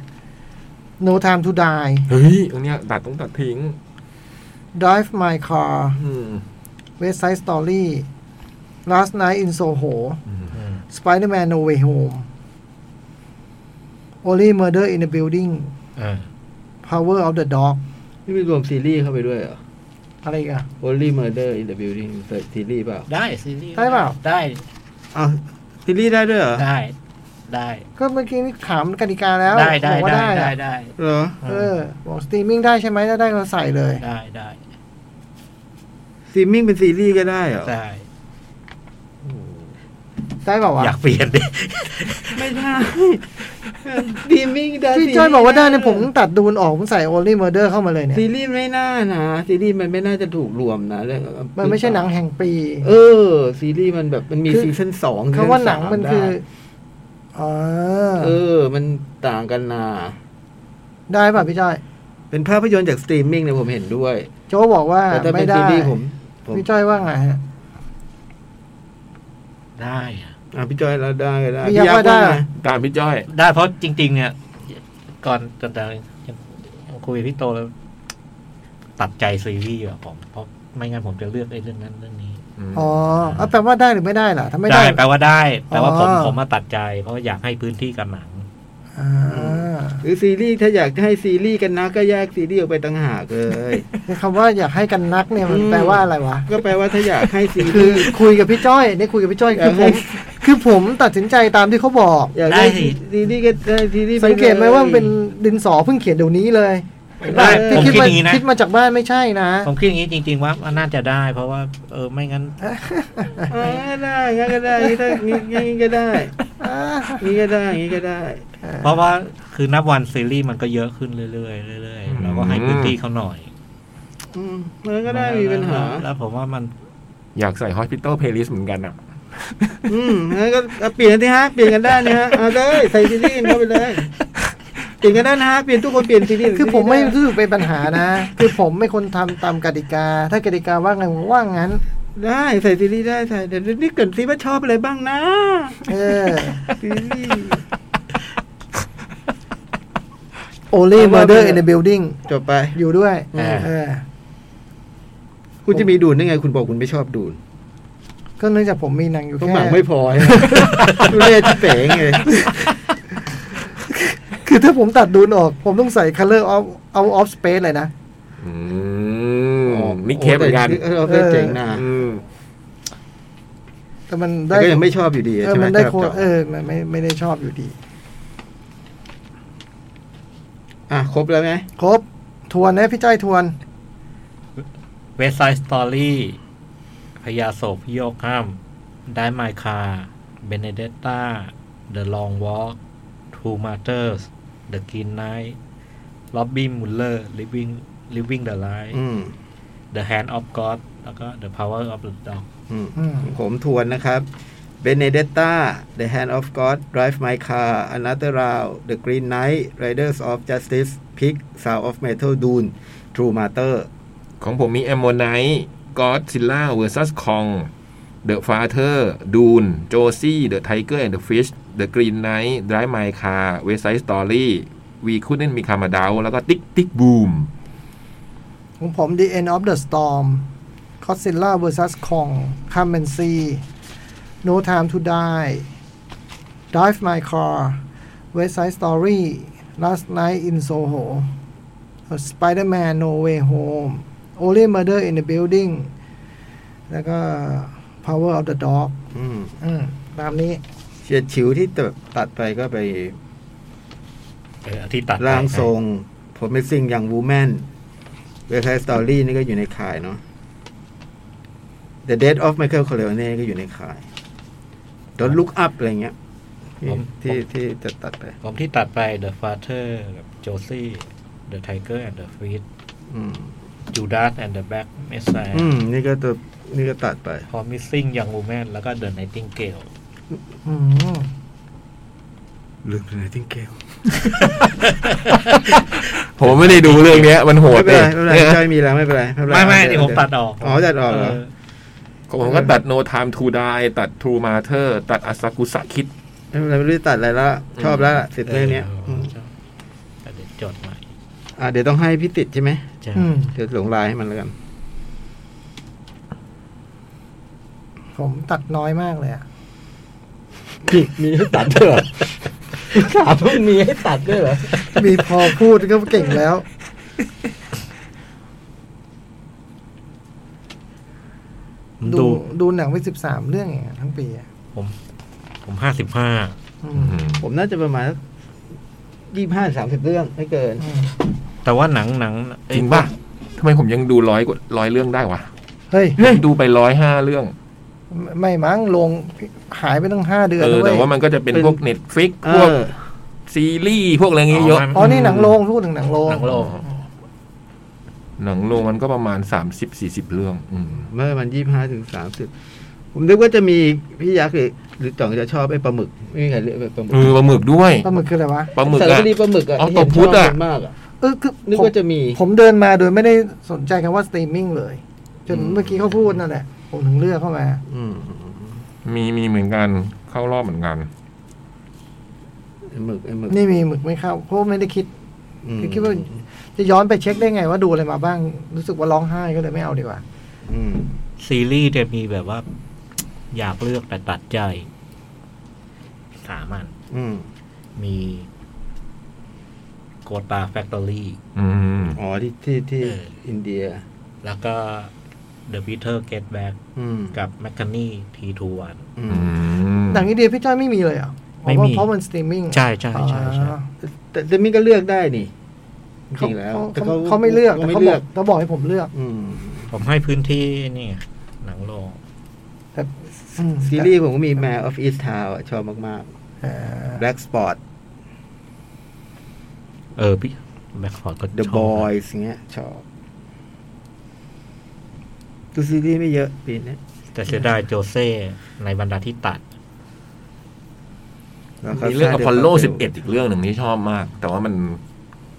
Speaker 1: No Time to Die
Speaker 2: เฮ้ยตรงเนี้ยตัดต้องตัดทิ้ง
Speaker 1: Drive My Car
Speaker 2: อืม
Speaker 1: West Side Story Last Night in Soho
Speaker 4: อืม
Speaker 1: Spider-Man No Way Home Only Murder in the Building
Speaker 4: อ่า
Speaker 1: Power of the Dog
Speaker 5: นี่มีรวมซีรีส์เข้าไปด้วยเหรอ
Speaker 1: อะไรอีกอะ
Speaker 5: Only Murder in the Building ซีรีส์เปล่า
Speaker 4: ได้ซีรีส์
Speaker 1: ได้เปล่า
Speaker 4: ได้
Speaker 5: อ้าวซีรีส์ได้ด้วยเหรอ
Speaker 4: ได้ ได้
Speaker 1: ก็เมื่อกี้นี่ถามกติกาแล้ว
Speaker 4: ได้ได้
Speaker 1: บอกว่า
Speaker 4: ได้
Speaker 1: ได้
Speaker 4: ได้
Speaker 1: อะ
Speaker 4: ได้
Speaker 5: เหรอ
Speaker 1: เออบอกสตรีมมิ่งได้ใช่ไหมถ้าได้ก็ใส่เลย
Speaker 4: ได้ได้
Speaker 5: ซีมิ่งเป็นซีรีส์ก็ได้เหรอ
Speaker 4: ได้
Speaker 1: ได้เปล่าวะ
Speaker 4: อยากเปลี่ยนดิ
Speaker 5: ไม่ได้ซีมิ่งได้
Speaker 1: พี่จ้อยบอกว่าได้เนี่ยผมตัดดูนออกผมใส่ only murder เข้ามาเลยเนี่ย
Speaker 5: ซีรีส์ไม่น่านะซีรีส์มันไม่น่าจะถูกรวมนะเรื่อง
Speaker 1: มันไม่ใช่หนังแห่งปี
Speaker 5: เออ ซีรีส์มันแบบมันมี
Speaker 1: คือ
Speaker 5: ซีซั่นสอง
Speaker 1: คำว่าหนังมันคือ
Speaker 5: ได้
Speaker 1: อ๋อ
Speaker 5: เออ มันต่างกันนะ
Speaker 1: ได้ป่ะพี่จ้อย
Speaker 5: เป็นภาพยนตร์จากสตรีมมิ่งเนี่ยผมเห็นด้วย
Speaker 1: โจบอกว่า
Speaker 5: แต่ถ้าเป็
Speaker 1: ไม่
Speaker 5: น
Speaker 1: ได้
Speaker 5: ซีรีส์ผมผม
Speaker 1: พี่จ้อยว่าไงฮะ
Speaker 4: ได้
Speaker 5: อ่ะพี่จอยแล้วได้ก็ได้
Speaker 1: พี่ยักษ์ว่าได้
Speaker 5: ง
Speaker 2: ตามพี่จ้อย
Speaker 4: ได้เพราะจริง ๆ เนี่ย ก่อนจะดังยังยังคุยกับพี่โตแล้ว ตัดใจซีรีส์แบบผมเพราะไม่งั้นผมจะเลือกไอ้เรื่องนั้นเรื่องนี้
Speaker 1: อ๋อเอาแปลว่าได้หรือไม่ได้ล่ะถ้าไม่ได้
Speaker 4: ได้แปลว่าได้แปลว่าผม
Speaker 1: อ๋อ
Speaker 4: ผมมาตัดใจ เพราะอยากให้พื้นที่กับหนัง
Speaker 1: อ่า
Speaker 5: หรือซีรีส์ถ้าอยากจะให้ซีรีส์กันนะก็แยกซีรีส์ออกไปต่างหากเลย
Speaker 1: คือคำว่าอยากให้กันนักเนี่ยมัน
Speaker 5: อืม
Speaker 1: แปลว่าอะไรวะ
Speaker 5: ก็แปลว่าถ้าอยากให้ซี
Speaker 1: คื
Speaker 5: รี
Speaker 1: อ
Speaker 5: ส์
Speaker 1: คุยกับพี่จ้อยได้คุยกับพี่จ้ อย
Speaker 5: อยา
Speaker 1: คือ
Speaker 5: ก
Speaker 1: ผ
Speaker 5: ให้
Speaker 1: มคือผมตัดสินใจตามที่เขาบอก
Speaker 5: อยากได้
Speaker 4: ได้สิ
Speaker 5: ซีรีส์ก็ได้ซีรีส์ปลย
Speaker 1: สังเกตไหมว่ามันเป็นดินสอเพิ่งเขียนเดี๋ยวนี้เลย
Speaker 4: ได้
Speaker 5: เออ
Speaker 1: ที่
Speaker 4: ผ
Speaker 1: คิด
Speaker 4: มคิด
Speaker 1: มา
Speaker 4: อย่างนี้นะ
Speaker 1: คิดมาจากบ้านไม่ใช่นะ
Speaker 4: ผมคิดอย่างนี้จริง ๆ ว่าน่าจะได้ เพราะว่า เออไม่งั้น
Speaker 5: เออได้งั้นก็ได้ถ้างี้งี้ก็ได้งี้ก็ได้งี้ก็ได้
Speaker 4: เพราะว่าคือนับวันซีรีส์มันก็เยอะขึ้นเรื่อยๆเรื่อย
Speaker 2: อืม
Speaker 4: ๆเราก็ให้พื้นที่เขาหน่อย
Speaker 5: อืมมันก็ได้ไมมีปัญหา
Speaker 4: แล้วผมว่ามัน
Speaker 2: อยากใส่ hospital playlist เหมือนกันอ่ะ
Speaker 5: อืมงั้นก็เอาเปลี่ยนสิฮะเปลี่ยนกันได้นะฮะเอาเลยใส่ซีรีส์เข้าไปเลยเปลี่ยนกันได้นะฮะเปลี่ยนทุกคนเปลี่ยนซีรีส์
Speaker 1: คือผมไม่รู้สึกเป็นปัญหา นะ คือผมไม่คนทำตามกติกา ถ้ากติกาว่าไงผมว่างั้น
Speaker 5: ได้ใส่ซีรีส์ได้ใส่เดี๋ยวนี่เกรินซิว่าชอบอะไรบ้างนะ
Speaker 1: เออ
Speaker 5: ซีรีส์
Speaker 1: Only
Speaker 5: เอาว่า
Speaker 1: Murder
Speaker 5: ไป
Speaker 1: in the Building
Speaker 5: จบไป
Speaker 1: อยู่ด้วย
Speaker 5: เออ
Speaker 1: เออ
Speaker 5: คุณจะมีดูนได้ไง คุณบอกคุณไม่ชอบดูน
Speaker 1: ก็เนื่องจากผมมีหนังอยู่
Speaker 5: ก็
Speaker 1: แค่
Speaker 5: หมักไม่พอใช่ไหมทุเล่ที่เป๋งเลย
Speaker 1: คือถ้าผมตัดดูนออก ผมต้องใส่ Color of Out of Space เลยนะ
Speaker 2: อืมนิกเคปเหมือนกัน
Speaker 5: เออเจ๋งนะ
Speaker 2: อืม
Speaker 1: แต่มัน
Speaker 5: แต่
Speaker 1: ได้
Speaker 5: ก็ยังไม่ชอบอยู่ดี
Speaker 1: เออ
Speaker 5: ใช่ไหม
Speaker 1: มันได้
Speaker 5: ครับ
Speaker 1: โค
Speaker 5: จอ
Speaker 1: เออมันไม่ไม่ได้ชอบอยู่ดี
Speaker 5: อ่ะครบแล้วไหม
Speaker 1: ครบ ทวนนะพี่จ้อยทวน
Speaker 4: เวสไซส์สตอรี่พยาโศกพิโยคห้ามได้ไมคาเบเนเดตตาเดอะลองวอล์กทูมาเตอร์สเดอะกินไนท์ล็อบบี้มุลเลอร์ลิฟวิ่งลิฟวิ่งเดอะไลท์
Speaker 5: อืม
Speaker 4: เดอะแฮนด์ออฟก็อดแล้วก็เดอะพาวเวอร์ออฟเดอะด็อก
Speaker 5: อืม
Speaker 1: อืม
Speaker 5: ผมทวนนะครับ Benedetta The Hand of God Drive My Car Another Round The Green Knight Riders of Justice Pick Sound of Metal Dune True Matter
Speaker 2: ของผมมีแอมโมไนต์ก็อดซิลล่าเวอร์ซัสคองเดอะฟาเธอร์ดูนโจซี่เดอะไทเกอร์แอนด์เดอะฟิชเดอะกรีนไนท์ดรายไมคาเวสไซส์สตอรี่วีคูเน่นมีคามาดาวแล้วก็ติ๊กติ๊กบูม
Speaker 1: ของผม The End of the Storm Godzilla vs Kong Come and See No Time to Die Drive My Car West Side Story Last Night in Soho Spider-Man No Way Home Only Murder in the Building แล้วก็ Power of the Dog
Speaker 5: อืม
Speaker 1: อืมตามนี้
Speaker 5: เฉียดฉิวที่แบบตัดไปก็ไป
Speaker 4: เออที่ตัดไป
Speaker 5: ร่างทรงผมไม่ซิ่งอย่างวูแมนเวทไทสตอรี่นี่ก็อยู่ในข่ายเนาะ The Death of Michael Corleone ก็อยู่ในข่าย Don't Look Up อะไรเงี้ยที่
Speaker 4: ผม
Speaker 5: ที่ที่จะตัดไป
Speaker 4: ผมที่ตัดไป The Father กับ Josie The Tiger and the Fish
Speaker 5: อืม
Speaker 4: Judas and the Black Messiah
Speaker 5: อืม นี่ก็ตัวนี่ก็ตัดไป
Speaker 4: Promising Young Woman แล้วก็ The Nightingale
Speaker 1: อืม
Speaker 5: ลืมเลยทิ้งเกม
Speaker 2: ผมไม่ได้ดูเรื่องเนี้ย มันโห
Speaker 5: ไม่
Speaker 2: ด
Speaker 5: เป็น
Speaker 2: เลย
Speaker 5: ไรไม่เป็น
Speaker 2: เนี่ย
Speaker 5: ไรจอยมีแล้วไม่เป็นไรเป็นร
Speaker 4: ไม่ไม่
Speaker 5: เย
Speaker 4: ที่
Speaker 5: ว
Speaker 4: ผมตัดออก
Speaker 5: อ๋อตัดออกเหรอ
Speaker 4: เ
Speaker 2: ของผมก็ตัดโนไทม์ทูดายตัดทรูมาเธอร์ตัดอาซากุสะคิด
Speaker 5: ไม่เป็นไรไม่รู้จะตัดอะไรแล้ว ชอบแล้วล่ะสิทธิ์เรื่องเนี้ย
Speaker 4: ออ
Speaker 5: ม
Speaker 4: แต่เดี๋ยวจดใหม่
Speaker 5: อ่าเดี๋ยวต้องให้พี่ติดใช่ไหม
Speaker 4: ใช่
Speaker 1: อืม
Speaker 5: เดี๋ยวหลงลายให้มันแล้วกัน
Speaker 1: ผมตัดน้อยมากเลยอะ
Speaker 5: มีมีให้ตัดด้วยเหรอถามว่ามีให้ตัดด้วยเหรอ
Speaker 1: มีพอพูดก็เก่งแล้ว
Speaker 4: ผม
Speaker 1: ดู
Speaker 4: ดู
Speaker 1: ดูหนังไปสิบสามเรื่องเองอะทั้งปีอะ
Speaker 4: ผมห้าสิบห้า
Speaker 2: อืม
Speaker 5: ผมน่าจะประมาณยี่ห้าสามสิบเรื่องไม่เกิน
Speaker 4: แต่ว่าหนังหนัง
Speaker 2: จริงป่ะทำไมผมยังดูร้อยกว่าร้อยเรื่องได้วะ
Speaker 1: เฮ้ย
Speaker 2: ดูไปร้อยห้าเรื่อง
Speaker 1: ไม่มั้งลงหายไปตั้งห้าเดือน
Speaker 2: เออ
Speaker 1: นะเว้
Speaker 2: แต่
Speaker 1: ย
Speaker 2: ว่ามันก็จะเป็น
Speaker 5: เป็น
Speaker 2: พวกเน็ตฟิก
Speaker 5: เอ
Speaker 2: พวก
Speaker 5: อ
Speaker 2: ซีรีส์พวกอะไรเงี้ยเยอะ
Speaker 1: อ๋อนี่หนังโรงพูดถึงหนังโรง
Speaker 4: หนังโลก
Speaker 2: หนังโรงมันก็ประมาณสามสิบสี่สิบเรื่อง อืม
Speaker 5: เมื่อมันยี่ห้าถึงสามสิบผมนึกว่าจะมีพี่ยักษ์หรือหรือจ่องจะชอบไอ้ปลาหมึกไม่มีใครเรียกไอ้ปลาหมึก
Speaker 2: เออปลาหมึกด้วย
Speaker 1: ปลาหมึกคืออะไรวะ
Speaker 2: ปลาหมึก
Speaker 5: สาร
Speaker 2: อะ
Speaker 5: คดีปลาหมึกอะ
Speaker 2: อ๋อ
Speaker 5: ที่เห็น
Speaker 2: ตัวพุทธ
Speaker 5: ชอ
Speaker 2: อะ
Speaker 5: บกันมากอะ
Speaker 1: เออคือ
Speaker 5: นึก
Speaker 1: ผม
Speaker 5: ว่าจะมี
Speaker 1: ผมเดินมาโดยไม่ได้สนใจคำว่าสตรีมมิ่งเลย จนเมื่อกี้เขาพูดนั่นแหละผมถึงเลือกเข้ามา
Speaker 5: อืม
Speaker 2: มีมีเหมือนกันเข้ารอบเหมือนกัน
Speaker 5: ไอ้หมึกไอ้หมึก
Speaker 1: นี่มีหมึกไม่เข้าเพราะไม่ได้คิด
Speaker 5: อืม
Speaker 1: คือคิดว่า จะย้อนไปเช็คได้ไงว่าดูอะไรมาบ้างรู้สึกว่าร้องไห้ก็เลยไม่เอาดีกว่า
Speaker 5: อืม
Speaker 4: ซีรีส์จะมีแบบว่า อยากเลือกแต่ตัดใจสามอัน
Speaker 5: อืม
Speaker 4: มีโกตาแฟคทอรี่
Speaker 2: อืม
Speaker 5: อ๋อที่ที่ที่
Speaker 4: เออ
Speaker 5: อินเดีย
Speaker 4: แล้วก็ The Peter Get Back
Speaker 5: อืม
Speaker 4: กับ m c c a n n y T21
Speaker 5: อื
Speaker 2: อื
Speaker 5: ม
Speaker 2: ม
Speaker 1: หนังอินเดียพี่จ้อยไม่มีเลยเหรออ๋อ
Speaker 4: ไม่มี
Speaker 1: เพราะมันสตรีมมิ่ง
Speaker 4: ใช่ใช่ใช่ใช่
Speaker 1: อ๋อ
Speaker 5: แต่แต่มิ้นก็เลือกได้นี่จ
Speaker 1: เขา
Speaker 5: ริงๆแล้ว
Speaker 1: เขา
Speaker 5: แต่
Speaker 1: เขาเขาไม่เลือกแต่
Speaker 5: เขาไม่
Speaker 1: เขา
Speaker 5: เลื
Speaker 1: บอ
Speaker 5: อก ก
Speaker 1: เขาบอกให้ผมเลือก
Speaker 5: อืม
Speaker 4: ผมให้พื้นที่นี่ไงหนังโลก
Speaker 1: แต่อืม
Speaker 5: ซีรีส์ผมก็มี Man of East Town อะชอบมาก
Speaker 1: เอ่อ
Speaker 5: ๆ Black Spot
Speaker 4: เออ พี่แบ็คฟอร์ดก็
Speaker 5: The
Speaker 4: ชอบนะ
Speaker 5: Boys เงี้ย ชอบดูซีรีส์ไม่เยอะปีนี้
Speaker 4: แต่เสียดายโจเซ่ในบรรดาที่ตัด
Speaker 5: แล้วก็
Speaker 2: มีเรื่อง
Speaker 5: สา
Speaker 2: Apollo
Speaker 5: ดะ
Speaker 2: 11 อีกเรื่องหนึ่งที่ชอบมาก แต่ว่ามัน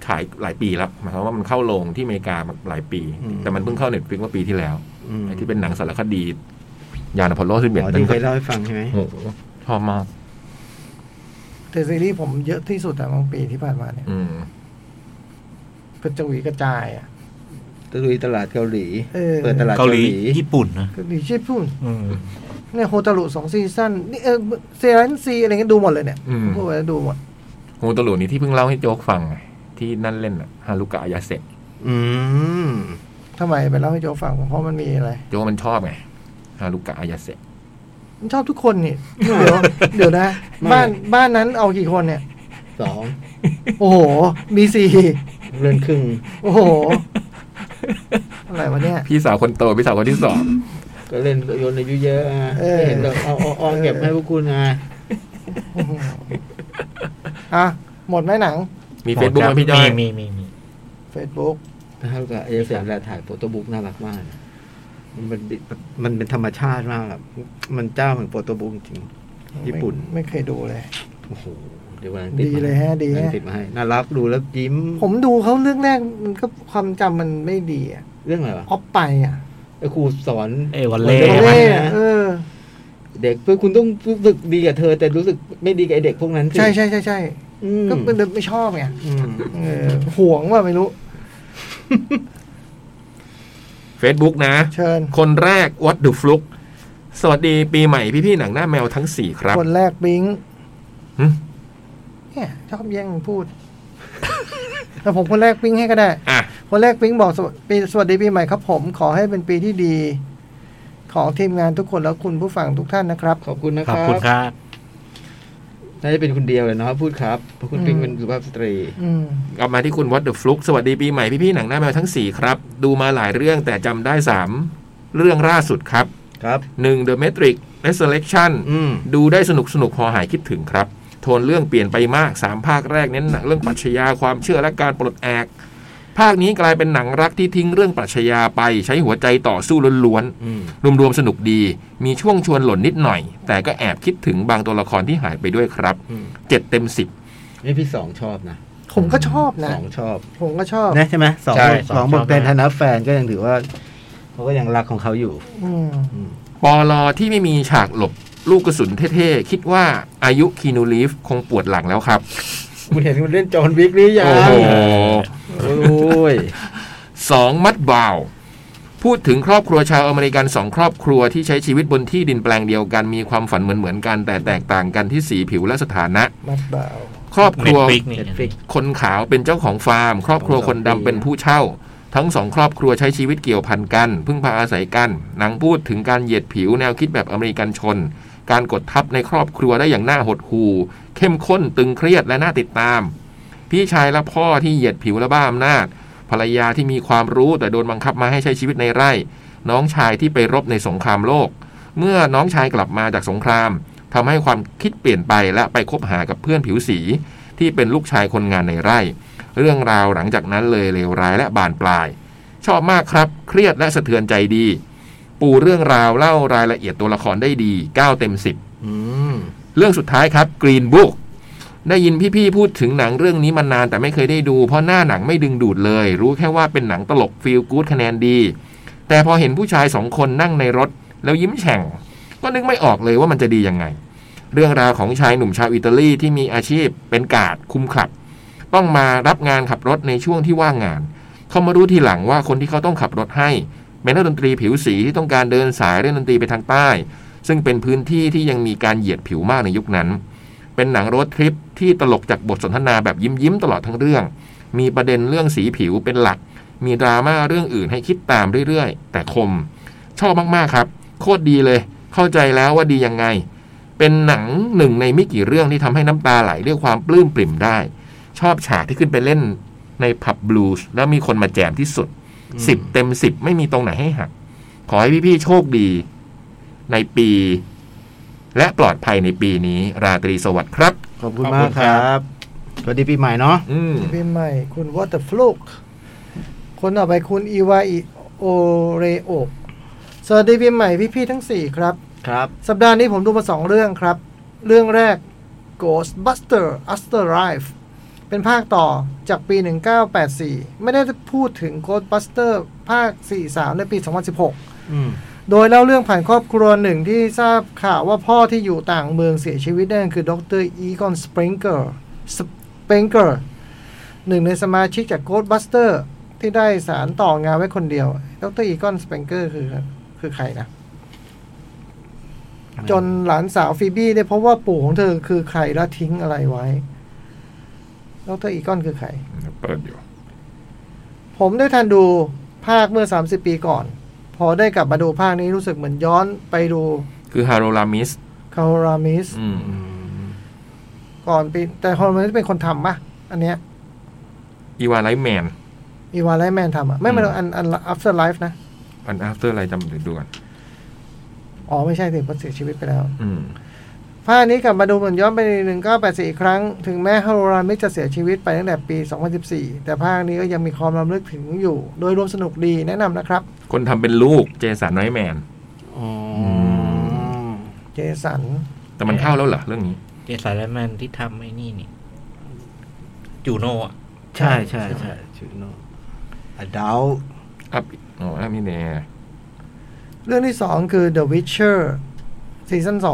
Speaker 2: ขายหลายปีแล้วหมายความว่ามันเข้าโรงที่อเมริกามาหลายปี
Speaker 5: อืม
Speaker 2: แต่มันเพิ่งเข้าเน็ตฟลิกเมื่อปีที่แล้ว
Speaker 5: อืม
Speaker 2: ไอ้ที่เป็นหนังสารคดียานอพอลโล 11
Speaker 5: อ๋อ
Speaker 2: นั่
Speaker 5: ที่
Speaker 2: น
Speaker 5: เค
Speaker 2: ก็
Speaker 5: ยเล่าให้ฟังใช่ไหม
Speaker 2: โอ้โหชอบมาก
Speaker 1: แต่ซีรีส์ผมเยอะที่สุดแต่บางปีที่ผ่านมาเนี่ย
Speaker 2: อืม
Speaker 1: กระจุยกระจายอ่ะ
Speaker 5: ตะลุยตลาดเกาหลี
Speaker 1: เออ
Speaker 5: เปิดตลาด
Speaker 4: เกา
Speaker 5: เกา
Speaker 4: ห
Speaker 5: ห
Speaker 4: ลี
Speaker 5: ลี
Speaker 4: ญี่ปุ่นนะ
Speaker 1: ก็ดีช่พูด
Speaker 4: อืม
Speaker 1: เนี่ยโฮตารุสองซีซั่นนี่เออเซรันซีอะไรเงี้ยดูหมดเลยเนี่ย
Speaker 2: อืม
Speaker 1: พูดไปแล้วดูหมด
Speaker 2: โฮตารุนี่ที่เพิ่งเล่าให้โจ๊กฟังไงที่นั่นเล่นอะฮารุกะอายาเซะ
Speaker 5: อืม
Speaker 1: ทำไมไปเล่าให้โจฟังเพราะมันมีอะไร
Speaker 2: โจ๊กมันชอบไงฮารุกะอายาเซะ
Speaker 1: มันชอบทุกคน นี่ เดี๋ยวเดี๋ยวนะ
Speaker 5: ไม่
Speaker 1: บ้านบ้านนั้นเอากี่คนเนี่ย
Speaker 5: สอง
Speaker 1: โอ้โห มีสี่
Speaker 5: เรื่องครึ่ง
Speaker 1: โอ้โห อะไรวะเนี่ย
Speaker 2: พี่สาวคนโตพี่สาวคนที่สอง
Speaker 5: ก็เล่นกับโยนอายุเยอะอะ
Speaker 1: เออ
Speaker 5: ไม่เห็นแบบเอาเอาเอาเก็บให้พวกคุณไง
Speaker 1: อื้อหืออ่ะ หมดไหมหนัง
Speaker 2: มีเฟซบุ๊กไหมพี่จ้อย
Speaker 4: มีมีมี
Speaker 1: Facebook
Speaker 5: ถ้ากับเอเซียเวลาถ่ายโฟโต้บุ๊กน่ารักมากนะมันเป็นมันเป็นธรรมชาติมากอะมันเจ้าของโฟโต้บุ๊กจริง ญี่ปุ่น
Speaker 1: ไม่ไม่เคยดูเลย
Speaker 5: ๆโอ้โหเดี๋ยววันนั้นติด
Speaker 1: ดีเลยฮะดีฮะ
Speaker 5: วันนั้นติดมาให้น่ารักดูแล้วยิ้ม
Speaker 1: ผมดูเขาเรื่องแรกมันก็ความจำมันไม่ดีอ่ะ
Speaker 5: เรื่องอะไรวะ
Speaker 1: ออฟไปอ่ะ
Speaker 5: ไอ้ครูสอน
Speaker 4: เอวันเล่
Speaker 1: โอ
Speaker 5: วอล
Speaker 1: เล่
Speaker 5: เล่
Speaker 1: อะ
Speaker 5: นะ
Speaker 1: เออ
Speaker 5: เด็กเพื่อคุณต้องรู้สึกดีกับเธอ แต่รู้สึกไม่ดีกับไอ้เด็กพวกนั้นสิ
Speaker 1: ใช่ใช่ใช่ใช่
Speaker 5: อืม
Speaker 1: ก็เป็นไม่ชอบไง
Speaker 5: อืม
Speaker 1: เออห่วงว่าไม่รู้
Speaker 2: เฟซบุ๊กนะ
Speaker 1: เชิญ
Speaker 2: คนแรกวัดดูฟลุกสวัสดีปีใหม่พี่ๆหนังหน้าแมวทั้งสี่ครับ
Speaker 1: คนแรกบิง
Speaker 2: หึ
Speaker 1: เนี่ยชอบแย่งพู ด แต่ผมคนแรกปิ้งให้ก็ได้
Speaker 2: อ่ะ
Speaker 1: คนแรกปิ้งบอกสวัสปีสวัสดีปีใหม่ครับผม ขอให้เป็นปีที่ดี ของทีมงานทุกคนและคุณผู้ฟังทุกท่านนะครับ
Speaker 5: ขอบคุณนะ
Speaker 4: ข
Speaker 5: ค
Speaker 4: อบ
Speaker 5: รั
Speaker 4: คุณ
Speaker 5: บ
Speaker 4: ครับ
Speaker 5: น่าจะเป็นคนเดียวเลยเนาะพูดครับเพราะคุณ
Speaker 1: อืม
Speaker 5: ปิงเป็นสุภาพสตรี
Speaker 1: อืม
Speaker 2: กลับมาที่คุณวัดเดอะฟลุกสวัสดีปีใหม่พี่ๆหนังหน้าแมวทั้ง 4 ครับ ดูมาหลายเรื่องแต่จำได้ 3 เรื่องล่าสุดครับ
Speaker 5: ครับ
Speaker 2: 1. The Matrix Resurrection
Speaker 5: อืม
Speaker 2: ดูได้สนุกสนุกพอหายคิดถึงครับ โทนเรื่องเปลี่ยนไปมาก 3 ภาคแรกเน้นหนังเรื่องปรัชญาความเชื่อและการปลดแอก ภาคนี้กลายเป็นหนังรักที่ทิ้งเรื่องปรัชญาไปใช้หัวใจต่อสู้ล้วน
Speaker 5: อืม
Speaker 2: ๆรวมๆสนุกดี มีช่วงชวนหล่นนิดหน่อย แต่ก็แอบคิดถึงบางตัวละครที่หายไปด้วยครับ
Speaker 5: อืม
Speaker 2: เจ็ดเต็มสิบ
Speaker 5: นี่พี่สองชอบนะ
Speaker 1: ผมก็ชอบนะ
Speaker 5: สองชอบ
Speaker 1: ผมก็ชอบ
Speaker 5: นะใช่ไหมสอง
Speaker 4: ใช่
Speaker 5: สองบทเป็นฐานะแฟนก็ยังถือว่าเขาก็ยังรักของเขาอยู่
Speaker 1: อืม
Speaker 2: ปอลอที่ไม่มีฉากหลบลูกกระสุนเท่ๆ คิดว่าอายุคีนูรีฟคงปวดหลังแล้วครับ
Speaker 5: คุณเห็นคุณเล่นจอห์นวิกหรือยัง
Speaker 2: โอ้โห
Speaker 5: โอ้ย
Speaker 2: สองมัดบ่าว พูดถึงครอบครัวชาวอเมริกันสองครอบครัวที่ใช้ชีวิตบนที่ดินแปลงเดียวกันมีความฝันเหมือนๆกัน แต่แตกต่างกันที่สีผิวและสถานะ
Speaker 1: มัดบ่าว
Speaker 2: ครอบค
Speaker 4: เน็
Speaker 2: รั
Speaker 4: ต
Speaker 2: ว
Speaker 4: ฟิกนี่
Speaker 5: เน็ตฟิก
Speaker 2: คนขาวเป็นเจ้าของฟาร์ม ครอบครัวคนดำเป็นผู้เช่า ทั้งสองครอบครัวใช้ชีวิตเกี่ยวพันกัน พึ่งพาอาศัยกันหนังพูดถึงการเหยียดผิวแนวคิดแบบอเมริกันชน การกดทับในครอบครัวได้อย่างน่าหดหู่เข้มข้นตึงเครียดและน่าติดตาม พี่ชายและพ่อที่เหยียดผิวและบ้าอำนาจ ภรรยาที่มีความรู้แต่โดนบังคับมาให้ใช้ชีวิตในไร่ น้องชายที่ไปรบในสงครามโลก เมื่อน้องชายกลับมาจากสงครามทำให้ความคิดเปลี่ยนไปและไปคบหากับเพื่อนผิวสี ที่เป็นลูกชายคนงานในไร่ เรื่องราวหลังจากนั้นเลยเลวร้ายและบานปลาย ชอบมากครับ เครียดและสะเทือนใจดี ปูเรื่องราวเล่ารายละเอียดตัวละครได้ดี 9 เต็ม 10
Speaker 5: อืม
Speaker 2: เรื่องสุดท้ายครับ Green Book ได้ยินพี่ๆพูดถึงหนังเรื่องนี้มานานแต่ไม่เคยได้ดู เพราะหน้าหนังไม่ดึงดูดเลย รู้แค่ว่าเป็นหนังตลกฟีลกู๊ดคะแนนดี แต่พอเห็นผู้ชายสองคนนั่งในรถ แล้วยิ้มแฉ่ง ก็นึกไม่ออกเลยว่ามันจะดียังไง เรื่องราวของชายหนุ่มชาวอิตาลีที่มีอาชีพเป็นกาดคุมขับ ต้องมารับงานขับรถในช่วงที่ว่างงาน เขามารู้ทีหลังว่าคนที่เขาต้องขับรถให้เป็นนักดนตรีผิวสีที่ต้องการเดินสายเล่นดนตรีไปทางใต้ ซึ่งเป็นพื้นที่ที่ยังมีการเหยียดผิวมากในยุคนั้น เป็นหนังโรดทริปที่ตลกจากบทสนทนาแบบยิ้มยิ้มๆตลอดทั้งเรื่อง มีประเด็นเรื่องสีผิวเป็นหลัก มีดราม่าเรื่องอื่นให้คิดตามเรื่อยๆ แต่คม ชอบมากๆครับ โคตรดีเลย เข้าใจแล้วว่าดียังไง เป็นหนังหนึ่งในไม่กี่เรื่องที่ทำให้น้ำตาไหลด้วยความปลื้มปริ่มได้ ชอบฉากที่ขึ้นไปเล่นในผับบลูส์แล้วมีคนมาแจมที่สุด
Speaker 5: อืม
Speaker 2: สิบเต็มสิบไม่มีตรงไหนให้หัก ขอให้พี่ๆโชคดี ในปี และปลอดภัยในปีนี้ ราตรีสวัสดิ์ครับ
Speaker 5: ขอบคุณมากครับ สวัสดีปีใหม่เนาะ
Speaker 2: อืม
Speaker 1: ปีใหม่ คุณวอเตอร์ฟลูกคนต่อไปคุณอีวาอิโอเรโอสวัสดีปีใหม่พี่ๆทั้งสี่ครับ
Speaker 5: ครับ
Speaker 1: สัปดาห์นี้ผมดูมาสองเรื่องครับ เรื่องแรก Ghostbuster Afterlife เป็นภาคต่อจากปี 1984 ไม่ได้พูดถึง Ghostbuster ภาค 43 ในปี 2016
Speaker 5: อืม
Speaker 1: โดยเล่าเรื่องผ่านครอบครัวหนึ่งที่ทราบข่าวว่าพ่อที่อยู่ต่างเมืองเสียชีวิตนั่นคือดรอีกอนสปริงเกอร์สปริงเกอร์หนึ่งในสมาชิกจาก Ghostbuster ที่ได้สารต่องานไว้คนเดียว ดรอีกอนสปริงเกอร์คือคือใครนะ จนหลานสาวฟีบี้ได้พบว่าปู่ของเธอคือใครและทิ้งอะไรไว้ดรอีกอนคือใคร
Speaker 2: เปิดอยู่
Speaker 1: ผมได้ทันดูภาคเมื่อ 30 ปีก่อน พอได้กลับมาดูภาคนี้รู้สึกเหมือนย้อนไปดู
Speaker 2: คือฮาโรลามิส
Speaker 1: คารามิส
Speaker 2: อืม
Speaker 5: อืม
Speaker 1: ก่อนปีแต่คารามิสเป็นคนทำปะอันเนี้ย
Speaker 2: อีวาไลท์แมน
Speaker 1: อีวาไลท์แมนทำอะไม่ไม่
Speaker 2: อืม
Speaker 1: อันอันอัฟเตอร์ไลฟ์นะ
Speaker 2: อันอัฟเตอร์อะไรจำเดี๋ยวดูก่อน
Speaker 1: อ๋อ ไม่ใช่สิเพราะเสียชีวิตไปแล้ว
Speaker 2: อืม
Speaker 1: ภาคนี้กลับมาดูเหมือนย้อนไปหนึ่งเก้าแปดสี่อีกครั้ง ถึงแม้ฮารุรามิจะเสียชีวิตไปตั้งแต่ปี 2014 แต่ภาคนี้ก็ยังมีความรำลึกถึงอยู่ โดยรวมสนุกดีแนะนำนะครับ
Speaker 2: คนทำเป็นลูกเจสันไนท์แมน
Speaker 5: อ๋ออ
Speaker 1: เจสัน
Speaker 2: แต่มันเข้าแล้วเหรอเรื่องนี้
Speaker 4: เจสันแลแมนที่ทำไอ้นี่นี่จูโน่อะ
Speaker 5: ใช่ใช่ใช่ชื่อโนอดาว
Speaker 2: อัพอ๋ออัพนี่เนี่ย
Speaker 1: เรื่องที่ 2 คือ The Witcher ซีซั่น2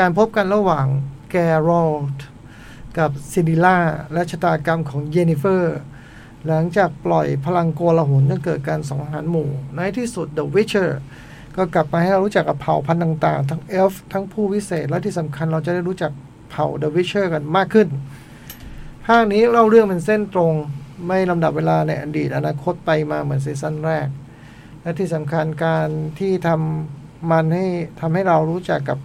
Speaker 1: การพบกันระหว่างแกรอลต์กับซินดิล่า และชะตากรรมของเยนิเฟอร์ หลังจากปล่อยพลังโกลาหลจนเกิดการสังหารหมู่ ในที่สุด The Witcher ก็กลับมาให้เรารู้จักกับเผ่าพันธุ์ต่างๆ ทั้งเอลฟ์ทั้งผู้วิเศษ และที่สำคัญเราจะได้รู้จักเผ่า The Witcher กันมากขึ้น ภาคนี้เล่าเรื่องเป็นเส้นตรง ไม่ลำดับเวลาในอดีตอนาคตไปมาเหมือนซีซั่นแรก และที่สำคัญการที่ทำมันให้ทำให้เรารู้จักกับ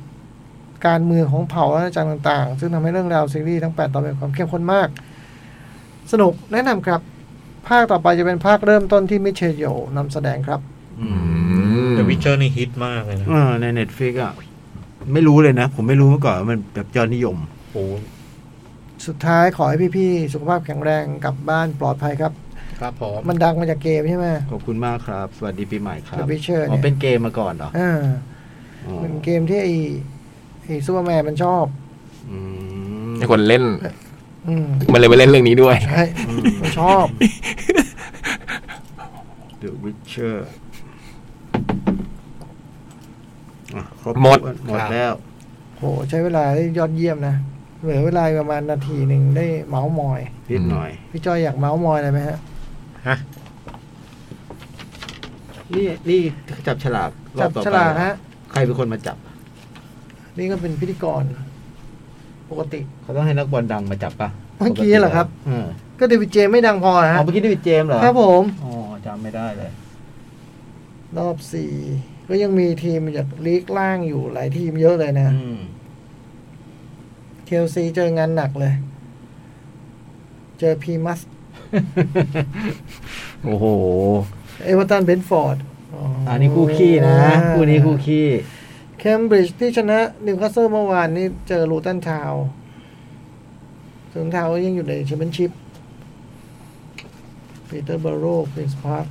Speaker 1: การเมืองของเผ่าและอาณาจักรต่างๆ ซึ่งทำให้เรื่องราวซีรีส์ทั้ง 8 ตอนมีความเข้มข้นมาก สนุกแนะนำครับ ภาคต่อไปจะเป็นภาคเริ่มต้นที่มิเชลโยนำแสดงครับ
Speaker 2: ม
Speaker 4: The Witcher นี่ฮิตมากเลยนะ
Speaker 5: เออในเน็ตฟิกอ่ะ ไม่รู้เลยนะ ผมไม่รู้มาก่อนว่ามันแบบยอดนิยม
Speaker 4: โอ้
Speaker 1: สุดท้ายขอให้พี่ๆ สุขภาพแข็งแรงกลับบ้านปลอดภัยครับ
Speaker 4: ครับผม
Speaker 1: มันดังมาจากเกมใช่ไหม
Speaker 5: ขอบคุณมากครับ สวัสดีปีใหม่ครับ
Speaker 1: The Witcher เนี่ย
Speaker 5: อ๋อเป็นเกมมาก่อนเหรอ
Speaker 1: อ่า
Speaker 5: อ๋อ
Speaker 1: เป็นเกมที่ไอ้ไอ้ซูเปอร์แมนมันชอบ
Speaker 5: อืม
Speaker 2: ไอ้คนเล่น
Speaker 1: อืม
Speaker 2: มันเลยไปเล่นเรื่องนี้ด้วย
Speaker 1: ใช่มันชอบ
Speaker 5: เดอะวิชเชอร์ะครบ
Speaker 2: หมด
Speaker 5: ถ้วนหมด
Speaker 4: ครับ
Speaker 5: แล้ว
Speaker 1: โหใช้เวลาได้ยอดเยี่ยมนะเหลือเวลาประมาณนาทีหนึ่งได้เมาส์มอย
Speaker 5: นิดหน่อย
Speaker 1: พี่จอยอยากเมาส์มอยอะไรไหมฮะ
Speaker 5: นี่นี่จับฉลากรอ
Speaker 1: จั
Speaker 5: บบ ต่อไป
Speaker 1: ฉลากฮะ
Speaker 5: ใครเป็นคนมาจับ
Speaker 1: นี่ก็เป็นพิธีกร ปกติ
Speaker 5: เขาต้องให้นักบอลดังมาจับปะ
Speaker 1: เมื่อกี้เหรอครับ
Speaker 5: เออ
Speaker 1: ก็เดวิดเจมส์ไม่ดังพอนะ
Speaker 5: อ๋
Speaker 1: ฮะ
Speaker 5: อเมื่อกี้ดิวิดเจมส์เหรอ
Speaker 1: ครับผม
Speaker 5: อ๋อจำไม่ได้เลย
Speaker 1: รอบสี่ก็ยังมีทีมจากลีกล่างอยู่หลายทีมเยอะเลยนะ
Speaker 5: อืม
Speaker 1: เคลซีเจองานหนักเลย เจอพีมัส
Speaker 5: โอ้โห
Speaker 1: เอเวอร์ตันเบนฟอร์ด
Speaker 5: อันนี้คู่ขี้นะ คู่นี้คู่ขี้
Speaker 1: เคมบริดจ์ที่ชนะนิวคาสเซิลเมื่อวานนี่เจอลูตันทาวน์ลูตันทาวน์ก็ยังอยู่ในแชมเปี้ยนชิพปีเตอร์เบโรควินส์พาร์ค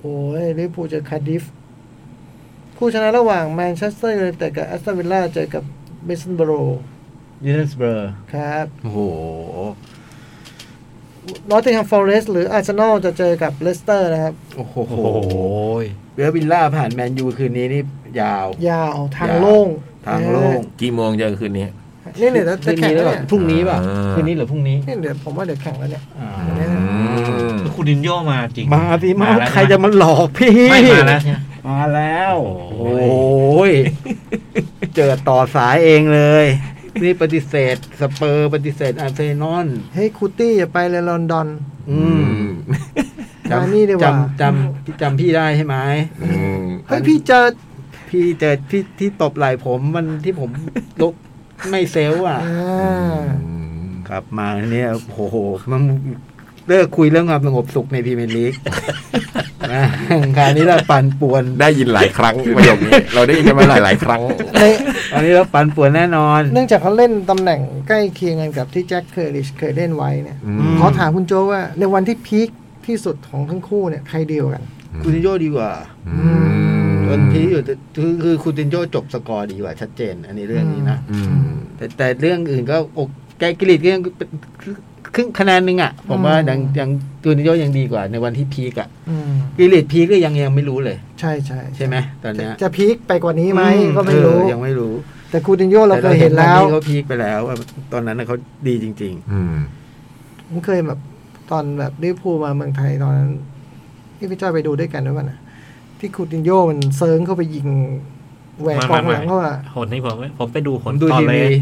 Speaker 1: โอ้ยลิเวอร์พูลเจอคาร์ดิฟคู่ชนะระหว่างแมนเชสเตอร์ยูไนเต็ดกับแอสตันวิลล่าเจอกับเบสันเบโร
Speaker 5: ยูเนสเบอร์
Speaker 1: ครับ
Speaker 5: โอ้โห
Speaker 1: นอตติงแฮมฟอเรสต์หรืออาร์เซนอลจะเจอกับเลสเตอร์นะครับ
Speaker 5: โอ้โห
Speaker 4: โอ้โห
Speaker 5: เวลวิลล่าผ่านแมนยูคืนนี้นี่ยาว
Speaker 1: ยาวทางโล่ง
Speaker 5: ทางโล่ง
Speaker 2: กี่โมงเจอคืนนี้
Speaker 1: นี่เนี่ยจะแข่ง
Speaker 5: คืนนี้หรือ
Speaker 1: แล้ว
Speaker 5: เปล่า
Speaker 1: เนี่ย
Speaker 5: พรุ่งนี้ป่ะ
Speaker 2: อ่า
Speaker 5: คืนนี้หรือพรุ่งนี้
Speaker 1: นี่เดี๋ยวผมว่าเดี๋ยวแข่งแล้วเนี่ย
Speaker 5: อ่า
Speaker 1: เนี่ย
Speaker 2: อืม
Speaker 4: คุณดินโยมาจริง
Speaker 5: มาสิมา
Speaker 4: แล้ว
Speaker 5: ใครจะมาหลอกพี่
Speaker 4: ไม่มาแล้วใช่ไหม
Speaker 5: มาแล้ว
Speaker 4: โอ้
Speaker 5: โอ้
Speaker 4: โห
Speaker 5: ย เจอต่อสายเองเลย นี่ปฏิเสธสเปอร์ปฏิเสธอาร์เซนอล
Speaker 1: เฮ้ยคูตี้อย่าไปเลยลอนดอน
Speaker 5: อืม
Speaker 1: มานี่ดีกว่า
Speaker 5: จำจำพี่จำพี่ได้ใช่ไหม
Speaker 2: อืม
Speaker 1: เฮ้ยพี่เจอ
Speaker 5: พี่เจอพี่ที่ตบไหล่ผมมันที่ผมลุกไม่เซลลอ่ะ
Speaker 1: อ่า
Speaker 5: ครับมาเนี่ยโอ้โหมันเลิกคุยเรื่องความสงบสุขในพรีเมียร์ ลีก นะคราวนี้เราปั่นป่วน
Speaker 2: ได้ยินหลายครั้งประโยคนี้ เราได้ยินกันมาหลายหลายๆครั้ง
Speaker 1: ใน
Speaker 5: คราวนี้เราปั่นป่วนแน่นอน
Speaker 1: เนื่องจากเขาเล่นตำแหน่งใกล้เคียงกันกับที่แจ็คเคอร์ดิชเคยเล่นไว้เนี่ย
Speaker 2: อื
Speaker 5: ม
Speaker 1: ขอถามคุณโจว่าในวันที่พีคที่สุดของทั้งคู่เนี่ยใครดีกว่ากัน
Speaker 5: คุณตินโยดีกว่า
Speaker 2: อืม
Speaker 5: จนพีอยู่แต่คือคือคุณตินโยจบสกอร์ดีกว่า ชัดเจน อันนี้เรื่องนี้นะ
Speaker 2: อืม
Speaker 5: แต่แต่เรื่องอื่นก็โอเคแกกิลิตก็ยังเป็นครึ่งคะแนนหนึงอ่ะ ผมว่า
Speaker 1: อืม
Speaker 5: ยังยังคุณตินโยยังดีกว่าในวันที่พีกอ่ะ
Speaker 1: อืม
Speaker 5: กิลิตพีกก็ยังยังไม่รู้เลย
Speaker 1: ใช่ใช่
Speaker 5: ใช่ไหมตอนเนี้ย
Speaker 1: จะจะพีคไปกว่านี้ไหมก็ไม่รู้
Speaker 5: เออยังไม่รู้
Speaker 1: แต่คูตินโยเราเคยเห็นแล้ว
Speaker 5: ต่ราเห็นตอนที่เขาพีคไปแล้วว่าตอนนั้นน่ะเขาดีจริง
Speaker 2: อืม
Speaker 1: ผมเคยแบบตอนแบบลิเวอร์พูลมาเมืองไทยตอนนั้นที่พี่จ้อยไปดูด้วยกันด้วยป่ะนะที่คูตินโยมันเซิร์งเข้าไปยิงแหวกกองหลังเข้ามา
Speaker 4: หนนี่ผมผมไปดูห
Speaker 5: ๆ ผม
Speaker 4: น
Speaker 5: ดู
Speaker 4: ตอน
Speaker 5: ที
Speaker 4: เล
Speaker 5: วี
Speaker 4: ย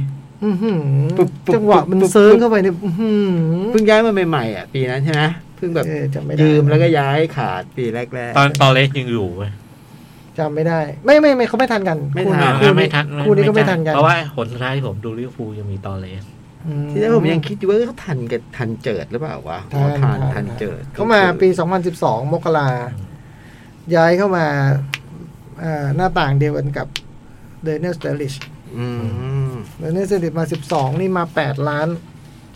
Speaker 1: อื้อหือ
Speaker 5: ปุ๊บปุ๊บ
Speaker 1: จังหวะมัน
Speaker 5: ปุ๊บ
Speaker 1: เซิร์งเข้าไปเนี่ยอื้อหือ
Speaker 5: เพิ่งย้ายมาใหม่ๆอ่ะปีนั้นใช่ไหมเพิ่งแบบ
Speaker 1: เออจำไม่ได้
Speaker 5: ยืมแล้วก็ย้ายขาดปีแรกๆ
Speaker 4: ตอนตอนเล็กยังอยู่เว้ย
Speaker 1: จำไม่ได้ ไม่ไม่ไม่เขาไม่ทันกัน
Speaker 5: ไม่
Speaker 1: คู่
Speaker 5: ทั
Speaker 1: นี้
Speaker 5: อ่า
Speaker 1: คู่
Speaker 4: ไม่
Speaker 1: นี้
Speaker 4: ทัน
Speaker 1: คู่นี้ก็ไม่ทันกัน
Speaker 4: เพราะว่าหนสุดท้ายที่ผมดูลิเวอร์พูลยังมีตอนเลส
Speaker 1: อื
Speaker 5: ที่แรกผมยังคิดอยู่ว่าเขาทันกับทันเจิดหรือเปล่าวะ
Speaker 1: ทัน
Speaker 5: ทันทันเจิด
Speaker 1: เขามาปี 2012 มกราย้ายเข้ามาอ่าหน้าต่างเดียวกันกับเดนเนลสเตอริช
Speaker 5: อืม
Speaker 1: เดนเนลสเตอริชมา 12 นี่มา 8 ล้าน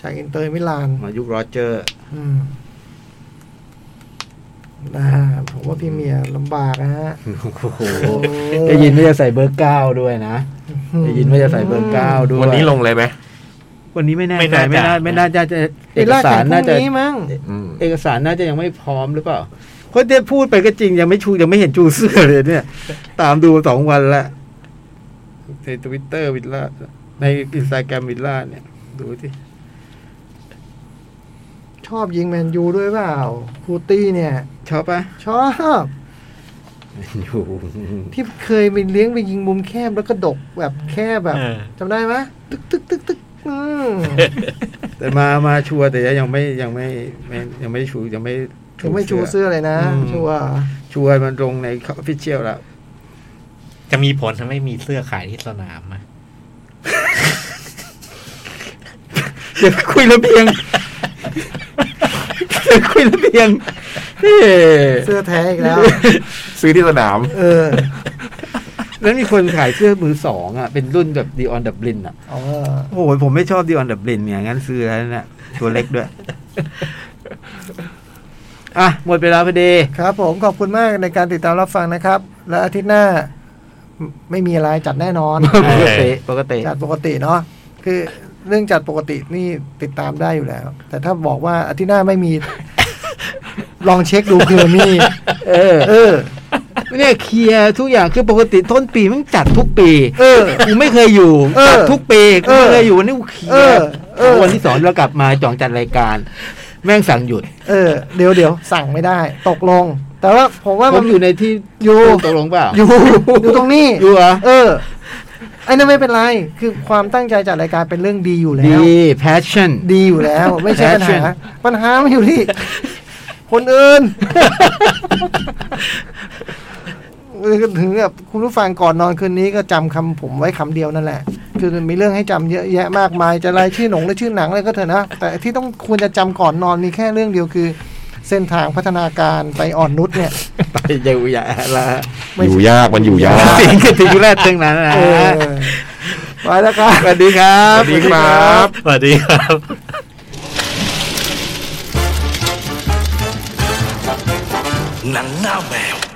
Speaker 1: จากอินเตอร์มิลาน
Speaker 5: มายุคโรเจอร์
Speaker 1: อืมนะฮะผมว่าพี่เมียร์ลำบากนะฮะ
Speaker 5: โอ้โหได้ยินว่าจะใส่เบอร์เก้าด้วยนะได้ยินว่าจะใส่เบอร์เก้าด้วย
Speaker 2: วันนี้ลงเลยไหม
Speaker 5: วันนี้ไม่แน่
Speaker 4: ไม่
Speaker 5: ใจ
Speaker 4: น่าจะ
Speaker 5: ไม่น่าไม่น่าจะเอ
Speaker 1: เอกกสา
Speaker 5: สาร
Speaker 1: รน่า
Speaker 5: น่า
Speaker 1: จะ
Speaker 5: จะ
Speaker 1: นี้มั้ง
Speaker 2: อืม
Speaker 5: เอกสารน่าจะยังไม่พร้อมหรือเปล่าเขาได้พูดไปก็จริงยังไม่ชูยังไม่เห็นชูเสื้อเลยเนี่ย ตามดูสองวันละในทวิตเตอร์วิลล่าในอินสตาแกรมวิลล่าเนี่ย ดูสิ
Speaker 1: ชอบยิงแมนยูด้วยเปล่าคูตี้เนี่ย
Speaker 5: ชอบปะ
Speaker 1: ชอบ
Speaker 5: อยู่
Speaker 1: ที่เคยไปเลี้ยงไปยิงมุมแคบแล้วก็ดกแบบแคบแบบ
Speaker 4: เออ
Speaker 1: จำได้ไหมตึกตึกตึกตึกอืม
Speaker 5: แต่มามาชัวร์แต่ยังไม่ยังไม่ไม่ยังไม่ชูยังไม่
Speaker 1: ถึงไม่ชู
Speaker 5: อ
Speaker 1: เสื้อเลยนะ
Speaker 5: อืม
Speaker 1: ชัวร์
Speaker 5: ชัวร์มันลงในออฟฟิเชียลแล้ว
Speaker 4: จะมีผลทำให้มีเสื้อขายที่สนามไหม
Speaker 5: เดี๋ยวคุยระเบียง เดี๋ยวคุยระเบียงนี่
Speaker 1: เสื้อแท้อีกแล้ว
Speaker 2: ซื้อที่สนาม
Speaker 1: เออ
Speaker 5: แล้วมีคนขายเสื้อมือสองอ่ะเป็นรุ่นแบบดีออนดับลินอ่ะ
Speaker 1: เออ
Speaker 5: โอ้ยผมไม่ชอบดิออนดับลินเนี่ยงั้นซื้อแล้วนะตัวเล็กด้วย อ่ะ หมดเวลาพอดี
Speaker 1: ครับผมขอบคุณมากในการติดตามรับฟังนะครับ และอาทิตย์หน้า ไม่มีอะไรจัดแน่นอน
Speaker 5: ปกติปกติ
Speaker 1: จัดปกติเนาะคือเรื่องจัดปกตินี่ติดตามได้อยู่แล้ว แต่ถ้าบอกว่าอาทิตย์หน้าไม่มี ลองเช็คดูเผื่อมี
Speaker 5: เออ
Speaker 1: เออ
Speaker 5: เนี่ยเคลียร์ทุกอย่างคือปกติต้นปีมันจัดทุกปี
Speaker 1: เออ
Speaker 5: กูไม่เคยอยู่
Speaker 1: เออ
Speaker 5: จัดทุกปีกูไม่เคยอยู่วันนี้กูเคลี
Speaker 1: เอย อ
Speaker 5: ร์
Speaker 1: เออ
Speaker 5: วันที่สองเรากลับมาจองจัดรายการ แม่งสั่งหยุด
Speaker 1: เออ เดี๋ยวเดี๋ยวสั่งไม่ได้ ตกลง แต่ว่าผมว่า
Speaker 5: ผ
Speaker 1: มัน
Speaker 5: ม
Speaker 1: อ
Speaker 5: อยู่ ยู่ในที่
Speaker 1: อยู่
Speaker 5: ตกลงเปล่า
Speaker 1: อยู่อยู่ตรงนี้
Speaker 5: อยู่เหรอ
Speaker 1: เออไอ้นั่นไม่เป็นไร คือความตั้งใจจัดรายการเป็นเรื่องดีอยู่แล้
Speaker 5: ด
Speaker 1: ว
Speaker 5: ี passion
Speaker 1: ดีอยู่แล้ว ไม่ใช่ปัญหา
Speaker 5: Passion
Speaker 1: ปัญหาไม่อยู่ที่ คนอื่น ถึงแบบคุณผู้ฟังก่อนนอนคืนนี้ก็จำคำผมไว้คำเดียวนั่นแหละ คือมีเรื่องให้จำเยอะแยะมากมายจะรายชื่อหนงและชื่อหนังอะไรก็เถอะนะ แต่ที่ต้องควรจะจำก่อนนอนมีแค่เรื่องเดียวคือ เส้นทางพัฒนาการไปอ่อนนุชเนี่ย
Speaker 5: ไปเยาวยา ละ
Speaker 1: ไม่
Speaker 2: อยู่ยากมันอยู่ยาก
Speaker 5: สิงห์ถึงยุแรกตึงนั้นนะ
Speaker 1: เออไปแล้วครับ
Speaker 5: สวัสดีครับ
Speaker 2: สวัสดีครับ
Speaker 4: สวัสดีครับ
Speaker 6: หนังหน้าแมว